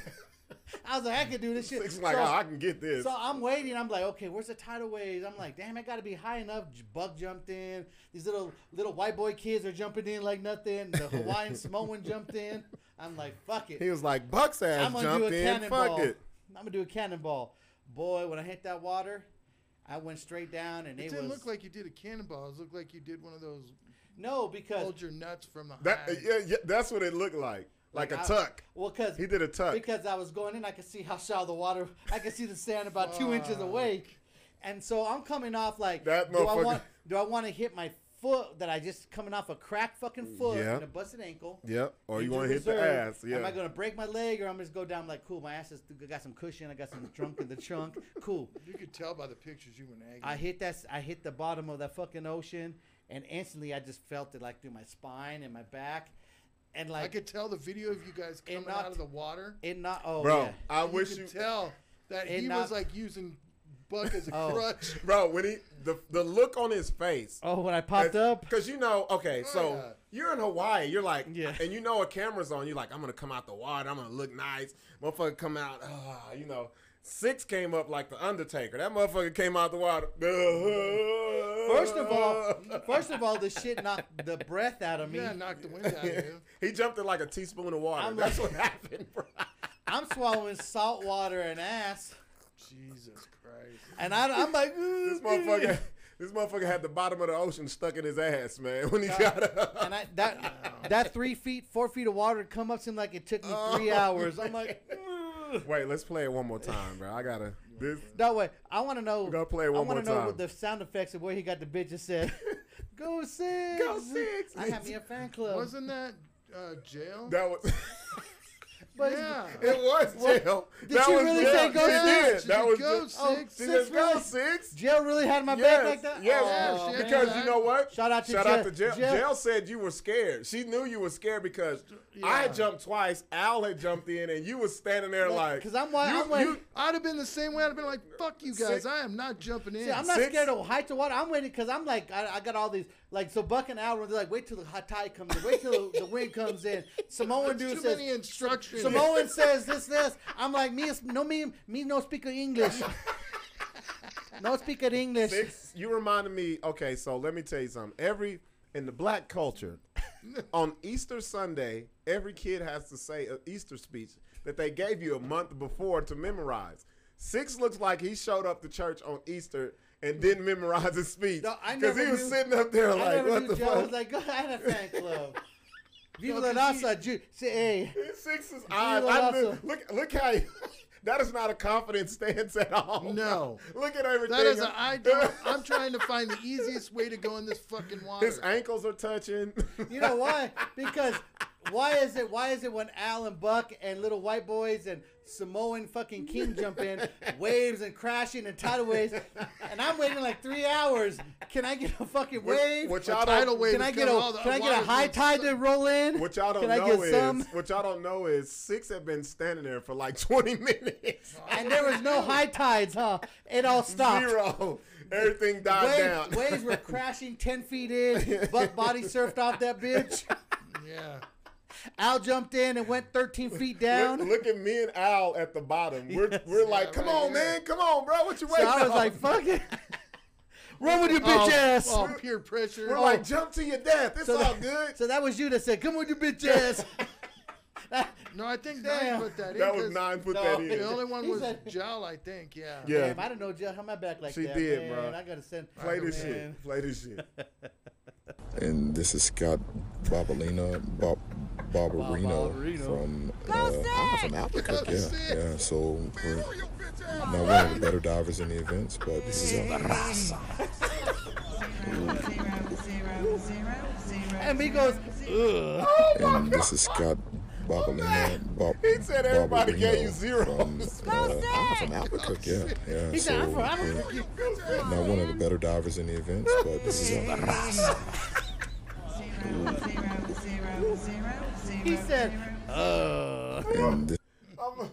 Speaker 2: I was like, I could do this shit.
Speaker 1: It's like,
Speaker 2: So-
Speaker 1: oh, I can get this.
Speaker 2: So I'm waiting. I'm like, okay, where's the tidal waves? I'm like, damn, I gotta be high enough. J- Buck jumped in. These little little white boy kids are jumping in like nothing. The Hawaiian Samoan jumped in. I'm like, fuck
Speaker 1: he
Speaker 2: it.
Speaker 1: was like, Buck's ass
Speaker 2: I'm gonna do a
Speaker 1: jumped in.
Speaker 2: cannonball.
Speaker 1: Fuck it.
Speaker 2: I'm gonna do a cannonball. Boy, when I hit that water, I went straight down, and it,
Speaker 5: It, didn't
Speaker 2: was
Speaker 5: look like you did a cannonball. It looked like you did one of those
Speaker 2: no because
Speaker 5: hold your nuts from the
Speaker 1: That
Speaker 5: high.
Speaker 1: yeah, yeah, that's what it looked like. Like, a
Speaker 2: I-
Speaker 1: tuck.
Speaker 2: Well, because
Speaker 1: He did a tuck.
Speaker 2: because I was going in, I could see how shallow the water. I could see the sand about two inches away, and so I'm coming off like
Speaker 1: That
Speaker 2: do I
Speaker 1: motherfucker-
Speaker 2: want do I want to hit my foot that I just coming off a cracked fucking foot
Speaker 1: Yeah.
Speaker 2: and a busted ankle.
Speaker 1: Yep. Or Mm, Oh, you
Speaker 2: injury
Speaker 1: want to hit the
Speaker 2: reserve.
Speaker 1: ass. Yeah.
Speaker 2: Am I gonna break my leg or I'm just go down like cool? My ass is got some cushion. I got some drunk in the trunk. Cool.
Speaker 5: You could tell by the pictures you and Aggie.
Speaker 2: I hit that. I hit the bottom of that fucking ocean, and instantly I just felt it like through my spine and my back, and
Speaker 5: I
Speaker 2: like
Speaker 5: could tell the video of you guys coming
Speaker 2: knocked-
Speaker 5: out of the water.
Speaker 2: it not. Oh,
Speaker 1: bro,
Speaker 2: yeah.
Speaker 1: I wish
Speaker 5: could
Speaker 1: you.
Speaker 5: tell that
Speaker 2: It
Speaker 5: he
Speaker 2: knocked-
Speaker 5: was like using Buck as a
Speaker 2: Oh.
Speaker 5: crutch.
Speaker 1: Bro, when he the the look on his face.
Speaker 2: Oh, when I popped up.
Speaker 1: Because you know, okay, so
Speaker 5: Yeah.
Speaker 1: you're in Hawaii, you're like,
Speaker 2: Yeah.
Speaker 1: and you know a camera's on, you're like, I'm gonna come out the water, I'm gonna look nice, motherfucker come out, ah, you know. Six came up like the Undertaker. That motherfucker came out the water.
Speaker 2: First
Speaker 1: First
Speaker 2: of all, first of all, the shit knocked the breath out of me.
Speaker 5: Yeah, knocked the wind out of you.
Speaker 1: he jumped in like a teaspoon of water.
Speaker 2: I'm
Speaker 1: That's
Speaker 2: like-
Speaker 1: what happened, bro.
Speaker 2: I'm swallowing salt water and ass,
Speaker 5: Jesus Christ.
Speaker 2: and I, am like,
Speaker 1: This motherfucker, this motherfucker had the bottom of the ocean stuck in his ass, man. When he got up,
Speaker 2: and I that that three feet, four feet of water to come up seemed like it took me
Speaker 1: Oh.
Speaker 2: three hours. I'm like, "Ugh."
Speaker 1: wait, let's play it one more time, bro. I gotta this.
Speaker 2: no way. I want to know.
Speaker 1: gonna play it
Speaker 2: I
Speaker 1: one
Speaker 2: wanna
Speaker 1: more
Speaker 2: know
Speaker 1: time.
Speaker 2: what the sound effects of where he got the bitch and said, "Go six,
Speaker 1: Go Six."
Speaker 2: I have me a fan club.
Speaker 5: Wasn't that uh, jail?
Speaker 1: That was.
Speaker 2: But-
Speaker 5: yeah.
Speaker 1: It was jail.
Speaker 2: did she really
Speaker 1: jail.
Speaker 2: say go
Speaker 1: She
Speaker 2: six?
Speaker 1: did.
Speaker 5: She
Speaker 1: That
Speaker 5: said
Speaker 1: was
Speaker 5: go
Speaker 1: just-
Speaker 2: oh,
Speaker 5: six.
Speaker 1: She
Speaker 2: six
Speaker 1: says go
Speaker 2: really-
Speaker 1: six.
Speaker 2: Jail really had my back like
Speaker 1: Yes,
Speaker 2: that.
Speaker 1: yes.
Speaker 2: Oh,
Speaker 5: Yeah, she-
Speaker 1: because
Speaker 5: man.
Speaker 1: you know what?
Speaker 2: Shout out to
Speaker 1: Shout
Speaker 2: Jail.
Speaker 1: out to jail.
Speaker 2: Jail-
Speaker 1: jail. said you were scared. She knew you were scared because I had jumped twice. Al had jumped in, and you was standing there like,
Speaker 2: Because I'm, wa- I'm like,
Speaker 5: I'd have been the same way. I'd have been like, fuck you guys.
Speaker 1: Six-
Speaker 5: I am not jumping in.
Speaker 2: See, I'm not
Speaker 1: Six-
Speaker 2: scared of heights or water. I'm waiting because I'm like, I, I got all these. Like, so Buck and Al were like, wait till the hot tide comes in. Wait till the, the wind comes in. Samoan
Speaker 5: There's
Speaker 2: dude
Speaker 5: too
Speaker 2: says,
Speaker 5: many instructions.
Speaker 2: Samoan says this, this. I'm like, me, is- no, me, me no speak of English. No speak of English.
Speaker 1: Six, you reminded me. Okay, so let me tell you something. Every in the black culture, on Easter Sunday, every kid has to say an Easter speech that they gave you a month before to memorize. Six looks like he showed up to church on Easter and didn't memorize his speech
Speaker 2: No, I
Speaker 1: because he
Speaker 2: never
Speaker 1: was
Speaker 2: knew-
Speaker 1: sitting up there
Speaker 2: I
Speaker 1: like,
Speaker 2: never
Speaker 1: "What
Speaker 2: knew
Speaker 1: the
Speaker 2: Joe
Speaker 1: fuck?"
Speaker 2: was like, go ahead, a fan club. Viva la
Speaker 5: 'cause he-
Speaker 2: NASA, Ju- say, hey.
Speaker 1: Six's eyes.
Speaker 2: Gila
Speaker 1: I knew,
Speaker 2: Russell.
Speaker 1: look, look how he, that is not a confident stance at all.
Speaker 5: No.
Speaker 1: look at everything.
Speaker 5: That is, a, I don't, I'm trying to find the easiest way to go in this fucking water.
Speaker 1: His ankles are touching.
Speaker 2: You know why? Because why is it why is it when Al and Buck and little white boys and Samoan fucking King jump in, waves and crashing and tidal waves, and I'm waiting like three hours. Can I get a fucking wave?
Speaker 1: what
Speaker 5: The
Speaker 1: y'all
Speaker 5: tidal
Speaker 1: don't,
Speaker 5: wave
Speaker 2: can
Speaker 5: is
Speaker 2: I get
Speaker 5: coming, all
Speaker 2: a
Speaker 5: the
Speaker 2: can I get a
Speaker 5: water's
Speaker 2: high
Speaker 5: gonna
Speaker 2: tide to roll in?
Speaker 1: what y'all don't
Speaker 2: can I
Speaker 1: know
Speaker 2: get
Speaker 1: is
Speaker 2: some?
Speaker 1: what y'all don't know is six had been standing there for like twenty minutes.
Speaker 2: And there was no high tides, huh? It all stopped.
Speaker 1: Zero. Everything died
Speaker 2: Waves-
Speaker 1: down.
Speaker 2: waves were crashing ten feet in. Buck body surfed off that bitch.
Speaker 5: Yeah. Oh,
Speaker 2: Al jumped in and went thirteen feet down.
Speaker 1: Look, look at me and Al at the bottom. We're, we're like, come
Speaker 5: right
Speaker 1: on,
Speaker 5: here.
Speaker 1: man, come on, bro, what you waiting
Speaker 2: So I was
Speaker 1: on?
Speaker 2: like, fuck it. Oh, Run with your bitch
Speaker 5: All-
Speaker 2: ass.
Speaker 5: all oh, peer pressure.
Speaker 1: we're like, jump to your death. It's
Speaker 2: So
Speaker 1: all
Speaker 2: that-
Speaker 1: good.
Speaker 2: So that was you that said, come with your bitch ass.
Speaker 5: no, I think
Speaker 2: Damn.
Speaker 5: nine put that in.
Speaker 1: that was
Speaker 5: 'cause
Speaker 1: nine. Put
Speaker 2: No.
Speaker 1: that
Speaker 5: The
Speaker 1: in.
Speaker 5: only one
Speaker 2: He
Speaker 5: was
Speaker 2: said-
Speaker 5: Jal, I think. Yeah.
Speaker 1: Yeah.
Speaker 2: Damn, I didn't know Jill had my back like
Speaker 1: She
Speaker 2: that.
Speaker 1: did,
Speaker 2: man.
Speaker 1: bro.
Speaker 2: I gotta send.
Speaker 1: Play this
Speaker 2: man.
Speaker 1: shit. Play this shit.
Speaker 4: And this is Scott Bobolina, Bob, Barbarino
Speaker 2: Barbarino.
Speaker 4: from, uh, I'm from Albuquerque.
Speaker 5: Go
Speaker 4: Yeah,
Speaker 5: six.
Speaker 4: yeah. So we're not
Speaker 5: Oh,
Speaker 4: one of the better divers in the events, but this is um, a
Speaker 2: And he goes,
Speaker 4: And this is Scott Bobolino, Bob,
Speaker 1: He said everybody gave you
Speaker 4: Barbarino
Speaker 1: zeros.
Speaker 4: From, uh, I'm from Albuquerque. Yeah, yeah.
Speaker 2: he
Speaker 4: So
Speaker 2: said, I'm from
Speaker 4: we're
Speaker 2: Albuquerque.
Speaker 4: not one of the better divers in the events, but this is um, a
Speaker 2: He said,
Speaker 4: And this
Speaker 1: I'm-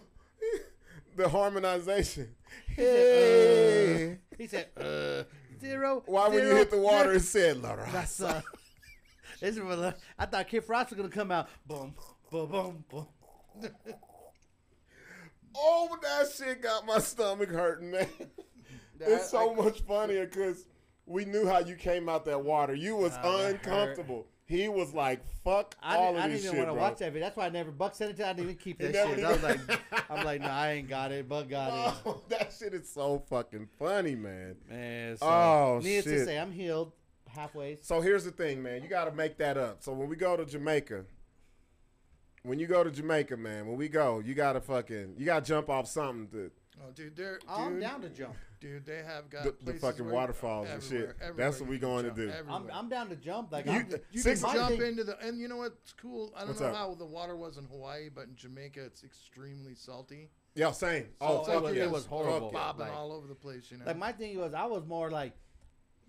Speaker 1: the harmonization.
Speaker 2: said,
Speaker 1: Hey.
Speaker 2: he said, uh, zero.
Speaker 1: Why when you
Speaker 2: zero,
Speaker 1: hit the water,
Speaker 2: zero."
Speaker 1: it said La Raza.
Speaker 2: That's, uh, this is what, I thought Kid Frost was gonna come out. Boom, boom, boom, boom.
Speaker 1: Oh, that shit got my stomach hurting, man. it's so much funnier because we knew how you came out that water. You was uncomfortable. He was like, "Fuck
Speaker 2: I
Speaker 1: all
Speaker 2: didn't,
Speaker 1: of
Speaker 2: I
Speaker 1: this
Speaker 2: didn't even
Speaker 1: shit,
Speaker 2: want to
Speaker 1: bro."
Speaker 2: watch that video. That's why I never Buck sent it to. I didn't even keep that
Speaker 1: never
Speaker 2: shit. I was like, I'm like, no, I ain't got it. Buck got it.
Speaker 1: Oh, that shit is so fucking funny, man.
Speaker 2: Man, so
Speaker 1: Oh,
Speaker 2: needless to
Speaker 1: shit.
Speaker 2: say, I'm healed halfway.
Speaker 1: So here's the thing, man. You got to make that up. So when we go to Jamaica, when you go to Jamaica, man, when we go, you got to fucking, you got to jump off something to
Speaker 5: Oh, dude, they're
Speaker 2: I'm
Speaker 5: dude,
Speaker 2: down to jump.
Speaker 5: Dude, they have got
Speaker 1: The- the
Speaker 5: places
Speaker 1: fucking
Speaker 5: where-
Speaker 1: waterfalls and
Speaker 5: everywhere,
Speaker 1: shit.
Speaker 5: everywhere
Speaker 1: That's what
Speaker 5: you
Speaker 1: we
Speaker 5: can
Speaker 1: going to
Speaker 5: jump,
Speaker 1: do.
Speaker 2: I'm,
Speaker 5: everywhere.
Speaker 2: I'm down to jump. Like
Speaker 1: You-
Speaker 2: I'm,
Speaker 1: you
Speaker 2: can
Speaker 1: can
Speaker 2: my
Speaker 1: jump
Speaker 5: jump
Speaker 2: thing-
Speaker 5: into the and you know what's cool? I don't
Speaker 1: What's
Speaker 5: know
Speaker 1: up?
Speaker 5: how the water was in Hawaii, but in Jamaica it's extremely salty.
Speaker 1: Yeah, same. Oh,
Speaker 2: So
Speaker 1: fuck
Speaker 2: it was- it
Speaker 1: yes.
Speaker 2: was
Speaker 1: Fuck
Speaker 2: horrible.
Speaker 1: yeah.
Speaker 5: Bobbing
Speaker 2: Like-
Speaker 5: all over the place, you know.
Speaker 2: Like my thing was, I was more like,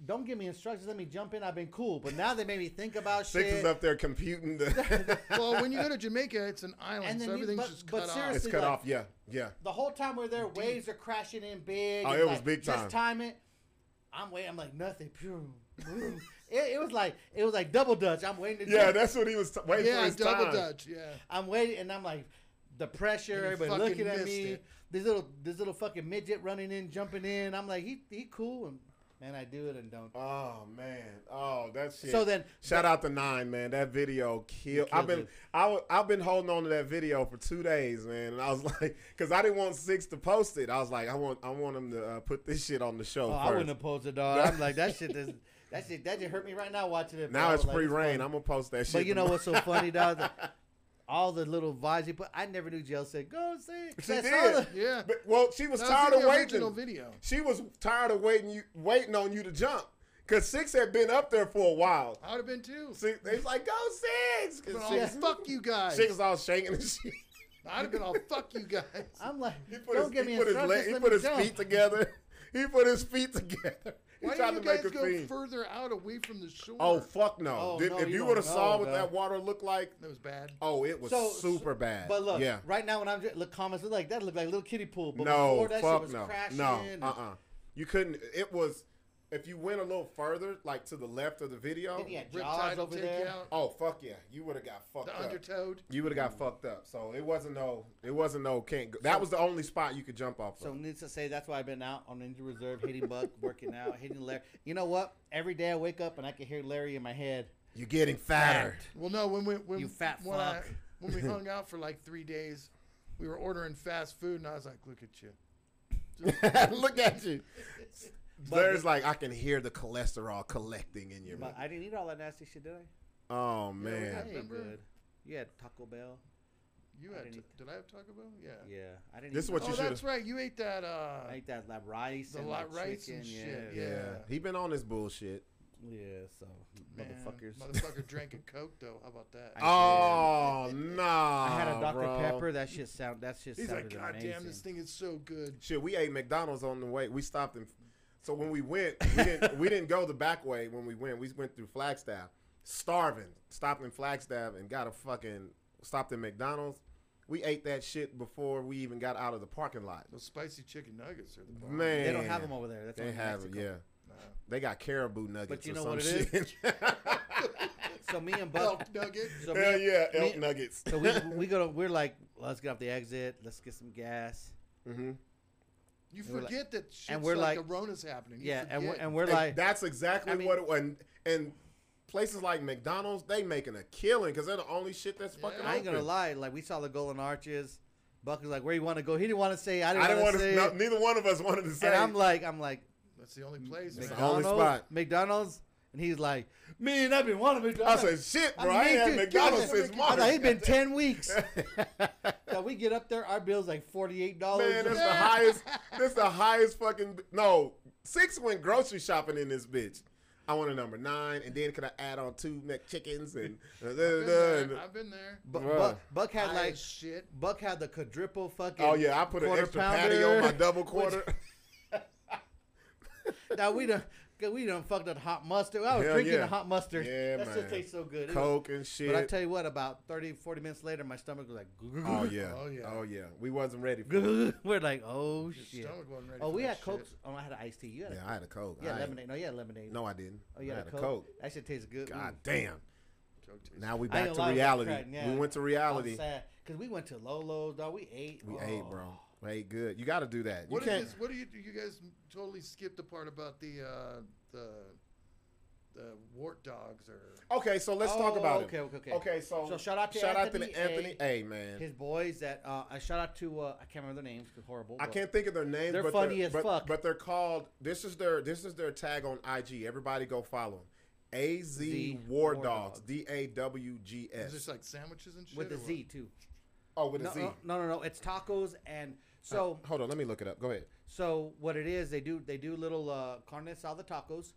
Speaker 2: don't give me instructions. Let me jump in. I've been cool, but now they made me think about
Speaker 1: Six
Speaker 2: shit.
Speaker 1: is up there computing the.
Speaker 5: well, when you go to Jamaica, it's an island,
Speaker 2: And then
Speaker 5: so
Speaker 2: you-
Speaker 5: everything's
Speaker 2: but-
Speaker 5: just
Speaker 2: but
Speaker 5: cut
Speaker 2: seriously-
Speaker 5: off.
Speaker 1: it's cut off. Yeah, yeah.
Speaker 2: The whole time we're there, waves are crashing in big.
Speaker 1: Oh,
Speaker 2: and,
Speaker 1: it was
Speaker 2: like,
Speaker 1: big time.
Speaker 2: Just time it. I'm waiting. I'm like nothing. Pew. Boom. it, it was like it was like double dutch. I'm waiting to
Speaker 1: Yeah,
Speaker 2: jump.
Speaker 1: that's what he was t- waiting for
Speaker 5: Yeah,
Speaker 1: his
Speaker 5: double
Speaker 1: time.
Speaker 5: Dutch. Yeah.
Speaker 2: I'm waiting, and I'm like, the pressure,
Speaker 5: And he
Speaker 2: everybody
Speaker 5: fucking
Speaker 2: looking at
Speaker 5: missed
Speaker 2: me.
Speaker 5: it.
Speaker 2: This little, this little fucking midget running in, jumping in. I'm like, he, he cool, and man, I do it and don't.
Speaker 1: Oh man! Oh, that shit.
Speaker 2: So then-
Speaker 1: shout out to Nine, man. That video killed. I've been,
Speaker 2: it.
Speaker 1: I, w- I've been holding on to that video for two days, man. And I was like, because I didn't want Six to post it. I was like, I want, I want him to uh, put this shit on the show
Speaker 2: Oh,
Speaker 1: first.
Speaker 2: I wouldn't have posed it, dog. I'm like, that shit, does, that shit, that just hurt me right now watching it.
Speaker 1: now
Speaker 2: bro.
Speaker 1: it's
Speaker 2: Like,
Speaker 1: free
Speaker 2: fun.
Speaker 1: reign. I'm gonna post that shit.
Speaker 2: But you know
Speaker 1: tomorrow.
Speaker 2: what's so funny, dog? That all the little vibes you put. I never knew Jail said, "Go say."
Speaker 1: She did.
Speaker 5: Yeah.
Speaker 1: But, well, she was
Speaker 5: That was
Speaker 1: tired
Speaker 5: in
Speaker 1: of
Speaker 5: the
Speaker 1: waiting.
Speaker 5: original video.
Speaker 1: She was tired of waiting you waiting on you to jump. Cause Six had been up there for a while.
Speaker 5: I would have been too.
Speaker 1: Six, they was like, go Six!
Speaker 5: But
Speaker 1: 'Cause
Speaker 5: I'll
Speaker 1: Six,
Speaker 5: fuck you guys.
Speaker 1: Six was all shaking and shit.
Speaker 5: I'd have been all fuck you guys.
Speaker 2: I'm like,
Speaker 1: He put
Speaker 2: don't
Speaker 1: his,
Speaker 2: give
Speaker 1: he
Speaker 2: me
Speaker 1: put his,
Speaker 2: instructions.
Speaker 1: leg, he
Speaker 2: let
Speaker 1: put
Speaker 2: me
Speaker 1: his
Speaker 2: jump.
Speaker 1: feet together. He put his feet together. He
Speaker 5: Why
Speaker 1: tried
Speaker 5: do you
Speaker 1: to make
Speaker 5: guys
Speaker 1: a
Speaker 5: go
Speaker 1: theme.
Speaker 5: further out away from the shore?
Speaker 1: Oh fuck no!
Speaker 2: Oh,
Speaker 1: Did-
Speaker 2: no,
Speaker 1: if
Speaker 2: you
Speaker 1: you
Speaker 2: don't
Speaker 1: would have saw
Speaker 2: know,
Speaker 1: what that
Speaker 2: dog.
Speaker 1: water looked like,
Speaker 5: That was bad.
Speaker 1: oh, it was
Speaker 2: So-
Speaker 1: super bad.
Speaker 2: But look,
Speaker 1: yeah,
Speaker 2: right now when I'm just, look comments look like that look like little kiddie pool. But
Speaker 1: no,
Speaker 2: before that shit
Speaker 1: fuck
Speaker 2: was
Speaker 1: no,
Speaker 2: crashing
Speaker 1: no,
Speaker 2: and-
Speaker 1: uh, uh You couldn't. It was if you went a little further, like to the left of the video.
Speaker 2: Then he had Jaws
Speaker 5: Riptide Oh, will
Speaker 2: over
Speaker 5: take
Speaker 2: there.
Speaker 5: you out.
Speaker 1: Oh fuck yeah, you would have got fucked
Speaker 5: The
Speaker 1: up.
Speaker 5: undertowed.
Speaker 1: you would have got fucked up. So it wasn't no, it wasn't no. Can't go. That was the only spot you could jump off.
Speaker 2: So
Speaker 1: of.
Speaker 2: needs to say that's why I've been out on injury reserve, hitting buck, working out, hitting Larry. You know what? Every day I wake up and I can hear Larry in my head.
Speaker 1: You're getting fatter.
Speaker 5: Well, no, when we when
Speaker 2: You fat
Speaker 5: when, I-
Speaker 2: fuck.
Speaker 5: when we hung out for like three days, we were ordering fast food, and I was like, "Look at you."
Speaker 1: Look at you. There's like I can hear the cholesterol collecting in your
Speaker 2: But I didn't eat all that nasty shit, did I?
Speaker 1: Oh
Speaker 5: we
Speaker 1: man.
Speaker 5: got-
Speaker 2: I ate
Speaker 5: Remember?
Speaker 2: good. You had Taco Bell.
Speaker 5: You
Speaker 2: I
Speaker 5: had
Speaker 2: didn't
Speaker 5: t- did I have Taco Bell? Yeah.
Speaker 2: Yeah, I didn't.
Speaker 1: This
Speaker 2: eat
Speaker 1: is what
Speaker 2: much.
Speaker 5: Oh,
Speaker 1: you should've-
Speaker 5: that's right. You ate that. Uh,
Speaker 2: I ate that like rice
Speaker 5: The
Speaker 2: and
Speaker 5: li-
Speaker 2: like
Speaker 5: rice
Speaker 2: chicken.
Speaker 5: and shit,
Speaker 2: Yeah,
Speaker 1: Yeah.
Speaker 5: Yeah.
Speaker 1: He been on this bullshit.
Speaker 2: yeah. so
Speaker 5: man,
Speaker 2: motherfuckers.
Speaker 5: Motherfucker drank a Coke though. How about that?
Speaker 2: I-
Speaker 1: Oh nah.
Speaker 2: I had a Dr
Speaker 1: Ah, bro.
Speaker 2: Pepper. That shit sound. That shit
Speaker 5: He's like,
Speaker 2: sounded
Speaker 5: God
Speaker 2: amazing.
Speaker 5: damn, this thing is so good.
Speaker 1: Shit, we ate McDonald's on the way. We stopped and so when we went, we didn't we didn't go the back way when we went. We went through Flagstaff. Starving. Stopped in Flagstaff and got a fucking stopped in McDonald's. We ate that shit before we even got out of the parking lot.
Speaker 5: Those spicy chicken nuggets are the bomb.
Speaker 1: Man.
Speaker 2: They don't have them over there. That's
Speaker 1: They
Speaker 2: only
Speaker 1: have it,
Speaker 2: Mexico.
Speaker 1: yeah.
Speaker 5: Nah.
Speaker 1: They got caribou nuggets.
Speaker 2: But you
Speaker 1: or
Speaker 2: know
Speaker 1: some
Speaker 2: what it
Speaker 1: shit.
Speaker 2: So me and Buck.
Speaker 5: Elk nugget.
Speaker 2: so me,
Speaker 1: Hell yeah,
Speaker 2: me-
Speaker 1: elk nuggets.
Speaker 2: So we we go to we're like let's get off the exit. Let's get some gas.
Speaker 1: hmm
Speaker 5: You
Speaker 2: And we're like-
Speaker 5: forget that shit's
Speaker 2: and we're
Speaker 5: like,
Speaker 2: like-
Speaker 5: the Rona's happening. You
Speaker 2: Yeah, and we're,
Speaker 5: forget.
Speaker 2: and we're like
Speaker 1: that's exactly
Speaker 2: I mean-
Speaker 1: what it was. And, and places like McDonald's, they making a killing because they're the only shit that's fucking.
Speaker 5: Yeah.
Speaker 2: I ain't gonna
Speaker 1: open.
Speaker 2: lie. Like we saw the Golden Arches. Buck was like, "Where you want to go?" He didn't want to say. I didn't,
Speaker 1: I didn't
Speaker 2: want to
Speaker 1: to.
Speaker 2: say.
Speaker 1: No,
Speaker 2: it.
Speaker 1: neither one of us wanted to say.
Speaker 2: and I'm like, I'm like
Speaker 5: that's the only place.
Speaker 1: It's the
Speaker 5: man.
Speaker 1: only
Speaker 2: McDonald's,
Speaker 1: spot.
Speaker 2: McDonald's, and he's like, "Man, I've been wanting
Speaker 1: I
Speaker 2: McDonald's."
Speaker 1: said, shit, bro. I,
Speaker 2: mean,
Speaker 1: ain't had
Speaker 2: dude,
Speaker 1: McDonald's
Speaker 2: dude,
Speaker 1: since
Speaker 2: I
Speaker 1: March.
Speaker 2: was like, it's been ten weeks. so we get up there, our bill's like forty eight
Speaker 1: Man,
Speaker 2: dollars.
Speaker 1: that's the highest. That's the highest fucking. No, six went grocery shopping in this bitch. I want a number nine, and then could I add on two McChickens and. da, da,
Speaker 5: I've been
Speaker 1: da,
Speaker 5: there.
Speaker 1: da.
Speaker 5: I've been there.
Speaker 1: Bruh.
Speaker 2: Buck, Buck had
Speaker 5: High
Speaker 2: like
Speaker 5: as shit.
Speaker 2: Buck had the quadruple fucking.
Speaker 1: Oh yeah, I put an
Speaker 2: quarter
Speaker 1: extra patty on my
Speaker 2: pounder.
Speaker 1: double quarter.
Speaker 2: now we done, cause we done fucked up hot mustard. I was
Speaker 1: Hell
Speaker 2: drinking
Speaker 1: yeah.
Speaker 2: the hot mustard.
Speaker 1: Yeah,
Speaker 2: that shit
Speaker 1: man.
Speaker 2: tastes so good. It was-
Speaker 1: Coke and shit.
Speaker 2: But I tell you what, about 30, 40 minutes later, my stomach was like,
Speaker 1: Oh yeah.
Speaker 5: Oh, yeah.
Speaker 1: Oh yeah. We wasn't ready. For it.
Speaker 2: we're like, oh
Speaker 5: Your
Speaker 2: shit.
Speaker 5: stomach wasn't ready
Speaker 2: Oh,
Speaker 5: for
Speaker 2: we
Speaker 5: that
Speaker 2: had
Speaker 5: shit.
Speaker 2: Coke. Oh, I had an iced tea. You had,
Speaker 1: Yeah,
Speaker 2: a,
Speaker 1: I had a Coke.
Speaker 2: you had
Speaker 1: I ain't-
Speaker 2: lemonade. No, you had lemonade.
Speaker 1: No, I didn't.
Speaker 2: oh, you
Speaker 1: I
Speaker 2: had, a, Coke? That shit tastes good.
Speaker 1: God
Speaker 2: Mm.
Speaker 1: damn.
Speaker 5: Coke tastes-
Speaker 1: Now we
Speaker 2: I ain't
Speaker 1: back
Speaker 2: gonna
Speaker 1: to
Speaker 2: lie, I was
Speaker 1: reality.
Speaker 2: cracked, yeah.
Speaker 1: We went to
Speaker 2: I'm
Speaker 1: reality.
Speaker 2: sad because we went to Lolo's. Dog, we ate.
Speaker 1: We
Speaker 2: Oh.
Speaker 1: ate, bro. We ate good. You got to do that. You
Speaker 5: What is
Speaker 1: can't.
Speaker 5: this? What do you do? You guys totally skipped the part about the uh, the the wart dogs or
Speaker 1: Okay, so let's talk
Speaker 2: Oh,
Speaker 1: about
Speaker 2: okay,
Speaker 1: it.
Speaker 2: okay, okay.
Speaker 1: Okay, so
Speaker 2: So shout out to
Speaker 1: shout out
Speaker 2: Anthony
Speaker 1: to Anthony
Speaker 2: A.
Speaker 1: A. Man,
Speaker 2: His boys that uh, I shout out to. Uh, I can't remember their names because horrible.
Speaker 1: I
Speaker 2: but-
Speaker 1: can't think of their names.
Speaker 2: They're
Speaker 1: but
Speaker 2: funny
Speaker 1: they're,
Speaker 2: as
Speaker 1: but,
Speaker 2: fuck.
Speaker 1: But they're called. This is their. This is their tag on IG. Everybody go follow them. A Z
Speaker 2: Z
Speaker 1: War
Speaker 2: War
Speaker 1: Dogs.
Speaker 2: Dogs.
Speaker 1: D A W G
Speaker 5: is
Speaker 1: S.
Speaker 5: this like sandwiches and shit?
Speaker 2: with the
Speaker 5: or what?
Speaker 2: Z too.
Speaker 1: Oh, with a
Speaker 2: No,
Speaker 1: Z. Uh,
Speaker 2: no, no, no, no. It's tacos and so
Speaker 1: Hold on, let me look it up. Go ahead.
Speaker 2: so what it is they do they do little uh, carne asada tacos,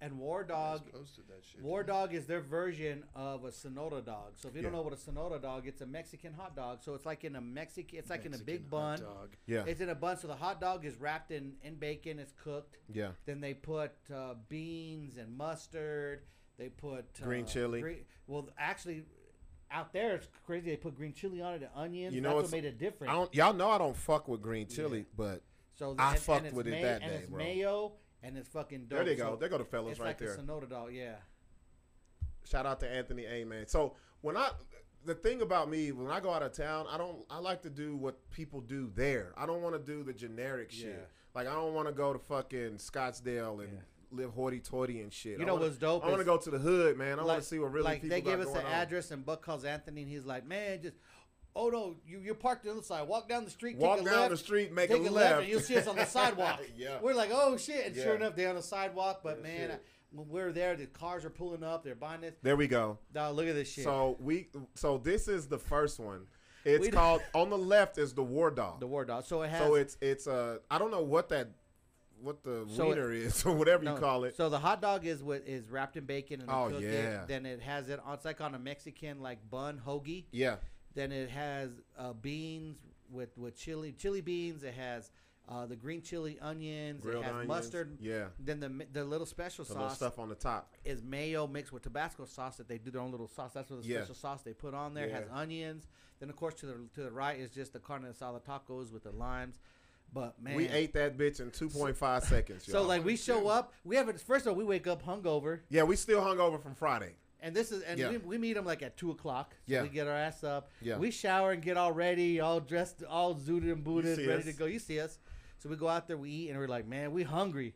Speaker 2: and
Speaker 5: Oh,
Speaker 2: War Dog
Speaker 5: Posted that shit.
Speaker 2: War dog is their version of a Sonora dog. So if you don't
Speaker 1: Yeah.
Speaker 2: know what a Sonora dog, it's a Mexican hot dog. So it's like in a Mexican, it's like in a
Speaker 5: Mexican
Speaker 2: big
Speaker 5: hot
Speaker 2: bun.
Speaker 5: dog.
Speaker 1: Yeah.
Speaker 2: it's in a bun. So the hot dog is wrapped in in bacon. It's cooked.
Speaker 1: Yeah.
Speaker 2: Then they put uh, beans and mustard. They put
Speaker 1: Green
Speaker 2: uh,
Speaker 1: chili.
Speaker 2: green- well, actually, out there it's crazy. They put green chili on it and onions.
Speaker 1: You
Speaker 2: You
Speaker 1: know
Speaker 2: know,
Speaker 1: it's-
Speaker 2: That's what made it different.
Speaker 1: I don't, y'all know I don't fuck with green chili, but
Speaker 2: so
Speaker 1: I
Speaker 2: and- and
Speaker 1: fucked
Speaker 2: it's
Speaker 1: with it
Speaker 2: may-
Speaker 1: that
Speaker 2: and
Speaker 1: day,
Speaker 2: it's
Speaker 1: bro.
Speaker 2: Mayo and it's fucking dope.
Speaker 1: there they
Speaker 2: So
Speaker 1: go. There go the fellas
Speaker 2: it's
Speaker 1: right
Speaker 2: like
Speaker 1: there.
Speaker 2: a Sonora dog. Yeah.
Speaker 1: Shout out to Anthony Amen. So when I the thing about me when I go out of town, I don't I like to do what people do there. I don't want to do the generic
Speaker 2: Yeah.
Speaker 1: shit. Like I don't want to go to fucking Scottsdale and live hoity-toity and shit.
Speaker 2: You
Speaker 1: I
Speaker 2: know
Speaker 1: wanna-
Speaker 2: what's dope
Speaker 1: I want to
Speaker 2: is-
Speaker 1: go to the hood, man. I want
Speaker 2: Like-
Speaker 1: to see what really
Speaker 2: like
Speaker 1: people
Speaker 2: they gave
Speaker 1: got
Speaker 2: us
Speaker 1: going
Speaker 2: an
Speaker 1: on.
Speaker 2: address and Buck calls Anthony and he's like, man, just oh no, you you're parked on the other side. Walk down the street,
Speaker 1: Walk
Speaker 2: take a
Speaker 1: down
Speaker 2: left,
Speaker 1: the street, make
Speaker 2: take
Speaker 1: a
Speaker 2: a
Speaker 1: left."
Speaker 2: and you'll see us on the sidewalk.
Speaker 1: Yeah.
Speaker 2: we're like, oh shit, and sure
Speaker 1: Yeah.
Speaker 2: enough, they're on the sidewalk. But
Speaker 1: Yeah,
Speaker 2: man,
Speaker 1: shit.
Speaker 2: I- when we're there, the cars are pulling up, they're buying this.
Speaker 1: There we go.
Speaker 2: Dog, look at this shit.
Speaker 1: So we so this is the first one. It's
Speaker 2: We-
Speaker 1: called on the left is the War Dog.
Speaker 2: the war dog. So it has.
Speaker 1: so it's it's uh I don't know what that what the
Speaker 2: So it-
Speaker 1: wiener is or whatever
Speaker 2: no,
Speaker 1: you call it.
Speaker 2: So the hot dog is what is wrapped in bacon and they
Speaker 1: Oh,
Speaker 2: cook
Speaker 1: yeah.
Speaker 2: it. Then it has it. on- It's like on a Mexican like bun hoagie.
Speaker 1: yeah.
Speaker 2: Then it has uh, beans with, with chili, chili beans. It has uh, the green chili onions.
Speaker 1: Grilled
Speaker 2: it has
Speaker 1: onions,
Speaker 2: mustard.
Speaker 1: yeah.
Speaker 2: Then the mi- the little special
Speaker 1: The little
Speaker 2: sauce
Speaker 1: stuff on the top.
Speaker 2: is mayo mixed with Tabasco sauce that they do their own little sauce. That's what the
Speaker 1: Yeah.
Speaker 2: special sauce they put on there. It has
Speaker 1: Yeah.
Speaker 2: onions. Then of course to the to the right is just the carne asada tacos with the limes. But man,
Speaker 1: We ate that bitch in 2.5 seconds.
Speaker 2: So
Speaker 1: y'all.
Speaker 2: like we show up, we have it. First of all, we wake up hungover.
Speaker 1: yeah, we still hung over from Friday.
Speaker 2: And this is and
Speaker 1: Yeah.
Speaker 2: we, we meet them like at two o'clock. So
Speaker 1: Yeah.
Speaker 2: we get our ass up.
Speaker 1: Yeah.
Speaker 2: We shower and get all ready, all dressed, all zooted and booted,
Speaker 1: see
Speaker 2: ready
Speaker 1: us.
Speaker 2: to go. You see us. So we go out there, we eat, and we're like, man, we hungry.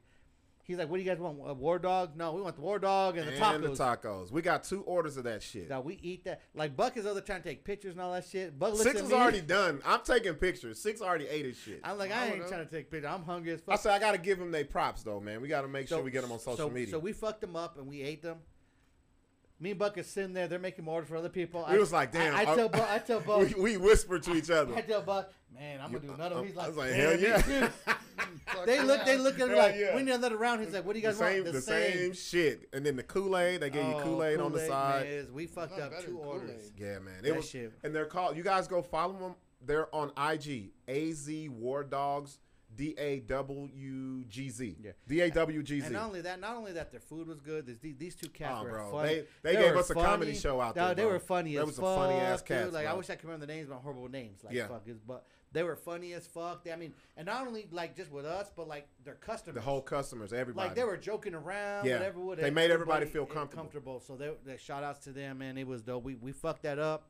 Speaker 2: He's like, what do you guys want? A war dog? No, we want the war dog and the
Speaker 1: and
Speaker 2: tacos.
Speaker 1: the tacos. We got two orders of that shit.
Speaker 2: Now we eat that. Like Buck is over trying to take pictures and all that shit. Buck looks
Speaker 1: Six
Speaker 2: at
Speaker 1: is
Speaker 2: me.
Speaker 1: already done. I'm taking pictures. Six already ate his shit. I,
Speaker 2: I'm like, I,
Speaker 5: I
Speaker 2: ain't
Speaker 5: would've.
Speaker 2: trying to take pictures. I'm hungry as fuck.
Speaker 1: said I gotta give them their props though, man. We gotta make sure we get them on social
Speaker 2: so,
Speaker 1: media.
Speaker 2: So we fucked them up and we ate them. Me and Buck is sitting there. They're making orders for other people.
Speaker 1: we was like, damn.
Speaker 2: I, I
Speaker 1: uh,
Speaker 2: tell Buck. I tell Buck.
Speaker 1: we, we whispered to each other.
Speaker 2: I tell Buck, man, I'm gonna
Speaker 1: You-
Speaker 2: do another.
Speaker 1: I'm-
Speaker 2: one. He's like,
Speaker 1: I was like,
Speaker 2: "Hell
Speaker 1: hell yeah."
Speaker 2: yeah.
Speaker 5: Fuck
Speaker 2: they look, they
Speaker 5: yeah.
Speaker 2: look at me
Speaker 1: Hell
Speaker 2: like,
Speaker 1: yeah.
Speaker 2: we need another round. He's like, what do you
Speaker 1: the
Speaker 2: guys
Speaker 1: same,
Speaker 2: want?
Speaker 1: the, same. shit. And then the Kool Aid, they gave you
Speaker 2: Oh,
Speaker 1: Kool Aid on the
Speaker 2: Kool-Aid,
Speaker 1: side.
Speaker 2: man, is- we fucked
Speaker 5: Not
Speaker 2: up
Speaker 5: better
Speaker 2: two
Speaker 5: than
Speaker 2: orders.
Speaker 5: Kool-Aid.
Speaker 1: Yeah, man. It
Speaker 2: That
Speaker 1: was,
Speaker 2: shit.
Speaker 1: And they're called. You guys go follow them. They're on IG. A Z War Dogs. D A W G Z.
Speaker 2: Yeah.
Speaker 1: D A W G Z.
Speaker 2: And not only that, not only that, their food was good. These, these two cats
Speaker 1: Oh,
Speaker 2: were
Speaker 1: bro,
Speaker 2: funny.
Speaker 1: they- they gave
Speaker 2: were
Speaker 1: us a comedy
Speaker 2: funny.
Speaker 1: show out
Speaker 2: No,
Speaker 1: there,
Speaker 2: They
Speaker 1: bro.
Speaker 2: were funny
Speaker 1: That
Speaker 2: as
Speaker 1: was a
Speaker 2: fuck.
Speaker 1: funny-ass
Speaker 2: dude.
Speaker 1: cats,
Speaker 2: Like I
Speaker 1: bro.
Speaker 2: wish I could remember the names, but horrible names. Like
Speaker 1: Yeah.
Speaker 2: fuck, it's- but they were funny as fuck. They, I mean, and not only like just with us, but like their customers.
Speaker 1: the whole customers, everybody.
Speaker 2: Like they were joking around,
Speaker 1: Yeah.
Speaker 2: whatever. whatever
Speaker 1: They made everybody feel
Speaker 2: eh,
Speaker 1: comfortable.
Speaker 2: So they, they shout outs to them, man. It was dope. We we fucked that up.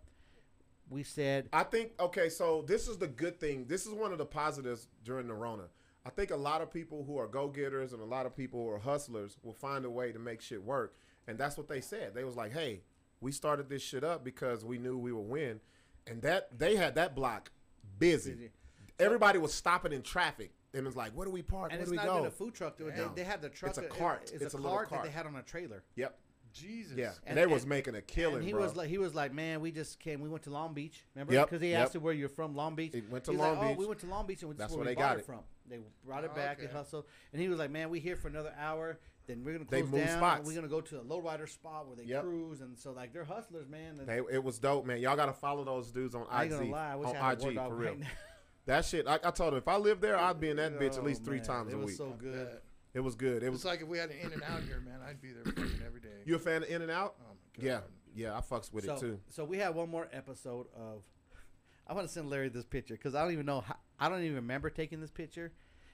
Speaker 2: We said
Speaker 1: I think okay, so this is the good thing. This is one of the positives during the Rona. I think a lot of people who are go getters and a lot of people who are hustlers will find a way to make shit work, and that's what they said. They was like, "Hey, we started this shit up because we knew we would win," and that they had that block busy.
Speaker 2: Busy.
Speaker 1: Everybody was stopping in traffic and was like, "Where do we park?
Speaker 2: and
Speaker 1: Where
Speaker 2: it's
Speaker 1: do we
Speaker 2: not
Speaker 1: go?"
Speaker 2: even a food truck. Dude. They,
Speaker 1: Damn.
Speaker 2: they had the truck.
Speaker 1: It's a
Speaker 2: it-
Speaker 1: cart.
Speaker 2: It's,
Speaker 1: It's a
Speaker 2: a,
Speaker 1: little
Speaker 2: cart,
Speaker 1: cart.
Speaker 2: that they had on a trailer.
Speaker 1: yep,
Speaker 5: Jesus.
Speaker 1: yeah, and,
Speaker 2: And-
Speaker 1: they
Speaker 2: and-
Speaker 1: was making a killing,
Speaker 2: and he
Speaker 1: bro.
Speaker 2: was like, he was like, man, we just came. We went to Long Beach, remember?
Speaker 1: Yep,
Speaker 2: Because he
Speaker 1: yep.
Speaker 2: asked you where you're from, Long Beach.
Speaker 1: It went to
Speaker 2: He's
Speaker 1: Long
Speaker 2: like,
Speaker 1: Beach.
Speaker 2: Oh, we went to Long Beach, and
Speaker 1: That's
Speaker 2: that's where
Speaker 1: where they
Speaker 2: we bought
Speaker 1: got
Speaker 2: it
Speaker 1: it.
Speaker 2: from. They brought it back. They
Speaker 5: okay.
Speaker 2: hustled, and he was like, man, we here for another hour. Then we're gonna
Speaker 1: They
Speaker 2: close
Speaker 1: moved
Speaker 2: down.
Speaker 1: spots.
Speaker 2: We're gonna go to a lowrider spot where they
Speaker 1: Yep.
Speaker 2: cruise, and so like they're hustlers, man. and-
Speaker 1: They, it was dope, man. Y'all gotta follow those dudes on IG.
Speaker 2: I ain't gonna lie, I wish
Speaker 1: on
Speaker 2: I had a
Speaker 1: IG
Speaker 2: war dog
Speaker 1: Oh, for real.
Speaker 2: right now.
Speaker 1: That shit, I, I told her if I lived there, I'd be in that bitch at
Speaker 2: Oh,
Speaker 1: least three
Speaker 2: man,
Speaker 1: times
Speaker 2: it
Speaker 1: a
Speaker 2: was
Speaker 1: week.
Speaker 2: so good.
Speaker 5: Uh,
Speaker 1: it was good. It was.
Speaker 5: It's like if we had an in and out here, man, I'd be there fucking every day.
Speaker 1: you a fan of In and Out?
Speaker 5: Oh my
Speaker 1: yeah,
Speaker 5: God.
Speaker 1: yeah. I fucks with
Speaker 2: so,
Speaker 1: it too.
Speaker 2: so we had one more episode of. I want to send Larry this picture because I don't even know. How, I don't even remember taking this picture,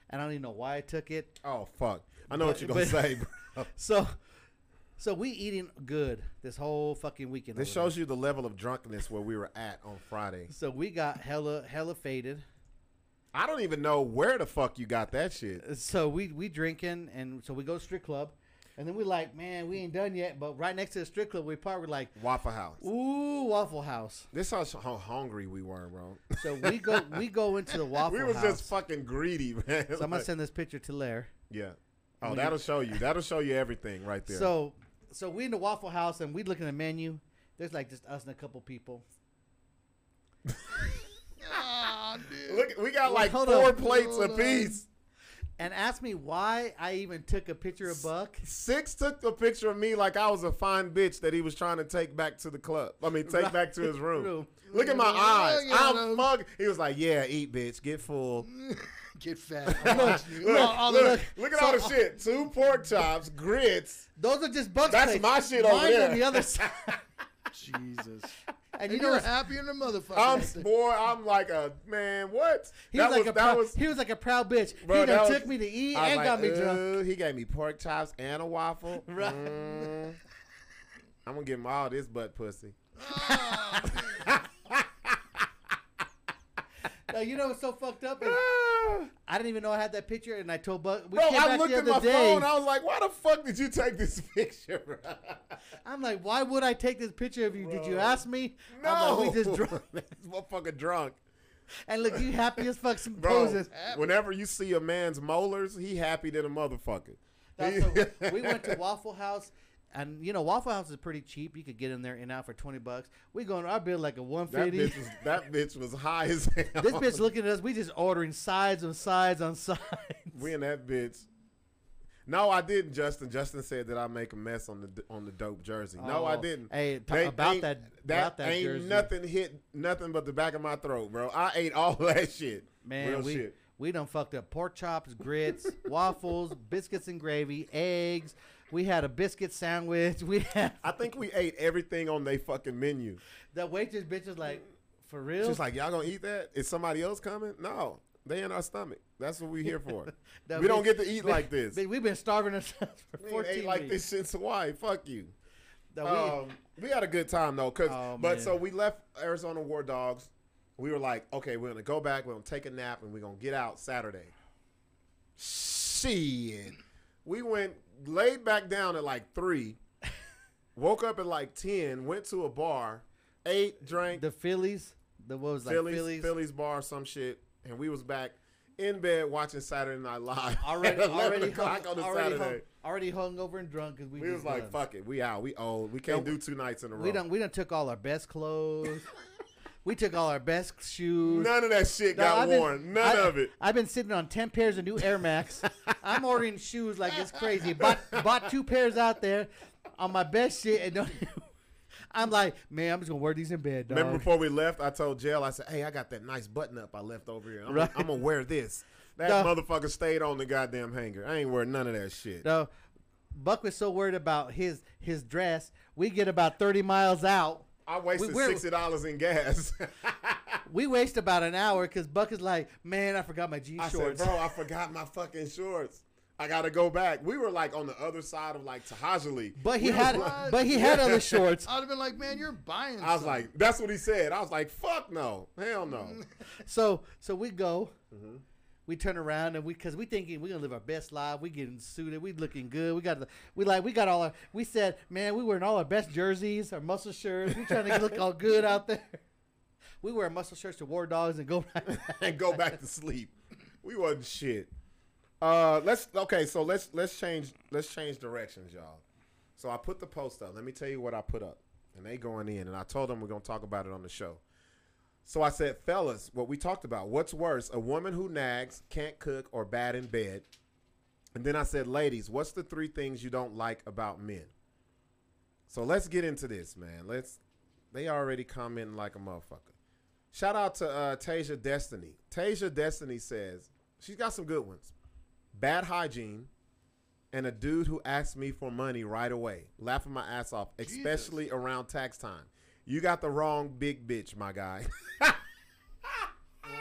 Speaker 2: and I don't even know why I took it.
Speaker 1: Oh fuck! I know what
Speaker 2: But-
Speaker 1: you're gonna
Speaker 2: but-
Speaker 1: say, bro.
Speaker 2: So, so we eating good this whole fucking weekend.
Speaker 1: This
Speaker 2: over there.
Speaker 1: shows you the level of drunkenness where we were at on Friday.
Speaker 2: So we got hella hella faded.
Speaker 1: I don't even know where the fuck you got that shit.
Speaker 2: So we we drinking and so we go to strip club, and then we like man we ain't done yet. But right next to the strip club we park. We're like
Speaker 1: Waffle House.
Speaker 2: ooh Waffle House.
Speaker 1: This is how hungry we were, bro.
Speaker 2: So we go we go into the Waffle
Speaker 1: we was
Speaker 2: House.
Speaker 1: just fucking greedy, man.
Speaker 2: so I'm gonna
Speaker 1: Like,
Speaker 2: send this picture to Lair.
Speaker 1: yeah. Oh, that'll show you. That'll show you everything right there.
Speaker 2: So so we in the Waffle House and we look at the menu. There's like just us and a couple people.
Speaker 5: Aw, dude.
Speaker 1: Look, we got like
Speaker 2: Hold
Speaker 1: four
Speaker 2: on.
Speaker 1: plates
Speaker 5: Hold on.
Speaker 1: apiece.
Speaker 2: and asked me why I even took a picture of Buck.
Speaker 1: Six took a picture of me like I was a fine bitch that he was trying to take back to the club. I mean, take back to his room.
Speaker 2: Room.
Speaker 1: Look at my
Speaker 5: Look
Speaker 1: eyes.
Speaker 5: at
Speaker 1: I'm
Speaker 5: him.
Speaker 1: fuck. He was like, "Yeah, eat, bitch, get full."
Speaker 5: Get fat. I'm watching you.
Speaker 1: Look,
Speaker 5: All- all the-
Speaker 1: look, look at all the shit. Two pork chops, grits.
Speaker 2: Those are just Buck's.
Speaker 1: That's
Speaker 2: plates.
Speaker 1: my shit over
Speaker 2: Mine's
Speaker 1: there.
Speaker 2: on the other side.
Speaker 5: Jesus.
Speaker 2: And you
Speaker 5: And
Speaker 2: know,
Speaker 5: you're
Speaker 2: what's-
Speaker 5: happier than a motherfucker.
Speaker 1: I'm
Speaker 5: that day.
Speaker 1: boy. I'm like a man. What?
Speaker 2: he was like a proud, he was like a proud bitch.
Speaker 1: bro,
Speaker 2: he
Speaker 1: that
Speaker 2: done
Speaker 1: was-
Speaker 2: took me to eat
Speaker 1: I was
Speaker 2: and got me
Speaker 1: like,
Speaker 2: drunk.
Speaker 1: "Ooh," He gave me pork chops and a waffle.
Speaker 2: Right.
Speaker 1: Mm. I'm gonna give him all this butt pussy. uh,
Speaker 2: Now, you know what's so fucked up? is
Speaker 1: Ah.
Speaker 2: I didn't even know I had that picture, and I told Buck. We
Speaker 1: Bro,
Speaker 2: came
Speaker 1: I
Speaker 2: back
Speaker 1: looked
Speaker 2: the
Speaker 1: at
Speaker 2: other
Speaker 1: my
Speaker 2: day.
Speaker 1: phone. I was like, "Why the fuck did you take this picture?" bro?"
Speaker 2: I'm like, why would I take this picture of you? Did you
Speaker 1: Bro.
Speaker 2: ask me?
Speaker 1: no,
Speaker 2: I'm like, we just drunk.
Speaker 1: This motherfucker drunk,
Speaker 2: And look, you happy as fuck. Some
Speaker 1: bro.
Speaker 2: poses.
Speaker 1: Whenever you see a man's molars, he happy than a motherfucker.
Speaker 2: That's what- we went to Waffle House, and you know Waffle House is pretty cheap. You could get in there and out for twenty bucks. We going our bill like a one
Speaker 1: that
Speaker 2: fifty.
Speaker 1: bitch was that bitch was high as hell.
Speaker 2: This bitch looking at us. We just ordering sides on sides on sides.
Speaker 1: We in that bitch. No, I didn't, Justin. Justin said that I make a mess on the on the dope jersey. No, I
Speaker 2: Oh,
Speaker 1: didn't.
Speaker 2: hey, ta-
Speaker 1: They
Speaker 2: about
Speaker 1: ain't-
Speaker 2: that-
Speaker 1: That
Speaker 2: about that
Speaker 1: ain't
Speaker 2: jersey.
Speaker 1: nothing hit nothing but the back of my throat, bro. I ate all that shit.
Speaker 2: Man,
Speaker 1: Real
Speaker 2: we
Speaker 1: shit.
Speaker 2: we done fucked up pork chops, grits, waffles, biscuits and gravy, eggs. We had a biscuit sandwich. We had
Speaker 1: I think we ate everything on they fucking menu.
Speaker 2: the waitress bitch was like, for real.
Speaker 1: She's like, y'all gonna eat that? Is somebody else coming? No, they in our stomach. That's what we here for.
Speaker 2: That
Speaker 1: we don't get
Speaker 2: bitch-
Speaker 1: to eat
Speaker 2: man,
Speaker 1: like this.
Speaker 2: man, We've been starving ourselves for
Speaker 1: We ain't
Speaker 2: fourteen
Speaker 1: ate like
Speaker 2: weeks.
Speaker 1: this since Hawaii. Fuck you.
Speaker 2: That we-
Speaker 1: um, we had a good time though, 'cause-
Speaker 2: Oh,
Speaker 1: but
Speaker 2: man.
Speaker 1: so we left Arizona War Dogs. We were like, okay, we're gonna go back, we're gonna take a nap, and we're gonna get out Saturday. Shit, we went laid back down at like three, woke up at like ten, went to a bar, ate, drank,
Speaker 2: the Phillies. The what was it, like
Speaker 1: Phillies,
Speaker 2: Phillies.
Speaker 1: Phillies bar, some shit, and we was back in bed watching Saturday Night Live.
Speaker 2: Already,
Speaker 1: at 11
Speaker 2: already,
Speaker 1: o'clock
Speaker 2: hung,
Speaker 1: on a
Speaker 2: already,
Speaker 1: Saturday.
Speaker 2: hung, already hung over and drunk because we,
Speaker 1: we
Speaker 2: just
Speaker 1: was like,
Speaker 2: done.
Speaker 1: fuck it, we out, we old, we can't do two nights in a row.
Speaker 2: We done, we done took all our best clothes. we took all our best shoes.
Speaker 1: None of that shit
Speaker 2: No,
Speaker 1: got
Speaker 2: I've been-
Speaker 1: worn. None
Speaker 2: I-
Speaker 1: of it.
Speaker 2: I've been sitting on ten pairs of new Air Max. I'm ordering shoes like it's crazy. Bought bought two pairs out there on my best shit, and don't. I'm like, man, I'm just gonna wear these in bed, dog.
Speaker 1: Remember before we left, I told Jail, I said, "Hey, I got that nice button up I left over here. I'm,
Speaker 2: Right.
Speaker 1: I'm gonna wear this." That
Speaker 2: Duh.
Speaker 1: motherfucker stayed on the goddamn hanger. I ain't wearing none of that shit.
Speaker 2: No, Buck was so worried about his his dress. We get about thirty miles out.
Speaker 1: I wasted
Speaker 2: We- we're-
Speaker 1: sixty dollars in gas.
Speaker 2: We waste about an hour because Buck is like, man, I forgot my
Speaker 1: I
Speaker 2: G-shorts.
Speaker 1: said, "Bro, I forgot my fucking shorts. I gotta go back." We were like on the other side of like Tahajali,
Speaker 2: but he
Speaker 1: We
Speaker 2: had,
Speaker 1: was
Speaker 5: like-
Speaker 2: but he had other shorts.
Speaker 5: I'd have been like, man, you're buying.
Speaker 1: I was
Speaker 5: something.
Speaker 1: like, "That's what he said." I was like, "Fuck no, hell no."
Speaker 2: So, so we go.
Speaker 1: Mm-hmm.
Speaker 2: We turn around and we, cause we thinking we gonna live our best life. We getting suited. We looking good. We got the, we like, we got all our. We said, man, we wearing all our best jerseys, our muscle shirts. We trying to look all good out there. We wear muscle shirts to war dogs and go. Right
Speaker 1: and go back to sleep. We wasn't shit. Uh, let's okay. So let's let's change let's change directions, y'all. So I put the post up. Let me tell you what I put up, and they going in. And I told them we're gonna talk about it on the show. So I said, fellas, what we talked about. What's worse, a woman who nags, can't cook, or bad in bed? And then I said, ladies, what's the three things you don't like about men? So let's get into this, man. Let's. They already commenting like a motherfucker. Shout out to uh, Tasia Destiny. Tasia Destiny says she's got some good ones. Bad hygiene, and a dude who asks me for money right away, laughing my ass off, especially around tax time. You got the wrong big bitch, my guy.
Speaker 5: damn.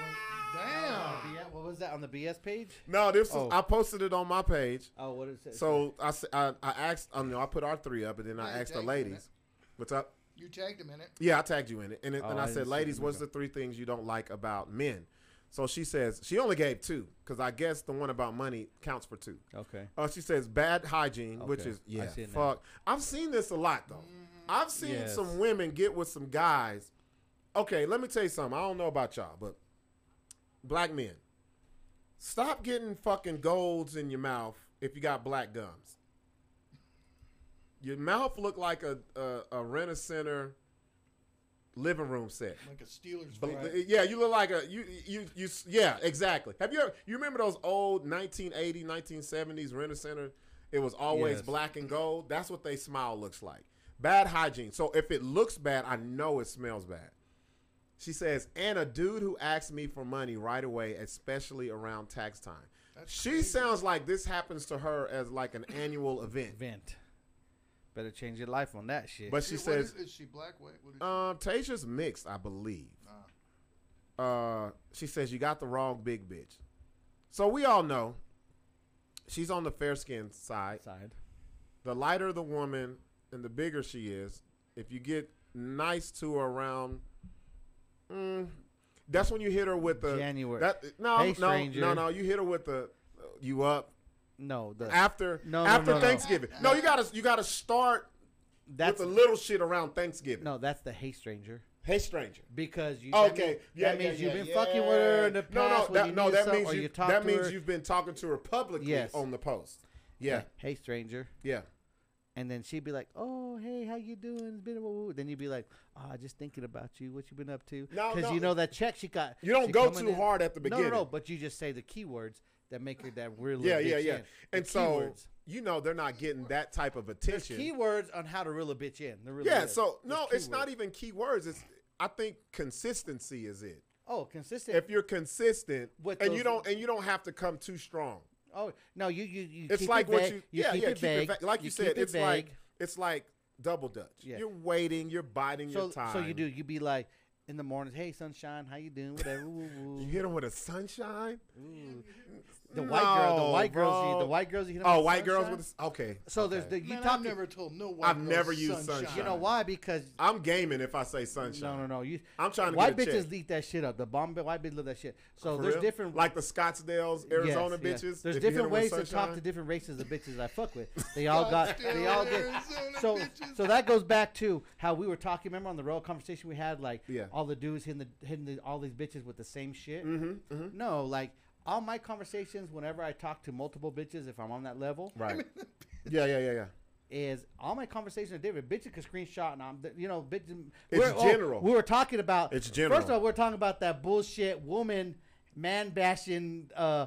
Speaker 2: what was that on the BS page?
Speaker 1: no, this
Speaker 2: Oh.
Speaker 1: is, I posted it on my page.
Speaker 2: Oh, what is it?
Speaker 1: So I, s- I, I asked, I know I put our three up, and then I
Speaker 5: Hey,
Speaker 1: asked the
Speaker 5: thank you, man.
Speaker 1: ladies, "What's up?"
Speaker 5: You tagged him in it.
Speaker 1: Yeah, I tagged you in it, and it,
Speaker 2: Oh,
Speaker 1: and I,
Speaker 2: I didn't
Speaker 1: said,
Speaker 2: see it.
Speaker 1: "Ladies,
Speaker 2: Let me
Speaker 1: what's
Speaker 2: go.
Speaker 1: the three things you don't like about men?" So she says she only gave two because I guess the one about money counts for two.
Speaker 2: okay.
Speaker 1: Uh, she says bad hygiene, which
Speaker 2: Okay.
Speaker 1: is
Speaker 2: I
Speaker 1: yeah,
Speaker 2: see it now.
Speaker 1: fuck. I've seen this a lot though. I've seen
Speaker 2: Yes.
Speaker 1: some women get with some guys. Okay, let me tell you something. I don't know about y'all, but black men, stop getting fucking golds in your mouth if you got black gums. Your mouth look like a a, a Rent-A-Center living room set.
Speaker 5: like a Steelers
Speaker 1: Bel-
Speaker 5: fan.
Speaker 1: Yeah, you look like a you you you s- yeah, exactly. Have you ever you remember those old 1980, 1970s renter center? It was always
Speaker 2: Yes.
Speaker 1: black and gold. That's what they smile looks like. Bad hygiene. So if it looks bad, I know it smells bad. She says, and a dude who asks me for money right away, especially around tax time. she sounds like this happens to her as like an annual event.
Speaker 2: Vent. Better change your life on that shit.
Speaker 1: But she
Speaker 5: what
Speaker 1: says
Speaker 5: is, is she black? White? What is she?
Speaker 1: Um, Tasha's mixed, I believe. Uh, she says you got the wrong big bitch. So we all know she's on the fair skinned side.
Speaker 2: side.
Speaker 1: The lighter the woman and the bigger she is, if you get nice to her around, mm, that's when you hit her with the
Speaker 2: January.
Speaker 1: That, no,
Speaker 2: Hey,
Speaker 1: no,
Speaker 2: stranger.
Speaker 1: no, no. You hit her with the uh, you up
Speaker 2: No, the,
Speaker 1: after
Speaker 2: No, no,
Speaker 1: after
Speaker 2: no, no.
Speaker 1: Thanksgiving. No. you gotta you gotta start
Speaker 2: that's
Speaker 1: with the little shit around Thanksgiving.
Speaker 2: no, that's the hey stranger.
Speaker 1: Hey, stranger.
Speaker 2: Because you that
Speaker 1: Okay,
Speaker 2: means-
Speaker 1: yeah,
Speaker 2: that means
Speaker 1: yeah,
Speaker 2: you've
Speaker 1: yeah,
Speaker 2: been fucking with her in the
Speaker 1: yeah. No,
Speaker 2: past.
Speaker 1: no,
Speaker 2: when
Speaker 1: that,
Speaker 2: you
Speaker 1: no,
Speaker 2: needed
Speaker 1: that
Speaker 2: something
Speaker 1: means
Speaker 2: or
Speaker 1: you,
Speaker 2: talked
Speaker 1: that
Speaker 2: to
Speaker 1: means
Speaker 2: her.
Speaker 1: you've been talking to her publicly
Speaker 2: Yes.
Speaker 1: on the post. Yeah,
Speaker 2: Hey stranger,
Speaker 1: yeah,
Speaker 2: and then she'd be like, "Oh, hey, how you doing? It's been a while." Then you'd be like, "Ah, just thinking about you. What you been up to?"
Speaker 1: No, no.
Speaker 2: you know that check she got.
Speaker 1: You don't
Speaker 2: she
Speaker 1: go
Speaker 2: coming
Speaker 1: too hard at the
Speaker 2: No, no, no.
Speaker 1: beginning.
Speaker 2: But you just say the keywords that make her that weird.
Speaker 1: yeah,
Speaker 2: Little
Speaker 1: yeah,
Speaker 2: bitch
Speaker 1: yeah.
Speaker 2: In. The
Speaker 1: And so
Speaker 2: keywords.
Speaker 1: you know they're not getting that type of
Speaker 2: There's
Speaker 1: attention.
Speaker 2: keywords on how to reel a bitch in. There really
Speaker 1: yeah,
Speaker 2: is.
Speaker 1: so
Speaker 2: There's
Speaker 1: no, it's not
Speaker 2: keywords.
Speaker 1: even keywords. It's I think consistency is it.
Speaker 2: Oh, consistent.
Speaker 1: If you're consistent
Speaker 2: With
Speaker 1: and
Speaker 2: those-
Speaker 1: you don't and you don't have to come too strong.
Speaker 2: oh no, you you you.
Speaker 1: It's
Speaker 2: keep
Speaker 1: like
Speaker 2: it
Speaker 1: what
Speaker 2: vague.
Speaker 1: you, yeah
Speaker 2: keep
Speaker 1: yeah
Speaker 2: it vague.
Speaker 1: va- like you, said.
Speaker 2: keep it
Speaker 1: it's like
Speaker 2: vague.
Speaker 1: it's like double dutch.
Speaker 2: Yeah.
Speaker 1: You're waiting. You're biding your
Speaker 2: so
Speaker 1: time.
Speaker 2: so you do you be like in the mornings, hey sunshine, how you doing? Whatever. woo, woo."
Speaker 1: You hit them with a sunshine.
Speaker 2: Mm. The white girl, the
Speaker 1: No,
Speaker 2: white girls, you,
Speaker 1: bro.
Speaker 2: the white girls. You hit 'em
Speaker 1: Oh,
Speaker 2: with
Speaker 1: white girls
Speaker 2: sunshine?
Speaker 1: with a, okay.
Speaker 2: So there's the you
Speaker 5: Man,
Speaker 2: talk.
Speaker 5: I've
Speaker 2: to-
Speaker 5: never told no white
Speaker 1: I've
Speaker 5: girl
Speaker 1: never used
Speaker 5: sunshine.
Speaker 1: sunshine.
Speaker 2: you know why? Because
Speaker 1: I'm gaming if I say sunshine.
Speaker 2: no, no, no. You.
Speaker 1: I'm trying to
Speaker 2: White
Speaker 1: get a
Speaker 2: bitches
Speaker 1: check.
Speaker 2: eat that shit up. The bomb bi- white bitches love that shit. So
Speaker 1: For
Speaker 2: there's
Speaker 1: real?
Speaker 2: different
Speaker 1: like the Scottsdales, Arizona
Speaker 2: Yes, yes.
Speaker 1: bitches.
Speaker 2: There's
Speaker 1: if you hit
Speaker 2: different
Speaker 1: 'em with
Speaker 2: ways to talk to
Speaker 1: sunshine.
Speaker 2: different races of bitches I fuck with. They all got. They all get.
Speaker 5: Arizona
Speaker 2: So
Speaker 5: bitches.
Speaker 2: so that goes back to how we were talking. Remember on the road conversation we had, like
Speaker 1: Yeah.
Speaker 2: all the dudes hitting the hitting the, all these bitches with the same shit.
Speaker 1: Mm-hmm,
Speaker 2: No, like all my conversations whenever I talk to multiple bitches, if I'm on that level,
Speaker 1: Right. yeah, yeah, yeah, yeah.
Speaker 2: is all my conversations are different. Bitches can screenshot, and I'm, you know, bitches.
Speaker 1: It's
Speaker 2: we're- oh,
Speaker 1: general.
Speaker 2: we were talking about.
Speaker 1: It's general.
Speaker 2: First of all, we're talking about that bullshit woman, man bashing, uh,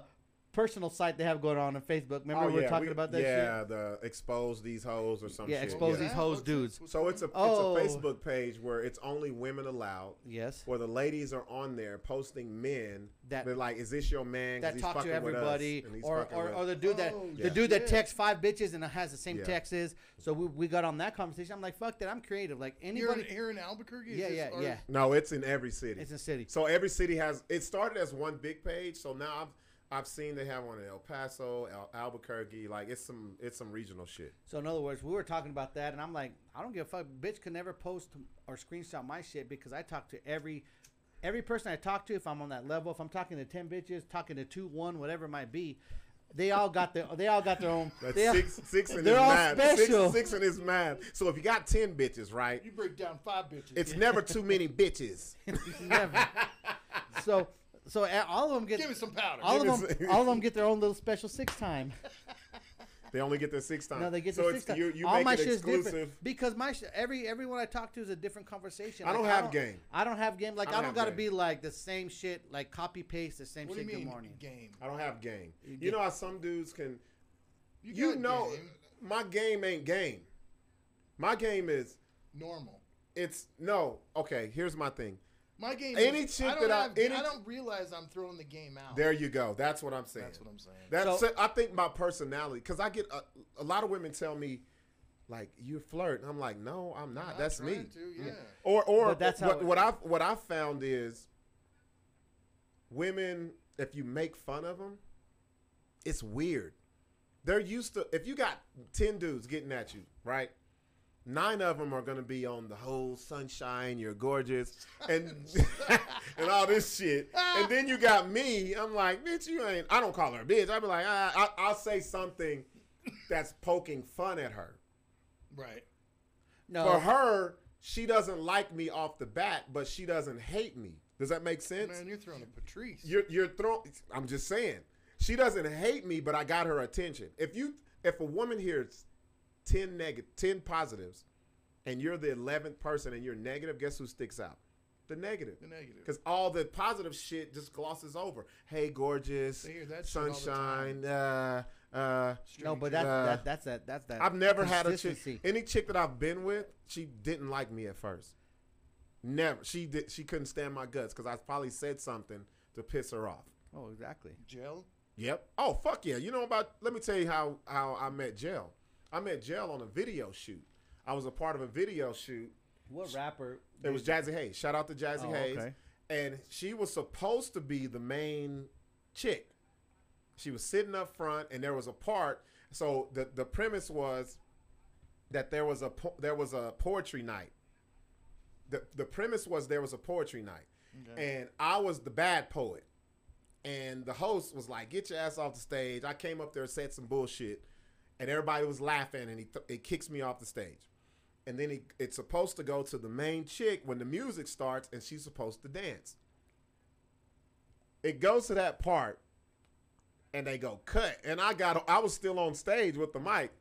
Speaker 2: personal site they have going on on Facebook. Remember we were
Speaker 1: Oh, yeah,
Speaker 2: talking about that
Speaker 1: Yeah,
Speaker 2: shit.
Speaker 1: the expose these hoes or some
Speaker 2: Yeah,
Speaker 1: shit.
Speaker 2: expose
Speaker 5: Yeah.
Speaker 2: these hoes, dudes.
Speaker 1: So it's a
Speaker 2: Oh.
Speaker 1: it's a Facebook page where it's only women allowed.
Speaker 2: Yes.
Speaker 1: Where the ladies are on there posting men that
Speaker 2: That-
Speaker 1: they're like, is this your man? 'Cause
Speaker 2: That
Speaker 1: he's
Speaker 2: talk to
Speaker 1: fucking with us,
Speaker 2: everybody,
Speaker 1: and he's
Speaker 2: or
Speaker 1: fucking
Speaker 2: or,
Speaker 1: with-
Speaker 2: or the dude that
Speaker 5: Oh,
Speaker 2: the
Speaker 5: yeah.
Speaker 2: dude that
Speaker 5: shit.
Speaker 2: texts five bitches and has the same
Speaker 1: Yeah.
Speaker 2: texts. is. So we, we got on that conversation. I'm like, fuck that. I'm creative. Like
Speaker 5: Here in,
Speaker 2: anybody.
Speaker 5: here in Albuquerque? Is
Speaker 2: Yeah,
Speaker 5: this
Speaker 2: yeah,
Speaker 5: artist-
Speaker 2: yeah.
Speaker 1: No, it's in every city.
Speaker 2: It's in city.
Speaker 1: So every city has. It started as one big page. So now I've I've seen they have one in El Paso, Al- Albuquerque. Like it's some it's some regional shit.
Speaker 2: So in other words, we were talking about that, and I'm like, I don't give a fuck. Bitch can never post or screenshot my shit because I talk to every every person I talk to. If I'm on that level, if I'm talking to ten bitches, talking to two, one, whatever it might be, they all got their they all got their own.
Speaker 1: That's
Speaker 2: they all-
Speaker 1: six six in his
Speaker 2: they're all
Speaker 1: math.
Speaker 2: special.
Speaker 1: Six six in his math. So if you got ten bitches, right?
Speaker 5: You break down five bitches.
Speaker 1: It's never too many bitches.
Speaker 2: Never. so so a- all of them get
Speaker 5: Give me some powder.
Speaker 2: all
Speaker 1: Give
Speaker 2: of
Speaker 1: me
Speaker 2: them
Speaker 1: some-
Speaker 2: all of them get their own little special six time.
Speaker 1: They only get their six times.
Speaker 2: No, they get
Speaker 1: so
Speaker 2: their
Speaker 1: it's,
Speaker 2: six time.
Speaker 1: You, you
Speaker 2: all
Speaker 1: make
Speaker 2: my
Speaker 1: it
Speaker 2: shit's
Speaker 1: exclusive.
Speaker 2: different because my sh- every everyone I talk to is a different conversation.
Speaker 1: I
Speaker 2: Like,
Speaker 1: don't have game.
Speaker 2: I don't have game. Like
Speaker 1: I
Speaker 2: I
Speaker 1: don't
Speaker 2: don't,
Speaker 1: have
Speaker 2: gotta
Speaker 1: game.
Speaker 2: be like the same shit. Like copy paste the same
Speaker 5: what do
Speaker 2: shit.
Speaker 5: you mean
Speaker 2: good morning.
Speaker 5: game?
Speaker 1: I don't have game. You know how some dudes can. You,
Speaker 5: got
Speaker 1: know,
Speaker 5: game.
Speaker 1: my game ain't game. My game is
Speaker 5: Normal.
Speaker 1: it's no. Okay, here's my thing.
Speaker 5: My game.
Speaker 1: Any
Speaker 5: is,
Speaker 1: chick
Speaker 5: I don't
Speaker 1: that I-
Speaker 5: have, ga-
Speaker 1: any-
Speaker 5: I don't realize I'm throwing the game
Speaker 2: Oh.
Speaker 5: out.
Speaker 1: There you go. That's what I'm saying.
Speaker 5: That's what I'm saying.
Speaker 1: That's
Speaker 2: So-
Speaker 1: it. I think my personality because I get a, a lot of women tell me like you flirt. And I'm like, no, I'm not. That's me.
Speaker 5: Trying to, yeah.
Speaker 1: Or or
Speaker 2: But that's how
Speaker 1: what,
Speaker 2: it-
Speaker 1: what I've what I've found is women if you make fun of them, it's weird. They're used to if you got ten dudes getting at you, right? Nine of them are gonna be on the whole sunshine, you're gorgeous, and and all this shit. And then you got me. I'm like, bitch, you ain't. I don't call her a bitch. I be like, ah, I, I'll say something that's poking fun at her
Speaker 5: Right.
Speaker 2: No,
Speaker 1: for her, she doesn't like me off the bat, but she doesn't hate me. Does that make sense?
Speaker 5: Man, you're throwing a Patrice.
Speaker 1: You're you're throwing. I'm just saying, she doesn't hate me, but I got her attention. If you if a woman hears ten negative, ten positives, and you're the eleventh person and you're negative, guess who sticks out? The negative.
Speaker 5: The negative.
Speaker 1: Because all the positive shit just glosses over. Hey, gorgeous,
Speaker 5: They hear that shit all the
Speaker 1: sunshine. Uh, uh,
Speaker 2: No, but that's
Speaker 1: Uh,
Speaker 2: that, that's that that's that.
Speaker 1: I've never had a chick.
Speaker 2: consistency.
Speaker 1: Any chick that I've been with, she didn't like me at first. Never. She did. She couldn't stand my guts because I probably said something to piss her off.
Speaker 2: Oh, exactly.
Speaker 5: Jail.
Speaker 1: Yep. Oh fuck yeah. You know about? Let me tell you how how I met Jail. I met Jail on a video shoot. I was a part of a video shoot.
Speaker 2: What rapper?
Speaker 1: It was Jazzy Hayes. Shout out to Jazzy
Speaker 2: Oh,
Speaker 1: Hayes.
Speaker 2: okay.
Speaker 1: And she was supposed to be the main chick. She was sitting up front, and there was a part. So the the premise was that there was a po- there was a poetry night. The the premise was there was a poetry night, and I was the bad poet. And the host was like, "Get your ass off the stage." I came up there, said some bullshit, and everybody was laughing, and he th- it kicks me off the stage. And then he, it's supposed to go to the main chick when the music starts, and she's supposed to dance. It goes to that part, and they go cut. And I got I was still on stage with the mic.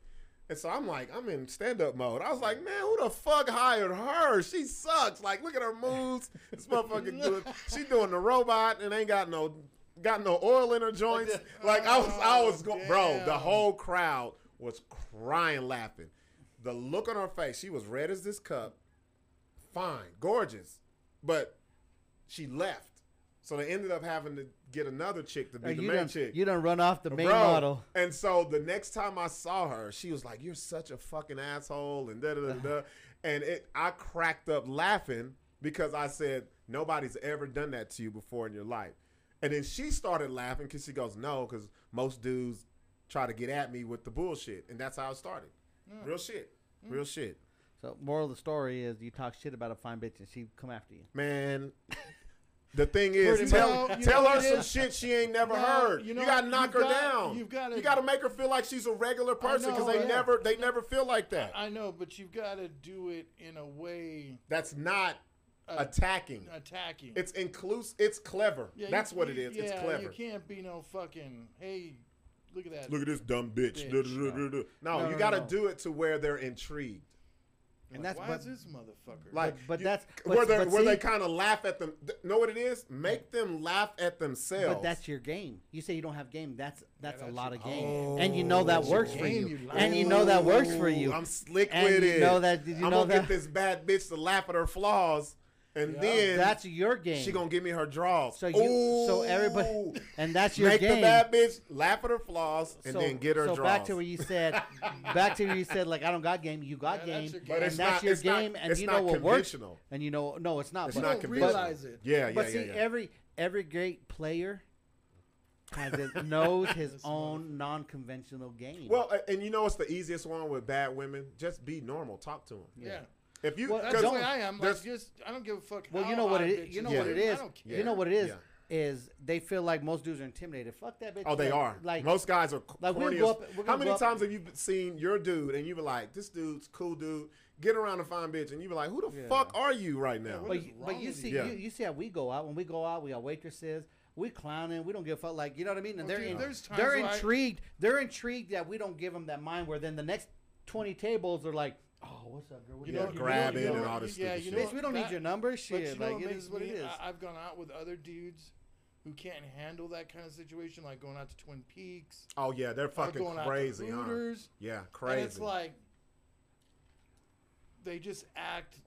Speaker 1: And so I'm like, I'm in stand up mode. I was like, man, who the fuck hired her? She sucks. Like, look at her moves. This motherfucker doing, she doing the robot and ain't got no, got no oil in her joints. Like I was, I was going, bro. The
Speaker 5: damn.
Speaker 1: whole crowd was crying, laughing. The look on her face, she was red as this cup. Fine, gorgeous, but she left. So they ended up having to get another chick to be
Speaker 2: Like,
Speaker 1: the
Speaker 2: you
Speaker 1: main
Speaker 2: done,
Speaker 1: chick.
Speaker 2: You done run off the main
Speaker 1: Bro,
Speaker 2: model.
Speaker 1: And so the next time I saw her, she was like, "You're such a fucking asshole," and da da da da. And it, I cracked up laughing because I said, "Nobody's ever done that to you before in your life." And then she started laughing because she goes, "No, because most dudes try to get at me with the bullshit," and that's how it started. Real shit, real
Speaker 2: Mm.
Speaker 1: shit,
Speaker 2: So moral of the story is you talk shit about a fine bitch and she come after you.
Speaker 1: man. The thing
Speaker 5: Pretty
Speaker 1: is, tell,
Speaker 5: much. You
Speaker 1: tell
Speaker 5: know
Speaker 1: her
Speaker 5: what it
Speaker 1: some
Speaker 5: is?
Speaker 1: shit she ain't never
Speaker 5: No,
Speaker 1: heard. You,
Speaker 5: you know,
Speaker 1: gotta knock
Speaker 5: you've
Speaker 1: her
Speaker 5: got-
Speaker 1: down.
Speaker 5: you've gotta-
Speaker 1: you gotta make her feel like she's a regular person because
Speaker 5: know,
Speaker 1: they
Speaker 5: yeah.
Speaker 1: never they never feel like that.
Speaker 5: I know, but you've got to do it in a way
Speaker 1: That's not
Speaker 5: Uh,
Speaker 1: attacking.
Speaker 5: attacking.
Speaker 1: It's inclusive. It's clever.
Speaker 5: Yeah, you-
Speaker 1: That's what it
Speaker 5: you-
Speaker 1: is.
Speaker 5: Yeah,
Speaker 1: it's clever.
Speaker 5: You can't be no fucking. Hey, look at that.
Speaker 1: Look at this dumb bitch.
Speaker 5: Bitch.
Speaker 1: No,
Speaker 2: No,
Speaker 1: you
Speaker 2: no,
Speaker 1: gotta
Speaker 2: no.
Speaker 1: do it to where they're intrigued.
Speaker 5: and
Speaker 2: that's-
Speaker 5: why
Speaker 2: but-
Speaker 5: is this motherfucker?
Speaker 1: Like,
Speaker 2: but
Speaker 1: you-
Speaker 2: that's- but-
Speaker 1: where they
Speaker 2: but
Speaker 1: where they
Speaker 2: see-
Speaker 1: kind of laugh at them. th- Know what it is? Make them laugh at themselves.
Speaker 2: But that's your game. You say you don't have game. That's that's a
Speaker 5: that's
Speaker 2: lot
Speaker 5: your-
Speaker 2: of game, and you know
Speaker 1: Oh,
Speaker 2: that
Speaker 5: That's your
Speaker 2: works for
Speaker 5: game,
Speaker 2: you,
Speaker 5: you
Speaker 2: and you know that works for
Speaker 1: Ooh,
Speaker 2: you.
Speaker 1: I'm slick
Speaker 2: And
Speaker 1: with
Speaker 2: you
Speaker 1: it.
Speaker 2: know that- did you
Speaker 1: I'm
Speaker 2: know
Speaker 1: gonna get
Speaker 2: that?
Speaker 1: this bad bitch to laugh at her flaws, and
Speaker 5: Yeah.
Speaker 1: then
Speaker 2: that's your game.
Speaker 1: she gonna give me her draws.
Speaker 2: so you so everybody,
Speaker 1: Ooh.
Speaker 2: and that's your
Speaker 1: make
Speaker 2: game.
Speaker 1: the bad bitch laugh at her flaws and
Speaker 2: so,
Speaker 1: then get her
Speaker 2: so
Speaker 1: draws.
Speaker 2: back to where you said, back to where you said, like I don't got game. You got
Speaker 5: Yeah,
Speaker 2: game,
Speaker 5: that's your game.
Speaker 1: But
Speaker 2: and
Speaker 1: it's
Speaker 2: that's
Speaker 1: not-
Speaker 2: your
Speaker 1: it's not-
Speaker 2: game, and
Speaker 1: it's
Speaker 2: you
Speaker 1: not
Speaker 2: know what works,
Speaker 1: conventional.
Speaker 2: and you know no, it's not.
Speaker 1: it's
Speaker 2: but-
Speaker 1: not
Speaker 5: don't
Speaker 1: conventional.
Speaker 5: realize it.
Speaker 1: Yeah, yeah,
Speaker 2: but
Speaker 1: yeah.
Speaker 2: see,
Speaker 1: yeah.
Speaker 2: every every great player has his, knows his own non-conventional game.
Speaker 1: well, a- and you know what's the easiest one with bad women? Just be normal. Talk to them.
Speaker 5: yeah.
Speaker 1: If you,
Speaker 2: Well,
Speaker 5: That's the
Speaker 1: because
Speaker 5: way I am. Like,
Speaker 1: there's-
Speaker 5: just I don't give a fuck.
Speaker 2: Well,
Speaker 5: how
Speaker 2: you know what
Speaker 5: hot a
Speaker 2: it
Speaker 5: bitch
Speaker 2: is. You know
Speaker 1: Yeah.
Speaker 2: what it is.
Speaker 5: I don't care.
Speaker 2: You know what it is.
Speaker 1: Yeah.
Speaker 2: Is they feel like most dudes are intimidated. Fuck that bitch.
Speaker 1: oh, they
Speaker 2: Like-
Speaker 1: are.
Speaker 2: Like
Speaker 1: most guys are
Speaker 2: like, we'll
Speaker 1: corny. as-
Speaker 2: go up- we're
Speaker 1: How
Speaker 2: gonna
Speaker 1: many
Speaker 2: go up-
Speaker 1: times have you seen your dude and you were like, "This dude's cool, dude. Get around a fine bitch," and you were like, "Who the
Speaker 2: Yeah.
Speaker 1: fuck are you right now?"
Speaker 5: what
Speaker 2: But,
Speaker 5: is
Speaker 2: you-
Speaker 5: wrong
Speaker 2: but you
Speaker 5: with
Speaker 2: see,
Speaker 1: you? Yeah.
Speaker 2: you, you see how we go out. When we go out, we got waitresses. We clowning. We don't give a fuck. Like you know what I mean. And
Speaker 5: Well,
Speaker 2: they're
Speaker 5: dude,
Speaker 2: in-
Speaker 5: there's times
Speaker 2: they're
Speaker 5: where I-
Speaker 2: intrigued. They're intrigued that we don't give them that mind. Where then the next twenty tables are like, oh, what's up, girl? What
Speaker 5: You
Speaker 1: Yeah,
Speaker 5: know, you
Speaker 1: grab
Speaker 5: know-
Speaker 1: it
Speaker 5: you know
Speaker 1: and
Speaker 5: what-
Speaker 1: all this
Speaker 5: yeah,
Speaker 1: stupid
Speaker 5: you know
Speaker 1: shit.
Speaker 2: Bitch, we don't
Speaker 5: that-
Speaker 2: need your number.
Speaker 5: But you
Speaker 2: Shit,
Speaker 5: know
Speaker 2: like
Speaker 5: what
Speaker 2: it
Speaker 5: makes
Speaker 2: is what
Speaker 5: me-
Speaker 2: it is.
Speaker 5: I, I've gone out with other dudes who can't handle that kind of situation, like going out to Twin Peaks,
Speaker 1: Oh yeah, they're
Speaker 5: or
Speaker 1: fucking
Speaker 5: going
Speaker 1: crazy,
Speaker 5: out to
Speaker 1: huh?
Speaker 5: Hooters.
Speaker 1: Yeah,
Speaker 5: And
Speaker 1: crazy.
Speaker 5: it's like they just act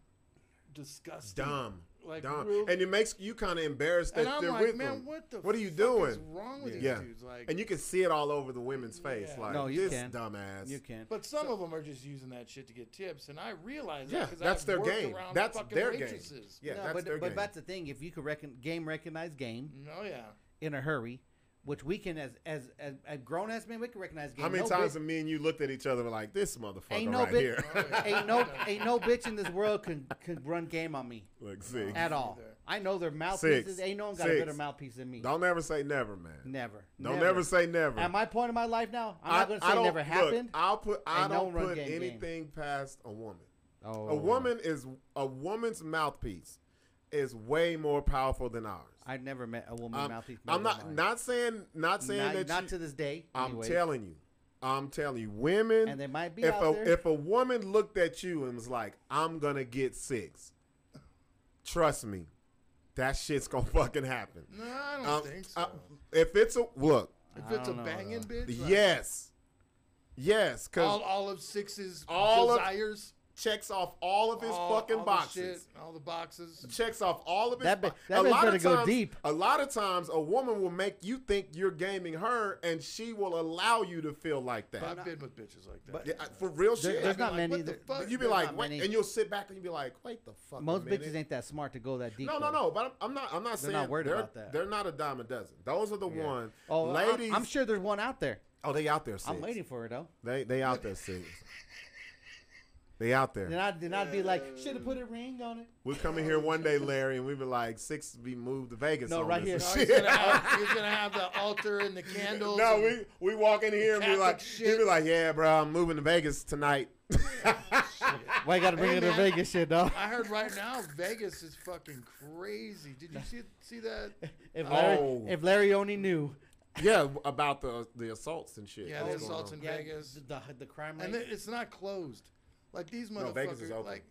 Speaker 5: disgusting,
Speaker 1: dumb,
Speaker 5: like
Speaker 1: dumb,
Speaker 5: real-
Speaker 1: and it makes you kind of embarrassed that
Speaker 5: and I'm
Speaker 1: they're
Speaker 5: like,
Speaker 1: with
Speaker 5: man,
Speaker 1: them.
Speaker 5: what the?
Speaker 1: What are you
Speaker 5: fuck
Speaker 1: doing?
Speaker 5: Is wrong with these
Speaker 1: yeah,
Speaker 5: dudes? Like,
Speaker 1: and you can see it all over the women's face.
Speaker 5: Yeah.
Speaker 1: Like,
Speaker 2: No, you
Speaker 1: this
Speaker 2: can.
Speaker 1: dumbass.
Speaker 2: you can't.
Speaker 5: but some of them are just using that shit to get tips, and I realize
Speaker 1: Yeah,
Speaker 5: that because
Speaker 1: that's
Speaker 5: I've
Speaker 1: their
Speaker 5: worked
Speaker 1: game.
Speaker 5: around
Speaker 1: That's
Speaker 5: fucking
Speaker 1: their game.
Speaker 5: waitresses.
Speaker 1: Yeah,
Speaker 2: No,
Speaker 1: that's
Speaker 2: but
Speaker 1: their
Speaker 2: but
Speaker 1: game.
Speaker 2: that's the thing. If you can reckon game recognize game
Speaker 5: Oh yeah.
Speaker 2: in a hurry, which we can as as as, as grown ass men we can recognize game.
Speaker 1: How many
Speaker 2: No
Speaker 1: times
Speaker 2: bitch-
Speaker 1: have me and you looked at each other like this motherfucker
Speaker 2: Ain't no
Speaker 1: right
Speaker 2: bit-
Speaker 1: here?
Speaker 2: ain't no ain't no bitch in this world can can run game on me
Speaker 1: Look, see,
Speaker 2: at all.
Speaker 5: Neither.
Speaker 2: I know their mouthpieces.
Speaker 1: Six.
Speaker 2: Ain't no one got a
Speaker 1: Six.
Speaker 2: better mouthpiece than me.
Speaker 1: don't ever say never, man.
Speaker 2: Never.
Speaker 1: Don't ever say never.
Speaker 2: At my point in my life now, I'm not gonna say
Speaker 1: don't-
Speaker 2: never
Speaker 1: look,
Speaker 2: happened.
Speaker 1: I'll put. I
Speaker 2: Ain't no
Speaker 1: don't
Speaker 2: run
Speaker 1: put
Speaker 2: game game.
Speaker 1: anything past a woman.
Speaker 2: oh,
Speaker 1: A woman is a woman's mouthpiece is way more powerful than ours.
Speaker 2: I've never met a woman
Speaker 1: I'm,
Speaker 2: mouthpiece.
Speaker 1: I'm
Speaker 2: better
Speaker 1: not
Speaker 2: than mine.
Speaker 1: not saying not saying
Speaker 2: not,
Speaker 1: that
Speaker 2: not
Speaker 1: you,
Speaker 2: to this day.
Speaker 1: I'm
Speaker 2: anyways.
Speaker 1: telling you, I'm telling you, women.
Speaker 2: And they might be
Speaker 1: if
Speaker 2: out
Speaker 1: a
Speaker 2: there.
Speaker 1: if a woman looked at you and was like, "I'm gonna get six, trust me, that shit's gonna fucking happen.
Speaker 5: No, I don't
Speaker 1: Um,
Speaker 5: think so.
Speaker 1: uh, if it's a look,
Speaker 5: if it's a
Speaker 2: don't know,
Speaker 5: banging bitch, like,
Speaker 1: yes, yes, because
Speaker 5: all, all of sixes,
Speaker 1: All
Speaker 5: all
Speaker 1: of-
Speaker 5: desires,
Speaker 1: checks off all of his
Speaker 5: all,
Speaker 1: fucking
Speaker 5: all
Speaker 1: boxes.
Speaker 5: the shit, all the boxes.
Speaker 1: checks off all of his.
Speaker 2: That
Speaker 1: bo-
Speaker 2: bi- that bitch better go
Speaker 1: times,
Speaker 2: deep.
Speaker 1: A lot of times, a woman will make you think you're gaming her, and she will allow you to feel like that.
Speaker 5: I've been with bitches like that.
Speaker 1: Yeah, I- for real
Speaker 2: There-
Speaker 1: shit.
Speaker 2: there's not
Speaker 5: Like,
Speaker 2: many.
Speaker 5: what the
Speaker 2: that-
Speaker 5: fuck?
Speaker 1: you be
Speaker 5: There's
Speaker 1: like,
Speaker 2: not
Speaker 1: wait,
Speaker 2: many.
Speaker 1: and you'll sit back and you'll be like, wait the fuck.
Speaker 2: Most
Speaker 1: a minute.
Speaker 2: bitches ain't that smart to go that deep.
Speaker 1: No, no,
Speaker 2: though.
Speaker 1: no. But I'm, I'm not. I'm not saying
Speaker 2: not worried
Speaker 1: they're,
Speaker 2: about that.
Speaker 1: They're not a dime a dozen. Those are the one.
Speaker 2: Oh, I-
Speaker 1: ladies.
Speaker 2: I'm sure there's one out there.
Speaker 1: Oh, they out there. Six.
Speaker 2: I'm waiting for it though.
Speaker 1: They they out there. Six. they out there.
Speaker 2: Then I'd then I'd be like, should have put a ring on it.
Speaker 1: We'll come in here one day, Larry, and we be like six. We moved to Vegas.
Speaker 2: No,
Speaker 1: on
Speaker 2: right
Speaker 1: this
Speaker 5: No,
Speaker 2: here.
Speaker 1: and shit.
Speaker 5: he's, gonna have, he's gonna have the altar and the candles.
Speaker 1: No,
Speaker 5: and-
Speaker 1: we we walk in here and be
Speaker 5: Catholic
Speaker 1: like,
Speaker 5: shit.
Speaker 1: he be like, yeah, bro, I'm moving to Vegas tonight.
Speaker 2: Why you gotta bring
Speaker 5: Hey,
Speaker 2: it to
Speaker 5: man.
Speaker 2: Vegas shit though?
Speaker 5: I heard right now Vegas is fucking crazy. Did you see see that?
Speaker 2: If Larry,
Speaker 1: Oh.
Speaker 2: if Larry only knew.
Speaker 1: yeah, about the the assaults and shit.
Speaker 5: Yeah, the
Speaker 1: that's going
Speaker 5: assaults
Speaker 1: on.
Speaker 5: in Vegas,
Speaker 2: The, the, the crime rate.
Speaker 5: and it- it's not closed. Like these motherfuckers.
Speaker 1: No, Vegas is open.
Speaker 5: Like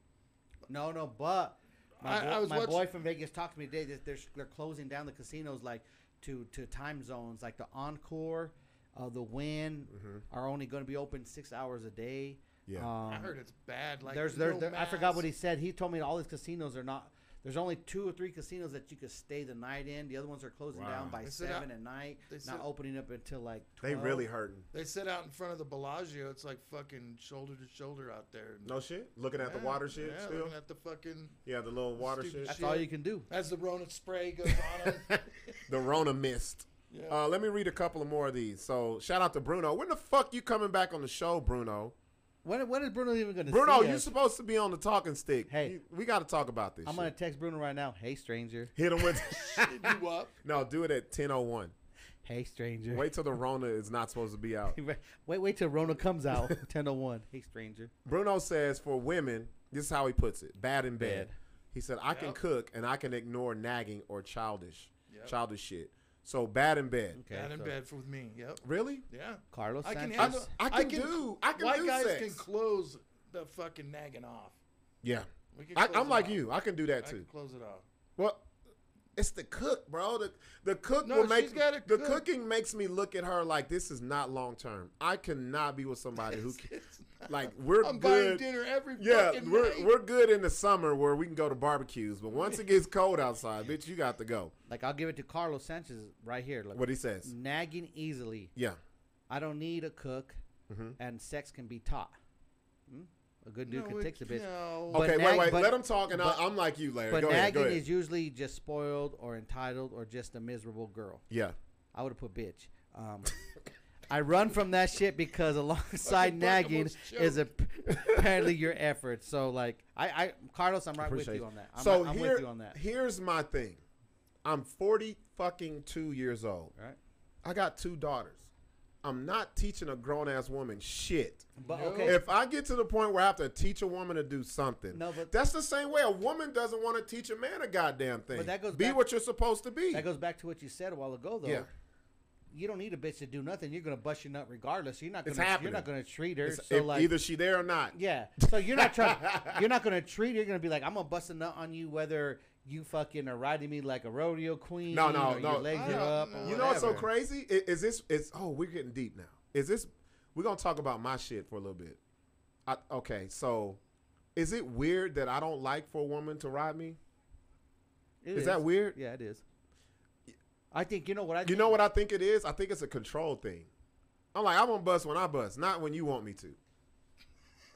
Speaker 2: no, no, but my,
Speaker 5: I-
Speaker 2: boy,
Speaker 5: I was
Speaker 2: my
Speaker 5: watch-
Speaker 2: boy from Vegas talked to me today that they're they're closing down the casinos like to to time zones like the Encore, uh, the Win are only going to be open six hours a day.
Speaker 1: Yeah.
Speaker 2: um,
Speaker 5: I heard it's bad. Like
Speaker 2: there's there,
Speaker 5: no
Speaker 2: there- I forgot what he
Speaker 5: mask.
Speaker 2: said. He told me all these casinos are not. There's only two or three casinos that you could stay the night in. The other ones are closing
Speaker 1: Wow.
Speaker 2: down by
Speaker 5: They said, uh,
Speaker 2: seven at night,
Speaker 5: they
Speaker 2: not
Speaker 5: said-
Speaker 2: opening up until like. 12.
Speaker 1: They really hurting.
Speaker 5: They sit out in front of the Bellagio. It's like fucking shoulder to shoulder out there.
Speaker 1: No shit. Looking at the
Speaker 5: Yeah,
Speaker 1: water shit
Speaker 5: yeah,
Speaker 1: still.
Speaker 5: looking at the fucking
Speaker 1: yeah, the little water
Speaker 5: Stupid
Speaker 1: shit.
Speaker 2: That's
Speaker 5: shit.
Speaker 2: all you can do.
Speaker 5: as the Rona spray goes on. 'em.
Speaker 1: The Rona mist.
Speaker 5: Yeah.
Speaker 1: Uh, let me read a couple of more of these. So shout out to Bruno. When the fuck you coming back on the show, Bruno?
Speaker 2: When, when is Bruno even going to?
Speaker 1: Bruno,
Speaker 2: see
Speaker 1: you
Speaker 2: us?
Speaker 1: supposed to be on the talking stick.
Speaker 2: Hey.
Speaker 1: You- we got to talk about this.
Speaker 2: I'm
Speaker 1: shit.
Speaker 2: going to text Bruno right now. Hey stranger.
Speaker 1: hit him with.
Speaker 5: you up?
Speaker 1: no, do it at 10:01.
Speaker 2: Hey stranger.
Speaker 1: Wait till the Rona is not supposed to be out.
Speaker 2: wait, wait till Rona comes out. 1001. Hey stranger.
Speaker 1: Bruno says for women, this is how he puts it: bad in bed.
Speaker 2: Bad.
Speaker 1: He said, "I can
Speaker 5: Yep.
Speaker 1: cook and I can ignore nagging or childish,
Speaker 5: Yep.
Speaker 1: childish shit." So bad in bed.
Speaker 2: Okay.
Speaker 5: Down in
Speaker 2: so
Speaker 5: bed with me. Yep.
Speaker 1: Really?
Speaker 5: Yeah.
Speaker 2: Carlos
Speaker 5: I can
Speaker 2: Sanchez.
Speaker 5: handle.
Speaker 1: I can do- I can
Speaker 5: White
Speaker 1: do
Speaker 5: guys
Speaker 1: sex.
Speaker 5: can close the fucking nagging off.
Speaker 1: Yeah.
Speaker 5: We can
Speaker 1: I,
Speaker 5: close
Speaker 1: I'm
Speaker 5: it
Speaker 1: like
Speaker 5: off.
Speaker 1: you. I can do that
Speaker 5: I can
Speaker 1: too.
Speaker 5: close it off.
Speaker 1: Well, it's the cook, bro. The the cook
Speaker 5: No,
Speaker 1: will make
Speaker 5: she's gotta
Speaker 1: the
Speaker 5: cook.
Speaker 1: cooking makes me look at her like this is not long term. I cannot be with somebody who can,
Speaker 5: It's not-
Speaker 1: like we're
Speaker 5: I'm buying
Speaker 1: good.
Speaker 5: dinner every
Speaker 1: Yeah,
Speaker 5: fucking
Speaker 1: we're
Speaker 5: night.
Speaker 1: we're good in the summer where we can go to barbecues, but once it gets cold outside, bitch, you got to go.
Speaker 2: Like I'll give it to Carlos Sanchez right here. Look.
Speaker 1: What he says.
Speaker 2: Nagging easily.
Speaker 1: Yeah.
Speaker 2: I don't need a cook,
Speaker 1: Mm-hmm.
Speaker 2: and sex can be taught. Hmm? A good dude
Speaker 5: No,
Speaker 2: can
Speaker 5: it-
Speaker 2: take the bitch.
Speaker 5: no.
Speaker 2: But
Speaker 1: Okay, wait,
Speaker 2: nag-
Speaker 1: wait.
Speaker 2: but-
Speaker 1: Let him talk, and
Speaker 2: but-
Speaker 1: I, I'm like you, Larry.
Speaker 2: But
Speaker 1: go ahead, go
Speaker 2: nagging
Speaker 1: ahead.
Speaker 2: is usually just spoiled or entitled or just a miserable girl.
Speaker 1: yeah.
Speaker 2: I would have put bitch. Um, I run from that shit because alongside
Speaker 5: Fucking
Speaker 2: nagging
Speaker 5: Buckamoose
Speaker 2: is a, apparently your effort. So like I, I Carlos, I'm right
Speaker 1: Appreciate
Speaker 2: with you
Speaker 1: it.
Speaker 2: on that. I'm,
Speaker 1: so
Speaker 2: I'm
Speaker 1: here,
Speaker 2: with you on that.
Speaker 1: here's my thing. I'm 40 fucking two years old.
Speaker 2: All right.
Speaker 1: I got two daughters. I'm not teaching a grown ass woman shit.
Speaker 2: But
Speaker 5: No.
Speaker 2: okay,
Speaker 1: If I get to the point where I have to teach a woman to do something,
Speaker 2: No, but-
Speaker 1: that's the same way a woman doesn't want to teach a man a goddamn thing.
Speaker 2: But that goes
Speaker 1: be
Speaker 2: back-
Speaker 1: what you're supposed to be.
Speaker 2: that goes back to what you said a while ago though.
Speaker 1: Yeah.
Speaker 2: You don't need a bitch to do nothing. You're gonna bust your nut regardless. You're not
Speaker 1: It's
Speaker 2: gonna you're
Speaker 1: happening.
Speaker 2: not gonna treat her.
Speaker 1: It's-
Speaker 2: so
Speaker 1: if
Speaker 2: like
Speaker 1: either she there or not.
Speaker 2: Yeah. So you're not trying. you're not gonna treat. her. You're gonna be like, I'm gonna bust a nut on you, whether you fucking are riding me like a rodeo queen.
Speaker 1: No, no,
Speaker 2: or
Speaker 1: no.
Speaker 2: Your legs
Speaker 5: I
Speaker 2: are
Speaker 5: don't
Speaker 2: up. or
Speaker 5: know.
Speaker 1: You know what's so
Speaker 2: whatever.
Speaker 1: crazy? I- Is this? Is oh, we're getting deep now. Is this? We're gonna talk about my shit for a little bit. I, okay, so is it weird that I don't like for a woman to ride me?
Speaker 2: It
Speaker 1: Is that weird?
Speaker 2: Yeah, it is. I think you know what I.
Speaker 1: You know what I think it is? I think it's a control thing. I'm like, I'm gonna bust when I bust, not when you want me to.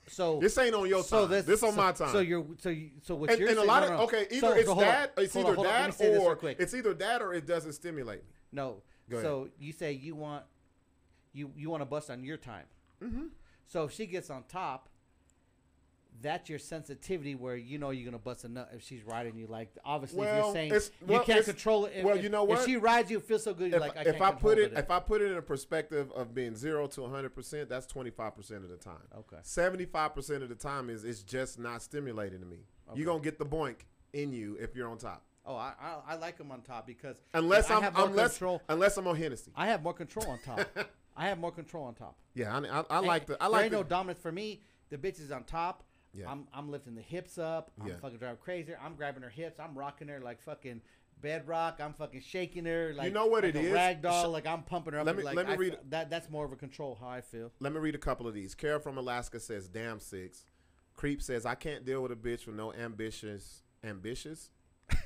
Speaker 2: So
Speaker 1: This ain't on your time. This, on
Speaker 2: so-
Speaker 1: my time.
Speaker 2: So you're so you, so what
Speaker 1: and,
Speaker 2: you're
Speaker 1: and a
Speaker 2: saying-
Speaker 1: lot
Speaker 2: no,
Speaker 1: of
Speaker 2: no.
Speaker 1: okay,
Speaker 2: So-
Speaker 1: either
Speaker 2: so
Speaker 1: it's
Speaker 2: hold on.
Speaker 1: that, it's
Speaker 2: Hold
Speaker 1: either
Speaker 2: on, hold on. Let me
Speaker 1: that
Speaker 2: say this real
Speaker 1: or
Speaker 2: quick.
Speaker 1: it's either that or it doesn't stimulate me.
Speaker 2: No.
Speaker 1: Go ahead.
Speaker 2: so you say you want you you want to bust on your time. Mm-hmm. So if she gets on top, that's your sensitivity where you know you're gonna bust a nut if she's riding you. Like obviously if
Speaker 1: Well,
Speaker 2: you're saying
Speaker 1: it's-
Speaker 2: you
Speaker 1: well,
Speaker 2: can't
Speaker 1: it's-
Speaker 2: control it. If,
Speaker 1: well,
Speaker 2: if-
Speaker 1: you know what?
Speaker 2: If she rides you, it feels so good. You're
Speaker 1: If,
Speaker 2: like I
Speaker 1: if
Speaker 2: can't
Speaker 1: I put it,
Speaker 2: control
Speaker 1: if I put it in a perspective of being zero to 100 percent, that's 25 percent of the time.
Speaker 2: Okay.
Speaker 1: 75 percent of the time is it's just not stimulating to me. You're gonna get the boink in you if you're on top,
Speaker 2: oh I, I I like them on top because
Speaker 1: unless
Speaker 2: I
Speaker 1: I'm
Speaker 2: have more
Speaker 1: unless
Speaker 2: control.
Speaker 1: unless I'm on Hennessy.
Speaker 2: I have more control on top. I have more control on top.
Speaker 1: Yeah, I, I, I
Speaker 2: Ain't-
Speaker 1: like the. I
Speaker 2: there
Speaker 1: like
Speaker 2: ain't
Speaker 1: the,
Speaker 2: no dominance for me. The bitch is on top.
Speaker 1: Yeah.
Speaker 2: I'm I'm lifting the hips up. I'm
Speaker 1: Yeah.
Speaker 2: fucking driving crazy. I'm grabbing her hips. I'm rocking her like fucking bedrock. I'm fucking shaking her like
Speaker 1: know what
Speaker 2: like
Speaker 1: it
Speaker 2: a
Speaker 1: is?
Speaker 2: Rag doll.
Speaker 1: Sh-
Speaker 2: Like I'm pumping her up.
Speaker 1: Let me-
Speaker 2: like,
Speaker 1: let me
Speaker 2: I-
Speaker 1: read-
Speaker 2: that. That's more of a control how I feel.
Speaker 1: Let me read a couple of these. Kara from Alaska says, "Damn six." Creep says, "I can't deal with a bitch with no ambitions." Ambitious?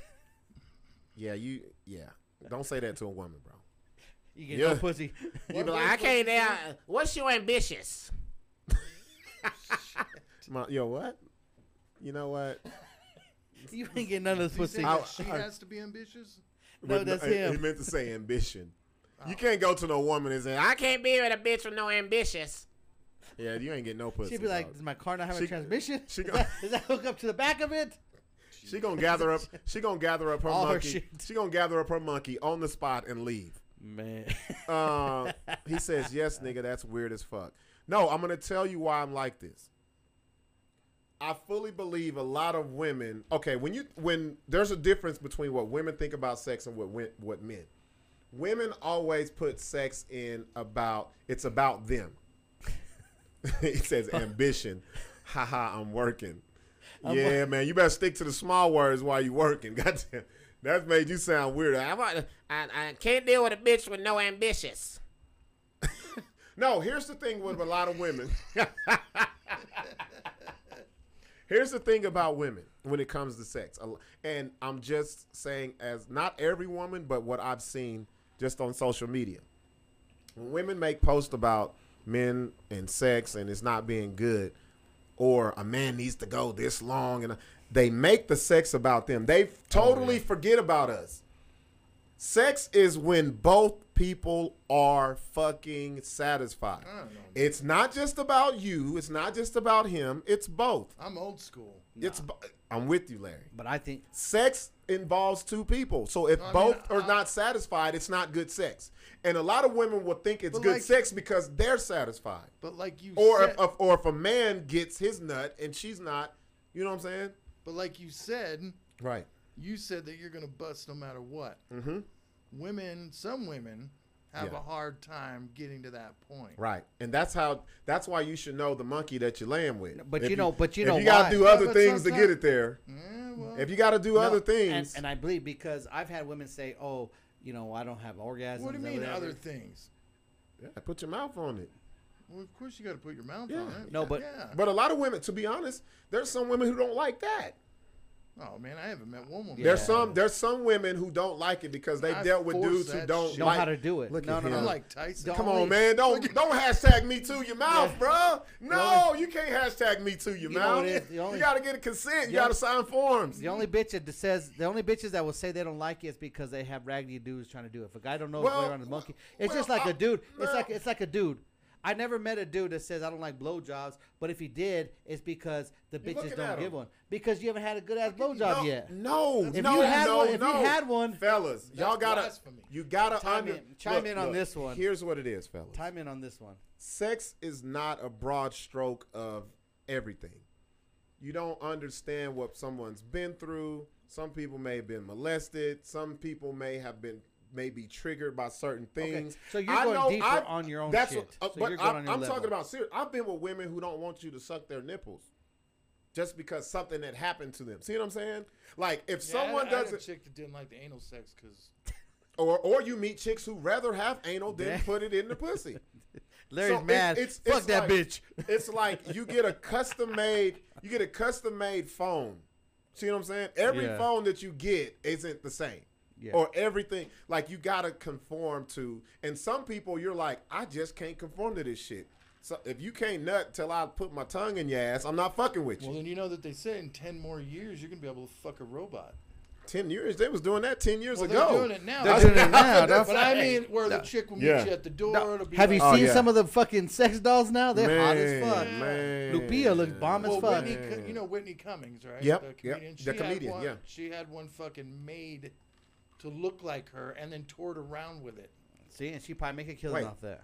Speaker 1: yeah, you. Yeah, don't say that to a woman, bro.
Speaker 2: You get
Speaker 1: Yeah.
Speaker 2: no pussy.
Speaker 1: You be like, I can't. Uh, what's your ambitious? My, yo, what? You know what?
Speaker 2: you ain't get none of this
Speaker 5: Do you
Speaker 2: pussy.
Speaker 5: think
Speaker 1: I-
Speaker 5: that she
Speaker 1: I-
Speaker 5: has to be ambitious?
Speaker 2: No,
Speaker 1: But
Speaker 2: that's
Speaker 1: he-
Speaker 2: him.
Speaker 1: He meant to say ambition. You can't go to no woman and say, "I can't be with a bitch with no ambitious." Yeah, you ain't getting no pussy.
Speaker 2: She'd be like,
Speaker 1: dog.
Speaker 2: "Does my car not have
Speaker 1: She-
Speaker 2: a transmission?
Speaker 1: she
Speaker 2: does,
Speaker 1: gonna-
Speaker 2: that, does that hook up to the back of it?"
Speaker 1: She gonna gather up. She gonna gather up her
Speaker 2: All her
Speaker 1: monkey.
Speaker 2: shit.
Speaker 1: she gonna gather up her monkey on the spot and leave.
Speaker 2: Man,
Speaker 1: Uh, he says, "Yes, nigga, that's weird as fuck." No, I'm gonna tell you why I'm like this. I fully believe a lot of women. Okay, when you when there's a difference between what women think about sex and what wen- what men. Women always put sex in about it's about them. it says ambition. Haha, I'm working. yeah, man, you better stick to the small words while you working. Goddamn, that's made you sound weird. I'm a- I, I can't deal with a bitch with no ambitious. no, here's the thing with a lot of women. Here's the thing about women when it comes to sex, A- and I'm just saying, as not every woman, but what I've seen just on social media, when women make posts about men and sex and it's not being good, or a man needs to go this long, and uh, they make the sex about them. They
Speaker 5: Oh,
Speaker 1: totally forget about us. Sex is when both people are fucking satisfied.
Speaker 5: I don't know, man.
Speaker 1: It's not just about you. It's not just about him. It's both.
Speaker 5: I'm old school.
Speaker 1: It's b- I'm with you, Larry.
Speaker 2: but I think
Speaker 1: Sex involves two people, so if
Speaker 5: I mean,
Speaker 1: both are
Speaker 5: I-
Speaker 1: not satisfied, it's not good sex. And a lot of women will think it's
Speaker 5: But
Speaker 1: good
Speaker 5: like-
Speaker 1: sex because they're satisfied,
Speaker 5: But like you
Speaker 1: or
Speaker 5: said,
Speaker 1: if, if or if a man gets his nut and she's not, you know what I'm saying?
Speaker 5: but like you said,
Speaker 1: Right.
Speaker 5: you said that you're gonna bust no matter what. Mm-hmm. Women, some women have
Speaker 1: Yeah.
Speaker 5: a hard time getting to that point.
Speaker 1: Right. And that's how. That's why you should know the monkey that you're laying with.
Speaker 2: But
Speaker 1: If
Speaker 2: you know- but you
Speaker 1: if
Speaker 2: know
Speaker 1: you gotta
Speaker 2: why.
Speaker 1: do
Speaker 2: Yeah,
Speaker 1: other
Speaker 5: but
Speaker 1: things to get
Speaker 5: sometime-
Speaker 1: it there.
Speaker 5: Eh, well,
Speaker 1: If you gotta do
Speaker 2: No,
Speaker 1: other
Speaker 2: and-
Speaker 1: things,
Speaker 2: and, I believe because I've had women say, "Oh, you know, I don't have orgasms."
Speaker 5: what do
Speaker 2: and
Speaker 5: you mean
Speaker 2: whatever."
Speaker 5: other things?
Speaker 1: yeah, put your mouth on it.
Speaker 5: Well, of course you got to put your mouth on
Speaker 1: Yeah.
Speaker 5: it.
Speaker 2: No, but-
Speaker 5: yeah.
Speaker 1: But a lot of women, to be honest, there's some women who don't like that.
Speaker 5: oh man, I haven't met one woman.
Speaker 1: There's
Speaker 2: Yeah.
Speaker 1: some there's some women who don't like it because they've
Speaker 5: I
Speaker 1: dealt with
Speaker 5: force
Speaker 1: dudes who
Speaker 5: that
Speaker 1: don't
Speaker 5: shit.
Speaker 2: Know
Speaker 1: like,
Speaker 2: how to do it.
Speaker 1: Look
Speaker 2: No,
Speaker 1: at
Speaker 2: no, no,
Speaker 1: him.
Speaker 5: I'm like Tyson.
Speaker 1: Come
Speaker 2: Only-
Speaker 1: on, man! Don't don't hashtag me to your mouth, bruh. No, you can't hashtag me to your
Speaker 2: You know
Speaker 1: mouth.
Speaker 2: what it is, the
Speaker 1: you
Speaker 2: only-
Speaker 1: gotta get a consent. You
Speaker 2: the only-
Speaker 1: gotta sign forms.
Speaker 2: The only bitch that says the only bitches that will say they don't like it is because they have raggedy dudes trying to do it. If a guy don't know
Speaker 1: Well,
Speaker 2: his way around his monkey, it's
Speaker 1: well,
Speaker 2: just like
Speaker 1: I-
Speaker 2: a dude.
Speaker 1: well-
Speaker 2: it's like it's like a dude. I never met a dude that says I don't like blowjobs, but if he did, it's because the
Speaker 1: looking
Speaker 2: bitches
Speaker 1: at
Speaker 2: don't give
Speaker 1: him.
Speaker 2: one because you haven't had a good ass blowjob
Speaker 1: no,
Speaker 2: yet.
Speaker 1: No,
Speaker 2: If
Speaker 1: no,
Speaker 2: you had
Speaker 1: no,
Speaker 2: one- if you
Speaker 1: no.
Speaker 2: had one-
Speaker 1: fellas, y'all gotta
Speaker 5: blasphemy.
Speaker 1: you gotta
Speaker 2: Chime
Speaker 1: under-
Speaker 2: in- chime in on this one.
Speaker 1: Here's what it is, fellas.
Speaker 2: Time in on this one.
Speaker 1: sex is not a broad stroke of everything. You don't understand what someone's been through. Some people may have been molested. Some people may have been may be triggered by certain things.
Speaker 2: so you're going deeper on your own
Speaker 1: that's
Speaker 2: shit.
Speaker 1: What, uh,
Speaker 2: So
Speaker 1: but
Speaker 2: you're going
Speaker 1: I'm,
Speaker 2: on your
Speaker 1: I'm talking
Speaker 2: level.
Speaker 1: about serious. I've been with women who don't want you to suck their nipples just because something that happened to them. See what I'm saying? Like if
Speaker 5: Yeah,
Speaker 1: someone
Speaker 5: I, I had
Speaker 1: doesn't,
Speaker 5: a chick that didn't like the anal sex because
Speaker 1: or or you meet chicks who rather have anal than
Speaker 2: Damn.
Speaker 1: put it in the pussy.
Speaker 2: Larry's
Speaker 1: So
Speaker 2: mad.
Speaker 1: it's- it's-
Speaker 2: Fuck
Speaker 1: it's
Speaker 2: that
Speaker 1: like-
Speaker 2: bitch.
Speaker 1: It's like you get a custom made, you get a custom made phone. See what I'm saying? Every
Speaker 2: Yeah.
Speaker 1: phone that you get isn't the same.
Speaker 2: Yeah.
Speaker 1: Or everything like you gotta conform to, and some people you're like, I just can't conform to this shit. So if you can't nut till I put my tongue in your ass, I'm not fucking with you.
Speaker 5: well, then you know that they say in ten more years you're gonna be able to fuck a robot.
Speaker 1: ten years, they was doing that ten years
Speaker 5: Well, they're
Speaker 1: ago.
Speaker 5: doing it now.
Speaker 2: They're doing it now,
Speaker 1: That's-
Speaker 5: But I mean, where the chick will meet
Speaker 1: Yeah.
Speaker 5: you at the door.
Speaker 2: No,
Speaker 5: it'll be
Speaker 2: have you
Speaker 5: like,
Speaker 1: Oh,
Speaker 2: seen
Speaker 1: yeah.
Speaker 2: some of the fucking sex dolls now? They're hot as
Speaker 1: Man,
Speaker 2: fuck.
Speaker 1: man.
Speaker 2: Lupita looks bomb as
Speaker 5: Well,
Speaker 2: fuck.
Speaker 5: Whitney, Co- you know Whitney Cummings, right?
Speaker 1: Yep,
Speaker 5: the
Speaker 1: yep,
Speaker 5: comedian.
Speaker 1: the
Speaker 5: She had
Speaker 1: comedian,
Speaker 5: one-
Speaker 1: yeah.
Speaker 5: She had one fucking made to look like her, and then toured around with it.
Speaker 2: See, and she probably make a killing
Speaker 1: Wait.
Speaker 2: off that.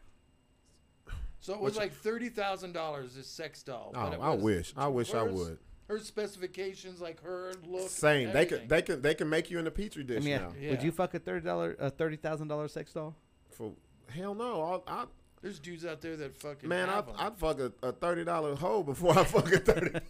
Speaker 5: So it was like thirty thousand dollars this sex doll.
Speaker 1: Oh,
Speaker 5: but it
Speaker 1: I
Speaker 5: was
Speaker 1: wish. I wish I
Speaker 5: hers-
Speaker 1: would.
Speaker 5: Her specifications, like her look.
Speaker 1: Same. They
Speaker 5: everything.
Speaker 1: can they can they can make you in a petri dish
Speaker 2: I mean,
Speaker 1: now.
Speaker 2: would
Speaker 5: Yeah.
Speaker 2: you fuck a thirty dollar, a thirty thousand dollar sex doll?
Speaker 1: For hell no, I, I
Speaker 5: There's dudes out there that fucking
Speaker 1: Man, I'd,
Speaker 5: have
Speaker 1: I'd fuck a, a thirty dollar hoe before I fuck a thirty.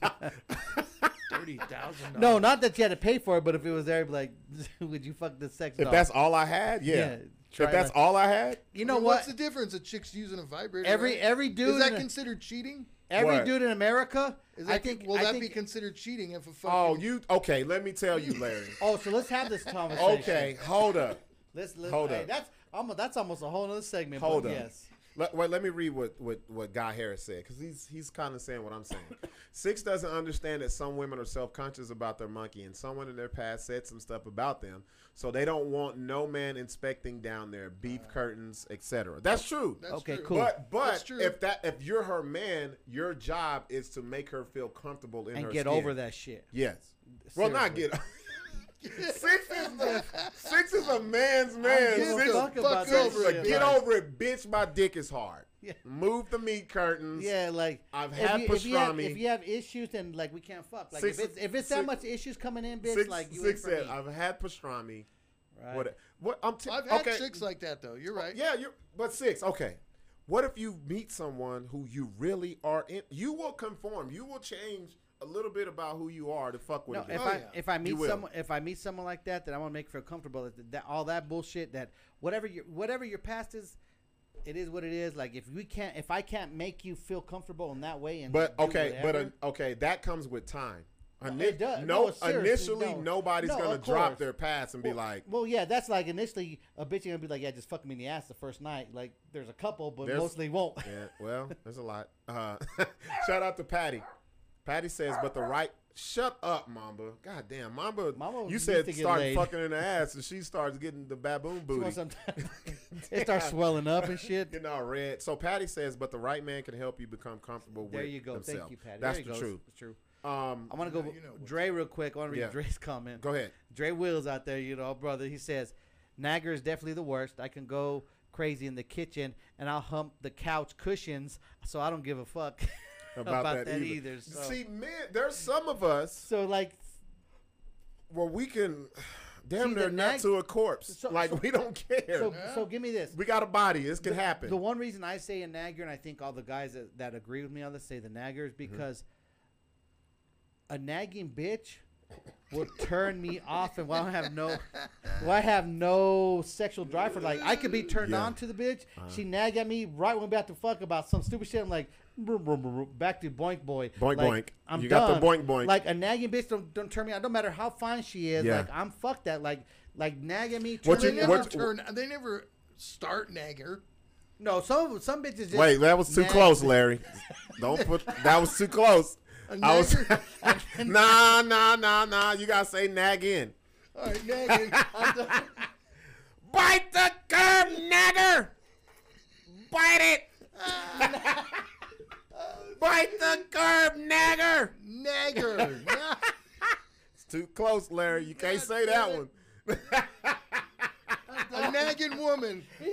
Speaker 5: thirty thousand.
Speaker 2: No, not that you had to pay for it, but if it was there, it'd be like, would you fuck this sex
Speaker 1: if
Speaker 2: doll?
Speaker 1: that's all I had, yeah.
Speaker 2: Yeah, try
Speaker 1: if that's
Speaker 2: that.
Speaker 1: all I had,
Speaker 2: you know
Speaker 5: what's
Speaker 2: what?
Speaker 5: the difference? A chick's using a vibrator.
Speaker 2: Every
Speaker 5: right?
Speaker 2: every dude,
Speaker 5: is that
Speaker 2: in-
Speaker 5: considered cheating?
Speaker 2: every
Speaker 1: What?
Speaker 2: dude in America,
Speaker 5: Is that
Speaker 2: I think.
Speaker 5: will
Speaker 2: I
Speaker 5: that
Speaker 2: think-
Speaker 5: be considered cheating if a fucking
Speaker 1: oh, you okay? Let me tell you, Larry.
Speaker 2: Oh, so let's have this conversation.
Speaker 1: okay, hold up,
Speaker 2: Let's, let's
Speaker 1: Hold
Speaker 2: hey,
Speaker 1: up.
Speaker 2: That's almost that's almost a whole other segment. but
Speaker 1: hold up.
Speaker 2: Yes.
Speaker 1: Let, wait, let me read what, what, what Guy Harris said because he's he's kind of saying what I'm saying. Six doesn't understand that some women are self conscious about their monkey, and someone in their past said some stuff about them, so they don't want no man inspecting down their beef curtains, etc. That's true.
Speaker 5: Uh. That's
Speaker 2: okay,
Speaker 5: true.
Speaker 2: Oh, cool.
Speaker 1: But
Speaker 5: That's
Speaker 1: but
Speaker 5: true.
Speaker 1: if that if you're her man, your job is to make her feel comfortable in
Speaker 2: And
Speaker 1: her
Speaker 2: get
Speaker 1: skin.
Speaker 2: over that shit.
Speaker 1: Yes. Well, not get. six is six is a man's man.
Speaker 2: give a
Speaker 1: Six,
Speaker 2: fuck about
Speaker 1: six
Speaker 2: that
Speaker 1: is a
Speaker 2: shit,
Speaker 1: get
Speaker 2: like-
Speaker 1: over it, bitch. My dick is hard.
Speaker 2: Yeah.
Speaker 1: Move the meat curtains.
Speaker 2: Yeah, like
Speaker 1: I've
Speaker 2: if
Speaker 1: had
Speaker 2: you- If you, have,
Speaker 1: pastrami.
Speaker 2: if you have issues, then like we can't fuck. Like
Speaker 1: Six-
Speaker 2: if it's if
Speaker 1: six-
Speaker 2: it's that much issues coming in, bitch,
Speaker 1: Six,
Speaker 2: like you
Speaker 1: six
Speaker 2: ain't for
Speaker 1: said,
Speaker 2: me.
Speaker 1: I've had pastrami.
Speaker 2: Right.
Speaker 1: What? What? I'm. T-
Speaker 5: I've had
Speaker 1: okay.
Speaker 5: chicks like that though. You're
Speaker 2: Oh,
Speaker 5: right.
Speaker 1: Yeah, you. But six. Okay. What if you meet someone who you really are in? You will conform. You will change a little bit about who you are to fuck with.
Speaker 2: No,
Speaker 1: a
Speaker 2: if
Speaker 1: bitch.
Speaker 5: Oh,
Speaker 2: I
Speaker 5: yeah.
Speaker 2: if I meet
Speaker 1: will.
Speaker 2: someone if I meet someone like that, then I want to make her comfortable. That, that all that bullshit that whatever your whatever your past is, it is what it is. Like if we can't if I can't make you feel comfortable in that way and
Speaker 1: But
Speaker 2: do
Speaker 1: okay, but
Speaker 2: whatever-
Speaker 1: uh, okay, that comes with time. Ini-
Speaker 2: it does.
Speaker 1: No,
Speaker 2: No, seriously,
Speaker 1: initially
Speaker 2: no.
Speaker 1: nobody's
Speaker 2: No,
Speaker 1: gonna
Speaker 2: of
Speaker 1: drop
Speaker 2: course.
Speaker 1: their pass and be like,
Speaker 2: well yeah that's like initially a bitch gonna be like yeah just fuck me in the ass the first night like there's a couple but
Speaker 1: There's-
Speaker 2: mostly won't
Speaker 1: yeah, well, there's a lot. Uh, shout out to Patty. Patty says, but the right. Shut up, Mamba. God damn, Mamba.
Speaker 2: Mamba
Speaker 1: you
Speaker 2: needs
Speaker 1: said
Speaker 2: to get
Speaker 1: start
Speaker 2: laid.
Speaker 1: fucking in the ass, and she starts getting the baboon
Speaker 2: She
Speaker 1: booty.
Speaker 2: wants something- it starts swelling up and shit
Speaker 1: Getting all red. So Patty says, but the right man can help you become comfortable
Speaker 2: there
Speaker 1: with
Speaker 2: you go
Speaker 1: himself.
Speaker 2: thank you Patty
Speaker 1: That's
Speaker 2: there you
Speaker 1: the
Speaker 2: go.
Speaker 1: truth.
Speaker 2: it's true
Speaker 1: Um,
Speaker 2: I want to go
Speaker 5: Now you know what's
Speaker 2: Dre real quick I want to read
Speaker 1: Yeah.
Speaker 2: Dre's comment
Speaker 1: go ahead.
Speaker 2: Dre Wills out there, you know, brother. He says, Nagger is definitely the worst. I can go crazy in the kitchen and I'll hump the couch cushions, so I don't give a fuck
Speaker 1: About, that, either.
Speaker 2: so.
Speaker 1: See, man, there's some of us
Speaker 2: so, like,
Speaker 1: Well, we can damn
Speaker 2: See,
Speaker 1: near
Speaker 2: the
Speaker 1: not
Speaker 2: nag-
Speaker 1: to a corpse.
Speaker 2: So-
Speaker 1: like
Speaker 2: so-
Speaker 1: we don't care.
Speaker 2: so, so give me this.
Speaker 1: we got a body. This could happen.
Speaker 2: The one reason I say a nagger, and I think all the guys that, that agree with me on this say the nagger, is
Speaker 1: Mm-hmm.
Speaker 2: because a nagging bitch will turn me off, and while I have no, while I have no sexual drive for like I could be turned
Speaker 1: Yeah. Uh-huh.
Speaker 2: on to the bitch. She nagged at me right when we about to fuck about some stupid shit. I'm like. "Broom, broom, broom, broom," Back to boink boy.
Speaker 1: Boink,
Speaker 2: Like,
Speaker 1: boink.
Speaker 2: I'm
Speaker 1: You got the
Speaker 2: done.
Speaker 1: boink, boink.
Speaker 2: Like a nagging bitch don't, don't turn me on. No matter how fine she is,
Speaker 1: Yeah.
Speaker 2: like I'm fucked that. Like like nagging me.
Speaker 1: What
Speaker 5: They
Speaker 2: turning
Speaker 1: you-
Speaker 2: me
Speaker 5: never
Speaker 1: what-
Speaker 2: on.
Speaker 5: turn. They never start nagger.
Speaker 2: No, some some bitches. Just
Speaker 1: Wait, that was too
Speaker 2: nag-
Speaker 1: close, Larry. Don't put that was too close.
Speaker 5: A
Speaker 1: I was
Speaker 5: nagger-
Speaker 1: nah, nah, nah, nah. You gotta say nag in.
Speaker 5: All right, nagging. I'm done.
Speaker 1: Bite the curb, nagger. Bite it. Bite the curb, nagger.
Speaker 5: nagger. Nah.
Speaker 1: It's too close, Larry. You can't say that one.
Speaker 5: A nagging woman.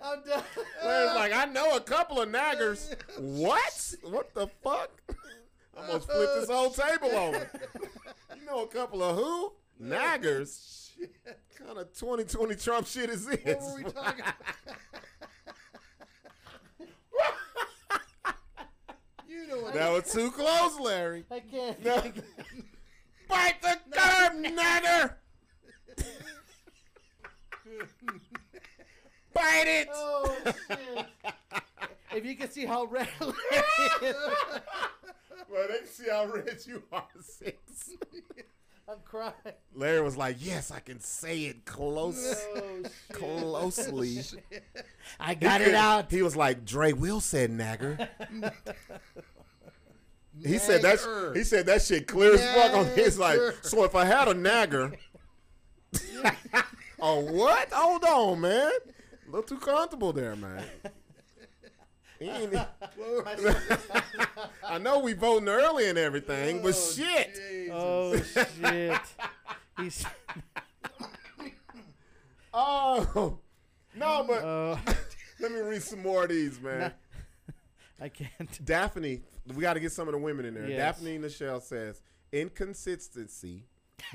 Speaker 2: I'm done.
Speaker 1: Larry's like, I know a couple of naggers. What? What the fuck? I'm gonna flip this whole table over. You know a couple of who? Naggers. What kind of 2020 Trump shit is
Speaker 5: What were
Speaker 1: this?
Speaker 5: we talking about? you know what?
Speaker 1: That was too close, Larry.
Speaker 2: I can't.
Speaker 1: Bite the curb, nagger. Bite it.
Speaker 2: Oh, shit. if you can see how red
Speaker 1: Well, they see how red you are, six.
Speaker 2: I'm crying.
Speaker 1: Larry was like, "Yes, I can say it close, closely."
Speaker 2: I got
Speaker 1: He
Speaker 2: it
Speaker 1: could-
Speaker 2: out.
Speaker 1: He was like, Dre Will said nagger. he said that
Speaker 5: Nagger.
Speaker 1: he said that shit clear as fuck on his like,
Speaker 5: Nagger.
Speaker 1: so if I had a nagger Oh what? Hold on, man. A little too comfortable there, man. He ain't- e-, I know we voting early and everything, but shit.
Speaker 2: Oh shit. He's
Speaker 1: Oh no, but
Speaker 2: uh,
Speaker 1: let me read some more of these, man.
Speaker 2: I can't.
Speaker 1: Daphne, we got to get some of the women in there.
Speaker 2: Yes.
Speaker 1: Daphne Nichelle says inconsistency,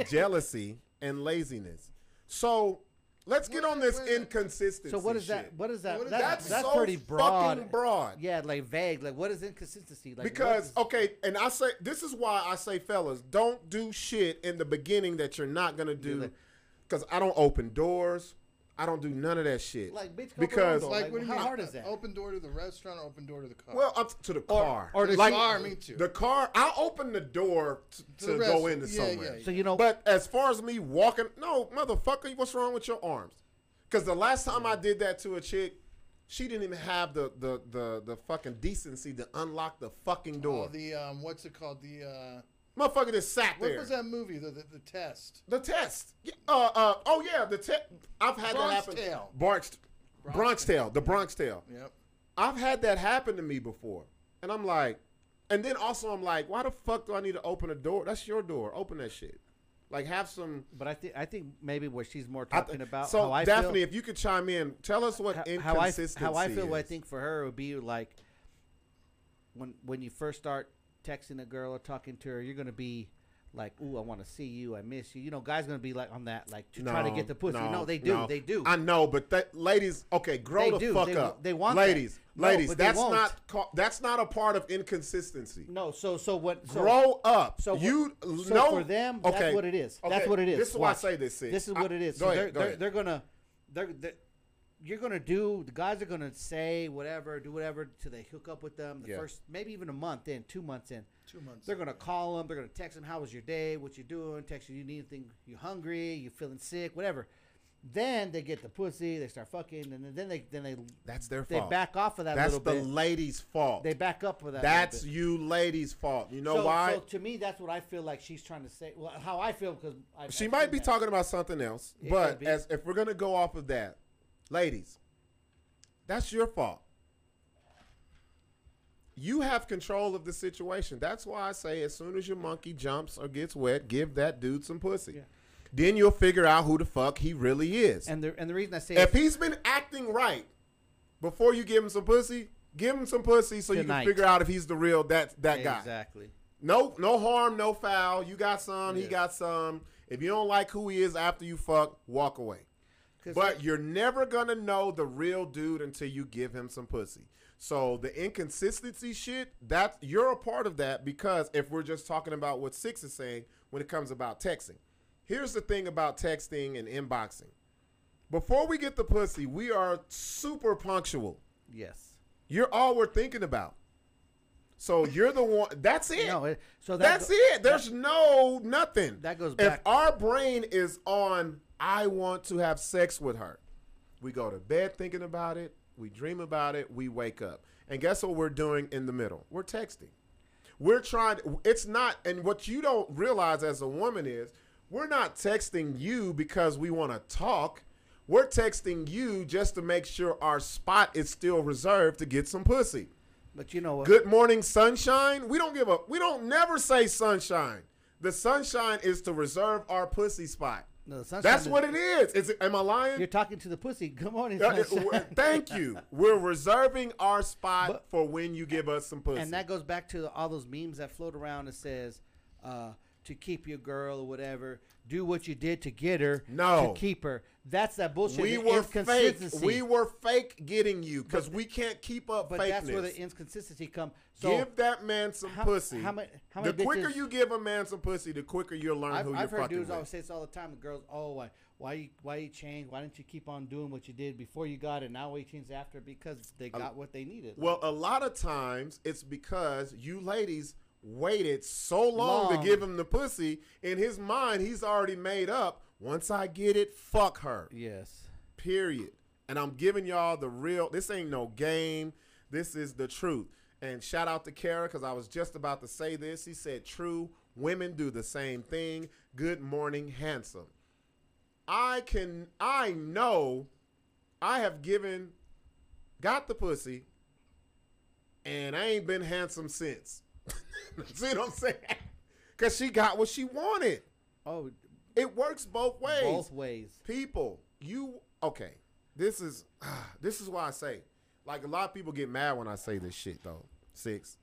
Speaker 1: jealousy, and laziness. So Let's get on this
Speaker 5: Wait, wait.
Speaker 1: inconsistency.
Speaker 2: So what is that?
Speaker 1: shit.
Speaker 2: What is that?
Speaker 5: What is
Speaker 2: that's
Speaker 5: that?
Speaker 2: that's,
Speaker 1: That's so
Speaker 2: pretty broad.
Speaker 1: fucking broad.
Speaker 2: Yeah, like vague. Like what is inconsistency? Like what
Speaker 1: Because oh.
Speaker 2: is-
Speaker 1: okay, and I say this is why I say, fellas, don't do shit in the beginning that you're not gonna do.
Speaker 2: that.
Speaker 1: Because I don't open doors. I don't do none of that shit.
Speaker 2: like bitch, go
Speaker 1: because
Speaker 2: around,
Speaker 5: Like,
Speaker 2: like,
Speaker 5: what do you
Speaker 2: how
Speaker 5: mean?
Speaker 2: hard is that?
Speaker 5: Open door to the restaurant, open door to the car.
Speaker 1: well, up to the car
Speaker 2: or
Speaker 5: the
Speaker 1: like,
Speaker 5: car, me too.
Speaker 1: The car. I open the door t- to,
Speaker 5: To the
Speaker 1: go
Speaker 5: rest-
Speaker 1: into
Speaker 5: yeah,
Speaker 1: somewhere.
Speaker 5: yeah, yeah.
Speaker 2: so you know,
Speaker 1: But as far as me walking, no, motherfucker, what's wrong with your arms? Because the last time I did that to a chick, she didn't even have the the the, the fucking decency to unlock the fucking
Speaker 5: Oh,
Speaker 1: door.
Speaker 5: the um, what's it called? The uh,
Speaker 1: motherfucker just sat
Speaker 5: what
Speaker 1: there.
Speaker 5: was that movie? The the, the test.
Speaker 1: The test. Yeah, Uh, uh, oh yeah, the test. I've had that happen.
Speaker 5: Bronx-tail.
Speaker 1: Bronx, Bronx, Bronx tail. The Bronx tail.
Speaker 5: Yep.
Speaker 1: I've had that happen to me before, and I'm like, and then also I'm like, why the fuck do I need to open a door? That's your door. Open that shit. Like have some.
Speaker 2: but I think I think maybe what she's more
Speaker 1: I
Speaker 2: talking
Speaker 1: th-
Speaker 2: about.
Speaker 1: so
Speaker 2: how I feel-
Speaker 1: Daphne, if you could chime in, tell us what
Speaker 2: how, how I
Speaker 1: inconsistency
Speaker 2: how I feel. What I
Speaker 1: is.
Speaker 2: think for her would be like when when you first start texting a girl or talking to her, you're gonna be like, "Ooh, I want to see you. I miss you." You know, guys gonna be like on that, like to try to get the pussy. No, they do.
Speaker 1: no.
Speaker 2: They do.
Speaker 1: I know, but that ladies, okay, grow
Speaker 2: They
Speaker 1: the
Speaker 2: do.
Speaker 1: fuck
Speaker 2: They-
Speaker 1: up.
Speaker 2: they want that.
Speaker 1: ladies,
Speaker 2: No,
Speaker 1: ladies.
Speaker 2: but they
Speaker 1: that's
Speaker 2: won't.
Speaker 1: not ca- that's not a part of inconsistency.
Speaker 2: no. So so what? So,
Speaker 1: grow up.
Speaker 2: So
Speaker 1: So
Speaker 2: what-
Speaker 1: you
Speaker 2: so
Speaker 1: know
Speaker 2: for them, that's what it is. That's
Speaker 1: Okay,
Speaker 2: what it is.
Speaker 1: This is why I
Speaker 2: Watch.
Speaker 1: say this. Sid.
Speaker 2: This is
Speaker 1: I-
Speaker 2: what it is.
Speaker 1: Go
Speaker 2: So
Speaker 1: ahead.
Speaker 2: they're,
Speaker 1: go
Speaker 2: they're,
Speaker 1: ahead.
Speaker 2: they're gonna, they're, they're, you're gonna do. The guys are gonna say whatever, do whatever till they hook up with them. The
Speaker 1: Yeah.
Speaker 2: first, maybe even a month in, two months in.
Speaker 5: Two months.
Speaker 2: They're gonna call them. They're gonna text them. How was your day? What you doing? Text you. You need anything? You hungry? You feeling sick? Whatever. Then they get the pussy. They start fucking, and then they then they
Speaker 1: That's their
Speaker 2: they
Speaker 1: fault.
Speaker 2: back off of that
Speaker 1: That's
Speaker 2: little
Speaker 1: the
Speaker 2: bit.
Speaker 1: ladies' fault.
Speaker 2: they back up with that. little
Speaker 1: that's
Speaker 2: bit.
Speaker 1: you ladies' fault. You know
Speaker 2: so,
Speaker 1: why?
Speaker 2: So to me, that's what I feel like she's trying to say. Well, how I feel because I,
Speaker 1: she
Speaker 2: I've
Speaker 1: might
Speaker 2: seen
Speaker 1: be
Speaker 2: that.
Speaker 1: talking about something else,
Speaker 2: It could
Speaker 1: but
Speaker 2: be.
Speaker 1: as if we're gonna go off of that, ladies, that's your fault. You have control of the situation. That's why I say, as soon as your monkey jumps or gets wet, give that dude some pussy.
Speaker 2: Yeah.
Speaker 1: Then you'll figure out who the fuck he really is.
Speaker 2: And the and the reason I say
Speaker 1: If he's been acting right before you give him some pussy, give him some pussy so
Speaker 2: Tonight.
Speaker 1: you can figure out if he's the real that that guy.
Speaker 2: exactly.
Speaker 1: No, no harm, no foul. You got some, he
Speaker 2: Yeah.
Speaker 1: got some. If you don't like who he is after you fuck, walk away.
Speaker 2: 'Cause
Speaker 1: But you're never gonna know the real dude until you give him some pussy. So the inconsistency shit, that you're a part of that because if we're just talking about what Six is saying when it comes about texting. Here's the thing about texting and inboxing. Before we get the pussy, we are super punctual.
Speaker 2: yes.
Speaker 1: You're all we're thinking about. So you're the one that's it.
Speaker 2: No, it, so that
Speaker 1: That's
Speaker 2: go-
Speaker 1: it. There's no nothing.
Speaker 2: That goes
Speaker 1: If
Speaker 2: back-
Speaker 1: our brain is on, I want to have sex with her. We go to bed thinking about it. We dream about it. We wake up, and guess what we're doing in the middle? We're texting. We're trying. It's not. And what you don't realize as a woman is, we're not texting you because we want to talk. We're texting you just to make sure our spot is still reserved to get some pussy.
Speaker 2: But you know what?
Speaker 1: Good morning, sunshine. We don't give up. We don't never say sunshine. The sunshine is to reserve our pussy spot.
Speaker 2: No, the sunshine
Speaker 1: That's
Speaker 2: is-
Speaker 1: what it is. Is it, am I
Speaker 2: You're
Speaker 1: lying?
Speaker 2: talking to the pussy. Good morning.
Speaker 1: Uh, it-
Speaker 2: sunshine.
Speaker 1: we're- Thank you. We're reserving our spot
Speaker 2: But-
Speaker 1: for when you give us some pussy.
Speaker 2: and that goes back to all those memes that float around that says uh, to keep your girl or whatever. Do what you did to get her.
Speaker 1: No.
Speaker 2: To keep her. That's that bullshit.
Speaker 1: we
Speaker 2: the
Speaker 1: were fake.
Speaker 2: inconsistency.
Speaker 1: We were fake getting you because we can't keep up
Speaker 2: But
Speaker 1: fakeness.
Speaker 2: that's where the inconsistency comes. So
Speaker 1: give that man some
Speaker 2: how-
Speaker 1: pussy.
Speaker 2: how ma- how
Speaker 1: the
Speaker 2: many
Speaker 1: quicker
Speaker 2: bitches-
Speaker 1: you give a man some pussy, the quicker you'll learn
Speaker 2: I've,
Speaker 1: who
Speaker 2: I've
Speaker 1: you're
Speaker 2: heard
Speaker 1: fucking
Speaker 2: dudes
Speaker 1: with.
Speaker 2: always say this all the time. The girls, oh, why, why, you, why you change? Why didn't you keep on doing what you did before you got it? Now why you change after? Because they got what they needed.
Speaker 1: Um, Well, a lot of times it's because you ladies waited so long,
Speaker 2: Long.
Speaker 1: to give him the pussy. In his mind, he's already made up. Once I get it, fuck her.
Speaker 2: yes.
Speaker 1: Period. And I'm giving y'all the real. This ain't no game. This is the truth. And shout out to Kara because I was just about to say this. He said, "True, women do the same thing." Good morning, handsome. I can. I know. I have given, got the pussy, and I ain't been handsome since. See what I'm saying? Because she got what she wanted.
Speaker 2: Oh,
Speaker 1: It works both ways
Speaker 2: both ways.
Speaker 1: people you okay this is this is why i say like a lot of people get mad when i say this shit though six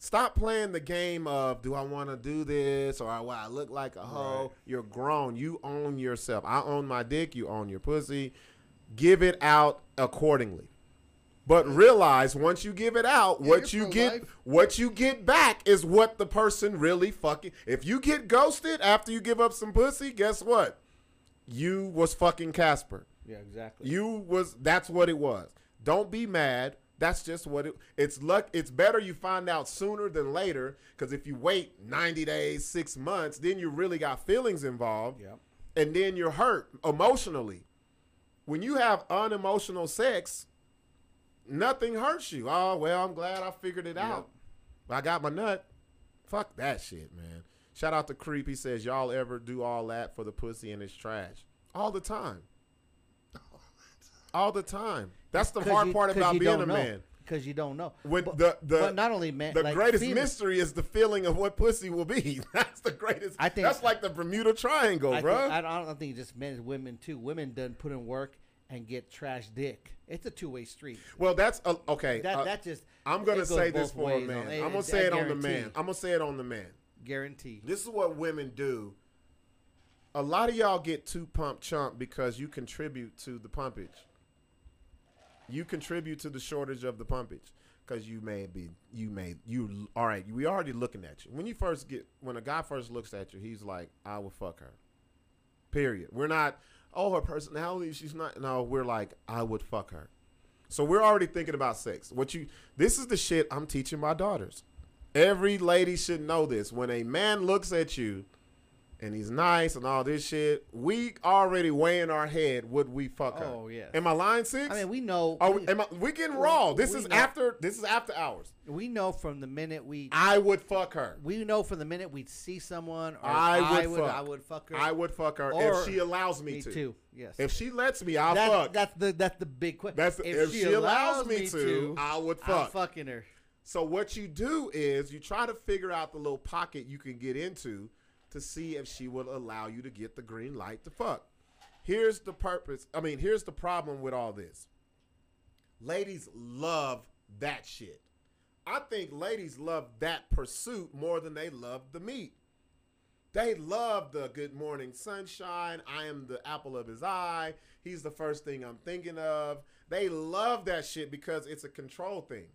Speaker 1: Stop playing the game of do I want to do this or "Well, I look like a hoe. You're grown. You own yourself. I own my dick. You own your pussy. Give it out accordingly. But realize once you give it out,
Speaker 5: Yeah,
Speaker 1: what
Speaker 5: you're
Speaker 1: you get,
Speaker 5: pro-life.
Speaker 1: what you get back is what the person really fucking. If you get ghosted after you give up some pussy, guess what? You was fucking Casper.
Speaker 2: Yeah, exactly.
Speaker 1: You was that's what it was. Don't be mad. That's just what it. It's luck. It's better you find out sooner than later. Because if you wait ninety days, six months, then you really got feelings involved.
Speaker 2: Yep.
Speaker 1: And then you're hurt emotionally. When you have unemotional sex, nothing hurts you. Oh well, I'm glad I figured it out. I got my nut. Fuck that shit, man. Shout out to Creep. He says y'all ever do all that for the pussy and it's trash all the time. All the time. That's the
Speaker 2: 'Cause
Speaker 1: hard
Speaker 2: you-
Speaker 1: part
Speaker 2: 'cause
Speaker 1: about
Speaker 2: you
Speaker 1: being
Speaker 2: don't
Speaker 1: a
Speaker 2: know.
Speaker 1: man.
Speaker 2: Because you don't know.
Speaker 1: With
Speaker 2: but,
Speaker 1: the- the-
Speaker 2: but not only man,
Speaker 1: The
Speaker 2: like,
Speaker 1: greatest
Speaker 2: female-
Speaker 1: mystery is the feeling of what pussy will be. That's the greatest.
Speaker 2: I think-
Speaker 1: that's like the Bermuda Triangle,
Speaker 2: I,
Speaker 1: bro.
Speaker 2: Think, I, don't, I don't think just men, it's women too. Women doesn't put in work and get trash dick. It's a two way street.
Speaker 1: well, that's a, okay.
Speaker 2: That
Speaker 1: uh,
Speaker 2: that just.
Speaker 1: I'm
Speaker 2: it
Speaker 1: gonna
Speaker 2: goes
Speaker 1: say this
Speaker 2: both
Speaker 1: for a
Speaker 2: ways
Speaker 1: man.
Speaker 2: on-
Speaker 1: I'm
Speaker 2: I
Speaker 1: gonna say it on the
Speaker 2: guarantee-
Speaker 1: man. I'm gonna say it on the man.
Speaker 2: Guarantee.
Speaker 1: This is what women do. A lot of y'all get too pump chump because you contribute to the pumpage. You contribute to the shortage of the pumpage because you may be you may you all right. We already looking at you when you first get when a guy first looks at you. He's like, I will fuck her. Period. We're not. Oh, her personality. She's not. No, we're like, I would fuck her. So we're already thinking about sex. What you this is the shit I'm teaching my daughters. Every lady should know this. When a man looks at you and he's nice and all this shit, we already weigh in our head would we fuck her.
Speaker 2: Oh, yes.
Speaker 1: Am I line six?
Speaker 2: I mean, we know.
Speaker 1: Are
Speaker 2: we,
Speaker 1: we, am I, we getting
Speaker 2: we-
Speaker 1: raw. This
Speaker 2: we
Speaker 1: is
Speaker 2: know-
Speaker 1: after this is after hours.
Speaker 2: we know from the minute we.
Speaker 1: I would fuck her.
Speaker 2: we know from the minute we see someone, or
Speaker 1: I would fuck.
Speaker 2: I would fuck her.
Speaker 1: I would fuck her
Speaker 2: Or-
Speaker 1: if she allows me,
Speaker 2: me
Speaker 1: to.
Speaker 2: too. Yes.
Speaker 1: If she lets me, I'll
Speaker 2: That-
Speaker 1: fuck.
Speaker 2: That's the that's the big question.
Speaker 1: That's if, she, allows, me to, I would
Speaker 2: I'm
Speaker 1: fuck.
Speaker 2: fucking her.
Speaker 1: So what you do is you try to figure out the little pocket you can get into to see if she will allow you to get the green light to fuck. Here's the purpose. I mean, here's the problem with all this. Ladies love that shit. I think ladies love that pursuit more than they love the meat. They love the good morning sunshine. I am the apple of his eye. He's the first thing I'm thinking of. They love that shit because it's a control thing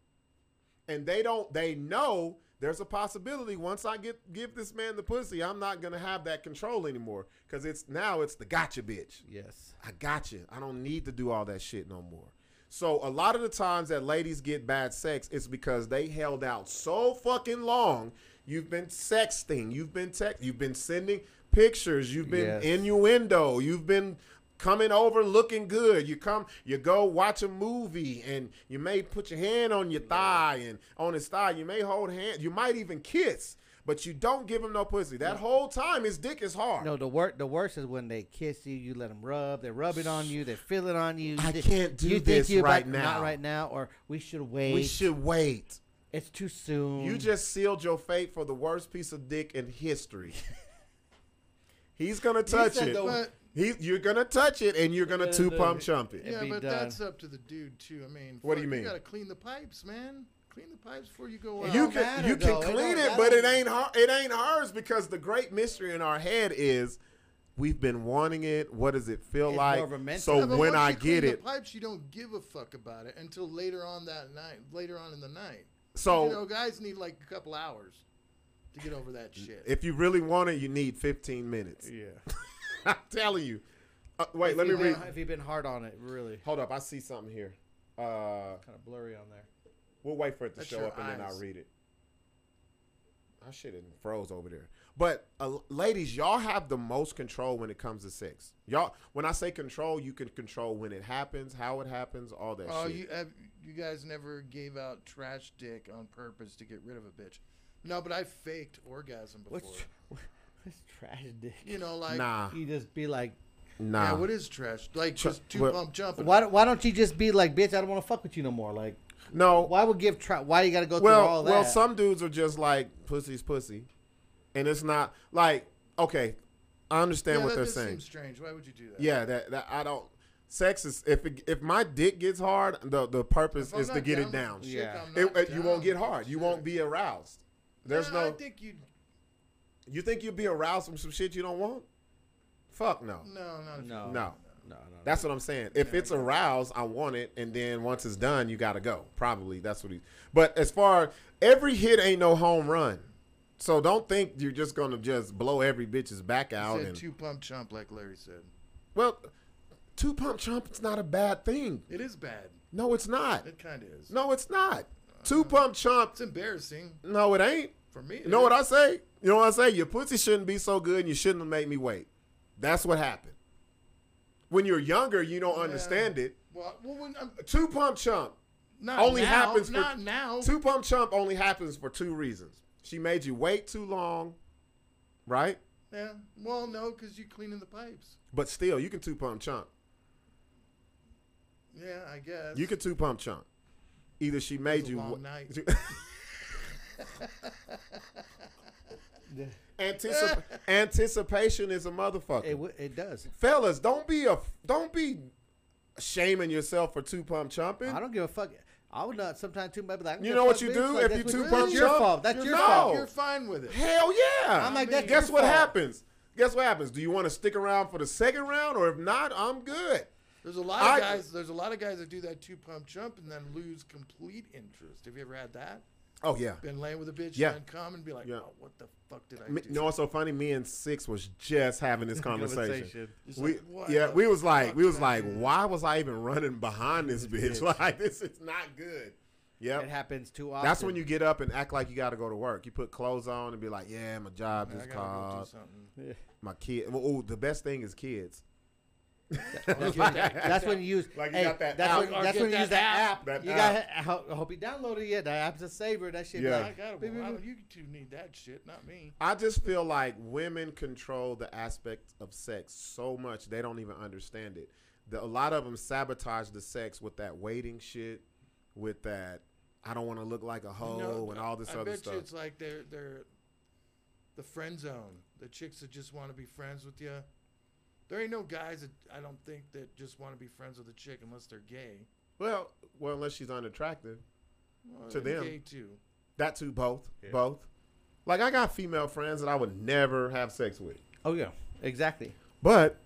Speaker 1: and they don't they know there's a possibility once I get give this man the pussy, I'm not gonna have that control anymore. Cause it's now it's the gotcha bitch.
Speaker 2: Yes.
Speaker 1: I gotcha. I don't need to do all that shit no more. So a lot of the times that ladies get bad sex, it's because they held out so fucking long. You've been sexting, you've been text, you've been sending pictures, you've been
Speaker 2: Yes.
Speaker 1: innuendo, you've been coming over looking good. You come, you go watch a movie, and you may put your hand on your thigh and on his thigh. You may hold hand, you might even kiss, but you don't give him no pussy. That whole time his dick is hard.
Speaker 2: No, the worst the worst is when they kiss you, you let them rub, they rub it on you, they feel it on you.
Speaker 1: I
Speaker 2: They-
Speaker 1: can't do
Speaker 2: you think
Speaker 1: this
Speaker 2: you
Speaker 1: right
Speaker 2: might- Not
Speaker 1: now.
Speaker 2: right now, or we should wait.
Speaker 1: we should wait.
Speaker 2: it's too soon.
Speaker 1: You just sealed your fate for the worst piece of dick in history. He's gonna touch
Speaker 2: said
Speaker 1: it.
Speaker 2: the-
Speaker 5: But-
Speaker 1: He, you're gonna touch it, and you're gonna two pump chump it.
Speaker 2: It'd
Speaker 5: Yeah,
Speaker 2: be
Speaker 5: but
Speaker 2: done.
Speaker 5: that's up to the dude too. I mean,
Speaker 1: What do
Speaker 5: fuck,
Speaker 1: you mean?
Speaker 5: You gotta clean the pipes, man. Clean the pipes before you go out.
Speaker 1: You
Speaker 2: don't
Speaker 1: can
Speaker 2: matter,
Speaker 1: you can
Speaker 2: though. It
Speaker 1: clean
Speaker 2: don't-
Speaker 1: it,
Speaker 2: that
Speaker 1: but it
Speaker 2: don't-
Speaker 1: ain't her, it ain't hers because the great mystery in our head is we've been wanting it. What does it feel
Speaker 2: It's more
Speaker 1: like?
Speaker 2: of a mental-
Speaker 1: So
Speaker 5: Yeah, but
Speaker 1: when
Speaker 5: once
Speaker 1: I
Speaker 5: you clean
Speaker 1: get it,
Speaker 5: the pipes, you don't give a fuck about it until later on that night. Later on in the night.
Speaker 1: so
Speaker 5: you know, guys need like a couple hours to get over that shit.
Speaker 1: if you really want it, you need 15 minutes.
Speaker 2: yeah.
Speaker 1: I'm telling you. Uh, wait, let me
Speaker 2: If you've
Speaker 1: read.
Speaker 2: been- If you've been hard on it, really
Speaker 1: Hold up, I see something here. Uh,
Speaker 2: kind of blurry on there.
Speaker 1: We'll wait for it to
Speaker 5: That's
Speaker 1: show
Speaker 5: your
Speaker 1: up and then I'll
Speaker 5: eyes.
Speaker 1: read it. I shit it froze over there. But uh, ladies, y'all have the most control when it comes to sex. Y'all, when I say control, you can control when it happens, how it happens, all that
Speaker 5: oh,
Speaker 1: shit.
Speaker 5: you have, you guys never gave out trash dick on purpose to get rid of a bitch. No, but I faked orgasm before.
Speaker 2: What's what's trash dick?
Speaker 5: you know, like
Speaker 1: nah,
Speaker 2: You just be like,
Speaker 1: nah.
Speaker 5: Yeah, what is trash? Like just two
Speaker 1: what-
Speaker 5: pump jumping.
Speaker 2: why, why don't you just be like, bitch? I don't want to fuck with you no more. Like,
Speaker 1: no,
Speaker 2: why would give? Tra- why you got to go through
Speaker 1: well,
Speaker 2: all that?
Speaker 1: well, some dudes are just like pussy's pussy, and it's not like okay. I understand
Speaker 5: Yeah,
Speaker 1: what
Speaker 5: that
Speaker 1: they're
Speaker 5: just
Speaker 1: saying.
Speaker 5: seems strange. Why would you do that?
Speaker 1: Yeah, that, that I don't. sex is if it, if my dick gets hard, the the purpose
Speaker 5: If I'm
Speaker 1: is to
Speaker 5: not
Speaker 1: get
Speaker 5: down
Speaker 1: it
Speaker 5: with
Speaker 1: down.
Speaker 5: the chick,
Speaker 2: Yeah.
Speaker 5: I'm
Speaker 1: It,
Speaker 5: not
Speaker 1: it- you
Speaker 5: down
Speaker 1: won't get
Speaker 5: with the
Speaker 1: hard. You
Speaker 5: chick.
Speaker 1: won't be aroused. There's
Speaker 5: Nah,
Speaker 1: no.
Speaker 5: I think you.
Speaker 1: you think you'll be aroused from some shit you don't want? Fuck no.
Speaker 5: No, not if you-
Speaker 1: No.
Speaker 2: No. No. No.
Speaker 1: That's what I'm saying. If it's aroused, I want it, and then once it's done, you gotta go. Probably that's what he. But as far every hit ain't no home run, so don't think you're just gonna just blow every bitch's back out.
Speaker 5: Said
Speaker 1: and,
Speaker 5: two pump chump, like Larry said.
Speaker 1: well, two pump chump, it's not a bad thing.
Speaker 5: It is bad.
Speaker 1: No, it's not.
Speaker 5: It kind of is.
Speaker 1: No, it's not. Two pump chump.
Speaker 5: It's embarrassing
Speaker 1: No, it ain't.
Speaker 5: for me.
Speaker 1: You know what I say? You know what I say? Your pussy shouldn't be so good, and you shouldn't have made me wait. That's what happened. When you're younger, you don't understand it.
Speaker 5: Well, well when I'm,
Speaker 1: Two pump chump
Speaker 5: not
Speaker 1: only
Speaker 5: now,
Speaker 1: happens for
Speaker 5: not now.
Speaker 1: Two pump chump only happens for two reasons. She made you wait too long, right?
Speaker 5: Yeah. Well, no, because you're cleaning the pipes.
Speaker 1: But still, you can two pump chump.
Speaker 5: Yeah, I guess.
Speaker 1: You can two pump chump. Either she made
Speaker 5: a
Speaker 1: you
Speaker 5: long
Speaker 1: wa-
Speaker 5: night.
Speaker 1: Anticip- anticipation is a motherfucker.
Speaker 2: It, w- it does.
Speaker 1: fellas, don't be a don't be shaming yourself for two pump chumping.
Speaker 2: I don't give a fuck. I would not sometimes too much be like,
Speaker 1: You know what you do if you two pump
Speaker 2: That's your
Speaker 1: chump?
Speaker 2: fault. That's your
Speaker 1: No.
Speaker 2: fault.
Speaker 5: You're fine with it.
Speaker 1: Hell yeah!
Speaker 2: I'm like, that's
Speaker 1: guess
Speaker 2: your
Speaker 1: what
Speaker 2: fault.
Speaker 1: happens? Guess what happens? Do you want to stick around for the second round, or if not, I'm good.
Speaker 5: There's a lot of
Speaker 1: I-
Speaker 5: guys. There's a lot of guys that do that two pump jump and then lose complete interest. Have you ever had that?
Speaker 1: Oh yeah.
Speaker 5: Been laying with a bitch
Speaker 1: Yeah.
Speaker 5: and then come and be like,
Speaker 1: Yeah.
Speaker 5: oh, what the fuck did I
Speaker 1: Me,
Speaker 5: do?
Speaker 1: you know what's so funny? Me and Six was just having this conversation.
Speaker 2: Conversation.
Speaker 5: It's
Speaker 1: We,
Speaker 5: like, what
Speaker 1: yeah,
Speaker 5: the
Speaker 1: we was like,
Speaker 5: fuck
Speaker 1: we was
Speaker 5: did I
Speaker 1: like,
Speaker 5: do?
Speaker 1: why was I even running behind this bitch? Like, this is not good.
Speaker 2: It
Speaker 1: Yep.
Speaker 2: happens too often.
Speaker 1: That's when you get up and act like you got to go to work. You put clothes on and be like, yeah, my job
Speaker 5: I
Speaker 1: just
Speaker 5: gotta go do
Speaker 1: called.
Speaker 5: something.
Speaker 1: My kid. Well, ooh, the best thing is kids.
Speaker 2: That's when you use.
Speaker 1: Like you
Speaker 2: hey,
Speaker 1: got that
Speaker 2: that's
Speaker 1: app.
Speaker 2: When,
Speaker 5: Or
Speaker 2: that's
Speaker 5: get
Speaker 2: when you
Speaker 5: that
Speaker 2: use that
Speaker 5: app.
Speaker 2: app.
Speaker 1: That
Speaker 2: you got. I hope you downloaded it yet. That app's a saver. That shit.
Speaker 1: Yeah.
Speaker 5: I gotta.
Speaker 2: Beep, beep,
Speaker 5: well,
Speaker 2: beep.
Speaker 5: you two need that shit, not me.
Speaker 1: I just feel like women control the aspect of sex so much they don't even understand it. The, a lot of them sabotage the sex with that waiting shit, with that I don't want to look like a hoe
Speaker 5: No,
Speaker 1: Oh, and all this
Speaker 5: I
Speaker 1: other
Speaker 5: bet
Speaker 1: stuff.
Speaker 5: you it's like they're they're the friend zone. The chicks that just want to be friends with you. There ain't no guys that I don't think that just want to be friends with a chick unless they're gay.
Speaker 1: Well, well, unless she's unattractive.
Speaker 5: Well,
Speaker 1: To
Speaker 5: they're
Speaker 1: them.
Speaker 5: gay too.
Speaker 1: That too, both, both. Like I got female friends that I would never have sex with,
Speaker 2: Oh yeah, exactly.
Speaker 1: but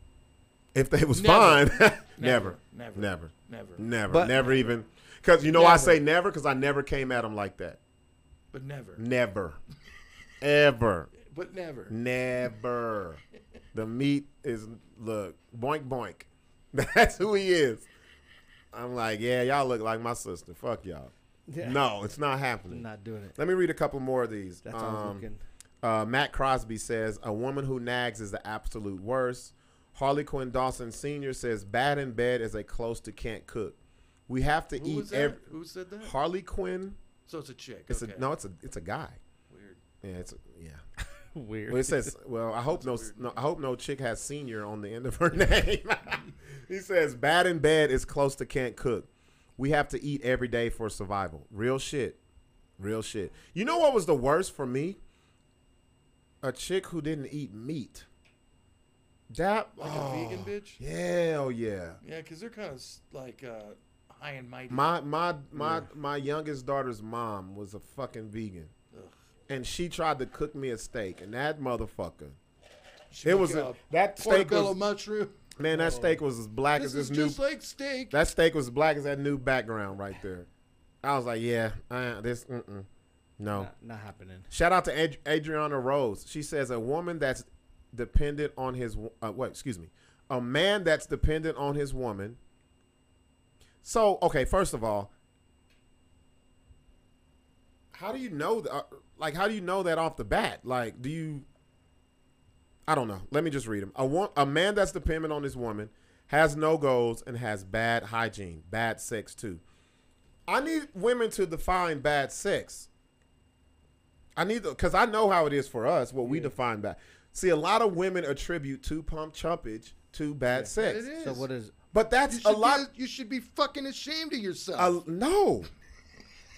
Speaker 1: if they was
Speaker 5: Never.
Speaker 1: fine, never,
Speaker 5: Never.
Speaker 1: never,
Speaker 5: Never.
Speaker 1: never,
Speaker 2: But-
Speaker 1: never even. Because you know I
Speaker 2: Never.
Speaker 1: say never because I never came at them like that.
Speaker 5: But never.
Speaker 1: Never, ever.
Speaker 5: But never.
Speaker 1: Never. the meat is look boink boink. That's who he is. I'm like, yeah, y'all look like my sister. Fuck y'all.
Speaker 2: Yeah.
Speaker 1: No, it's not happening.
Speaker 2: I'm not doing it.
Speaker 1: Let me read a couple more of these.
Speaker 2: That's how I was
Speaker 1: Um,
Speaker 2: looking.
Speaker 1: uh, Matt Crosby says a woman who nags is the absolute worst. Harley Quinn Dawson Sr. says bad in bed is a close to can't cook. We have to
Speaker 5: Who was
Speaker 1: eat
Speaker 5: that?
Speaker 1: every
Speaker 5: Who said that?
Speaker 1: Harley Quinn.
Speaker 5: So it's a chick.
Speaker 1: It's
Speaker 5: okay.
Speaker 1: a no. It's a it's a guy.
Speaker 5: Weird.
Speaker 1: Yeah. It's a, yeah.
Speaker 2: Weird.
Speaker 1: Well, it says, "Well, I hope no, no, I hope no chick has senior on the end of her name." he says, "Bad in bed is close to can't cook. We have to eat every day for survival. Real shit, real shit. You know what was the worst for me? A chick who didn't eat meat. That
Speaker 5: Like
Speaker 1: oh,
Speaker 5: a vegan bitch.
Speaker 1: Hell yeah.
Speaker 5: Yeah, because they're kind of like uh, high and mighty.
Speaker 1: My my my my youngest daughter's mom was a fucking vegan,
Speaker 5: Ugh.
Speaker 1: and she tried to cook me a steak, and that motherfucker."
Speaker 5: She
Speaker 1: it
Speaker 5: would
Speaker 1: was
Speaker 5: get
Speaker 1: a- that steak
Speaker 5: portobello
Speaker 1: was-
Speaker 5: mushroom.
Speaker 1: Man, that steak was as black
Speaker 5: This
Speaker 1: as
Speaker 5: is
Speaker 1: this new
Speaker 5: just like steak.
Speaker 1: That steak was black as that new background right there. I was like, yeah, I, this, mm-mm, no.
Speaker 2: Not, not happening.
Speaker 1: Shout out to Ad- Adriana Rose. She says a woman that's dependent on his, wo- uh, what, excuse me, a man that's dependent on his woman. So, okay, first of all, how do you know that? Uh, like, how do you know that off the bat? Like, do you? I don't know. Let me just read him. A, wo- a man that's dependent on his woman has no goals and has bad hygiene, bad sex too. I need women to define bad sex. I need because I know how it is for us what we define bad. See, a lot of women attribute two pump chumpage to bad sex,
Speaker 5: it is.
Speaker 2: So what is?
Speaker 1: but
Speaker 5: You
Speaker 1: that's
Speaker 5: should
Speaker 1: a
Speaker 5: be-
Speaker 1: lot.
Speaker 5: you should be fucking ashamed of yourself.
Speaker 1: Uh, no.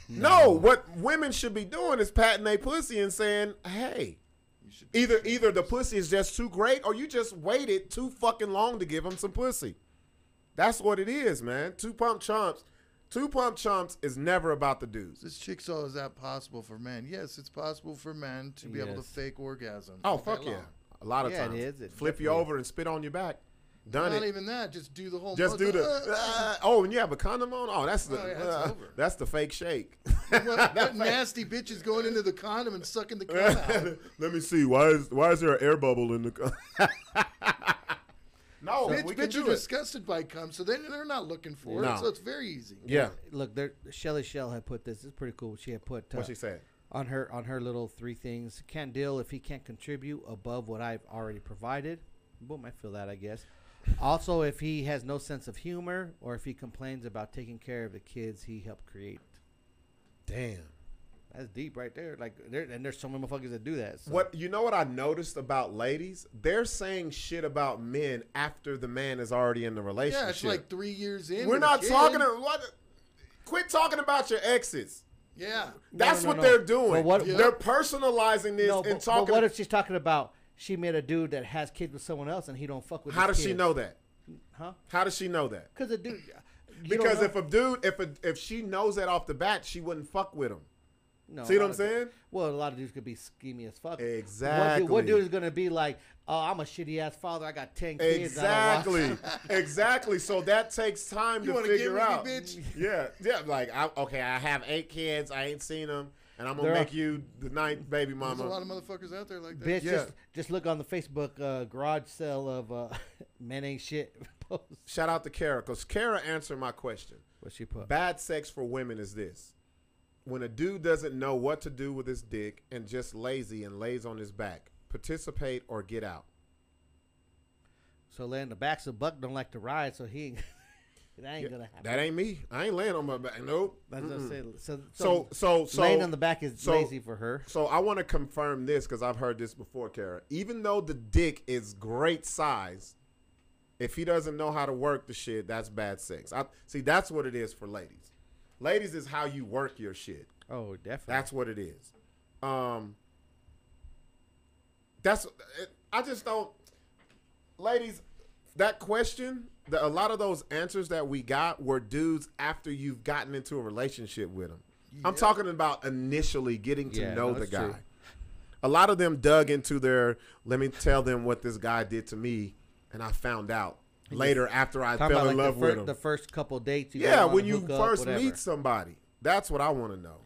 Speaker 1: no. what women should be doing is patting their pussy and saying, "Hey,
Speaker 5: You should be
Speaker 1: either
Speaker 5: ashamed.
Speaker 1: either the pussy is just too great, or you just waited too fucking long to give him some pussy." That's what it is, man. Two pump chumps. Two pump chumps is never about the dudes.
Speaker 5: This chick saw, is that possible for men? Yes, it's possible for men to be able to
Speaker 2: Yes.
Speaker 5: fake orgasm.
Speaker 1: Oh
Speaker 5: all
Speaker 1: fuck
Speaker 5: day
Speaker 1: yeah.
Speaker 5: long.
Speaker 1: A lot of
Speaker 2: Yeah, it
Speaker 1: times.
Speaker 2: is. It
Speaker 1: Flip you
Speaker 2: definitely
Speaker 1: over and spit on your back. Done
Speaker 5: Not
Speaker 1: it.
Speaker 5: even that. Just do the whole.
Speaker 1: Just do
Speaker 5: mouth,
Speaker 1: the
Speaker 5: uh,
Speaker 1: uh, oh, and you have a condom on. Oh, that's the
Speaker 5: Oh, yeah, it's
Speaker 1: uh,
Speaker 5: over.
Speaker 1: that's the fake shake.
Speaker 5: what, what nasty bitch is going into the condom and sucking the cum out?
Speaker 1: Let me see. Why is why is there an air bubble in the? Con- no,
Speaker 5: bitch,
Speaker 1: we can
Speaker 5: bitch are
Speaker 1: do it.
Speaker 5: disgusted by cum, so they, they're not looking for
Speaker 1: No.
Speaker 5: it. So it's very easy.
Speaker 1: Yeah,
Speaker 2: Look, there. Shelly Shell had put this. It's pretty cool. She had put uh,
Speaker 1: what she said.
Speaker 2: on her on her little three things. Can't deal if he can't contribute above what I've already provided. Boom, I feel that I guess. Also, if he has no sense of humor or if he complains about taking care of the kids he helped create.
Speaker 1: Damn.
Speaker 2: That's deep right there. Like there and there's so many motherfuckers that do that. So.
Speaker 1: What you know? What I noticed about ladies, they're saying shit about men after the man is already in the relationship.
Speaker 5: Yeah, it's like three years in.
Speaker 1: we're
Speaker 5: with a
Speaker 1: not
Speaker 5: kid.
Speaker 1: talking. To, what? Quit talking about your exes.
Speaker 5: Yeah.
Speaker 1: That's
Speaker 2: no,
Speaker 1: what
Speaker 2: no.
Speaker 1: they're doing.
Speaker 2: But what-
Speaker 1: they're personalizing this
Speaker 2: No, but,
Speaker 1: and
Speaker 2: but
Speaker 1: talking.
Speaker 2: what if she's talking about she met a dude that has kids with someone else and he don't fuck with
Speaker 1: how
Speaker 2: his
Speaker 1: does she
Speaker 2: kids?
Speaker 1: know that?
Speaker 2: Huh?
Speaker 1: How does she know that?
Speaker 2: Because a dude. you don't
Speaker 1: Because
Speaker 2: know-
Speaker 1: if a dude, if a, if she knows that off the bat, she wouldn't fuck with him.
Speaker 2: No,
Speaker 1: See
Speaker 2: a
Speaker 1: what
Speaker 2: lot
Speaker 1: I'm
Speaker 2: of du-
Speaker 1: saying?
Speaker 2: Well, a lot of dudes could be schemy as fuck. What dude- What,
Speaker 1: Exactly.
Speaker 2: dude is gonna be like, "Oh, I'm a shitty ass father. I got ten kids. I don't want-"
Speaker 1: Exactly, exactly. So that takes time
Speaker 5: You
Speaker 1: to
Speaker 5: wanna
Speaker 1: figure
Speaker 5: get with me,
Speaker 1: out.
Speaker 5: bitch?
Speaker 1: Yeah, yeah. Like, I, okay, I have eight kids. I ain't seen them, and I'm gonna
Speaker 2: There are-
Speaker 1: make you the ninth baby
Speaker 5: There's a lot
Speaker 1: mama.
Speaker 5: of motherfuckers out there like that.
Speaker 2: Bitch,
Speaker 1: Yeah.
Speaker 2: just just look on the Facebook uh, garage sale of uh, men ain't shit post.
Speaker 1: Shout out to Kara, cause Kara answered my question.
Speaker 2: What she put?
Speaker 1: Bad sex for women is this: when a dude doesn't know what to do with his dick and just lazy and lays on his back. Participate or get out.
Speaker 2: So laying the backs of buck don't like to ride, so he ain't, that ain't gonna happen.
Speaker 1: That ain't me. I ain't laying on my back. Nope.
Speaker 2: That's what I'm saying. So
Speaker 1: So so so
Speaker 2: laying on the back is
Speaker 1: so-
Speaker 2: lazy for her.
Speaker 1: So I want to confirm this because I've heard this before, Kara. Even though the dick is great size, if he doesn't know how to work the shit, that's bad sex. I see. That's what it is for ladies. Ladies is how you work your shit.
Speaker 2: Oh, definitely.
Speaker 1: That's what it is. Um, that's it- I just don't, ladies. That question, the, a lot of those answers that we got were dudes after you've gotten into a relationship with them. I'm talking about initially getting to
Speaker 2: Yeah,
Speaker 1: know
Speaker 2: no,
Speaker 1: the
Speaker 2: it's
Speaker 1: guy.
Speaker 2: true.
Speaker 1: A lot of them dug into their. Let me tell them what this guy did to me, and I found out later after I
Speaker 2: Talking
Speaker 1: fell
Speaker 2: about
Speaker 1: in
Speaker 2: like
Speaker 1: love
Speaker 2: the,
Speaker 1: with
Speaker 2: fir-
Speaker 1: him.
Speaker 2: the first couple dates. You
Speaker 1: Yeah,
Speaker 2: guys wanna
Speaker 1: when you
Speaker 2: hook up,
Speaker 1: first
Speaker 2: whatever.
Speaker 1: meet somebody, that's what I want to know.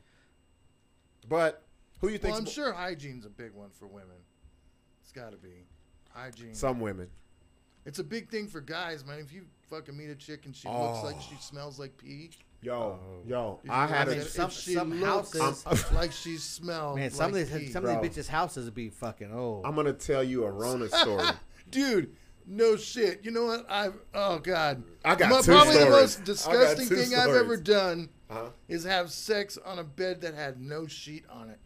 Speaker 1: But who you think?
Speaker 5: Well, I'm sure hygiene's a big one for women. It's got to be hygiene.
Speaker 1: Some women.
Speaker 5: it's a big thing for guys, man. If you fucking meet a chick and she looks like she smells like pee,
Speaker 1: Yo,
Speaker 2: Oh.
Speaker 1: yo, Oh. I had
Speaker 5: mean,
Speaker 1: a.
Speaker 5: if
Speaker 2: some-
Speaker 5: she
Speaker 2: some
Speaker 5: looks
Speaker 1: houses-
Speaker 5: like she smells
Speaker 2: Man, some
Speaker 5: like
Speaker 2: of these
Speaker 5: pee.
Speaker 2: some of
Speaker 1: Bro.
Speaker 2: these bitches' houses be fucking oh.
Speaker 1: I'm gonna tell you a Rona story.
Speaker 5: dude. No shit. You know what? I oh god.
Speaker 1: I got
Speaker 5: Mo-
Speaker 1: two
Speaker 5: probably the
Speaker 1: stories. I
Speaker 5: most
Speaker 1: got
Speaker 5: disgusting
Speaker 1: two
Speaker 5: thing I've ever
Speaker 1: stories.
Speaker 5: done
Speaker 1: Uh-huh.
Speaker 5: is have sex on a bed that had no sheet on it.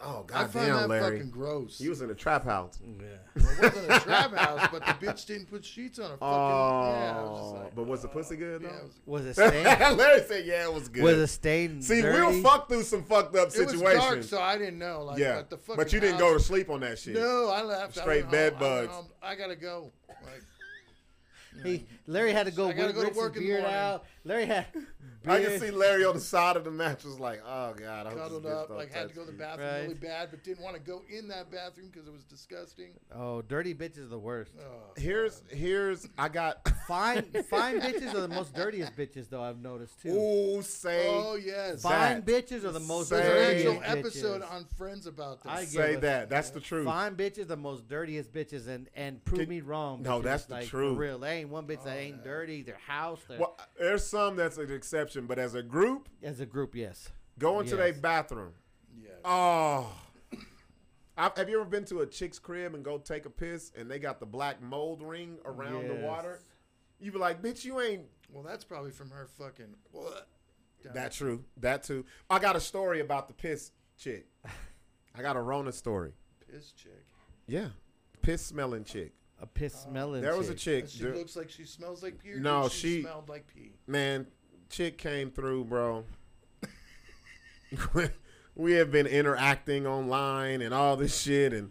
Speaker 1: oh
Speaker 5: I find that
Speaker 1: goddamn, Larry,
Speaker 5: fucking gross.
Speaker 1: you was in a trap house.
Speaker 2: Mm,
Speaker 5: It wasn't a trap house, but the bitch didn't put sheets on her fucking. yeah, I was just
Speaker 1: Oh,
Speaker 5: like,
Speaker 1: but was the pussy good
Speaker 5: yeah, it
Speaker 1: though?
Speaker 5: was-
Speaker 2: Was it stained?
Speaker 1: Larry said, "Yeah, it was good."
Speaker 2: was it stained?
Speaker 1: See,
Speaker 2: dirty?
Speaker 1: we'll fuck through some fucked up
Speaker 5: it
Speaker 1: situations.
Speaker 5: was dark, so I didn't know. Like,
Speaker 1: yeah,
Speaker 5: but the fucking.
Speaker 1: but you didn't
Speaker 5: house-
Speaker 1: go to sleep on that shit.
Speaker 5: No, I left. I
Speaker 1: Straight
Speaker 5: went
Speaker 1: bed
Speaker 5: home. I went
Speaker 1: bugs.
Speaker 5: home. I, gotta go. Like,
Speaker 2: He, Larry had to go.
Speaker 5: I gotta
Speaker 2: whip-
Speaker 5: go to
Speaker 2: rinse his
Speaker 5: work in the
Speaker 2: beard
Speaker 5: morning.
Speaker 2: out. Larry had.
Speaker 1: I can see Larry on the side of the mattress, like, "Oh God, I hope
Speaker 5: cuddled
Speaker 1: this bitch
Speaker 5: up.
Speaker 1: don't
Speaker 5: Like, had to
Speaker 1: touch
Speaker 5: go to the
Speaker 1: me."
Speaker 5: bathroom really
Speaker 2: Right.
Speaker 5: bad, but didn't want to go in that bathroom because it was disgusting.
Speaker 2: Oh, dirty bitches are the worst.
Speaker 5: Oh.
Speaker 1: Here's here's I got
Speaker 2: Fine, fine bitches are the most dirtiest bitches though. I've noticed too.
Speaker 1: ooh say
Speaker 5: Oh yes.
Speaker 1: Bye.
Speaker 2: fine bitches are the most
Speaker 1: Say-
Speaker 5: There's an
Speaker 2: dirtiest
Speaker 5: actual
Speaker 1: Hey,
Speaker 5: episode
Speaker 2: bitches.
Speaker 5: on Friends about this.
Speaker 2: I get
Speaker 1: say
Speaker 2: us-
Speaker 1: that that's the truth.
Speaker 2: Fine bitches the most dirtiest bitches and and prove
Speaker 1: Can-
Speaker 2: me wrong.
Speaker 1: No,
Speaker 2: bitches.
Speaker 1: that's the
Speaker 2: like,
Speaker 1: truth. Oh,
Speaker 2: For real, there ain't one bitch that ain't dirty. Their house, their,
Speaker 1: Well, there's some that's an exception, but as a group,
Speaker 2: as a group, yes.
Speaker 1: go into their
Speaker 2: Yes.
Speaker 1: bathroom.
Speaker 5: Yeah.
Speaker 1: Oh, I, have you ever been to a chick's crib and go take a piss and they got the black mold ring around the
Speaker 2: Yes.
Speaker 1: water? You be like, bitch, you ain't
Speaker 5: Well, that's probably from her fucking. Down
Speaker 1: That true. That too. I got a story about the piss chick. I got a Rona story.
Speaker 5: piss chick.
Speaker 1: Yeah, piss smelling chick.
Speaker 2: A piss smelling.
Speaker 1: Oh. There was a chick.
Speaker 5: She
Speaker 1: dude-
Speaker 5: looks like she smells like pee. or
Speaker 1: No,
Speaker 5: did
Speaker 1: she-
Speaker 5: smelled like pee.
Speaker 1: man, chick came through, bro. we have been interacting online and all this shit, and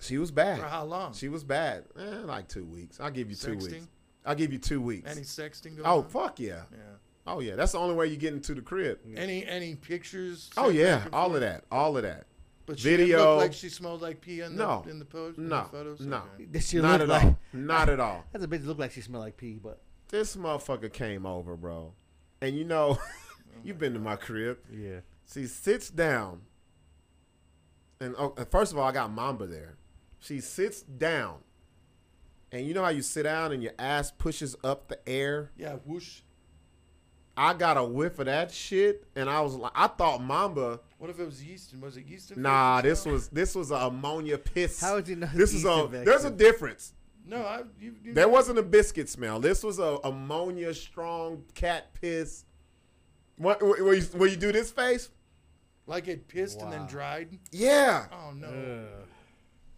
Speaker 1: she was bad.
Speaker 5: For how long?
Speaker 1: She was bad. Eh, like two weeks. I'll give you two
Speaker 5: Sexting?
Speaker 1: weeks. I'll give you two weeks.
Speaker 5: Any sexting going
Speaker 1: oh
Speaker 5: on?
Speaker 1: fuck yeah.
Speaker 5: Yeah.
Speaker 1: Oh yeah. That's the only way you get into the crib.
Speaker 5: Any any pictures?
Speaker 1: Oh
Speaker 5: sent
Speaker 1: yeah.
Speaker 5: back and
Speaker 1: All
Speaker 5: forth?
Speaker 1: of that. All of that.
Speaker 5: But she didn't
Speaker 1: Video.
Speaker 5: look like she smelled like pee in the
Speaker 1: No.
Speaker 5: in the pose in the
Speaker 1: No.
Speaker 5: photos.
Speaker 1: No.
Speaker 5: Okay.
Speaker 2: This shit
Speaker 1: Not
Speaker 2: look
Speaker 1: at
Speaker 2: like,
Speaker 1: all. Not at all.
Speaker 2: That's a bitch look like she smell like pee, but
Speaker 1: This motherfucker came over, bro. And you know, you've been to my crib.
Speaker 2: yeah.
Speaker 1: She sits down, and oh, and first of all, I got Mamba there. She sits down, and you know how you sit down and your ass pushes up the air.
Speaker 5: Yeah, whoosh.
Speaker 1: I got a whiff of that shit, and I was like, I thought Mamba.
Speaker 5: What if it was Yeaston? Was it Yeaston?
Speaker 1: Nah,
Speaker 5: Fitness
Speaker 1: this
Speaker 5: smell?
Speaker 1: was this was a ammonia piss.
Speaker 2: How would you know
Speaker 1: This
Speaker 2: the
Speaker 1: is
Speaker 2: yeast
Speaker 1: a.
Speaker 2: infection?
Speaker 1: There's a difference.
Speaker 5: No, I. You, you
Speaker 1: There wasn't a biscuit smell. This was a ammonia strong cat piss. What? Will you, where you do this face?
Speaker 5: like it pissed and then
Speaker 2: Wow.
Speaker 5: dried.
Speaker 1: Yeah.
Speaker 5: Oh no.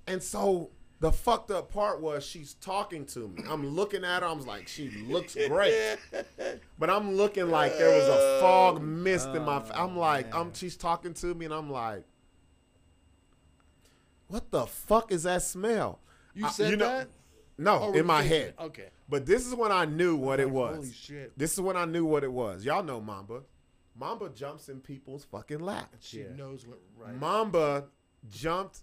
Speaker 1: And so the fucked up part was she's talking to me. I'm looking at her. I'm like, she looks great, but I'm looking like there was a
Speaker 5: Oh.
Speaker 1: fog mist in my. Fa- I'm like, I'm. She's talking to me, and I'm like, what the fuck is that smell?
Speaker 5: You
Speaker 1: I-
Speaker 5: said
Speaker 1: know-
Speaker 5: that?
Speaker 1: No,
Speaker 5: Or were
Speaker 1: in
Speaker 5: you
Speaker 1: my
Speaker 5: thinking-
Speaker 1: head.
Speaker 5: Okay. Oh.
Speaker 1: But this is when I knew what it was.
Speaker 5: Holy shit.
Speaker 1: This is when I knew what it was. Y'all know Mamba. Mamba jumps in people's fucking lap.
Speaker 5: She
Speaker 2: Yeah.
Speaker 5: knows what right.
Speaker 1: Mamba jumped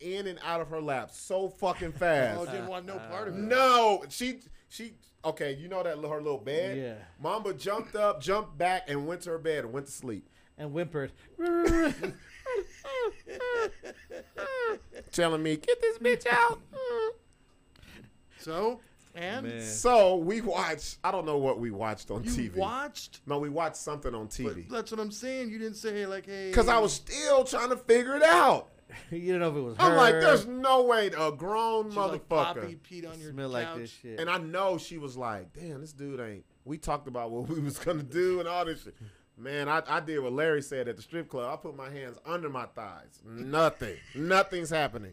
Speaker 1: in and out of her lap so fucking
Speaker 5: oh,
Speaker 1: fast.
Speaker 5: didn't want no part of it.
Speaker 1: no, she she okay. You know that little- her little bed.
Speaker 2: Yeah.
Speaker 1: Mamba jumped up, jumped back, and went to her bed and went to sleep.
Speaker 2: And whimpered.
Speaker 1: Telling me, get this bitch out.
Speaker 5: So and
Speaker 1: so we watched. I don't know what we watched on
Speaker 5: you
Speaker 1: TV.
Speaker 5: watched.
Speaker 1: No, we watched something on
Speaker 5: But
Speaker 1: TV.
Speaker 5: that's what I'm saying. You didn't say like, hey.
Speaker 1: Cause I was still trying to figure it out.
Speaker 2: you didn't know if it was her.
Speaker 1: I'm like, there's no way a grown
Speaker 5: She's Like,
Speaker 1: motherfucker.
Speaker 5: Poppy peed on your
Speaker 2: smell
Speaker 5: couch.
Speaker 2: like this shit.
Speaker 1: And I know she was like, damn, this dude ain't. We talked about what we was gonna do and all this shit. Man, I, I did what Larry said at the strip club. I put my hands under my thighs. Nothing. Nothing's happening.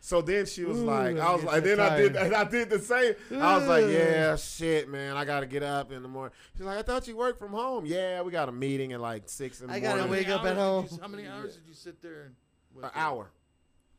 Speaker 1: So then she was
Speaker 2: Ooh,
Speaker 1: like,
Speaker 2: I'm
Speaker 1: I was
Speaker 2: getting
Speaker 1: like,
Speaker 2: so
Speaker 1: then I did,
Speaker 2: tired.
Speaker 1: and I did the same. I was like,
Speaker 2: Ooh.
Speaker 1: yeah, shit, man, I gotta get up in the morning. She's like, I thought you worked from home. Yeah, we got a meeting at like six in the
Speaker 2: I
Speaker 1: morning.
Speaker 2: gotta
Speaker 5: How many
Speaker 2: wake up at
Speaker 5: hours did you-
Speaker 2: home.
Speaker 5: how many hours did you sit there? And, with
Speaker 1: An
Speaker 5: her?
Speaker 1: hour.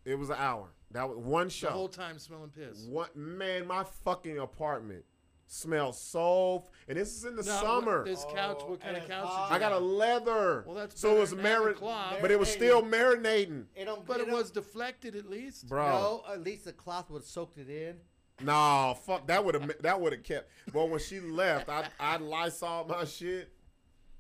Speaker 1: It was an hour. That was one
Speaker 5: The
Speaker 1: show.
Speaker 5: whole time smelling piss.
Speaker 1: What man, my fucking apartment smells so. f- And this is in the
Speaker 5: No, what-
Speaker 1: summer. Oh,
Speaker 5: This couch. What kind of couch? Did you
Speaker 1: I got a
Speaker 5: have?
Speaker 1: leather.
Speaker 5: Well, that's
Speaker 1: so
Speaker 5: better
Speaker 1: it was
Speaker 5: than having
Speaker 1: marin,
Speaker 5: cloth.
Speaker 1: but it was still marinating,
Speaker 2: It don't,
Speaker 5: But it
Speaker 2: don't-
Speaker 5: was deflected at least.
Speaker 1: bro.
Speaker 2: No, at least the cloth would have soaked it in.
Speaker 1: No, fuck that would have that would have kept. But when she left, I I lysol my shit.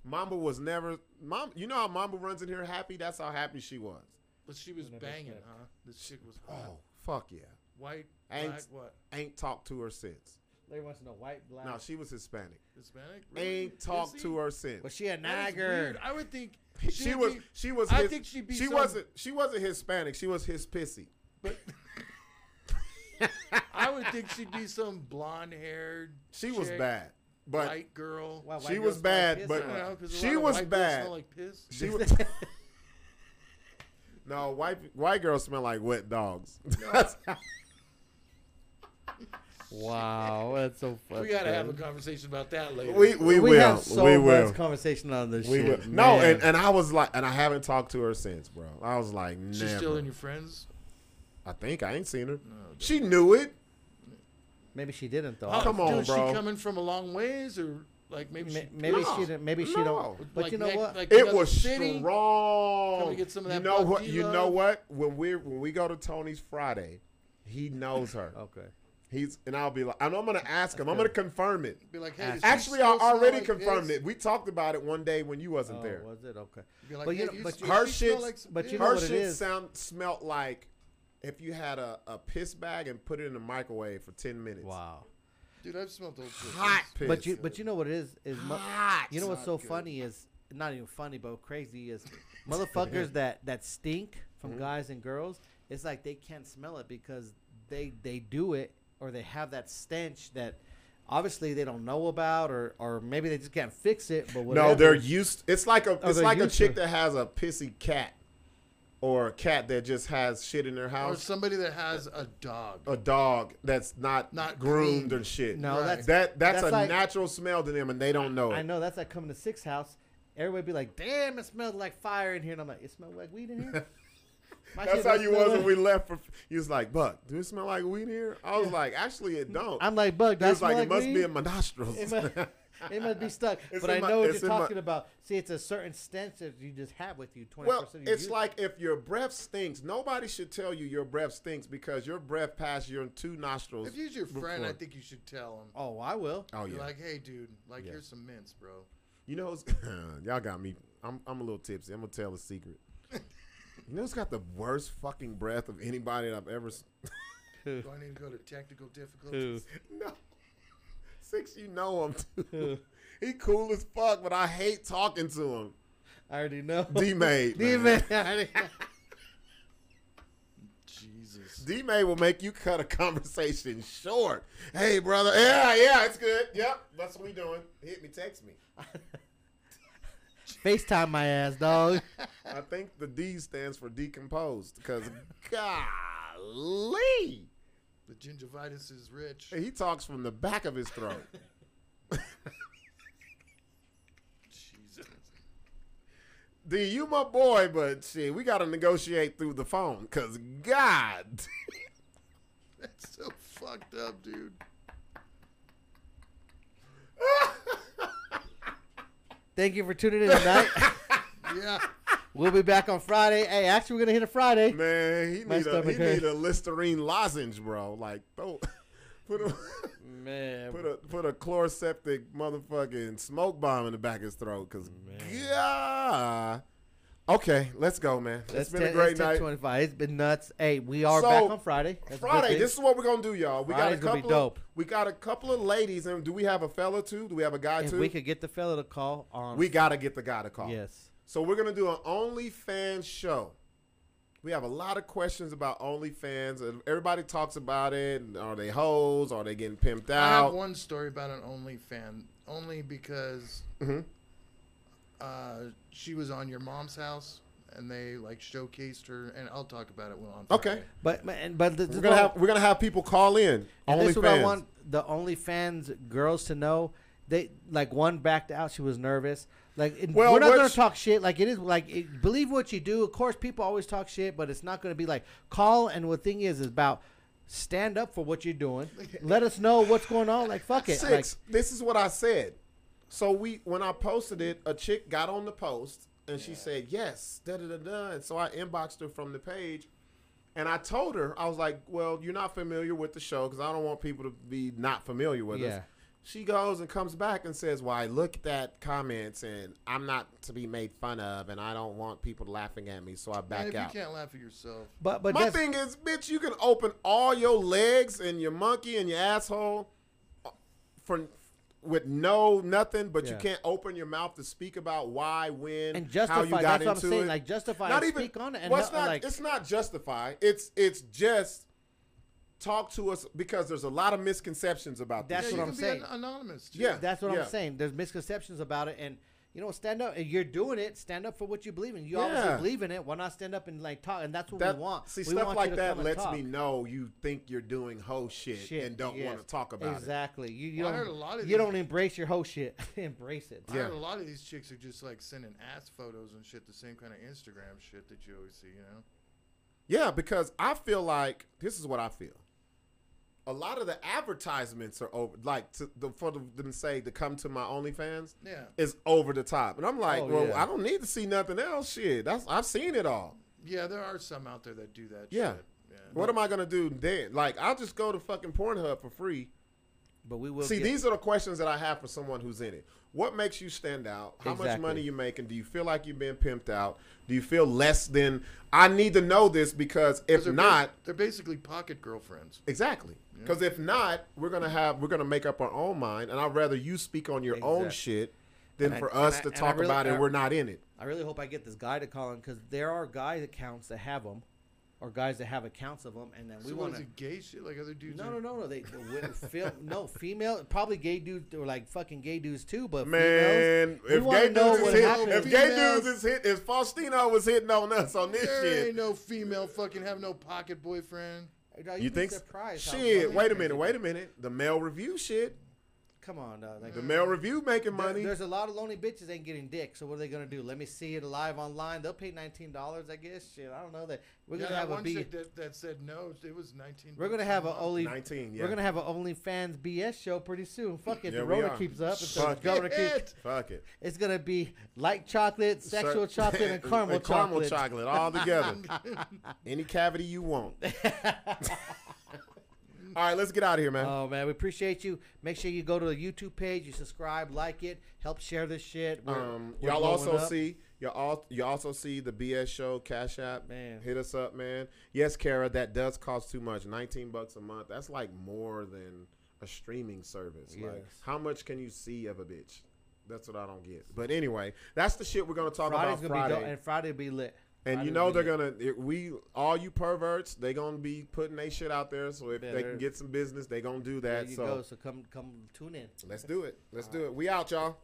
Speaker 1: Mamba was never mom. You know how Mamba runs in here happy. That's how happy she was.
Speaker 5: But she was banging, huh? This chick was hot.
Speaker 1: Oh fuck yeah.
Speaker 5: White,
Speaker 1: And-
Speaker 5: black, what?
Speaker 1: Ain't talked to her since.
Speaker 2: Larry wants to know white, black.
Speaker 1: No, she was Hispanic.
Speaker 5: Hispanic? Really?
Speaker 1: Ain't talked
Speaker 5: Is
Speaker 1: to
Speaker 5: he?
Speaker 1: her since.
Speaker 2: but she a
Speaker 5: That is
Speaker 2: nagger.
Speaker 5: weird. I would think
Speaker 1: He- she was
Speaker 5: Be,
Speaker 1: she was
Speaker 5: I
Speaker 1: his-
Speaker 5: think she'd be
Speaker 1: she
Speaker 5: some-
Speaker 1: wasn't she wasn't Hispanic. She was his pissy.
Speaker 5: but I would think she'd be some blonde-haired.
Speaker 1: She was
Speaker 5: chick,
Speaker 1: bad, but
Speaker 5: white girl.
Speaker 2: Why
Speaker 1: she
Speaker 2: white
Speaker 1: was
Speaker 2: girls smell
Speaker 1: bad,
Speaker 2: like piss
Speaker 1: but-
Speaker 2: or
Speaker 5: I don't know,
Speaker 2: what?
Speaker 5: 'cause a
Speaker 1: She
Speaker 5: lot of
Speaker 1: was
Speaker 5: white girls
Speaker 1: bad.
Speaker 5: Smell like piss.
Speaker 1: she was. no, white white girls smell like wet dogs. That's-
Speaker 2: wow, that's so funny.
Speaker 5: we gotta have a conversation about that later.
Speaker 1: we we,
Speaker 2: We
Speaker 1: will
Speaker 2: have so
Speaker 1: we
Speaker 2: much
Speaker 1: will
Speaker 2: conversation on this
Speaker 1: we will.
Speaker 2: shit.
Speaker 1: No,
Speaker 2: man.
Speaker 1: and, and I was like, and I haven't talked to her since, bro. I was like, never.
Speaker 5: She's still in your friends.
Speaker 1: I think I ain't seen her. she knew it.
Speaker 2: maybe she didn't though.
Speaker 5: Oh,
Speaker 1: Come on,
Speaker 5: dude,
Speaker 1: bro.
Speaker 5: She coming from a long ways, or like maybe
Speaker 2: Ma-
Speaker 5: she,
Speaker 2: maybe
Speaker 1: No.
Speaker 2: she didn't. Maybe she
Speaker 1: No.
Speaker 2: don't. But
Speaker 5: like
Speaker 2: you know
Speaker 5: neck-
Speaker 2: what?
Speaker 5: Like
Speaker 1: It
Speaker 5: another
Speaker 1: was
Speaker 5: city.
Speaker 1: strong.
Speaker 5: Can we get some of
Speaker 1: you
Speaker 5: that
Speaker 1: know what?
Speaker 5: Bucky
Speaker 1: You
Speaker 5: love?
Speaker 1: know what? When we are when we go to Tony's Friday, he knows her.
Speaker 2: okay.
Speaker 1: He's and I'll be like, I know I'm gonna ask him. I'm gonna confirm it.
Speaker 5: Be like, hey, does she
Speaker 1: Actually, I
Speaker 5: still smell
Speaker 1: already
Speaker 5: like
Speaker 1: confirmed
Speaker 5: piss?
Speaker 1: it. We talked about it one day when you wasn't
Speaker 2: Oh,
Speaker 1: there.
Speaker 2: was it okay?
Speaker 5: Be like,
Speaker 2: but
Speaker 5: hey,
Speaker 2: you, know,
Speaker 5: you
Speaker 2: but
Speaker 5: smell-
Speaker 2: you,
Speaker 1: Her
Speaker 5: she smell
Speaker 1: shit's-
Speaker 5: like some
Speaker 2: but you
Speaker 5: piss?
Speaker 2: know
Speaker 1: Her
Speaker 2: what it
Speaker 1: shit
Speaker 2: is.
Speaker 1: sound smelt like if you had a, a piss bag and put it in the microwave for ten minutes.
Speaker 2: wow.
Speaker 5: dude, I've smelled old piss.
Speaker 1: Hot piss.
Speaker 2: But you, but you know what it is is mo-
Speaker 1: Hot.
Speaker 2: you know what's
Speaker 5: Not
Speaker 2: so
Speaker 5: good.
Speaker 2: funny is not even funny but crazy is motherfuckers that that stink from
Speaker 5: Mm-hmm.
Speaker 2: guys and girls. It's like they can't smell it because they they do it or they have that stench that obviously they don't know about or or maybe they just can't fix it. But whatever. Oh,
Speaker 1: no, they're used. It's like a it's
Speaker 2: they're
Speaker 1: like a
Speaker 2: used
Speaker 1: chick
Speaker 2: to-
Speaker 1: that has a pissy cat, or a cat that just has shit in their
Speaker 5: Or
Speaker 1: house.
Speaker 5: somebody that has a dog.
Speaker 1: A dog that's not
Speaker 5: Not
Speaker 1: groomed
Speaker 5: clean.
Speaker 1: and shit.
Speaker 2: No, Right. that's-
Speaker 1: that that's,
Speaker 2: that's
Speaker 1: a
Speaker 2: like-
Speaker 1: natural smell to them, and they don't know it.
Speaker 2: I know that's like coming to Six House. Everybody be like, "Damn, it smelled like fire in here," and I'm like, "It smelled like weed in here." My
Speaker 1: That's
Speaker 2: shit
Speaker 1: how
Speaker 2: don't
Speaker 1: you
Speaker 2: smell
Speaker 1: was when
Speaker 2: like-
Speaker 1: we left. For, you was like, "Buck, do it smell like weed here?" I was like, "Actually, it don't."
Speaker 2: I'm like, Buck,
Speaker 1: He
Speaker 2: that's
Speaker 1: was
Speaker 2: like,
Speaker 1: like, "It must
Speaker 2: weed?
Speaker 1: be in my nostrils."
Speaker 2: It must, it must be stuck.
Speaker 1: It's
Speaker 2: but
Speaker 1: in
Speaker 2: I
Speaker 1: my-
Speaker 2: know what
Speaker 1: it's
Speaker 2: you're
Speaker 1: in my-
Speaker 2: talking about. See, it's a certain stench that you just have with you. Twenty
Speaker 1: well,
Speaker 2: percent.
Speaker 1: it's like if your breath stinks. Nobody should tell you your breath stinks because your breath passed your two nostrils.
Speaker 5: If you's your friend, I
Speaker 1: Oh, before.
Speaker 5: think you should tell him.
Speaker 2: Oh, I will.
Speaker 1: oh
Speaker 5: Be
Speaker 1: yeah,
Speaker 5: like, hey, dude, like here's some mints, bro.
Speaker 1: you know, who's- y'all got me. I'm I'm a little tipsy. I'm gonna tell a secret. You know, who's got the worst fucking breath of anybody that I've ever. s-
Speaker 5: Do I need to go to technical difficulties?
Speaker 1: No. Six, you know him too. he cool as fuck, but I hate talking to him.
Speaker 2: I already know.
Speaker 1: D made.
Speaker 2: D man. I already know.
Speaker 5: Jesus.
Speaker 1: D May will make you cut a conversation short. Hey, brother. Yeah, yeah, it's good. Yep, that's what we doing. Hit me, text me.
Speaker 2: FaceTime my ass, dog.
Speaker 1: I think the D stands for decomposed because golly,
Speaker 5: The gingivitis is rich.
Speaker 1: he talks from the back of his throat.
Speaker 5: Jesus.
Speaker 1: D, you my boy, but shit, we gotta negotiate through the phone because God.
Speaker 5: That's so fucked up, dude.
Speaker 2: Thank you for tuning in tonight.
Speaker 5: Yeah.
Speaker 2: we'll be back on Friday. Hey, actually, we're gonna hit a Friday.
Speaker 1: Man, he
Speaker 2: My
Speaker 1: need a, he
Speaker 2: stomach hurts.
Speaker 1: need a Listerine lozenge, bro. Like, throw, put a
Speaker 2: Man,
Speaker 1: put a put a chloroseptic motherfucking smoke bomb in the back of his throat, cause yeah. Okay, let's go, man. it's been a great night.
Speaker 2: 25. It's been nuts. Hey, we are
Speaker 1: So,
Speaker 2: back on Friday. That's a good
Speaker 1: Friday,
Speaker 2: thing.
Speaker 1: this is what we're gonna do, y'all. We
Speaker 2: Friday's
Speaker 1: got a
Speaker 2: gonna be
Speaker 1: couple.
Speaker 2: dope.
Speaker 1: Of, we got a couple of ladies, and do we have a fella too? Do we have a guy
Speaker 2: If
Speaker 1: too?
Speaker 2: we could get the fella to call on.
Speaker 1: we gotta get the guy to call.
Speaker 2: yes.
Speaker 1: So we're gonna do an OnlyFans show. We have a lot of questions about OnlyFans. and Everybody talks about it. Are they hoes? Are they getting pimped
Speaker 5: I have
Speaker 1: out?
Speaker 5: one story about an OnlyFan, only because
Speaker 1: Mm-hmm.
Speaker 5: uh, she was on your mom's house and they like showcased her, and I'll talk about it when on.
Speaker 1: Okay,
Speaker 5: Friday.
Speaker 2: But man, but this,
Speaker 1: we're gonna have we're gonna have people call in.
Speaker 2: And
Speaker 1: OnlyFans.
Speaker 2: this is what I want the OnlyFans girls to know. They like one backed out. She was nervous. Like it-
Speaker 1: Well,
Speaker 2: we're not gonna
Speaker 1: what's-
Speaker 2: talk shit. Like it is like it, believe what you do. Of course, people always talk shit, but it's not gonna be like call. And what thing is is about stand up for what you're doing. Let us know what's going on. Like fuck it. Like,
Speaker 1: Six. this is what I said. So we when I posted it, a chick got on the post and she said yes, da da da da. And so I inboxed her from the page, and I told her I was like, well, you're not familiar with the show because I don't want people to be not familiar with us.
Speaker 2: Yeah.
Speaker 1: She goes and comes back and says, "Why look at comments and I'm not to be made fun of and I don't want people laughing at me, so I
Speaker 5: And
Speaker 1: back
Speaker 5: if
Speaker 1: out."
Speaker 5: you can't laugh at yourself,
Speaker 2: but but
Speaker 1: My
Speaker 2: that's,
Speaker 1: thing is, bitch, you can open all your legs and your monkey and your asshole uh, for with no nothing, but you
Speaker 2: Yeah.
Speaker 1: can't open your mouth to speak about why, when,
Speaker 2: and
Speaker 1: how you got
Speaker 2: justify. That's what I'm
Speaker 1: into
Speaker 2: saying.
Speaker 1: it.
Speaker 2: Like justify.
Speaker 1: not
Speaker 2: and
Speaker 1: even.
Speaker 2: speak on it. And
Speaker 1: well, it's
Speaker 2: not,
Speaker 1: not.
Speaker 2: like,
Speaker 1: it's not justify. It's it's just talk to us because there's a lot of misconceptions about
Speaker 2: That's
Speaker 1: this.
Speaker 5: you
Speaker 2: what
Speaker 1: shit.
Speaker 5: can
Speaker 2: I'm
Speaker 5: be
Speaker 2: saying.
Speaker 5: An anonymous. too.
Speaker 1: Yeah.
Speaker 2: That's what
Speaker 1: Yeah.
Speaker 2: I'm saying. There's misconceptions about it, and you know, stand up. You're doing it. Stand up for what you believe in. You obviously
Speaker 1: Yeah.
Speaker 2: believe in it. Why not stand up and like talk? And that's what
Speaker 1: That-
Speaker 2: we want.
Speaker 1: See,
Speaker 2: We
Speaker 1: stuff
Speaker 2: want you
Speaker 1: like
Speaker 2: to
Speaker 1: that
Speaker 2: come and
Speaker 1: lets
Speaker 2: talk.
Speaker 1: me know you think you're doing whole shit,
Speaker 2: Shit,
Speaker 1: and don't want
Speaker 2: yes.
Speaker 1: to talk about it.
Speaker 2: exactly. You, you
Speaker 5: Well, I
Speaker 2: don't.
Speaker 5: heard a lot of
Speaker 2: you
Speaker 5: these-
Speaker 2: don't embrace your whole shit. embrace it.
Speaker 5: I
Speaker 1: Yeah.
Speaker 5: heard a lot of these chicks are just like sending ass photos and shit, the same kind of Instagram shit that you always see, you know?
Speaker 1: Yeah, because I feel like this is what I feel. A lot of the advertisements are over, like to, the, for them to say to come to my OnlyFans
Speaker 5: Yeah.
Speaker 1: is over the top, and I'm like,
Speaker 2: Oh,
Speaker 1: well,
Speaker 2: yeah.
Speaker 1: I don't need to see nothing else. Shit, that's I've seen it all.
Speaker 5: Yeah, there are some out there that do that
Speaker 1: Yeah.
Speaker 5: shit. Yeah.
Speaker 1: What am I gonna do then? Like, I'll just go to fucking Pornhub for free.
Speaker 2: But we will
Speaker 1: See,
Speaker 2: get-
Speaker 1: these are the questions that I have for someone who's in it. What makes you stand out? How much
Speaker 2: Exactly.
Speaker 1: money you making? Do you feel like you've been pimped out? Do you feel less than? I need to know this because if
Speaker 5: they're
Speaker 1: not,
Speaker 5: bas- they're basically pocket girlfriends.
Speaker 1: Exactly. Because if not, we're gonna have we're gonna make up our own mind, and I'd rather you speak on your own
Speaker 2: Exact-
Speaker 1: shit than
Speaker 2: I-
Speaker 1: for
Speaker 2: and
Speaker 1: us
Speaker 2: I-
Speaker 1: to
Speaker 2: and I
Speaker 1: talk
Speaker 2: really-
Speaker 1: about it.
Speaker 2: I-
Speaker 1: and We're not in it.
Speaker 2: I really hope I get this guy to call in because there are guy accounts that have them, or guys that have accounts of them, and then we
Speaker 5: so
Speaker 2: want
Speaker 5: what is
Speaker 2: to.
Speaker 5: it, gay shit like other dudes?
Speaker 2: No,
Speaker 5: are-
Speaker 2: no, no, no. They, the wi- fem- no female, probably gay dudes or like fucking gay dudes too. But
Speaker 1: Man,
Speaker 2: females, we wanna
Speaker 1: if gay
Speaker 2: know
Speaker 1: dudes is
Speaker 2: what
Speaker 1: hit,
Speaker 2: happens.
Speaker 1: if gay
Speaker 5: Females-
Speaker 1: dudes is hit, if Faustino was hitting on us on this
Speaker 5: There
Speaker 1: shit,
Speaker 5: ain't no female fucking have no pocket boyfriend.
Speaker 2: Dog,
Speaker 1: you
Speaker 2: be
Speaker 1: think?
Speaker 2: surprised how
Speaker 1: Shit,
Speaker 2: funny
Speaker 1: wait a
Speaker 2: it
Speaker 1: minute,
Speaker 2: is.
Speaker 1: wait a minute. The male review shit.
Speaker 2: come on, dog. Like,
Speaker 1: The male review making
Speaker 2: Mm. there-
Speaker 1: money.
Speaker 2: there's a lot of lonely bitches ain't getting dick. So what are they gonna do? Let me see it live online. They'll pay nineteen dollars, I guess. Shit, I don't know that we're
Speaker 5: yeah,
Speaker 2: gonna
Speaker 5: that
Speaker 2: have a
Speaker 5: one
Speaker 2: B.
Speaker 5: chick that, that said no, it was 19.
Speaker 2: We're gonna have a only.
Speaker 1: 19, yeah.
Speaker 2: We're gonna have an OnlyFans BS show pretty soon. Fuck it,
Speaker 1: Yeah,
Speaker 2: the
Speaker 1: we
Speaker 2: Rona
Speaker 1: are.
Speaker 2: keeps up. If the
Speaker 1: Fuck
Speaker 2: governor
Speaker 5: it.
Speaker 2: keeps,
Speaker 1: Fuck it.
Speaker 2: it's gonna be light chocolate, sexual
Speaker 1: Sir-
Speaker 2: chocolate, and caramel chocolate.
Speaker 1: chocolate all together. Any cavity you want. all right, let's get out of here, man.
Speaker 2: Oh man, we appreciate you. Make sure you go to the YouTube page, you subscribe, like it, help share this shit. We're-
Speaker 1: um,
Speaker 2: we're
Speaker 1: y'all
Speaker 2: blowing
Speaker 1: also
Speaker 2: up.
Speaker 1: see y'all al- you also see the BS show Cash App.
Speaker 2: Man.
Speaker 1: hit us up, man. Yes, Kara, that does cost too much. Nineteen bucks a month. That's like more than a streaming service. Like,
Speaker 2: Yes.
Speaker 1: how much can you see of a bitch? That's what I don't get. But anyway, that's the shit we're gonna talk
Speaker 2: Friday's
Speaker 1: about
Speaker 2: gonna be
Speaker 1: Friday.
Speaker 2: dope, and Friday will be lit.
Speaker 1: And you
Speaker 2: Friday
Speaker 1: know
Speaker 2: will be
Speaker 1: they're
Speaker 2: lit.
Speaker 1: gonna it- we all you perverts they gonna be putting their shit out there. So if
Speaker 2: Yeah,
Speaker 1: they
Speaker 2: they're-
Speaker 1: can get some business, they gonna do
Speaker 2: There
Speaker 1: that.
Speaker 2: you
Speaker 1: So
Speaker 2: go. So come, come tune in.
Speaker 1: let's do it. Let's do it. We out, y'all.